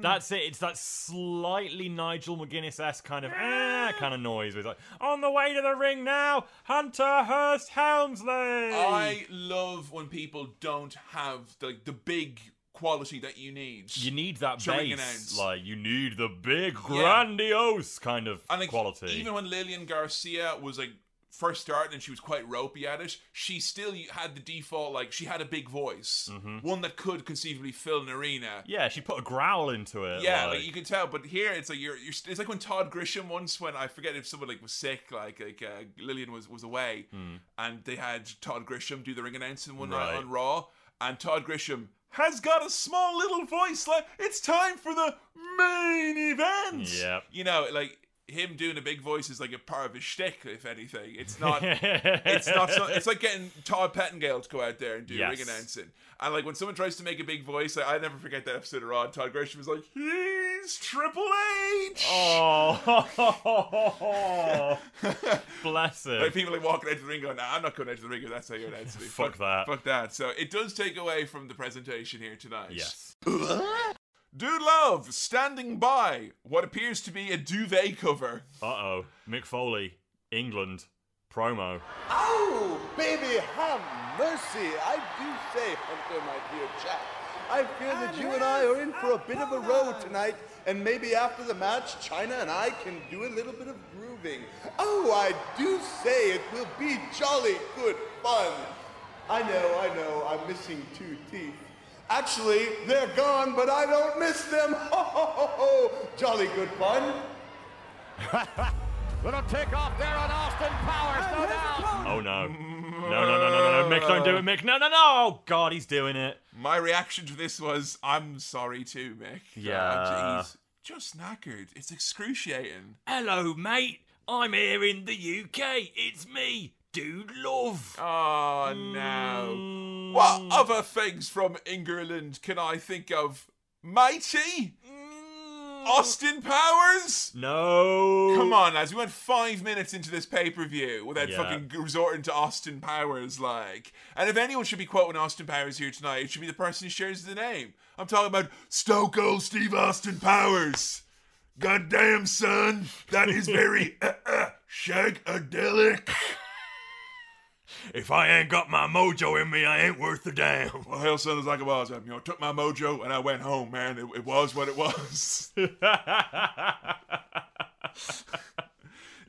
S3: That's it. It's that slightly Nigel McGuinness esque kind of ah, kind of noise. With like, on the way to the ring now, Hunter Hurst Helmsley.
S1: I love when people don't have the the big quality that you need.
S3: you need that
S1: to ring
S3: bass,
S1: announce.
S3: like you need the big grandiose kind of
S1: And, like,
S3: quality.
S1: Even when Lillian Garcia was like first starting and she was quite ropey at it, she still had the default like she had a big voice,
S3: Mm-hmm.
S1: one that could conceivably fill an arena.
S3: yeah, she put a growl into it.
S1: Yeah,
S3: like-
S1: like, you can tell, but here it's like you're, you're. It's like when Todd Grisham once, when I forget if someone like was sick, like like uh, Lillian was was away,
S3: Hmm.
S1: and they had Todd Grisham do the ring announcing one night
S3: Right.
S1: on Raw, and Todd Grisham has got a small little voice like it's time for the main event.
S3: Yep.
S1: you know, like. Him doing a big voice is like a part of his shtick, if anything. It's not. it's not. So, it's like getting Todd Pettingale to go out there and do
S3: Yes.
S1: ring announcing. And like when someone tries to make a big voice, like, I never forget that episode of Raw. Todd Gresham was like, He's Triple H.
S3: Oh, bless him.
S1: Like people like walking out to the ring going, nah, I'm not going out to the ring if that's how you're announcing me.
S3: Fuck that.
S1: Fuck that. So it does take away from the presentation here tonight.
S3: Yes.
S1: Dude Love standing by what appears to be a duvet cover.
S3: Uh oh, Mick Foley, England promo.
S11: Oh, baby, have mercy. I do say, Hunter, my dear chap, I fear that you and I are in for a bit of a row tonight, and maybe after the match, China and I can do a little bit of grooving. Oh, I do say it will be jolly good fun. I know, I know, I'm missing two teeth. Actually, they're gone, but I don't miss them. Ho, ho, ho, ho. Jolly good fun.
S13: Little takeoff there on Austin Powers, no doubt.
S3: Oh no. No, no, no, no, no, no. Mick, don't do it, Mick. No, no, no. Oh, God, he's doing it.
S1: My reaction to this was, I'm sorry too, Mick.
S3: Yeah.
S1: He's just knackered. It's excruciating.
S3: Hello, mate. I'm here in the UK. It's me, Dude Love.
S1: Oh,
S3: Mm.
S1: no. What other things from England can I think of? Mighty? Austin Powers?
S3: Mm. No.
S1: Come on, lads. We went five minutes into this pay per view without
S3: Yeah.
S1: fucking resorting to Austin Powers, like. And if anyone should be quoting Austin Powers here tonight, it should be the person who shares the name. I'm talking about Stone Cold Steve Austin Powers.
S15: Goddamn, son, that is very uh, uh, shagadelic.
S3: If I ain't got my mojo in me, I ain't worth the damn.
S1: Well, hell, son, it's like it was. I, you know, I took my mojo and I went home, man. It, it was what it was.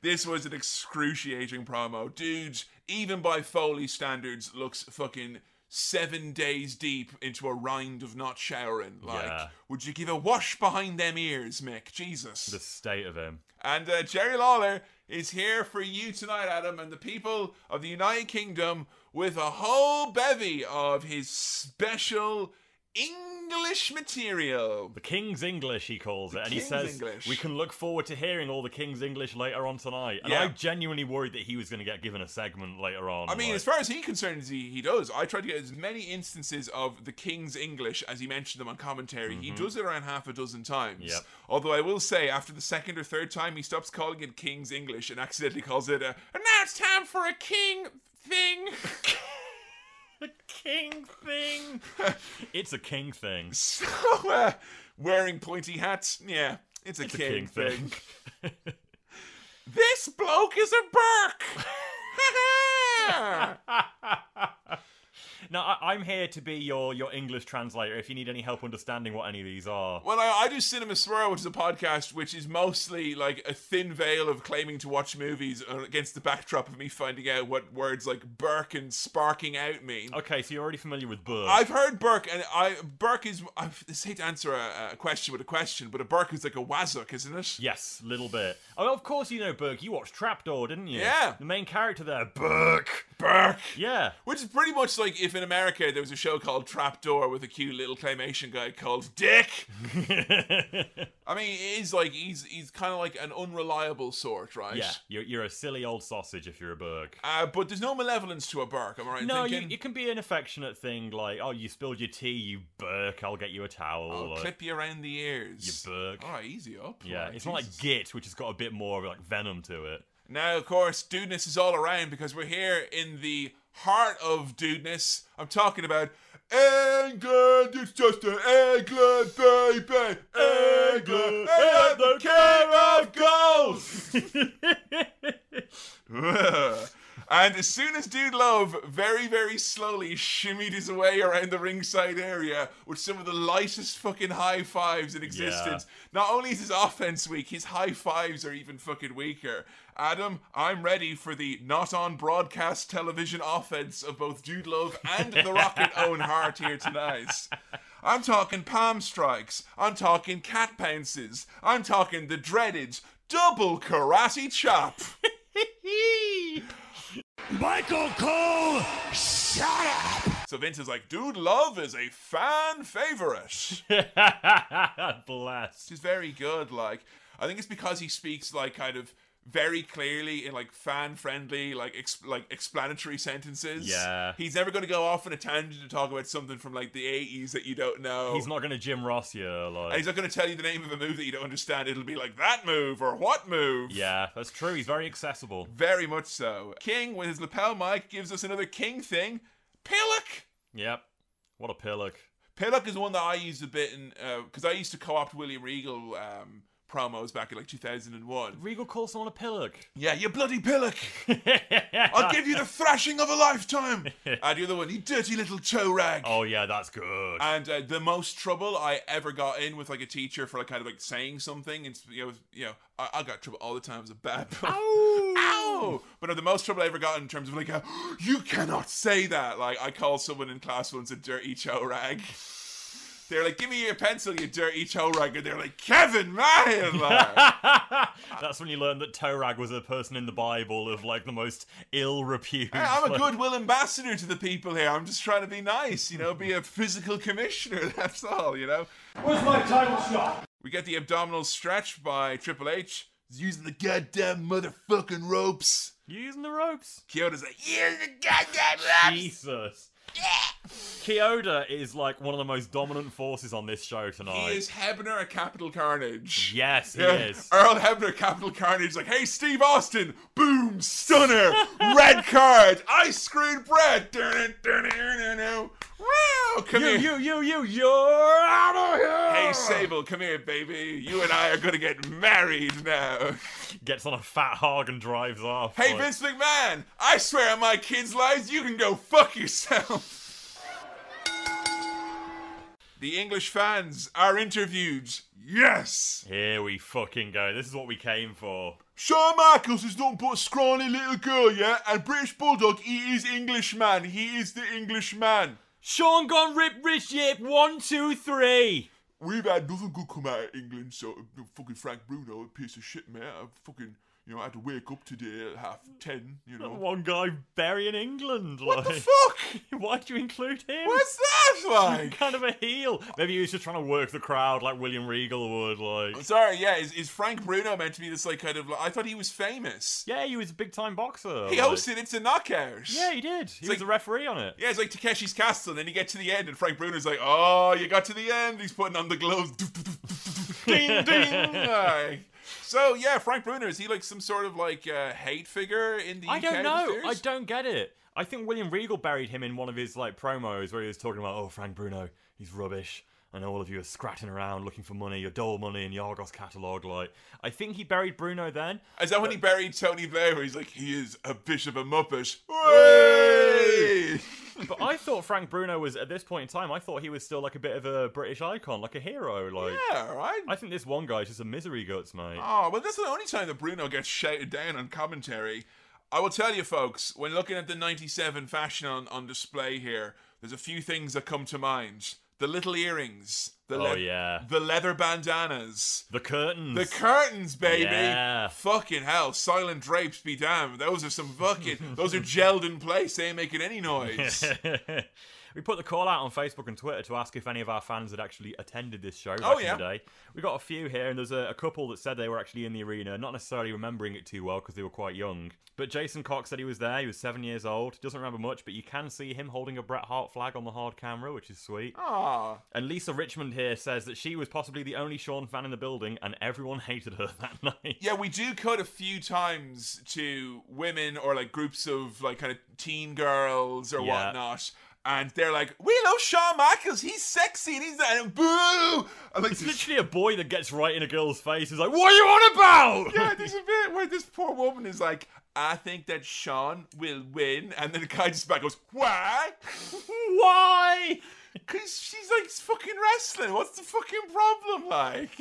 S1: this was an excruciating promo. Dude, even by Foley standards, looks fucking seven days deep into a rind of not showering. Like,
S3: Yeah.
S1: would you give a wash behind them ears, Mick? Jesus.
S3: The state of him.
S1: And uh, Jerry Lawler is here for you tonight, Adam, and the people of the United Kingdom with a whole bevy of his special English material.
S3: The King's English, he calls it, and he
S1: King's
S3: says
S1: English.
S3: we can look forward to hearing all the King's English later on tonight. And
S1: Yeah.
S3: I genuinely worried that he was going to get given a segment later on.
S1: I mean,
S3: like-
S1: as far as he's concerned, he, he does. I tried to get as many instances of the King's English as he mentioned them on commentary. He
S3: Mhm.
S1: does it around half a dozen times.
S3: Yep.
S1: Although I will say, after the second or third time, he stops calling it King's English and accidentally calls it a. And now it's time for a king thing.
S3: The king thing. it's a king thing.
S1: So, uh, wearing pointy hats, yeah, it's a,
S3: It's a
S1: king,
S3: king
S1: thing.
S3: thing.
S1: this bloke is a Burke.
S3: No, I, I'm here to be your, your English translator if you need any help understanding what any of these are.
S1: Well, I, I do Cinema Swirl, which is a podcast which is mostly like a thin veil of claiming to watch movies uh, against the backdrop of me finding out what words like Burke and sparking out mean.
S3: Okay, so you're already familiar with Burke.
S1: I've heard Burke, and I Burke is. I hate to answer a, a question with a question, but a Burke is like a wazzock, isn't it?
S3: Yes, little bit. Oh, of course you know Burke. You watched Trapdoor, didn't you?
S1: Yeah.
S3: The main character there, Burke.
S1: Burke.
S3: Yeah.
S1: Which is pretty much like if in America there was a show called Trapdoor with a cute little claymation guy called Dick. I mean, it is like he's he's kind of like an unreliable sort, right?
S3: Yeah, you're, you're a silly old sausage if you're a Burke.
S1: Uh, but there's no malevolence to a Burke, am I right? in
S3: no, you,
S1: thinking?
S3: it can be an affectionate thing like, oh, you spilled your tea, you Burke, I'll get you a towel.
S1: I'll
S3: or-
S1: clip you around the ears.
S3: Oh, You Burke.
S1: All right, easy up.
S3: yeah,
S1: Like,
S3: it's not
S1: Jesus.
S3: like Git, which has got a bit more like venom to it.
S1: Now, of course, dudeness is all around because we're here in the heart of dudeness. I'm talking about England. It's just an England, baby. England, and the care of goals. and as soon as Dude Love very, very slowly shimmied his way around the ringside area with some of the lightest fucking high fives in existence, not only is his offense weak, his high fives are even fucking weaker. Adam, I'm ready for the not on broadcast television offense of both Dude Love and the Rocket Own Heart here tonight. I'm talking palm strikes. I'm talking cat pounces. I'm talking the dreaded double karate chop.
S20: Michael Cole, shut up!
S1: So Vince is like, dude, love is a fan favorite.
S3: Blast.
S1: He's very good. Like, I think it's because he speaks like kind of very clearly in like fan friendly, like ex- like explanatory sentences.
S3: Yeah.
S1: he's never going to go off on a tangent to talk about something from like the eighties that you don't know.
S3: He's not going to Jim Ross you. Like,
S1: And Oh. he's not going to tell you the name of a move that you don't understand. It'll be like that move or what move.
S3: yeah, that's true. He's very accessible.
S1: Very much so. King with his lapel mic gives us another King thing. Pillock.
S3: Yep. What a pillock.
S1: Pillock is one that I used a bit in because I used to co-opt William Regal um, promos back in like 2001.
S3: Regal calls someone a pillock.
S1: Yeah, you bloody pillock! I'll give you the thrashing of a lifetime. and the other one, you dirty little toe rag.
S3: Oh yeah, that's good.
S1: And uh, the most trouble I ever got in with like a teacher for like kind of like saying something, and you know, you know, I, I got trouble all the time as a bad boy. Ow! But uh, the most trouble I ever got in terms of like, a, you cannot say that. Like I called someone in class once a dirty cho rag. They're like, give me your pencil, you dirty cho rag, and they're like, Kevin, man, like,
S3: That's when you learn that Torag was a person in the Bible of like the most ill repute.
S1: Hey, I'm a
S3: like-
S1: goodwill ambassador to the people here. I'm just trying to be nice, you know, be a physical commissioner. That's all, you know.
S43: Where's my title shot?
S1: We get the abdominal stretch by Triple H. He's using the goddamn motherfucking ropes.
S3: Using the ropes.
S1: Kyoto's like,
S20: Here's the goddamn raps!
S3: Jesus. Kyoda is like one of the most dominant forces on this show tonight.
S1: he is Hebner a capital carnage.
S3: Yes, he is.
S1: Earl Hebner, Capital Carnage, like, hey, Steve Austin, boom, stunner, red card, ice screwed bread, dun dun dun dun wow, come
S3: You,
S1: here.
S3: you, you, you, you're out of here.
S1: Hey, Sable, come here, baby. You and I are gonna get married now.
S3: Gets on a fat hog and drives off.
S1: Hey,
S3: like-
S1: Vince McMahon, I swear on my kids' lives, you can go fuck yourself. the English fans are interviewed. Yes!
S3: Here we fucking go. This is what we came for.
S15: Shawn Michaels is not but a scrawny little girl, yeah? And British Bulldog, he is Englishman. He is the Englishman.
S3: Sean gone rip rich yip, one, two, three.
S15: We've had nothing good come out of England, so uh, fucking Frank Bruno, a piece of shit, man. I fucking, you know, I had to wake up today at half ten, you know.
S3: One guy burying England.
S15: What the
S3: like.
S15: fuck?
S3: Why'd you include him?
S15: What's that like?
S3: kind of a heel. Maybe he was just trying to work the crowd like William Regal would. Like,
S1: I'm sorry, yeah, is, is Frank Bruno meant to be this, like, kind of. I thought he was famous.
S3: yeah, he was a big time boxer.
S1: He
S3: like-
S1: hosted It's a Knockout.
S3: Yeah, he did. He was a referee on it.
S1: Yeah, it's like Takeshi's Castle, and then you get to the end, and Frank Bruno's like, oh, you got to the end. He's putting on the gloves. ding, ding. Like, So, yeah, Frank Bruno, is he like some sort of like uh, hate figure in the
S3: I
S1: UK?
S3: don't know. I
S1: upstairs?
S3: don't get it. I think William Regal buried him in one of his like promos where he was talking about, oh Frank Bruno, he's rubbish. and all of you are scratching around looking for money, your Dole money in the Argos catalogue. Like, I think he buried Bruno then.
S1: Is that when he buried Tony Blair? Where he's like, he is a bishop of Muppet.
S3: but I thought Frank Bruno was at this point in time. I thought he was still like a bit of a British icon, like a hero. Like,
S1: Yeah, right.
S3: I think this one guy's just a misery guts, mate.
S1: Oh, well, that's not the only time that Bruno gets shouted down on commentary. I will tell you, folks, when looking at the 97 fashion on, on display here, there's a few things that come to mind. The little earrings. The
S3: Oh,
S1: leath-
S3: yeah.
S1: The leather bandanas.
S3: The curtains.
S1: The curtains, baby.
S3: Yeah.
S1: Fucking hell. Silent drapes be damned. Those are some fucking... those are gelled in place. They ain't making any noise.
S3: we put the call out on Facebook and Twitter to ask if any of our fans had actually attended this show back
S1: Oh,
S3: in
S1: yeah.
S3: the day. We got a few here, and there's a, a couple that said they were actually in the arena, not necessarily remembering it too well because they were quite young. But Jason Cox said he was there. He was seven years old. Doesn't remember much, but you can see him holding a Bret Hart flag on the hard camera, which is sweet.
S1: Aw.
S3: And Lisa Richmond here says that she was possibly the only Sean fan in the building, and everyone hated her that night.
S1: Yeah, we do cut a few times to women or like groups of like kind of teen girls or
S3: Yeah.
S1: whatnot. And they're like, we love Shawn Michaels. He's sexy and he's that. And boo! I'm like,
S3: it's literally a boy that gets right in a girl's face. He's like, "What are you on about?"
S1: yeah, there's a bit where this poor woman is like, I think that Sean will win. And then the guy just back goes, Why?
S3: Why?
S1: Because she's like, it's fucking wrestling. What's the fucking problem like?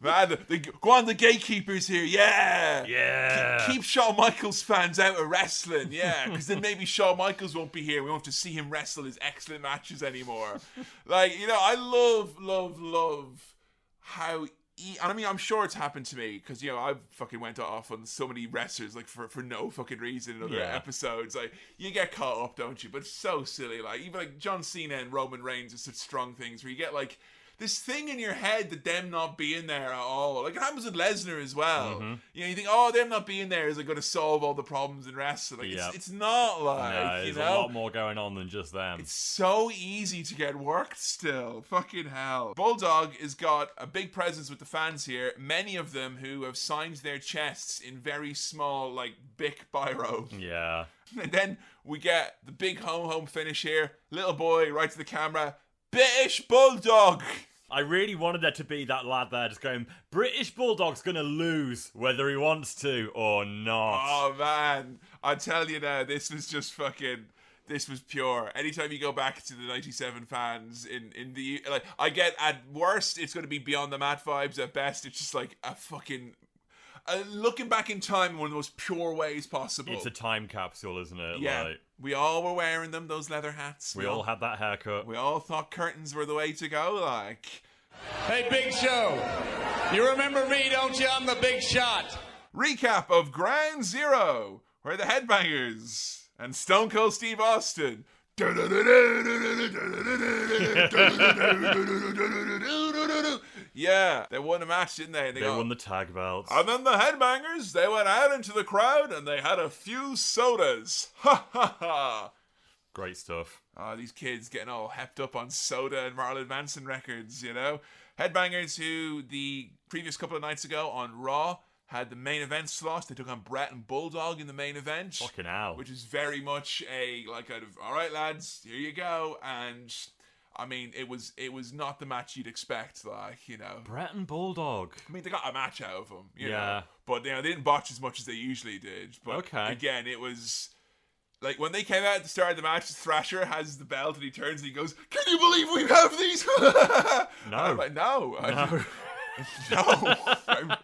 S1: Man, the, the, go on, the gatekeepers here. Yeah.
S3: Yeah.
S1: Keep, keep Shawn Michaels fans out of wrestling. Yeah. Because then maybe Shawn Michaels won't be here. We won't have to see him wrestle his excellent matches anymore. like, you know, I love, love, love how e- and I mean I'm sure it's happened to me because you know I've fucking went off on so many wrestlers like for for no fucking reason in other
S3: Yeah.
S1: episodes like you get caught up don't you but it's so silly like even like John Cena and Roman Reigns are such strong things where you get like this thing in your head that them not being there at all like it happens with Lesnar as well
S3: Mhm.
S1: you know you think oh them not being there is like going to solve all the problems in wrestling like,
S3: Yeah.
S1: it's, it's not like
S3: No,
S1: you
S3: there's
S1: know
S3: a lot more going on than just them.
S1: so easy to get worked still. Fucking hell. Bulldog has got a big presence with the fans here, many of them who have signed their chests in very small, like, Bic Biro.
S3: Yeah.
S1: And then we get the big home home finish here. Little boy right to the camera. British Bulldog!
S3: I really wanted there to be that lad there just going, British Bulldog's gonna lose whether he wants to or not.
S1: Oh man, I tell you now, this was just fucking. This was pure. Anytime you go back to the '97 fans in in the like, I get at worst it's going to be beyond the mat vibes. At best, it's just like a fucking. Uh, looking back in time in one of the most pure ways possible.
S3: It's a time capsule, isn't it?
S1: yeah,
S3: Like,
S1: we all were wearing them, those leather hats.
S3: we all had that haircut.
S1: We all thought curtains were the way to go. Like,
S44: Hey, Big Show. You remember me, don't you? I'm the big shot.
S1: Recap of Ground Zero, where the Headbangers and Stone Cold Steve Austin. Yeah, they won a match, didn't they?
S3: They
S1: got-
S3: won the tag belts.
S1: And then the Headbangers, they went out into the crowd and they had a few sodas. Ha ha ha!
S3: Great stuff.
S1: Ah, these kids getting all hepped up on soda and Marlon Manson records, you know? Headbangers, who the previous couple of nights ago on Raw had the main event slot. They took on Brett and Bulldog in the main event.
S3: Fucking hell.
S1: Which is very much a, like, kind of, all right, lads, here you go. And. I mean, it was it was not the match you'd expect, like you know.
S3: Brett and Bulldog.
S1: I mean, they got a match out of them, you know.
S3: Yeah.
S1: But you know, they didn't botch as much as they usually did. But
S3: Okay.
S1: again, it was like when they came out at the start of the match. Thrasher has the belt and he turns and he goes, "Can you believe we have these?"
S3: No.
S1: I'm like, no, I- no. I'm-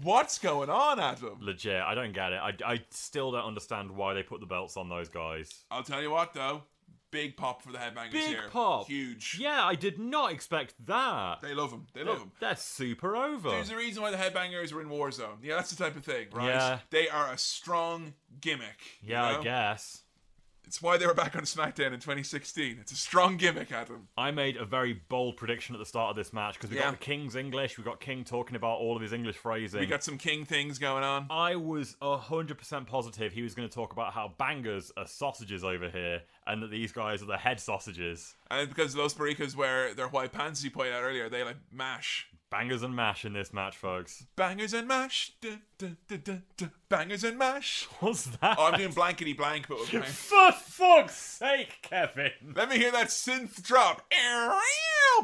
S1: What's going on, Adam?
S3: Legit, I don't get it. I, I still don't understand why they put the belts on those guys.
S1: I'll tell you what, though, big pop for the headbangers
S3: Big
S1: here.
S3: pop.
S1: Huge.
S3: Yeah, I did not expect that.
S1: They love them. They love them.
S3: They're super over.
S1: There's a reason why the headbangers were in Warzone. Yeah, that's the type of thing, right?
S3: Yeah.
S1: They are a strong gimmick. you
S3: yeah,
S1: know?
S3: I guess.
S1: It's why they were back on SmackDown in 2016. It's a strong gimmick, Adam.
S3: I made a very bold prediction at the start of this match because we
S1: Yeah.
S3: got the King's English, we got King talking about all of his English phrasing.
S1: We got some King things going on.
S3: I was 100% positive he was going to talk about how bangers are sausages over here and that these guys are the head sausages.
S1: And because Los Barricas wear their white pants, you pointed out earlier, they like mash.
S3: Bangers and mash in this match, folks.
S1: Bangers and mash. duh, duh, duh, duh, duh, Bangers and mash.
S3: What's that?
S1: Oh, I'm doing blankety blank, but with
S3: For fuck's sake, Kevin!
S1: Let me hear that synth drop.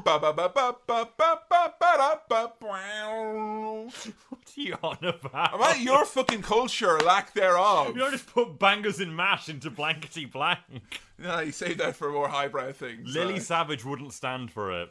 S1: Ba ba ba ba ba ba ba ba da ba.
S3: What are you on about?
S1: About your fucking culture, lack thereof.
S3: You don't just put bangers and mash into blankety blank.
S1: No, you save that for more highbrow things.
S3: Lily
S1: like-
S3: Savage wouldn't stand for it.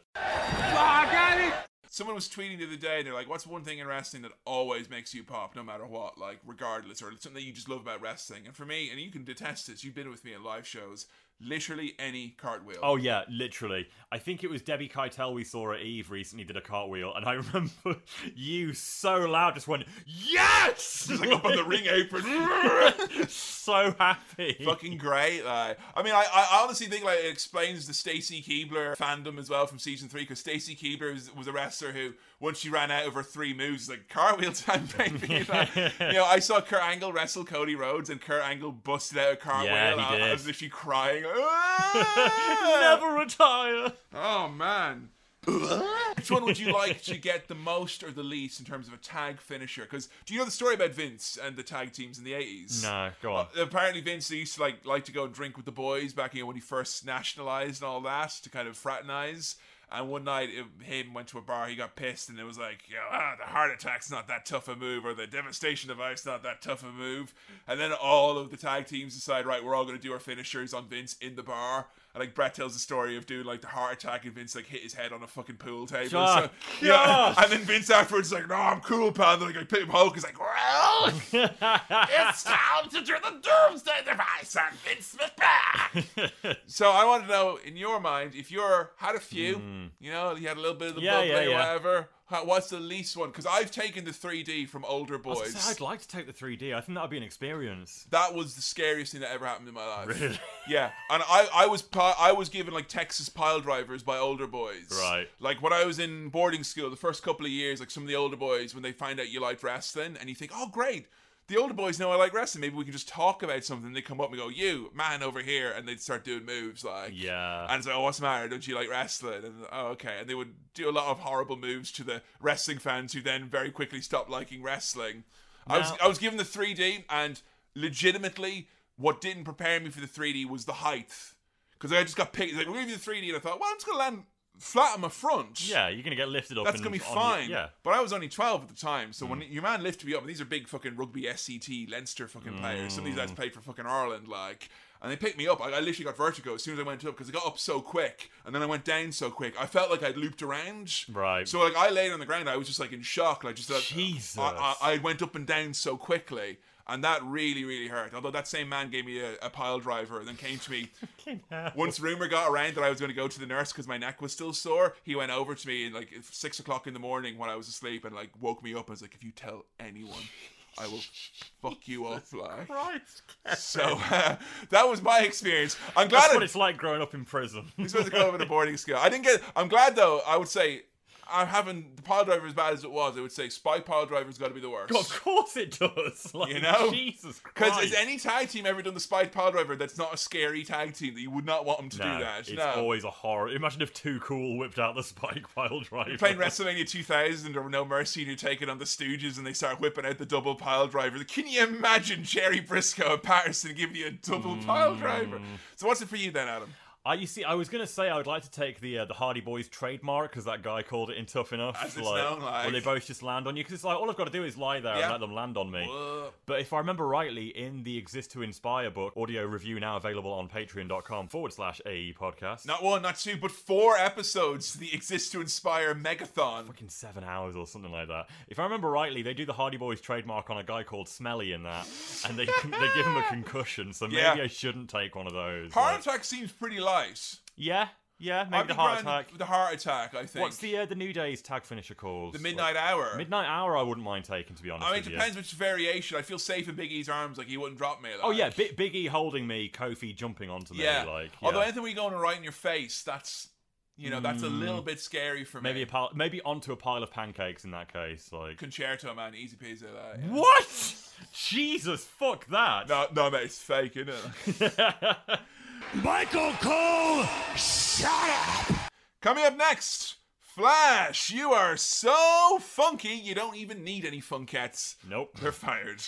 S1: Someone was tweeting the other day, and they're like, "What's one thing in wrestling that always makes you pop, no matter what, like regardless, or something you just love about wrestling?" And for me, and you can detest this, you've been with me at live shows. Literally any cartwheel.
S3: Oh yeah, literally. I think it was Debbie Keitel we saw at Eve recently did a cartwheel, and I remember you so loud just went yes,
S1: Just, like, up on the ring apron.
S3: so happy.
S1: Fucking great. Like, I mean, I, I honestly think like it explains the Stacy Keebler fandom as well from season three because Stacy Keebler was, was a wrestler who, once she ran out of her three moves, like cartwheel time, baby. Like, you know, I saw Kurt Angle wrestle Cody Rhodes, and Kurt Angle busted out a cartwheel.
S3: Yeah,
S1: and
S3: he
S1: I, I
S3: did.
S1: was literally crying. like, "Ah!"
S3: Never retire.
S1: Oh man. Which one would you like to get the most or the least in terms of a tag finisher? Because do you know the story about Vince and the tag teams in the eighties?
S3: No, go on.
S1: uh, Apparently, Vince used to like like to go and drink with the boys back you know, when he first nationalized and all that to kind of fraternize. And one night, it- him went to a bar. He got pissed, and it was like, you know, ah, the heart attack's not that tough a move, or the devastation device not that tough a move. And then all of the tag teams decide, right, we're all going to do our finishers on Vince in the bar. And like Brett tells the story of doing like the heart attack, and Vince like hit his head on a fucking pool table.
S3: Oh,
S1: yeah.
S3: gosh.
S1: And then Vince afterwards is like, no, I'm cool, pal. And then like, pick him Hulk. He's like, well,
S45: it's time to do the Doomsday Device on Vince Smith back.
S1: So I want to know, in your mind, if you're had a few, you know, you had a little bit of
S3: Mm-hmm.
S1: the
S3: Yeah,
S1: bubbly,
S3: yeah, yeah.
S1: whatever. How, what's the least one? Because I've taken the 3D from older
S3: I was gonna say,
S1: boys.
S3: I'd like to take the 3D. I think that'd be an experience.
S1: That was the scariest thing that ever happened in my life.
S3: Really?
S1: Yeah, and I, I was pi- I was given like Texas pile drivers by older boys.
S3: Right.
S1: Like when I was in boarding school, the first couple of years, like some of the older boys, when they find out you like wrestling, and you think, oh great, the older boys know I like wrestling. Maybe we can just talk about something. They come up and go, you man over here, and they'd start doing moves like.
S3: Yeah.
S1: And it's like, oh, what's the matter? Don't you like wrestling? And oh, okay. And they would do a lot of horrible moves to the wrestling fans, who then very quickly stopped liking wrestling. I was
S3: Now-
S1: I was given the 3D, and legitimately, what didn't prepare me for the 3D was the height, because I just got picked. Like, we'll give you the 3D, and I thought, well, I'm just gonna land flat on my front.
S3: Yeah, you're gonna get lifted up.
S1: That's
S3: and
S1: gonna be
S3: on
S1: fine.
S3: Your, yeah.
S1: But I was only 12 at the time, so
S3: Mm.
S1: when your man lifted me up, and these are big fucking rugby SCT Leinster fucking players. Some of these guys
S3: Mm.
S1: played for fucking Ireland, like. And they picked me up. I, I literally got vertigo as soon as I went up because I got up so quick and then I went down so quick. I felt like I'd looped around.
S3: Right.
S1: So like I laid on the ground, I was just like in shock. Like just that,
S3: Jesus.
S1: I, I, I went up and down so quickly, and that really, really hurt. Although that same man gave me a, a pile driver, and then came to me. Once rumor got around that I was going to go to the nurse because my neck was still sore, he went over to me and like at six o'clock in the morning when I was asleep and like woke me up. and was like, if you tell anyone, I will fuck you up, like.
S3: Christ.
S1: So uh, that was my experience. I'm glad
S3: That's
S1: I-
S3: what it's like growing up in prison.
S1: He's supposed to go over to boarding school. I didn't get. I'm glad though. I would say I'm having the pile driver as bad as it was. I would say spy pile driver's got to be the worst.
S3: of course it does. Like,
S1: you know,
S3: Jesus Christ.
S1: Because has any tag team ever done the spy pile driver? That's not a scary tag team that you would not want them to
S3: no,
S1: do that.
S3: It's
S1: no.
S3: always a horror. Imagine if Too Cool whipped out the spike pile driver.
S1: You're playing WrestleMania 2000 or No Mercy, and you take it on the Stooges, and they start whipping out the double pile driver. Can you imagine Jerry Briscoe and Patterson giving you a double
S3: Mm.
S1: pile driver? So what's it for you then, Adam?
S3: I Uh, you see, I was gonna say I would like to take the uh, the Hardy Boys trademark because that guy called it in Tough Enough.
S1: As it's known, like-
S3: where they both just land on you because it's like all I've got to do is lie there
S1: Yeah.
S3: and let them land on me.
S1: Whoa.
S3: But if I remember rightly, in the Exist to Inspire book, audio review now available on Patreon.com forward slash AE podcast.
S1: Not one, not two, but four episodes. to The Exist to Inspire Megathon.
S3: Fucking seven hours or something like that. If I remember rightly, they do the Hardy Boys trademark on a guy called Smelly in that, and they they give him a concussion. So maybe
S1: Yeah.
S3: I shouldn't take one of those.
S1: Heart
S3: like-
S1: attack seems pretty light.
S3: yeah, yeah, maybe
S1: I'd
S3: the
S1: be
S3: heart
S1: grand
S3: attack.
S1: with The heart attack, I think.
S3: What's the uh, the New Day's tag finisher called?
S1: The Midnight Hour.
S3: Midnight Hour, I wouldn't mind taking to be honest.
S1: I mean, it
S3: with you.
S1: depends which variation. I feel safe in Big E's arms, like he wouldn't drop me. Like.
S3: Oh yeah, Bi- Big E holding me, Kofi jumping onto me.
S1: yeah.
S3: Like,
S1: Although
S3: yeah.
S1: anything we go on right in your face, that's you know that's a
S3: Mm.
S1: little bit scary for me.
S3: maybe a pile, maybe onto a pile of pancakes in that case. Like,
S1: concerto, man, easy peasy. Like, yeah.
S3: what? Jesus, fuck that.
S1: No, no, mate, it's fake, isn't it?
S20: Michael Cole, shut up!
S1: Coming up next, Flash. You are so funky, you don't even need any funkettes.
S3: Nope.
S1: They're fired.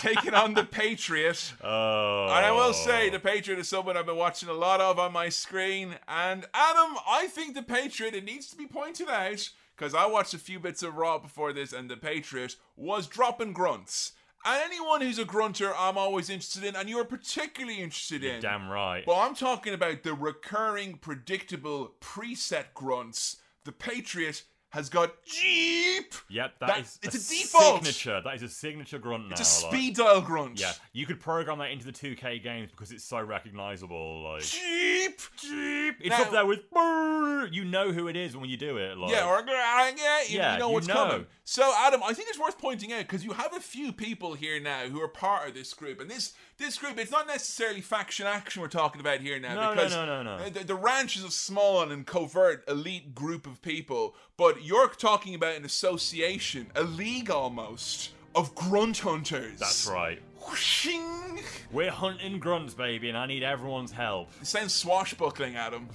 S1: taking on the Patriot.
S3: Oh.
S1: And I will say, the Patriot is someone I've been watching a lot of on my screen. And Adam, I think the Patriot, it needs to be pointed out, because I watched a few bits of Raw before this, and the Patriot was dropping grunts. And anyone who's a grunter, I'm always interested in, and you're particularly interested in.
S3: Damn right.
S1: But I'm talking about the recurring, predictable, preset grunts. The Patriot has got Jeep.
S3: Yep,
S1: That-
S3: is
S1: it's a default.
S3: signature. That is a signature grunt now.
S1: It's a
S3: like-
S1: speed dial grunt.
S3: Yeah, you could program that into the 2K games because it's so recognizable. Like
S1: Jeep,
S3: Jeep. It's
S1: Now-
S3: up there with. "Brrr." You know who it is when you do it. Like,
S1: yeah, or "Ah, yeah, you,
S3: Yeah,
S1: you know
S3: you
S1: what's
S3: know.
S1: coming. So, Adam, I think it's worth pointing out because you have a few people here now who are part of this group, and this this group it's not necessarily faction action we're talking about here now.
S3: No, no,
S1: because
S3: no, no, no.
S1: The, the ranch is a small and covert elite group of people, but you're talking about an association, a league almost of grunt hunters.
S3: That's right.
S1: Whooshing.
S3: We're hunting grunts, baby, and I need everyone's help.
S1: It sounds swashbuckling, Adam.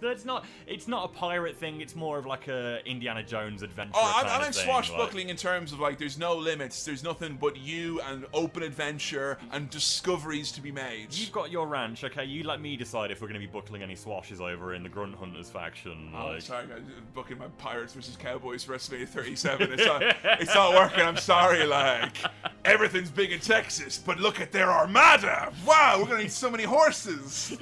S3: That's not. It's not a pirate thing. It's more of like a Indiana Jones adventure.
S1: Oh, I'm,
S3: kind
S1: I'm
S3: of
S1: in
S3: thing, like-
S1: swashbuckling in terms of like there's no limits, there's nothing but you and open adventure and discoveries to be made.
S3: You've got your ranch, okay? You let me decide if we're going to be buckling any swashes over in the Grunt Hunters faction.
S1: Oh,
S3: like-
S1: sorry, guys, booking my Pirates versus Cowboys for WrestleMania 37. It's not, it's not working. I'm sorry. Like everything's big in Texas, but look at their armada. Wow, we're gonna need so many horses.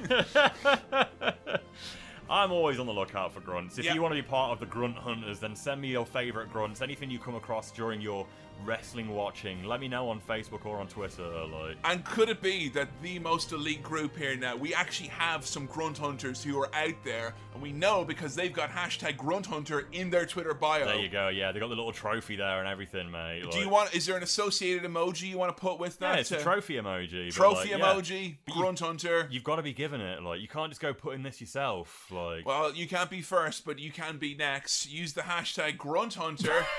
S3: I'm always on the lookout for grunts. If
S1: Yeah.
S3: you want to be part of the Grunt Hunters, then send me your favourite grunts. Anything you come across during your wrestling watching, let me know on Facebook or on Twitter. Like,
S1: And could it be that the most elite group here now, we actually have some grunt hunters who are out there, and we know because they've got hashtag grunt hunter in their Twitter bio.
S3: there you go. Yeah, they got the little trophy there and everything, mate.
S1: Do you
S3: like-
S1: want? Is there an associated emoji you want to put with that?
S3: Yeah, it's a
S1: to-
S3: trophy emoji. but,
S1: Trophy
S3: like, yeah.
S1: emoji, grunt hunter.
S3: You've got to be given it. Like, you can't just go putting this yourself. Like,
S1: Well, you can't be first, but you can be next. Use the hashtag grunt hunter.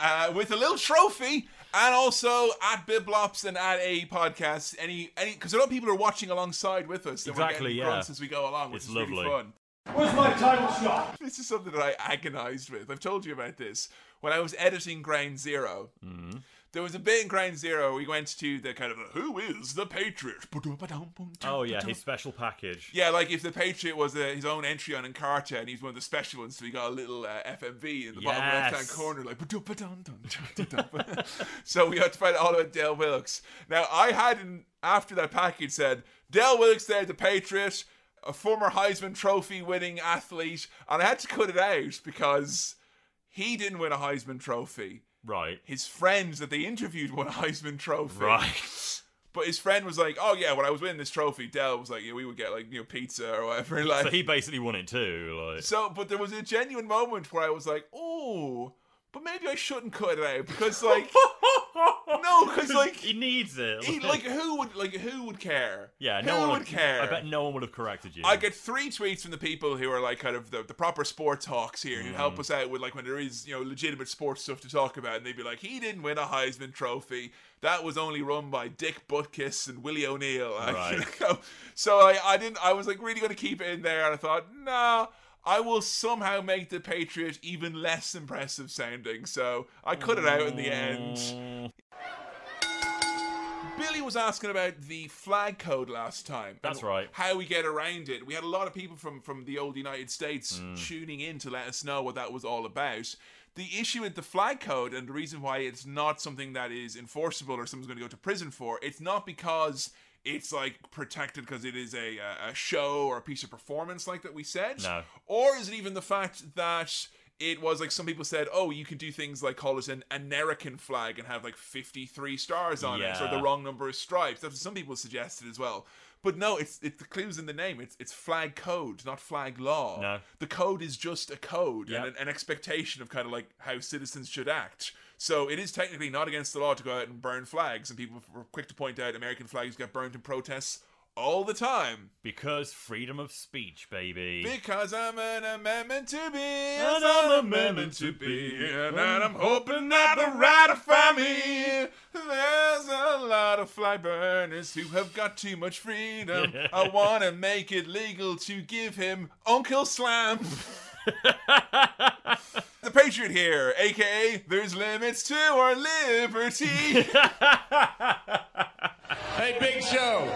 S1: Uh, with a little trophy, and also at Biblops and at AE Podcasts, any any because a lot of people are watching alongside with us. and we're
S3: Exactly,
S1: getting
S3: yeah.
S1: grunts as we go along, which
S3: It's
S1: is really
S3: lovely.
S1: fun.
S46: Where's my title shot?
S1: This is something that I agonized with. I've told you about this when I was editing Ground Zero.
S3: Mm-hmm.
S1: There was a bit in Ground Zero. We went to the kind of who is the Patriot?
S3: oh, yeah, his special package.
S1: Yeah, like if the Patriot was uh his own entry on Encarta and he's one of the special ones, so he got a little uh, FMV in the bottom left hand
S3: Yes.
S1: corner, like. "Ba-dum, ba-dum, dum, dum, dum, dum." so we had to find out all about Dale Wilkes. Now, I had, in, after that package, said Dale Wilkes there, the Patriot, a former Heisman Trophy winning athlete, and I had to cut it out because he didn't win a Heisman Trophy.
S3: Right.
S1: His friends that they interviewed won a Heisman Trophy.
S3: Right.
S1: But his friend was like, "Oh yeah, when I was winning this trophy, Dell was like, yeah, we would get like you know pizza or whatever." Like,
S3: so he basically won it too. Like,
S1: so, but there was a genuine moment where I was like, "Oh, but maybe I shouldn't cut it out because like, no, because like
S3: he needs it.
S1: he, like who would like who would care?
S3: yeah,
S1: who
S3: no one
S1: would care?
S3: I bet no one would have corrected you.
S1: I get three tweets from the people who are like kind of the, the proper sports hawks here who help
S3: Mm.
S1: us out with like when there is you know legitimate sports stuff to talk about and they'd be like he didn't win a Heisman Trophy that was only run by Dick Butkus and Willie O'Neill Like,
S3: Right.
S1: you know? so I, I didn't I was like really gonna keep it in there and I thought nah I will somehow make the Patriot even less impressive sounding so I cut it out in the
S3: Mm.
S1: end. Billy was asking about the flag code last time.
S3: That's
S1: and
S3: right.
S1: How we get around it. We had a lot of people from from the old United States
S3: Mm.
S1: tuning in to let us know what that was all about. The issue with the flag code and the reason why it's not something that is enforceable or someone's going to go to prison for, it's not because it's like protected because it is a a- a show or a piece of performance like that we said.
S3: No.
S1: Or is it even the fact that it was like some people said, oh, you could do things like call it an American flag and have like 53 stars on it, or the
S3: Yeah.
S1: wrong number of stripes. That's what some people suggested as well. But no, it's it's the clues in the name. It's it's flag code, not flag law.
S3: No.
S1: The code is just a code
S3: Yeah.
S1: and an, an expectation of kind of like how citizens should act. So it is technically not against the law to go out and burn flags, and people were quick to point out American flags get burnt in protests all the time.
S3: because freedom of speech, baby.
S1: Because I'm an amendment to be,
S3: And
S1: I'm
S3: I'm
S1: an amendment
S3: amendment
S1: to
S3: to
S1: be,
S3: be.
S1: and I'm hoping that will ratify me. There's a lot of fly burners who have got too much freedom. I want to make it legal to give him Uncle Slam. the Patriot here, aka there's limits to our liberty.
S16: Hey, Big Show,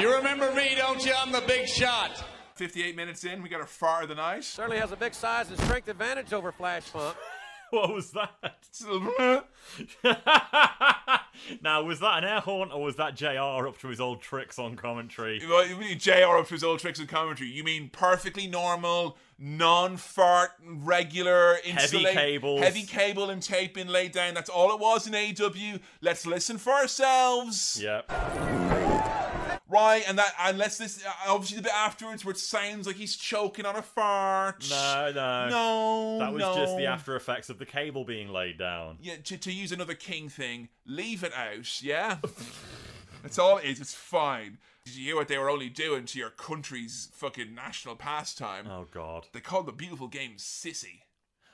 S16: you remember me, don't you? I'm the big shot.
S1: 58 minutes in, we got a far the night.
S26: Certainly has a big size and strength advantage over Flash Funk.
S3: what was that? now, was that an air horn or was that JR up to his old tricks on commentary?
S1: Well, you mean JR up to his old tricks and commentary. You mean perfectly normal, non-fart, regular,
S3: Heavy
S1: insulate-
S3: cables.
S1: heavy cable and tape being laid down. That's all it was in AW. Let's listen for ourselves.
S3: Yep.
S1: Right, and that unless this obviously the bit afterwards where it sounds like he's choking on a fart.
S3: No, no.
S1: No,
S3: That was just the
S1: no.
S3: after effects of the cable being laid down.
S1: Yeah, to, to use another King thing, leave it out, yeah? That's all it is, it's fine. Did you hear what they were only doing to your country's fucking national pastime?
S3: Oh, God.
S1: They called the beautiful game Sissy.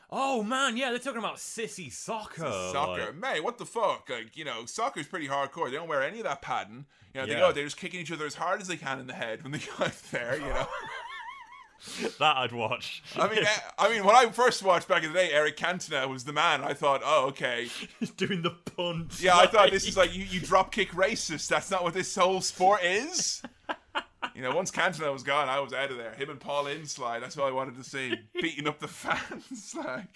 S3: Oh, man, yeah, they're talking about sissy soccer.
S1: soccer.
S3: like-
S1: Mate, what the fuck? Like, you know, soccer's pretty hardcore. They don't wear any of that padding. You know, they
S3: Yeah.
S1: go, out they're just kicking each other as hard as they can in the head when they go out there, you know?
S3: that I'd watch.
S1: I mean, I, I mean, when I first watched back in the day, Eric Cantona was the man. I thought, oh, okay,
S3: he's doing the punt.
S1: Yeah, I thought this is like you, you drop kick racist. That's not what this whole sport is. you know, once Cantona was gone, I was out of there. Him and Paul Inslide. That's all I wanted to see, beating up the fans. like,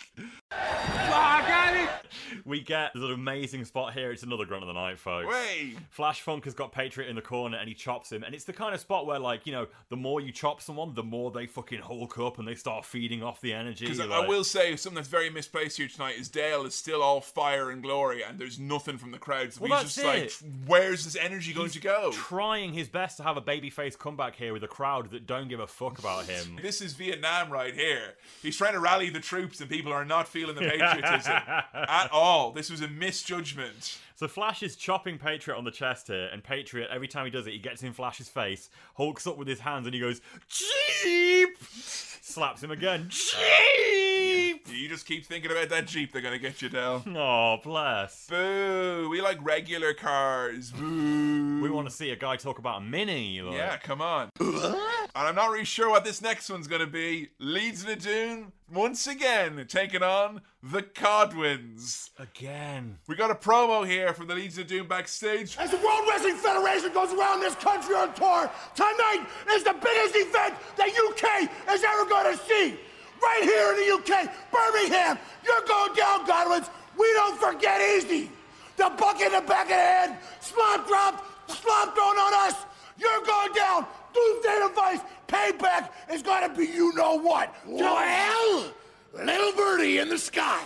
S3: We get there's an amazing spot here. It's another grunt of the night, folks.
S1: Way.
S3: Flash Funk has got Patriot in the corner and he chops him, and it's the kind of spot where, like, you know, the more you chop someone, the more they fucking hulk up and they start feeding off the energy.
S1: Because I
S3: like-
S1: will say something that's very misplaced here tonight is Dale is still all fire and glory, and there's nothing from the crowds.
S3: Well,
S1: We're
S3: that's
S1: just like,
S3: it.
S1: where's this energy going to go?
S3: Trying his best to have a babyface comeback here with a crowd that don't give a fuck about him.
S1: This is Vietnam right here. He's trying to rally the troops, and people are not feeling the patriotism at all. This was a misjudgment.
S3: So Flash is chopping Patriot on the chest here, and Patriot, every time he does it, he gets in Flash's face, hulks up with his hands, and he goes, Jeep! Slaps him again. Jeep!
S1: You just keep thinking about that Jeep, they're going to get you, Dale.
S3: Oh, bless.
S1: Boo! We like regular cars. Boo!
S3: We want to see a guy talk about a mini. Like.
S1: Yeah, come on. and I'm not really sure what this next one's going to be. Leeds Ladoon, once again, taking on the Codwins.
S3: Again.
S1: We got a promo here from the Leeds Ladoon backstage.
S20: As the World Wrestling Federation goes around this country on tour, tonight is the biggest event the UK is ever going to see. Right here in the UK, Birmingham, you're going down, Godwins. We don't forget easy. The buck in the back of the head, slop dropped, slop thrown on us. You're going down. Doomsday device, payback is going to be you know what. Well, little birdie in the sky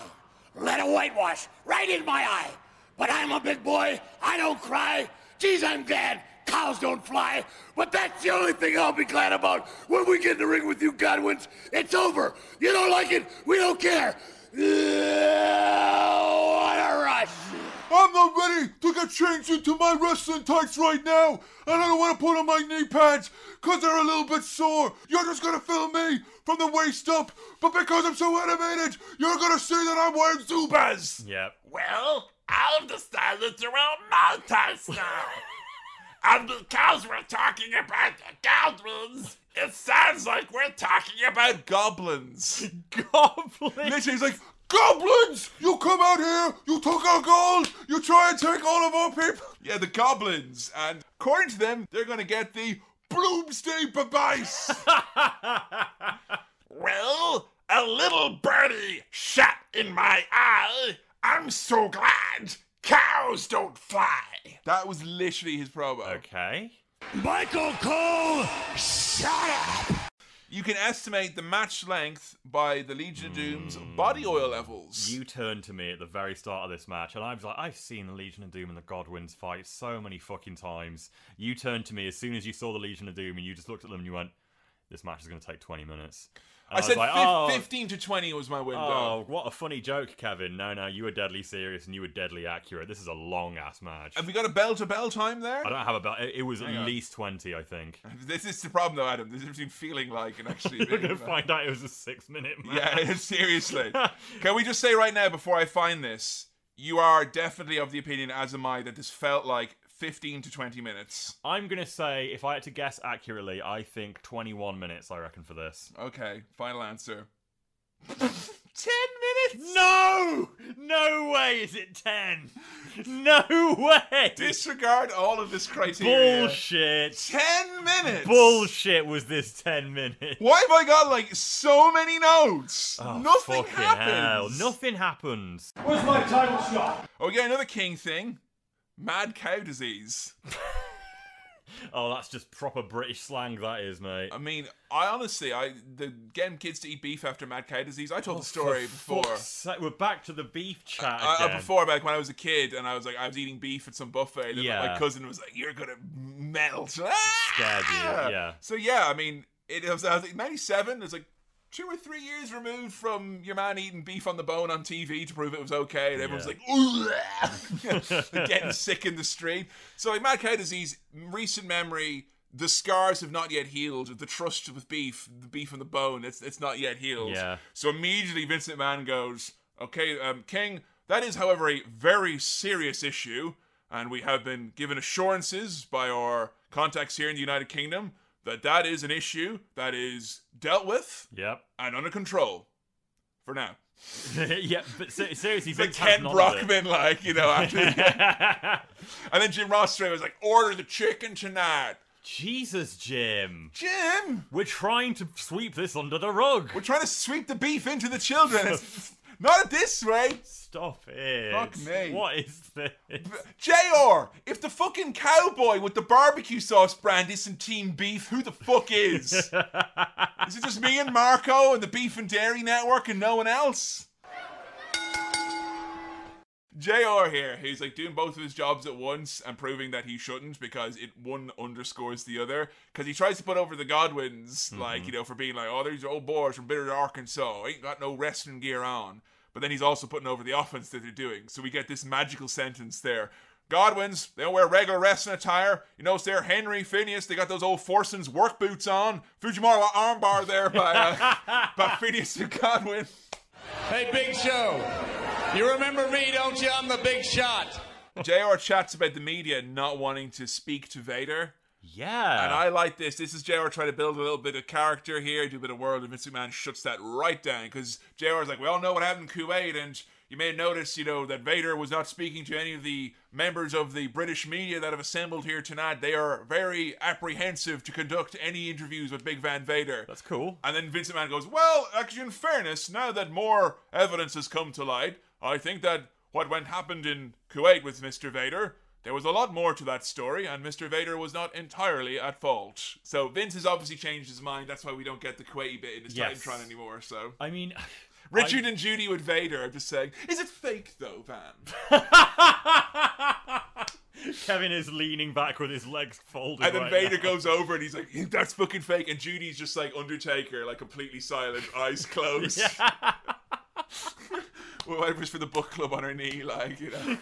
S20: let a whitewash right in my eye. But I'm a big boy. I don't cry. Geez, I'm glad cows don't fly. But that's the only thing I'll be glad about when we get in the ring with you Godwins. It's over. You don't like it? We don't care. what a rush!
S15: I'm not ready to get changed into my wrestling tights right now, and I don't want to put on my knee pads because they're a little bit sore. You're just gonna fill me from the waist up, but because I'm so animated, you're gonna see that I'm wearing Zubaz.
S3: Yep.
S4: Well, I understand that you're all mountains now. and because we're talking about the goblins, it sounds like we're talking about
S1: goblins.
S3: goblins.
S15: Literally, he's like, goblins! You come out here, you took our gold, you try and take all of our people.
S1: Yeah, the Goblins. And according to them, they're going to get the Bloomsday Babice.
S4: Well, a little birdie shot in my eye. I'm so glad cows don't fly.
S1: that was literally his promo.
S3: Okay.
S4: Michael Cole, shut up!
S1: You can estimate the match length by the Legion of Doom's
S3: Hmm.
S1: body oil levels.
S3: You turned to me at the very start of this match, and I was like, I've seen the Legion of Doom and the Godwins fight so many fucking times. You turned to me as soon as you saw the Legion of Doom, and you just looked at them and you went, This match is going to take 20 minutes. And
S1: I,
S3: was
S1: said
S3: like,
S1: fif-
S3: "Oh,
S1: 15 to 20 was my window.
S3: Oh, what a funny joke, Kevin. No, no, you were deadly serious and you were deadly accurate. This is a long ass match.
S1: Have we got a bell to bell time there?
S3: I don't have a belt. It, it was
S1: Hang
S3: at
S1: on.
S3: least 20, I think.
S1: This is the problem, though, Adam. This is between feeling like and actually
S3: You're
S1: being.
S3: going to find out it was a six minute match.
S1: yeah, seriously. Can we just say right now, before I find this, you are definitely of the opinion, as am I, that this felt like 15 to 20 minutes.
S3: I'm going to say, if I had to guess accurately, I think 21 minutes, I reckon, for this.
S1: Okay, final answer.
S22: Ten minutes? No! No way is it ten! No way!
S1: Disregard all of this criteria.
S22: Bullshit!
S1: Ten minutes!
S22: Bullshit was this ten minutes.
S1: Why have I got like so many notes? Nothing
S22: Oh, fucking hell,
S1: happens.
S22: Nothing happens.
S1: Where's my title shot? Oh yeah, another king thing. Mad cow disease.
S22: Oh, that's just proper British slang, that is, mate.
S1: I mean, I honestly, I the getting kids to eat beef after mad cow disease. I told the story
S22: Oh, For
S1: before.
S22: fuck's sake, we're back to the beef chat
S1: I, I,
S22: again.
S1: before, back when I was a kid, and I was like, I was eating beef at some buffet, and then my
S22: Yeah.
S1: cousin was like, "You're gonna melt."
S22: Scared you,
S1: Ah!
S22: yeah.
S1: So yeah, I mean, it was, I was like 97. It's like two or three years removed from your man eating beef on the bone on TV to prove it was okay, and everyone's
S22: Yeah.
S1: like, "Ugh." getting sick in the street. So like mad cow disease, recent memory. The scars have not yet healed. The trust with beef, the beef on the bone, it's it's not yet healed.
S22: Yeah.
S1: So immediately Vincent Mann goes, "Okay, um, King, that is, however, a very serious issue, and we have been given assurances by our contacts here in the United Kingdom that that is an issue that is dealt with
S22: Yep.
S1: and under control for now."
S22: yeah, but se- seriously,
S1: It's like
S22: Vince has
S1: Ken
S22: none of it.
S1: Brockman, like you know, after and then Jim Ross straight was like, "Order the chicken tonight."
S22: Jesus, Jim.
S1: Jim!
S22: We're trying to sweep this under the rug.
S1: We're trying to sweep the beef into the children. It's not this way.
S22: Stop it.
S1: Fuck me.
S22: What is this?
S1: JR, if the fucking cowboy with the barbecue sauce brand isn't Team Beef, who the fuck is? is it just me and Marco and the Beef and Dairy Network and no one else? JR here, he's like doing both of his jobs at once and proving that he shouldn't because it one underscores the other. Because he tries to put over the Godwins, like,
S15: Mhm.
S1: you know, for being like, oh, these are old boys from Bitter Arkansas, ain't got no wrestling gear on. But then he's also putting over the offense that they're doing. So we get this magical sentence there. Godwins, they don't wear regular wrestling attire. You notice there, Henry, Phineas, they got those old Forson's work boots on. Fujimaru armbar there by, uh, by Phineas and Godwin.
S2: Hey, Big Show, you remember me, don't you? I'm the big shot.
S1: JR chats about the media not wanting to speak to Vader.
S22: Yeah.
S1: And I like this. This is JR trying to build a little bit of character here, do a bit of world, and Vince McMahon shuts that right down because JR's like, we all know what happened in Kuwait, and you may notice, you know, that Vader was not speaking to any of the members of the British media that have assembled here tonight. They are very apprehensive to conduct any interviews with Big Van Vader. That's
S22: cool.
S1: And then Vince McMahon goes, well, actually, in fairness, now that more evidence has come to light, I think that what went happened in Kuwait with Mr. Vader. There was a lot more to that story, and Mr. Vader was not entirely at fault. So Vince has obviously changed his mind. That's why we don't get the Kuwaiti bit in his
S22: Yes.
S1: Titantron anymore. So
S22: I mean,
S1: Richard and Judy with Vader. I'm just saying, is it fake though, Van?
S22: Kevin is leaning back with his legs folded.
S1: And then
S22: right
S1: Vader
S22: now.
S1: goes over and he's like, "That's fucking fake." And Judy's just like Undertaker, like completely silent, eyes closed. Well, Whatever's for the book club on her knee, like you know.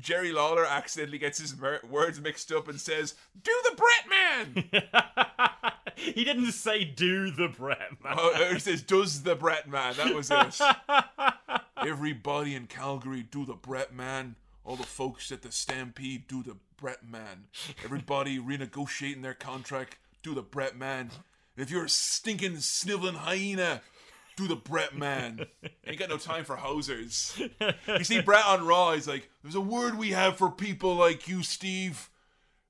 S1: Jerry Lawler accidentally gets his mer- words mixed up and says, "Do the Brit man."
S22: He didn't say do the Brett man.
S1: Oh, no, he says, "Does the Brett man?" That was it. Everybody in Calgary do the Brett man. All the folks at the Stampede do the Brett man. Everybody renegotiating their contract do the Brett man. And if you're a stinking sniveling hyena, do the Brett man. Ain't got no time for hosers. You see Brett on Raw. He's like, "There's a word we have for people like you, Steve.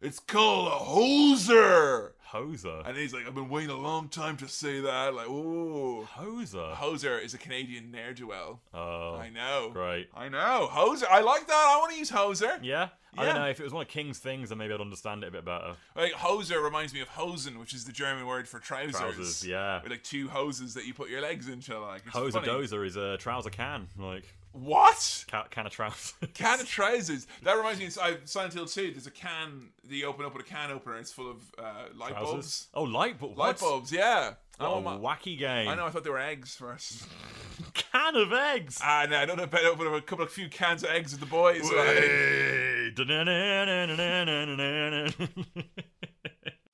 S1: It's called a hoser."
S22: Hoser.
S1: And he's like, I've been waiting a long time to say that. Like, ooh.
S22: Hoser.
S1: Hoser is a Canadian ne'er do well.
S22: Oh,
S1: I know.
S22: Great.
S1: I know. Hoser. I like that. I want to use hoser.
S22: Yeah? I don't
S1: Yeah.
S22: know. If it was one of King's things, then maybe I'd understand it a bit better.
S1: Like, hoser reminds me of hosen, which is the German word for trousers.
S22: Trousers, yeah.
S1: With like two hoses that you put your legs into. Like, it's
S22: Hoser
S1: funny.
S22: dozer is a trouser can. Like
S1: What?
S22: Ca- can of trousers.
S1: Can of trousers. That reminds me. Of I- Silent Hill 2, there's a can that you open up with a can opener. It's full of uh, light
S22: Trousers?
S1: bulbs.
S22: Oh, light bulbs.
S1: Light bulbs, yeah.
S22: What
S1: Oh
S22: a
S1: my-
S22: wacky game.
S1: I know. I thought they were eggs first.
S22: Can of eggs.
S1: Ah, no, I don't know about open up a couple of few cans of eggs with the boys. like-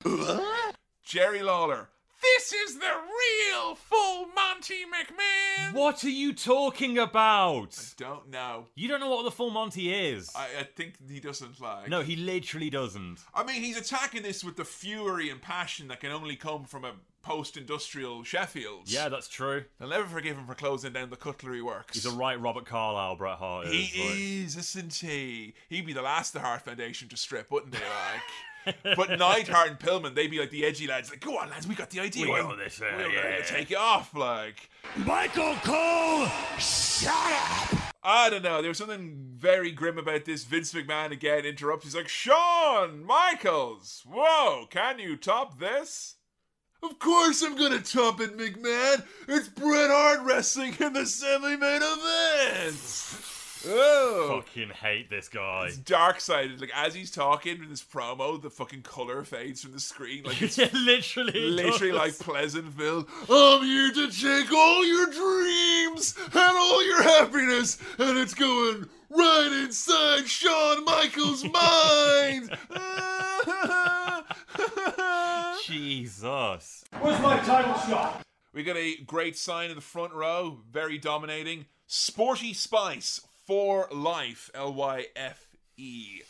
S22: Wait.
S1: Jerry Lawler.
S47: This is the real full Monty McMahon.
S3: What are you talking about? I
S1: don't know.
S3: You don't know what the full Monty is.
S1: I, I think he doesn't like.
S3: No, he literally doesn't.
S1: I mean, he's attacking this with the fury and passion that can only come from a post-industrial Sheffield.
S3: Yeah, that's true.
S1: I'll never forgive him for closing down the cutlery works.
S3: He's a right Robert Carlyle, Bret
S20: Oh,
S3: Hart.
S1: He
S3: is, like-
S1: is, isn't he? He'd be the last the Heart Foundation to strip, wouldn't they? Like, but Neidhart and Pillman, they'd be like the edgy lads. Like, go on, lads, we got the idea.
S20: We
S1: We're-
S20: got this, uh,
S1: we're gonna
S20: yeah."
S1: take it off, like.
S20: Michael Cole, shut up!
S1: I don't know. There was something very grim about this. Vince McMahon again interrupts. He's like, Shawn Michaels, whoa, can you top this?
S15: Of course I'm gonna top it, McMahon. It's Bret Hart wrestling in the semi-main event.
S1: Oh.
S3: Fucking hate this guy.
S1: It's dark sided. Like as he's talking in this promo, the fucking color fades from the screen. Like it's
S3: literally,
S15: it
S1: literally like
S15: does.
S1: Pleasantville.
S15: I'm here to take all your dreams and all your happiness, and it's going right inside Shawn Michaels' mind.
S3: Jesus.
S48: Where's my title shot?
S1: We got a great sign in the front row, very dominating. Sporty Spice for life, L Y F E.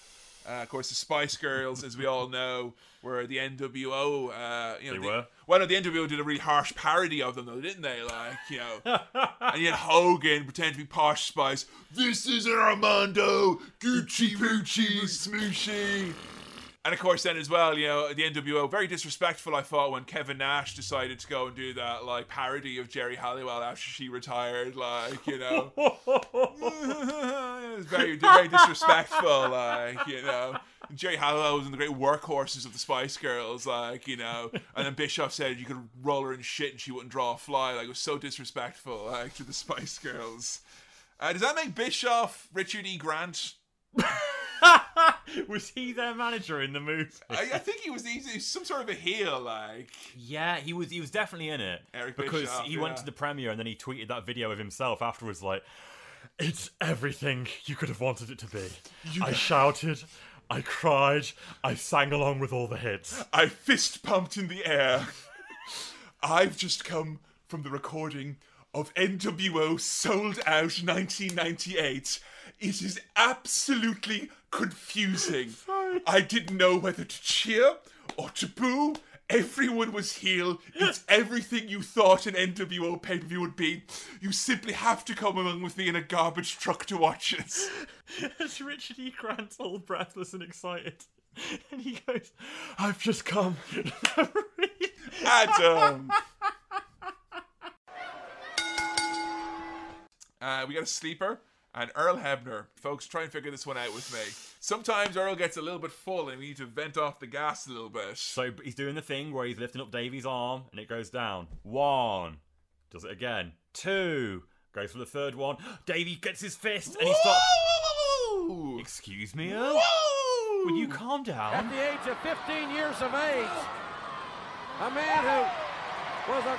S1: Uh, of course, the Spice Girls, as we all know, were the NWO. Uh, you know,
S3: They
S1: the-
S3: were?
S1: Well, no, the NWO did a really harsh parody of them, though, didn't they? Like, you know, and you had Hogan pretend to be posh Spice. This is Armando Gucci Poochie Smoochy. And of course, then as well, you know, the NWO, very disrespectful, I thought, when Kevin Nash decided to go and do that, like, parody of Jerry Halliwell after she retired. Like, you know, it was very, very disrespectful. Like, you know, Jerry Halliwell was one of the great workhorses of the Spice Girls. Like, you know, and then Bischoff said you could roll her in shit and she wouldn't draw a fly. Like, it was so disrespectful, like, to the Spice Girls. Uh, does that make Bischoff Richard E. Grant?
S3: Was he their manager in the movie?
S1: I, I think he was he's, he's some sort of a heel, like.
S3: Yeah, he was. He was definitely in it
S1: Eric
S3: because
S1: Bischoff,
S3: he went
S1: yeah.
S3: to the premiere and then he tweeted that video of himself afterwards, like, "It's everything you could have wanted it to be."
S15: You-
S3: I shouted, I cried, I sang along with all the hits.
S1: I fist pumped in the air. I've just come from the recording of NWO Sold Out 1998. It is absolutely confusing. I didn't know whether to cheer or to boo. Everyone was heel. It's everything you thought an NWO pay per view would be. You simply have to come along with me in a garbage truck to watch it.
S3: As Richard E. Grant's all breathless and excited, and he goes, "I've just come."
S1: Adam. Uh, we got a sleeper and Earl Hebner. Folks, try and figure this one out with me. Sometimes Earl gets a little bit full and we need to vent off the gas a little bit.
S3: So he's doing the thing where he's lifting up Davy's arm and it goes down. One. Does it again. Two. Goes for the third one. Davy gets his fist and he
S1: starts.
S3: Excuse me, Earl? Will you calm
S26: At
S3: down?
S26: the age of 15 years of age, a man who was a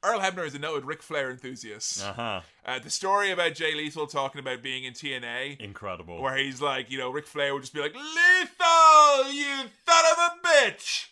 S1: Earl Hebner is a noted Ric Flair enthusiast.
S3: Uh-huh.
S1: Uh, the story about Jay Lethal talking about being in TNA.
S3: Incredible.
S1: Where he's like, you know, Ric Flair would just be like, Lethal, you son of a bitch!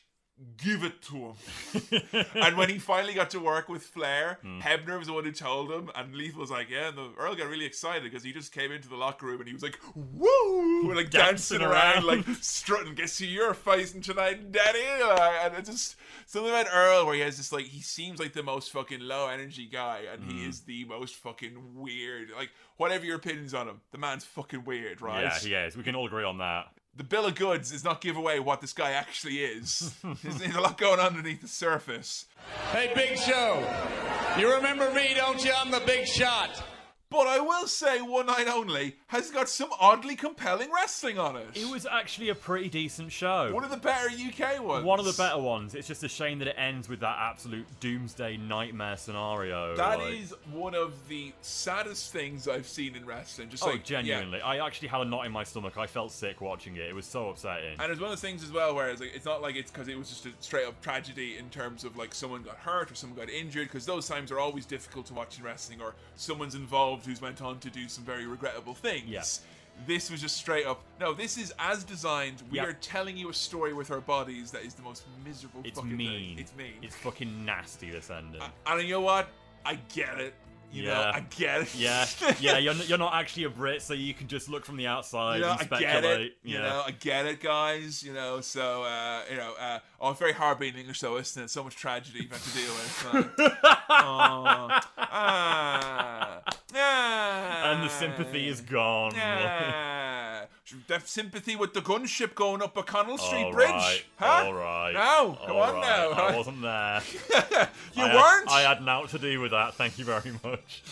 S1: Give it to him. and when he finally got to work with Flair,
S3: Hmm.
S1: Hebner was the one who told him, and Lethal was like, yeah, and the Earl got really excited because he just came into the locker room and he was like, woo! Like dancing,
S3: Dancing
S1: around,
S3: around.
S1: like strutting, guess who you're fighting tonight, Daddy? Like, And it's just something about Earl where he has this like he seems like the most fucking low energy guy, and he
S3: Mm.
S1: is the most fucking weird. Like whatever your opinions on him, the man's fucking weird, right?
S3: Yeah, he is. We can all agree on that.
S1: The bill of goods does not give away what this guy actually is. There's there's a lot going on underneath the surface.
S49: Hey, Big Show, you remember me, don't you? I'm the big shot.
S1: But I will say, One Night Only has got some oddly compelling wrestling on it.
S3: It was actually a pretty decent show.
S1: One of the better UK ones.
S3: One of the better ones. It's just a shame that it ends with that absolute doomsday nightmare scenario.
S1: That is
S3: like-
S1: one of the saddest things I've seen in wrestling. Just
S3: oh,
S1: like yeah.
S3: genuinely. I actually had a knot in my stomach. I felt sick watching it. It was so upsetting.
S1: And it's one of the things as well where it's like it's not like it's because it was just a straight up tragedy in terms of like someone got hurt or someone got injured because those times are always difficult to watch in wrestling or someone's involved who's went on to do some very regrettable things. This was just straight up. No, this is as designed. We
S3: Yep.
S1: are telling you a story with our bodies that is the most miserable
S3: It's
S1: fucking
S3: mean.
S1: thing. It's mean.
S3: It's fucking nasty. This ending.
S1: And you know what? I get it. You
S3: yeah.
S1: know, I get it.
S3: Yeah, yeah. You're, n- you're not actually a Brit, so you can just look from the outside
S1: You know,
S3: and
S1: I get
S3: speculate.
S1: it.
S3: Yeah.
S1: You know, I get it, guys. You know, so uh, you know, uh, oh, it's very hard being English, though, isn't it? So much tragedy you've had to deal with. Uh, oh, ah, ah,
S3: and the sympathy is gone.
S1: ah. That sympathy with the gunship going up a Connell Street
S3: All
S1: Bridge,
S3: right,
S1: huh?
S3: All right.
S1: No,
S3: all
S1: come on
S3: right,
S1: now.
S3: I wasn't there.
S1: You
S3: I had-
S1: weren't?
S3: I had naught to do with that. Thank you very much.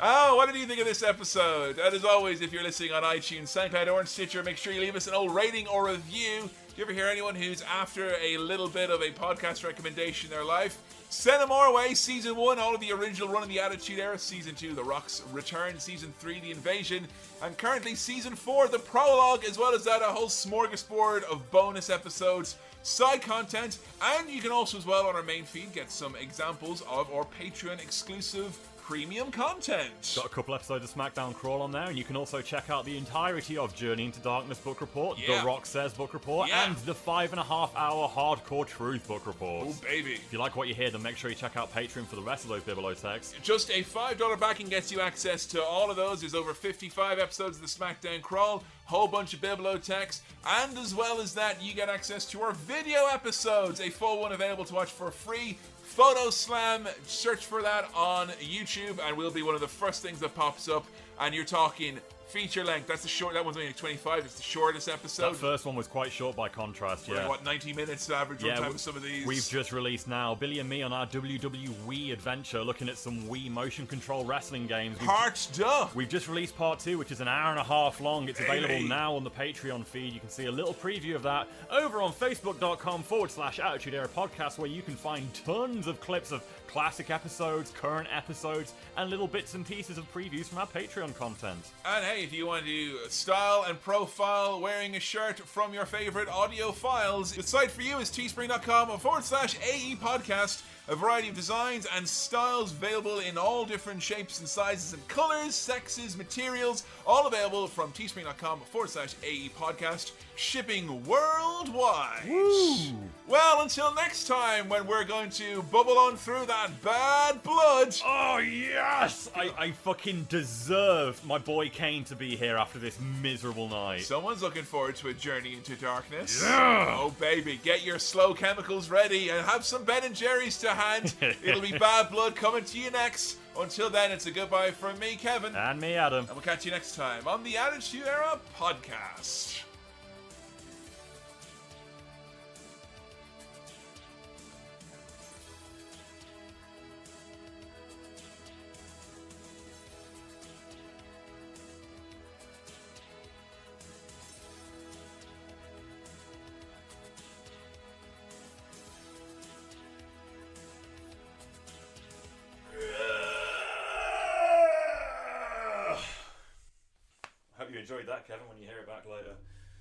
S1: Oh, what did you think of this episode? And as always, if you're listening on iTunes, SoundCloud, or on Stitcher, make sure you leave us an old rating or review. Do you ever hear anyone who's after a little bit of a podcast recommendation in their life? Send them our way. Season 1, all of the original run of the Attitude Era. Season 2, The Rock's Return. Season 3, The Invasion. And currently, Season 4, The Prologue, as well as that, a whole smorgasbord of bonus episodes side content, and you can also, as well, on our main feed, get some examples of our Patreon exclusive premium content.
S3: Got a couple episodes of SmackDown Crawl on there, and you can also check out the entirety of Journey into Darkness book report,
S1: Yeah.
S3: The Rock Says book report,
S1: Yeah.
S3: and the five and a half hour Hardcore Truth book report.
S1: Oh, baby.
S3: If you like what you hear, then make sure you check out Patreon for the rest of those Bibelotex.
S1: Just a $5 backing gets you access to all of those. There's over 55 episodes of the SmackDown Crawl, whole bunch of bibliotechs, and as well as that, you get access to our video episodes, a full one available to watch for free. Photo Slam, search for that on YouTube, and we'll be one of the first things that pops up. And you're talking feature length. That's the short. That one's only like 25. It's the shortest episode.
S3: That first one was quite short by contrast,
S1: We're
S3: yeah.
S1: at, what 90 minutes average
S3: Yeah,
S1: runtime
S3: we-
S1: of some of these.
S3: We've just released now Billy and me on our WW Wii adventure, looking at some Wii motion control wrestling games. We've,
S1: Part two.
S3: We've just released part two, which is an hour and a half long. It's available
S1: Hey.
S3: now on the Patreon feed. You can see a little preview of that over on Facebook.com forward slash Attitude Era Podcast, where you can find tons of clips of classic episodes, current episodes, and little bits and pieces of previews from our Patreon content.
S1: And hey, if you want to style and profile wearing a shirt from your favorite audio files, the site for you is teespring.com forward slash AE podcast. A variety of designs and styles available in all different shapes and sizes and colors, sexes, materials, all available from teespring.com forward slash AE podcast, shipping worldwide. Well, until next time when we're going to bubble on through that bad blood.
S3: Oh, yes! I, I fucking deserve my boy Kane to be here after this miserable night.
S1: Someone's looking forward to a journey into darkness.
S3: Yeah.
S1: Oh baby, get your slow chemicals ready and have some Ben and Jerry's to hand. It'll be bad blood coming to you next. Until then, it's a goodbye from me, Kevin,
S3: and me, Adam, and
S1: we'll catch you next time on the Attitude Era podcast.
S3: I hope you enjoyed that, Kevin, when you hear it back later.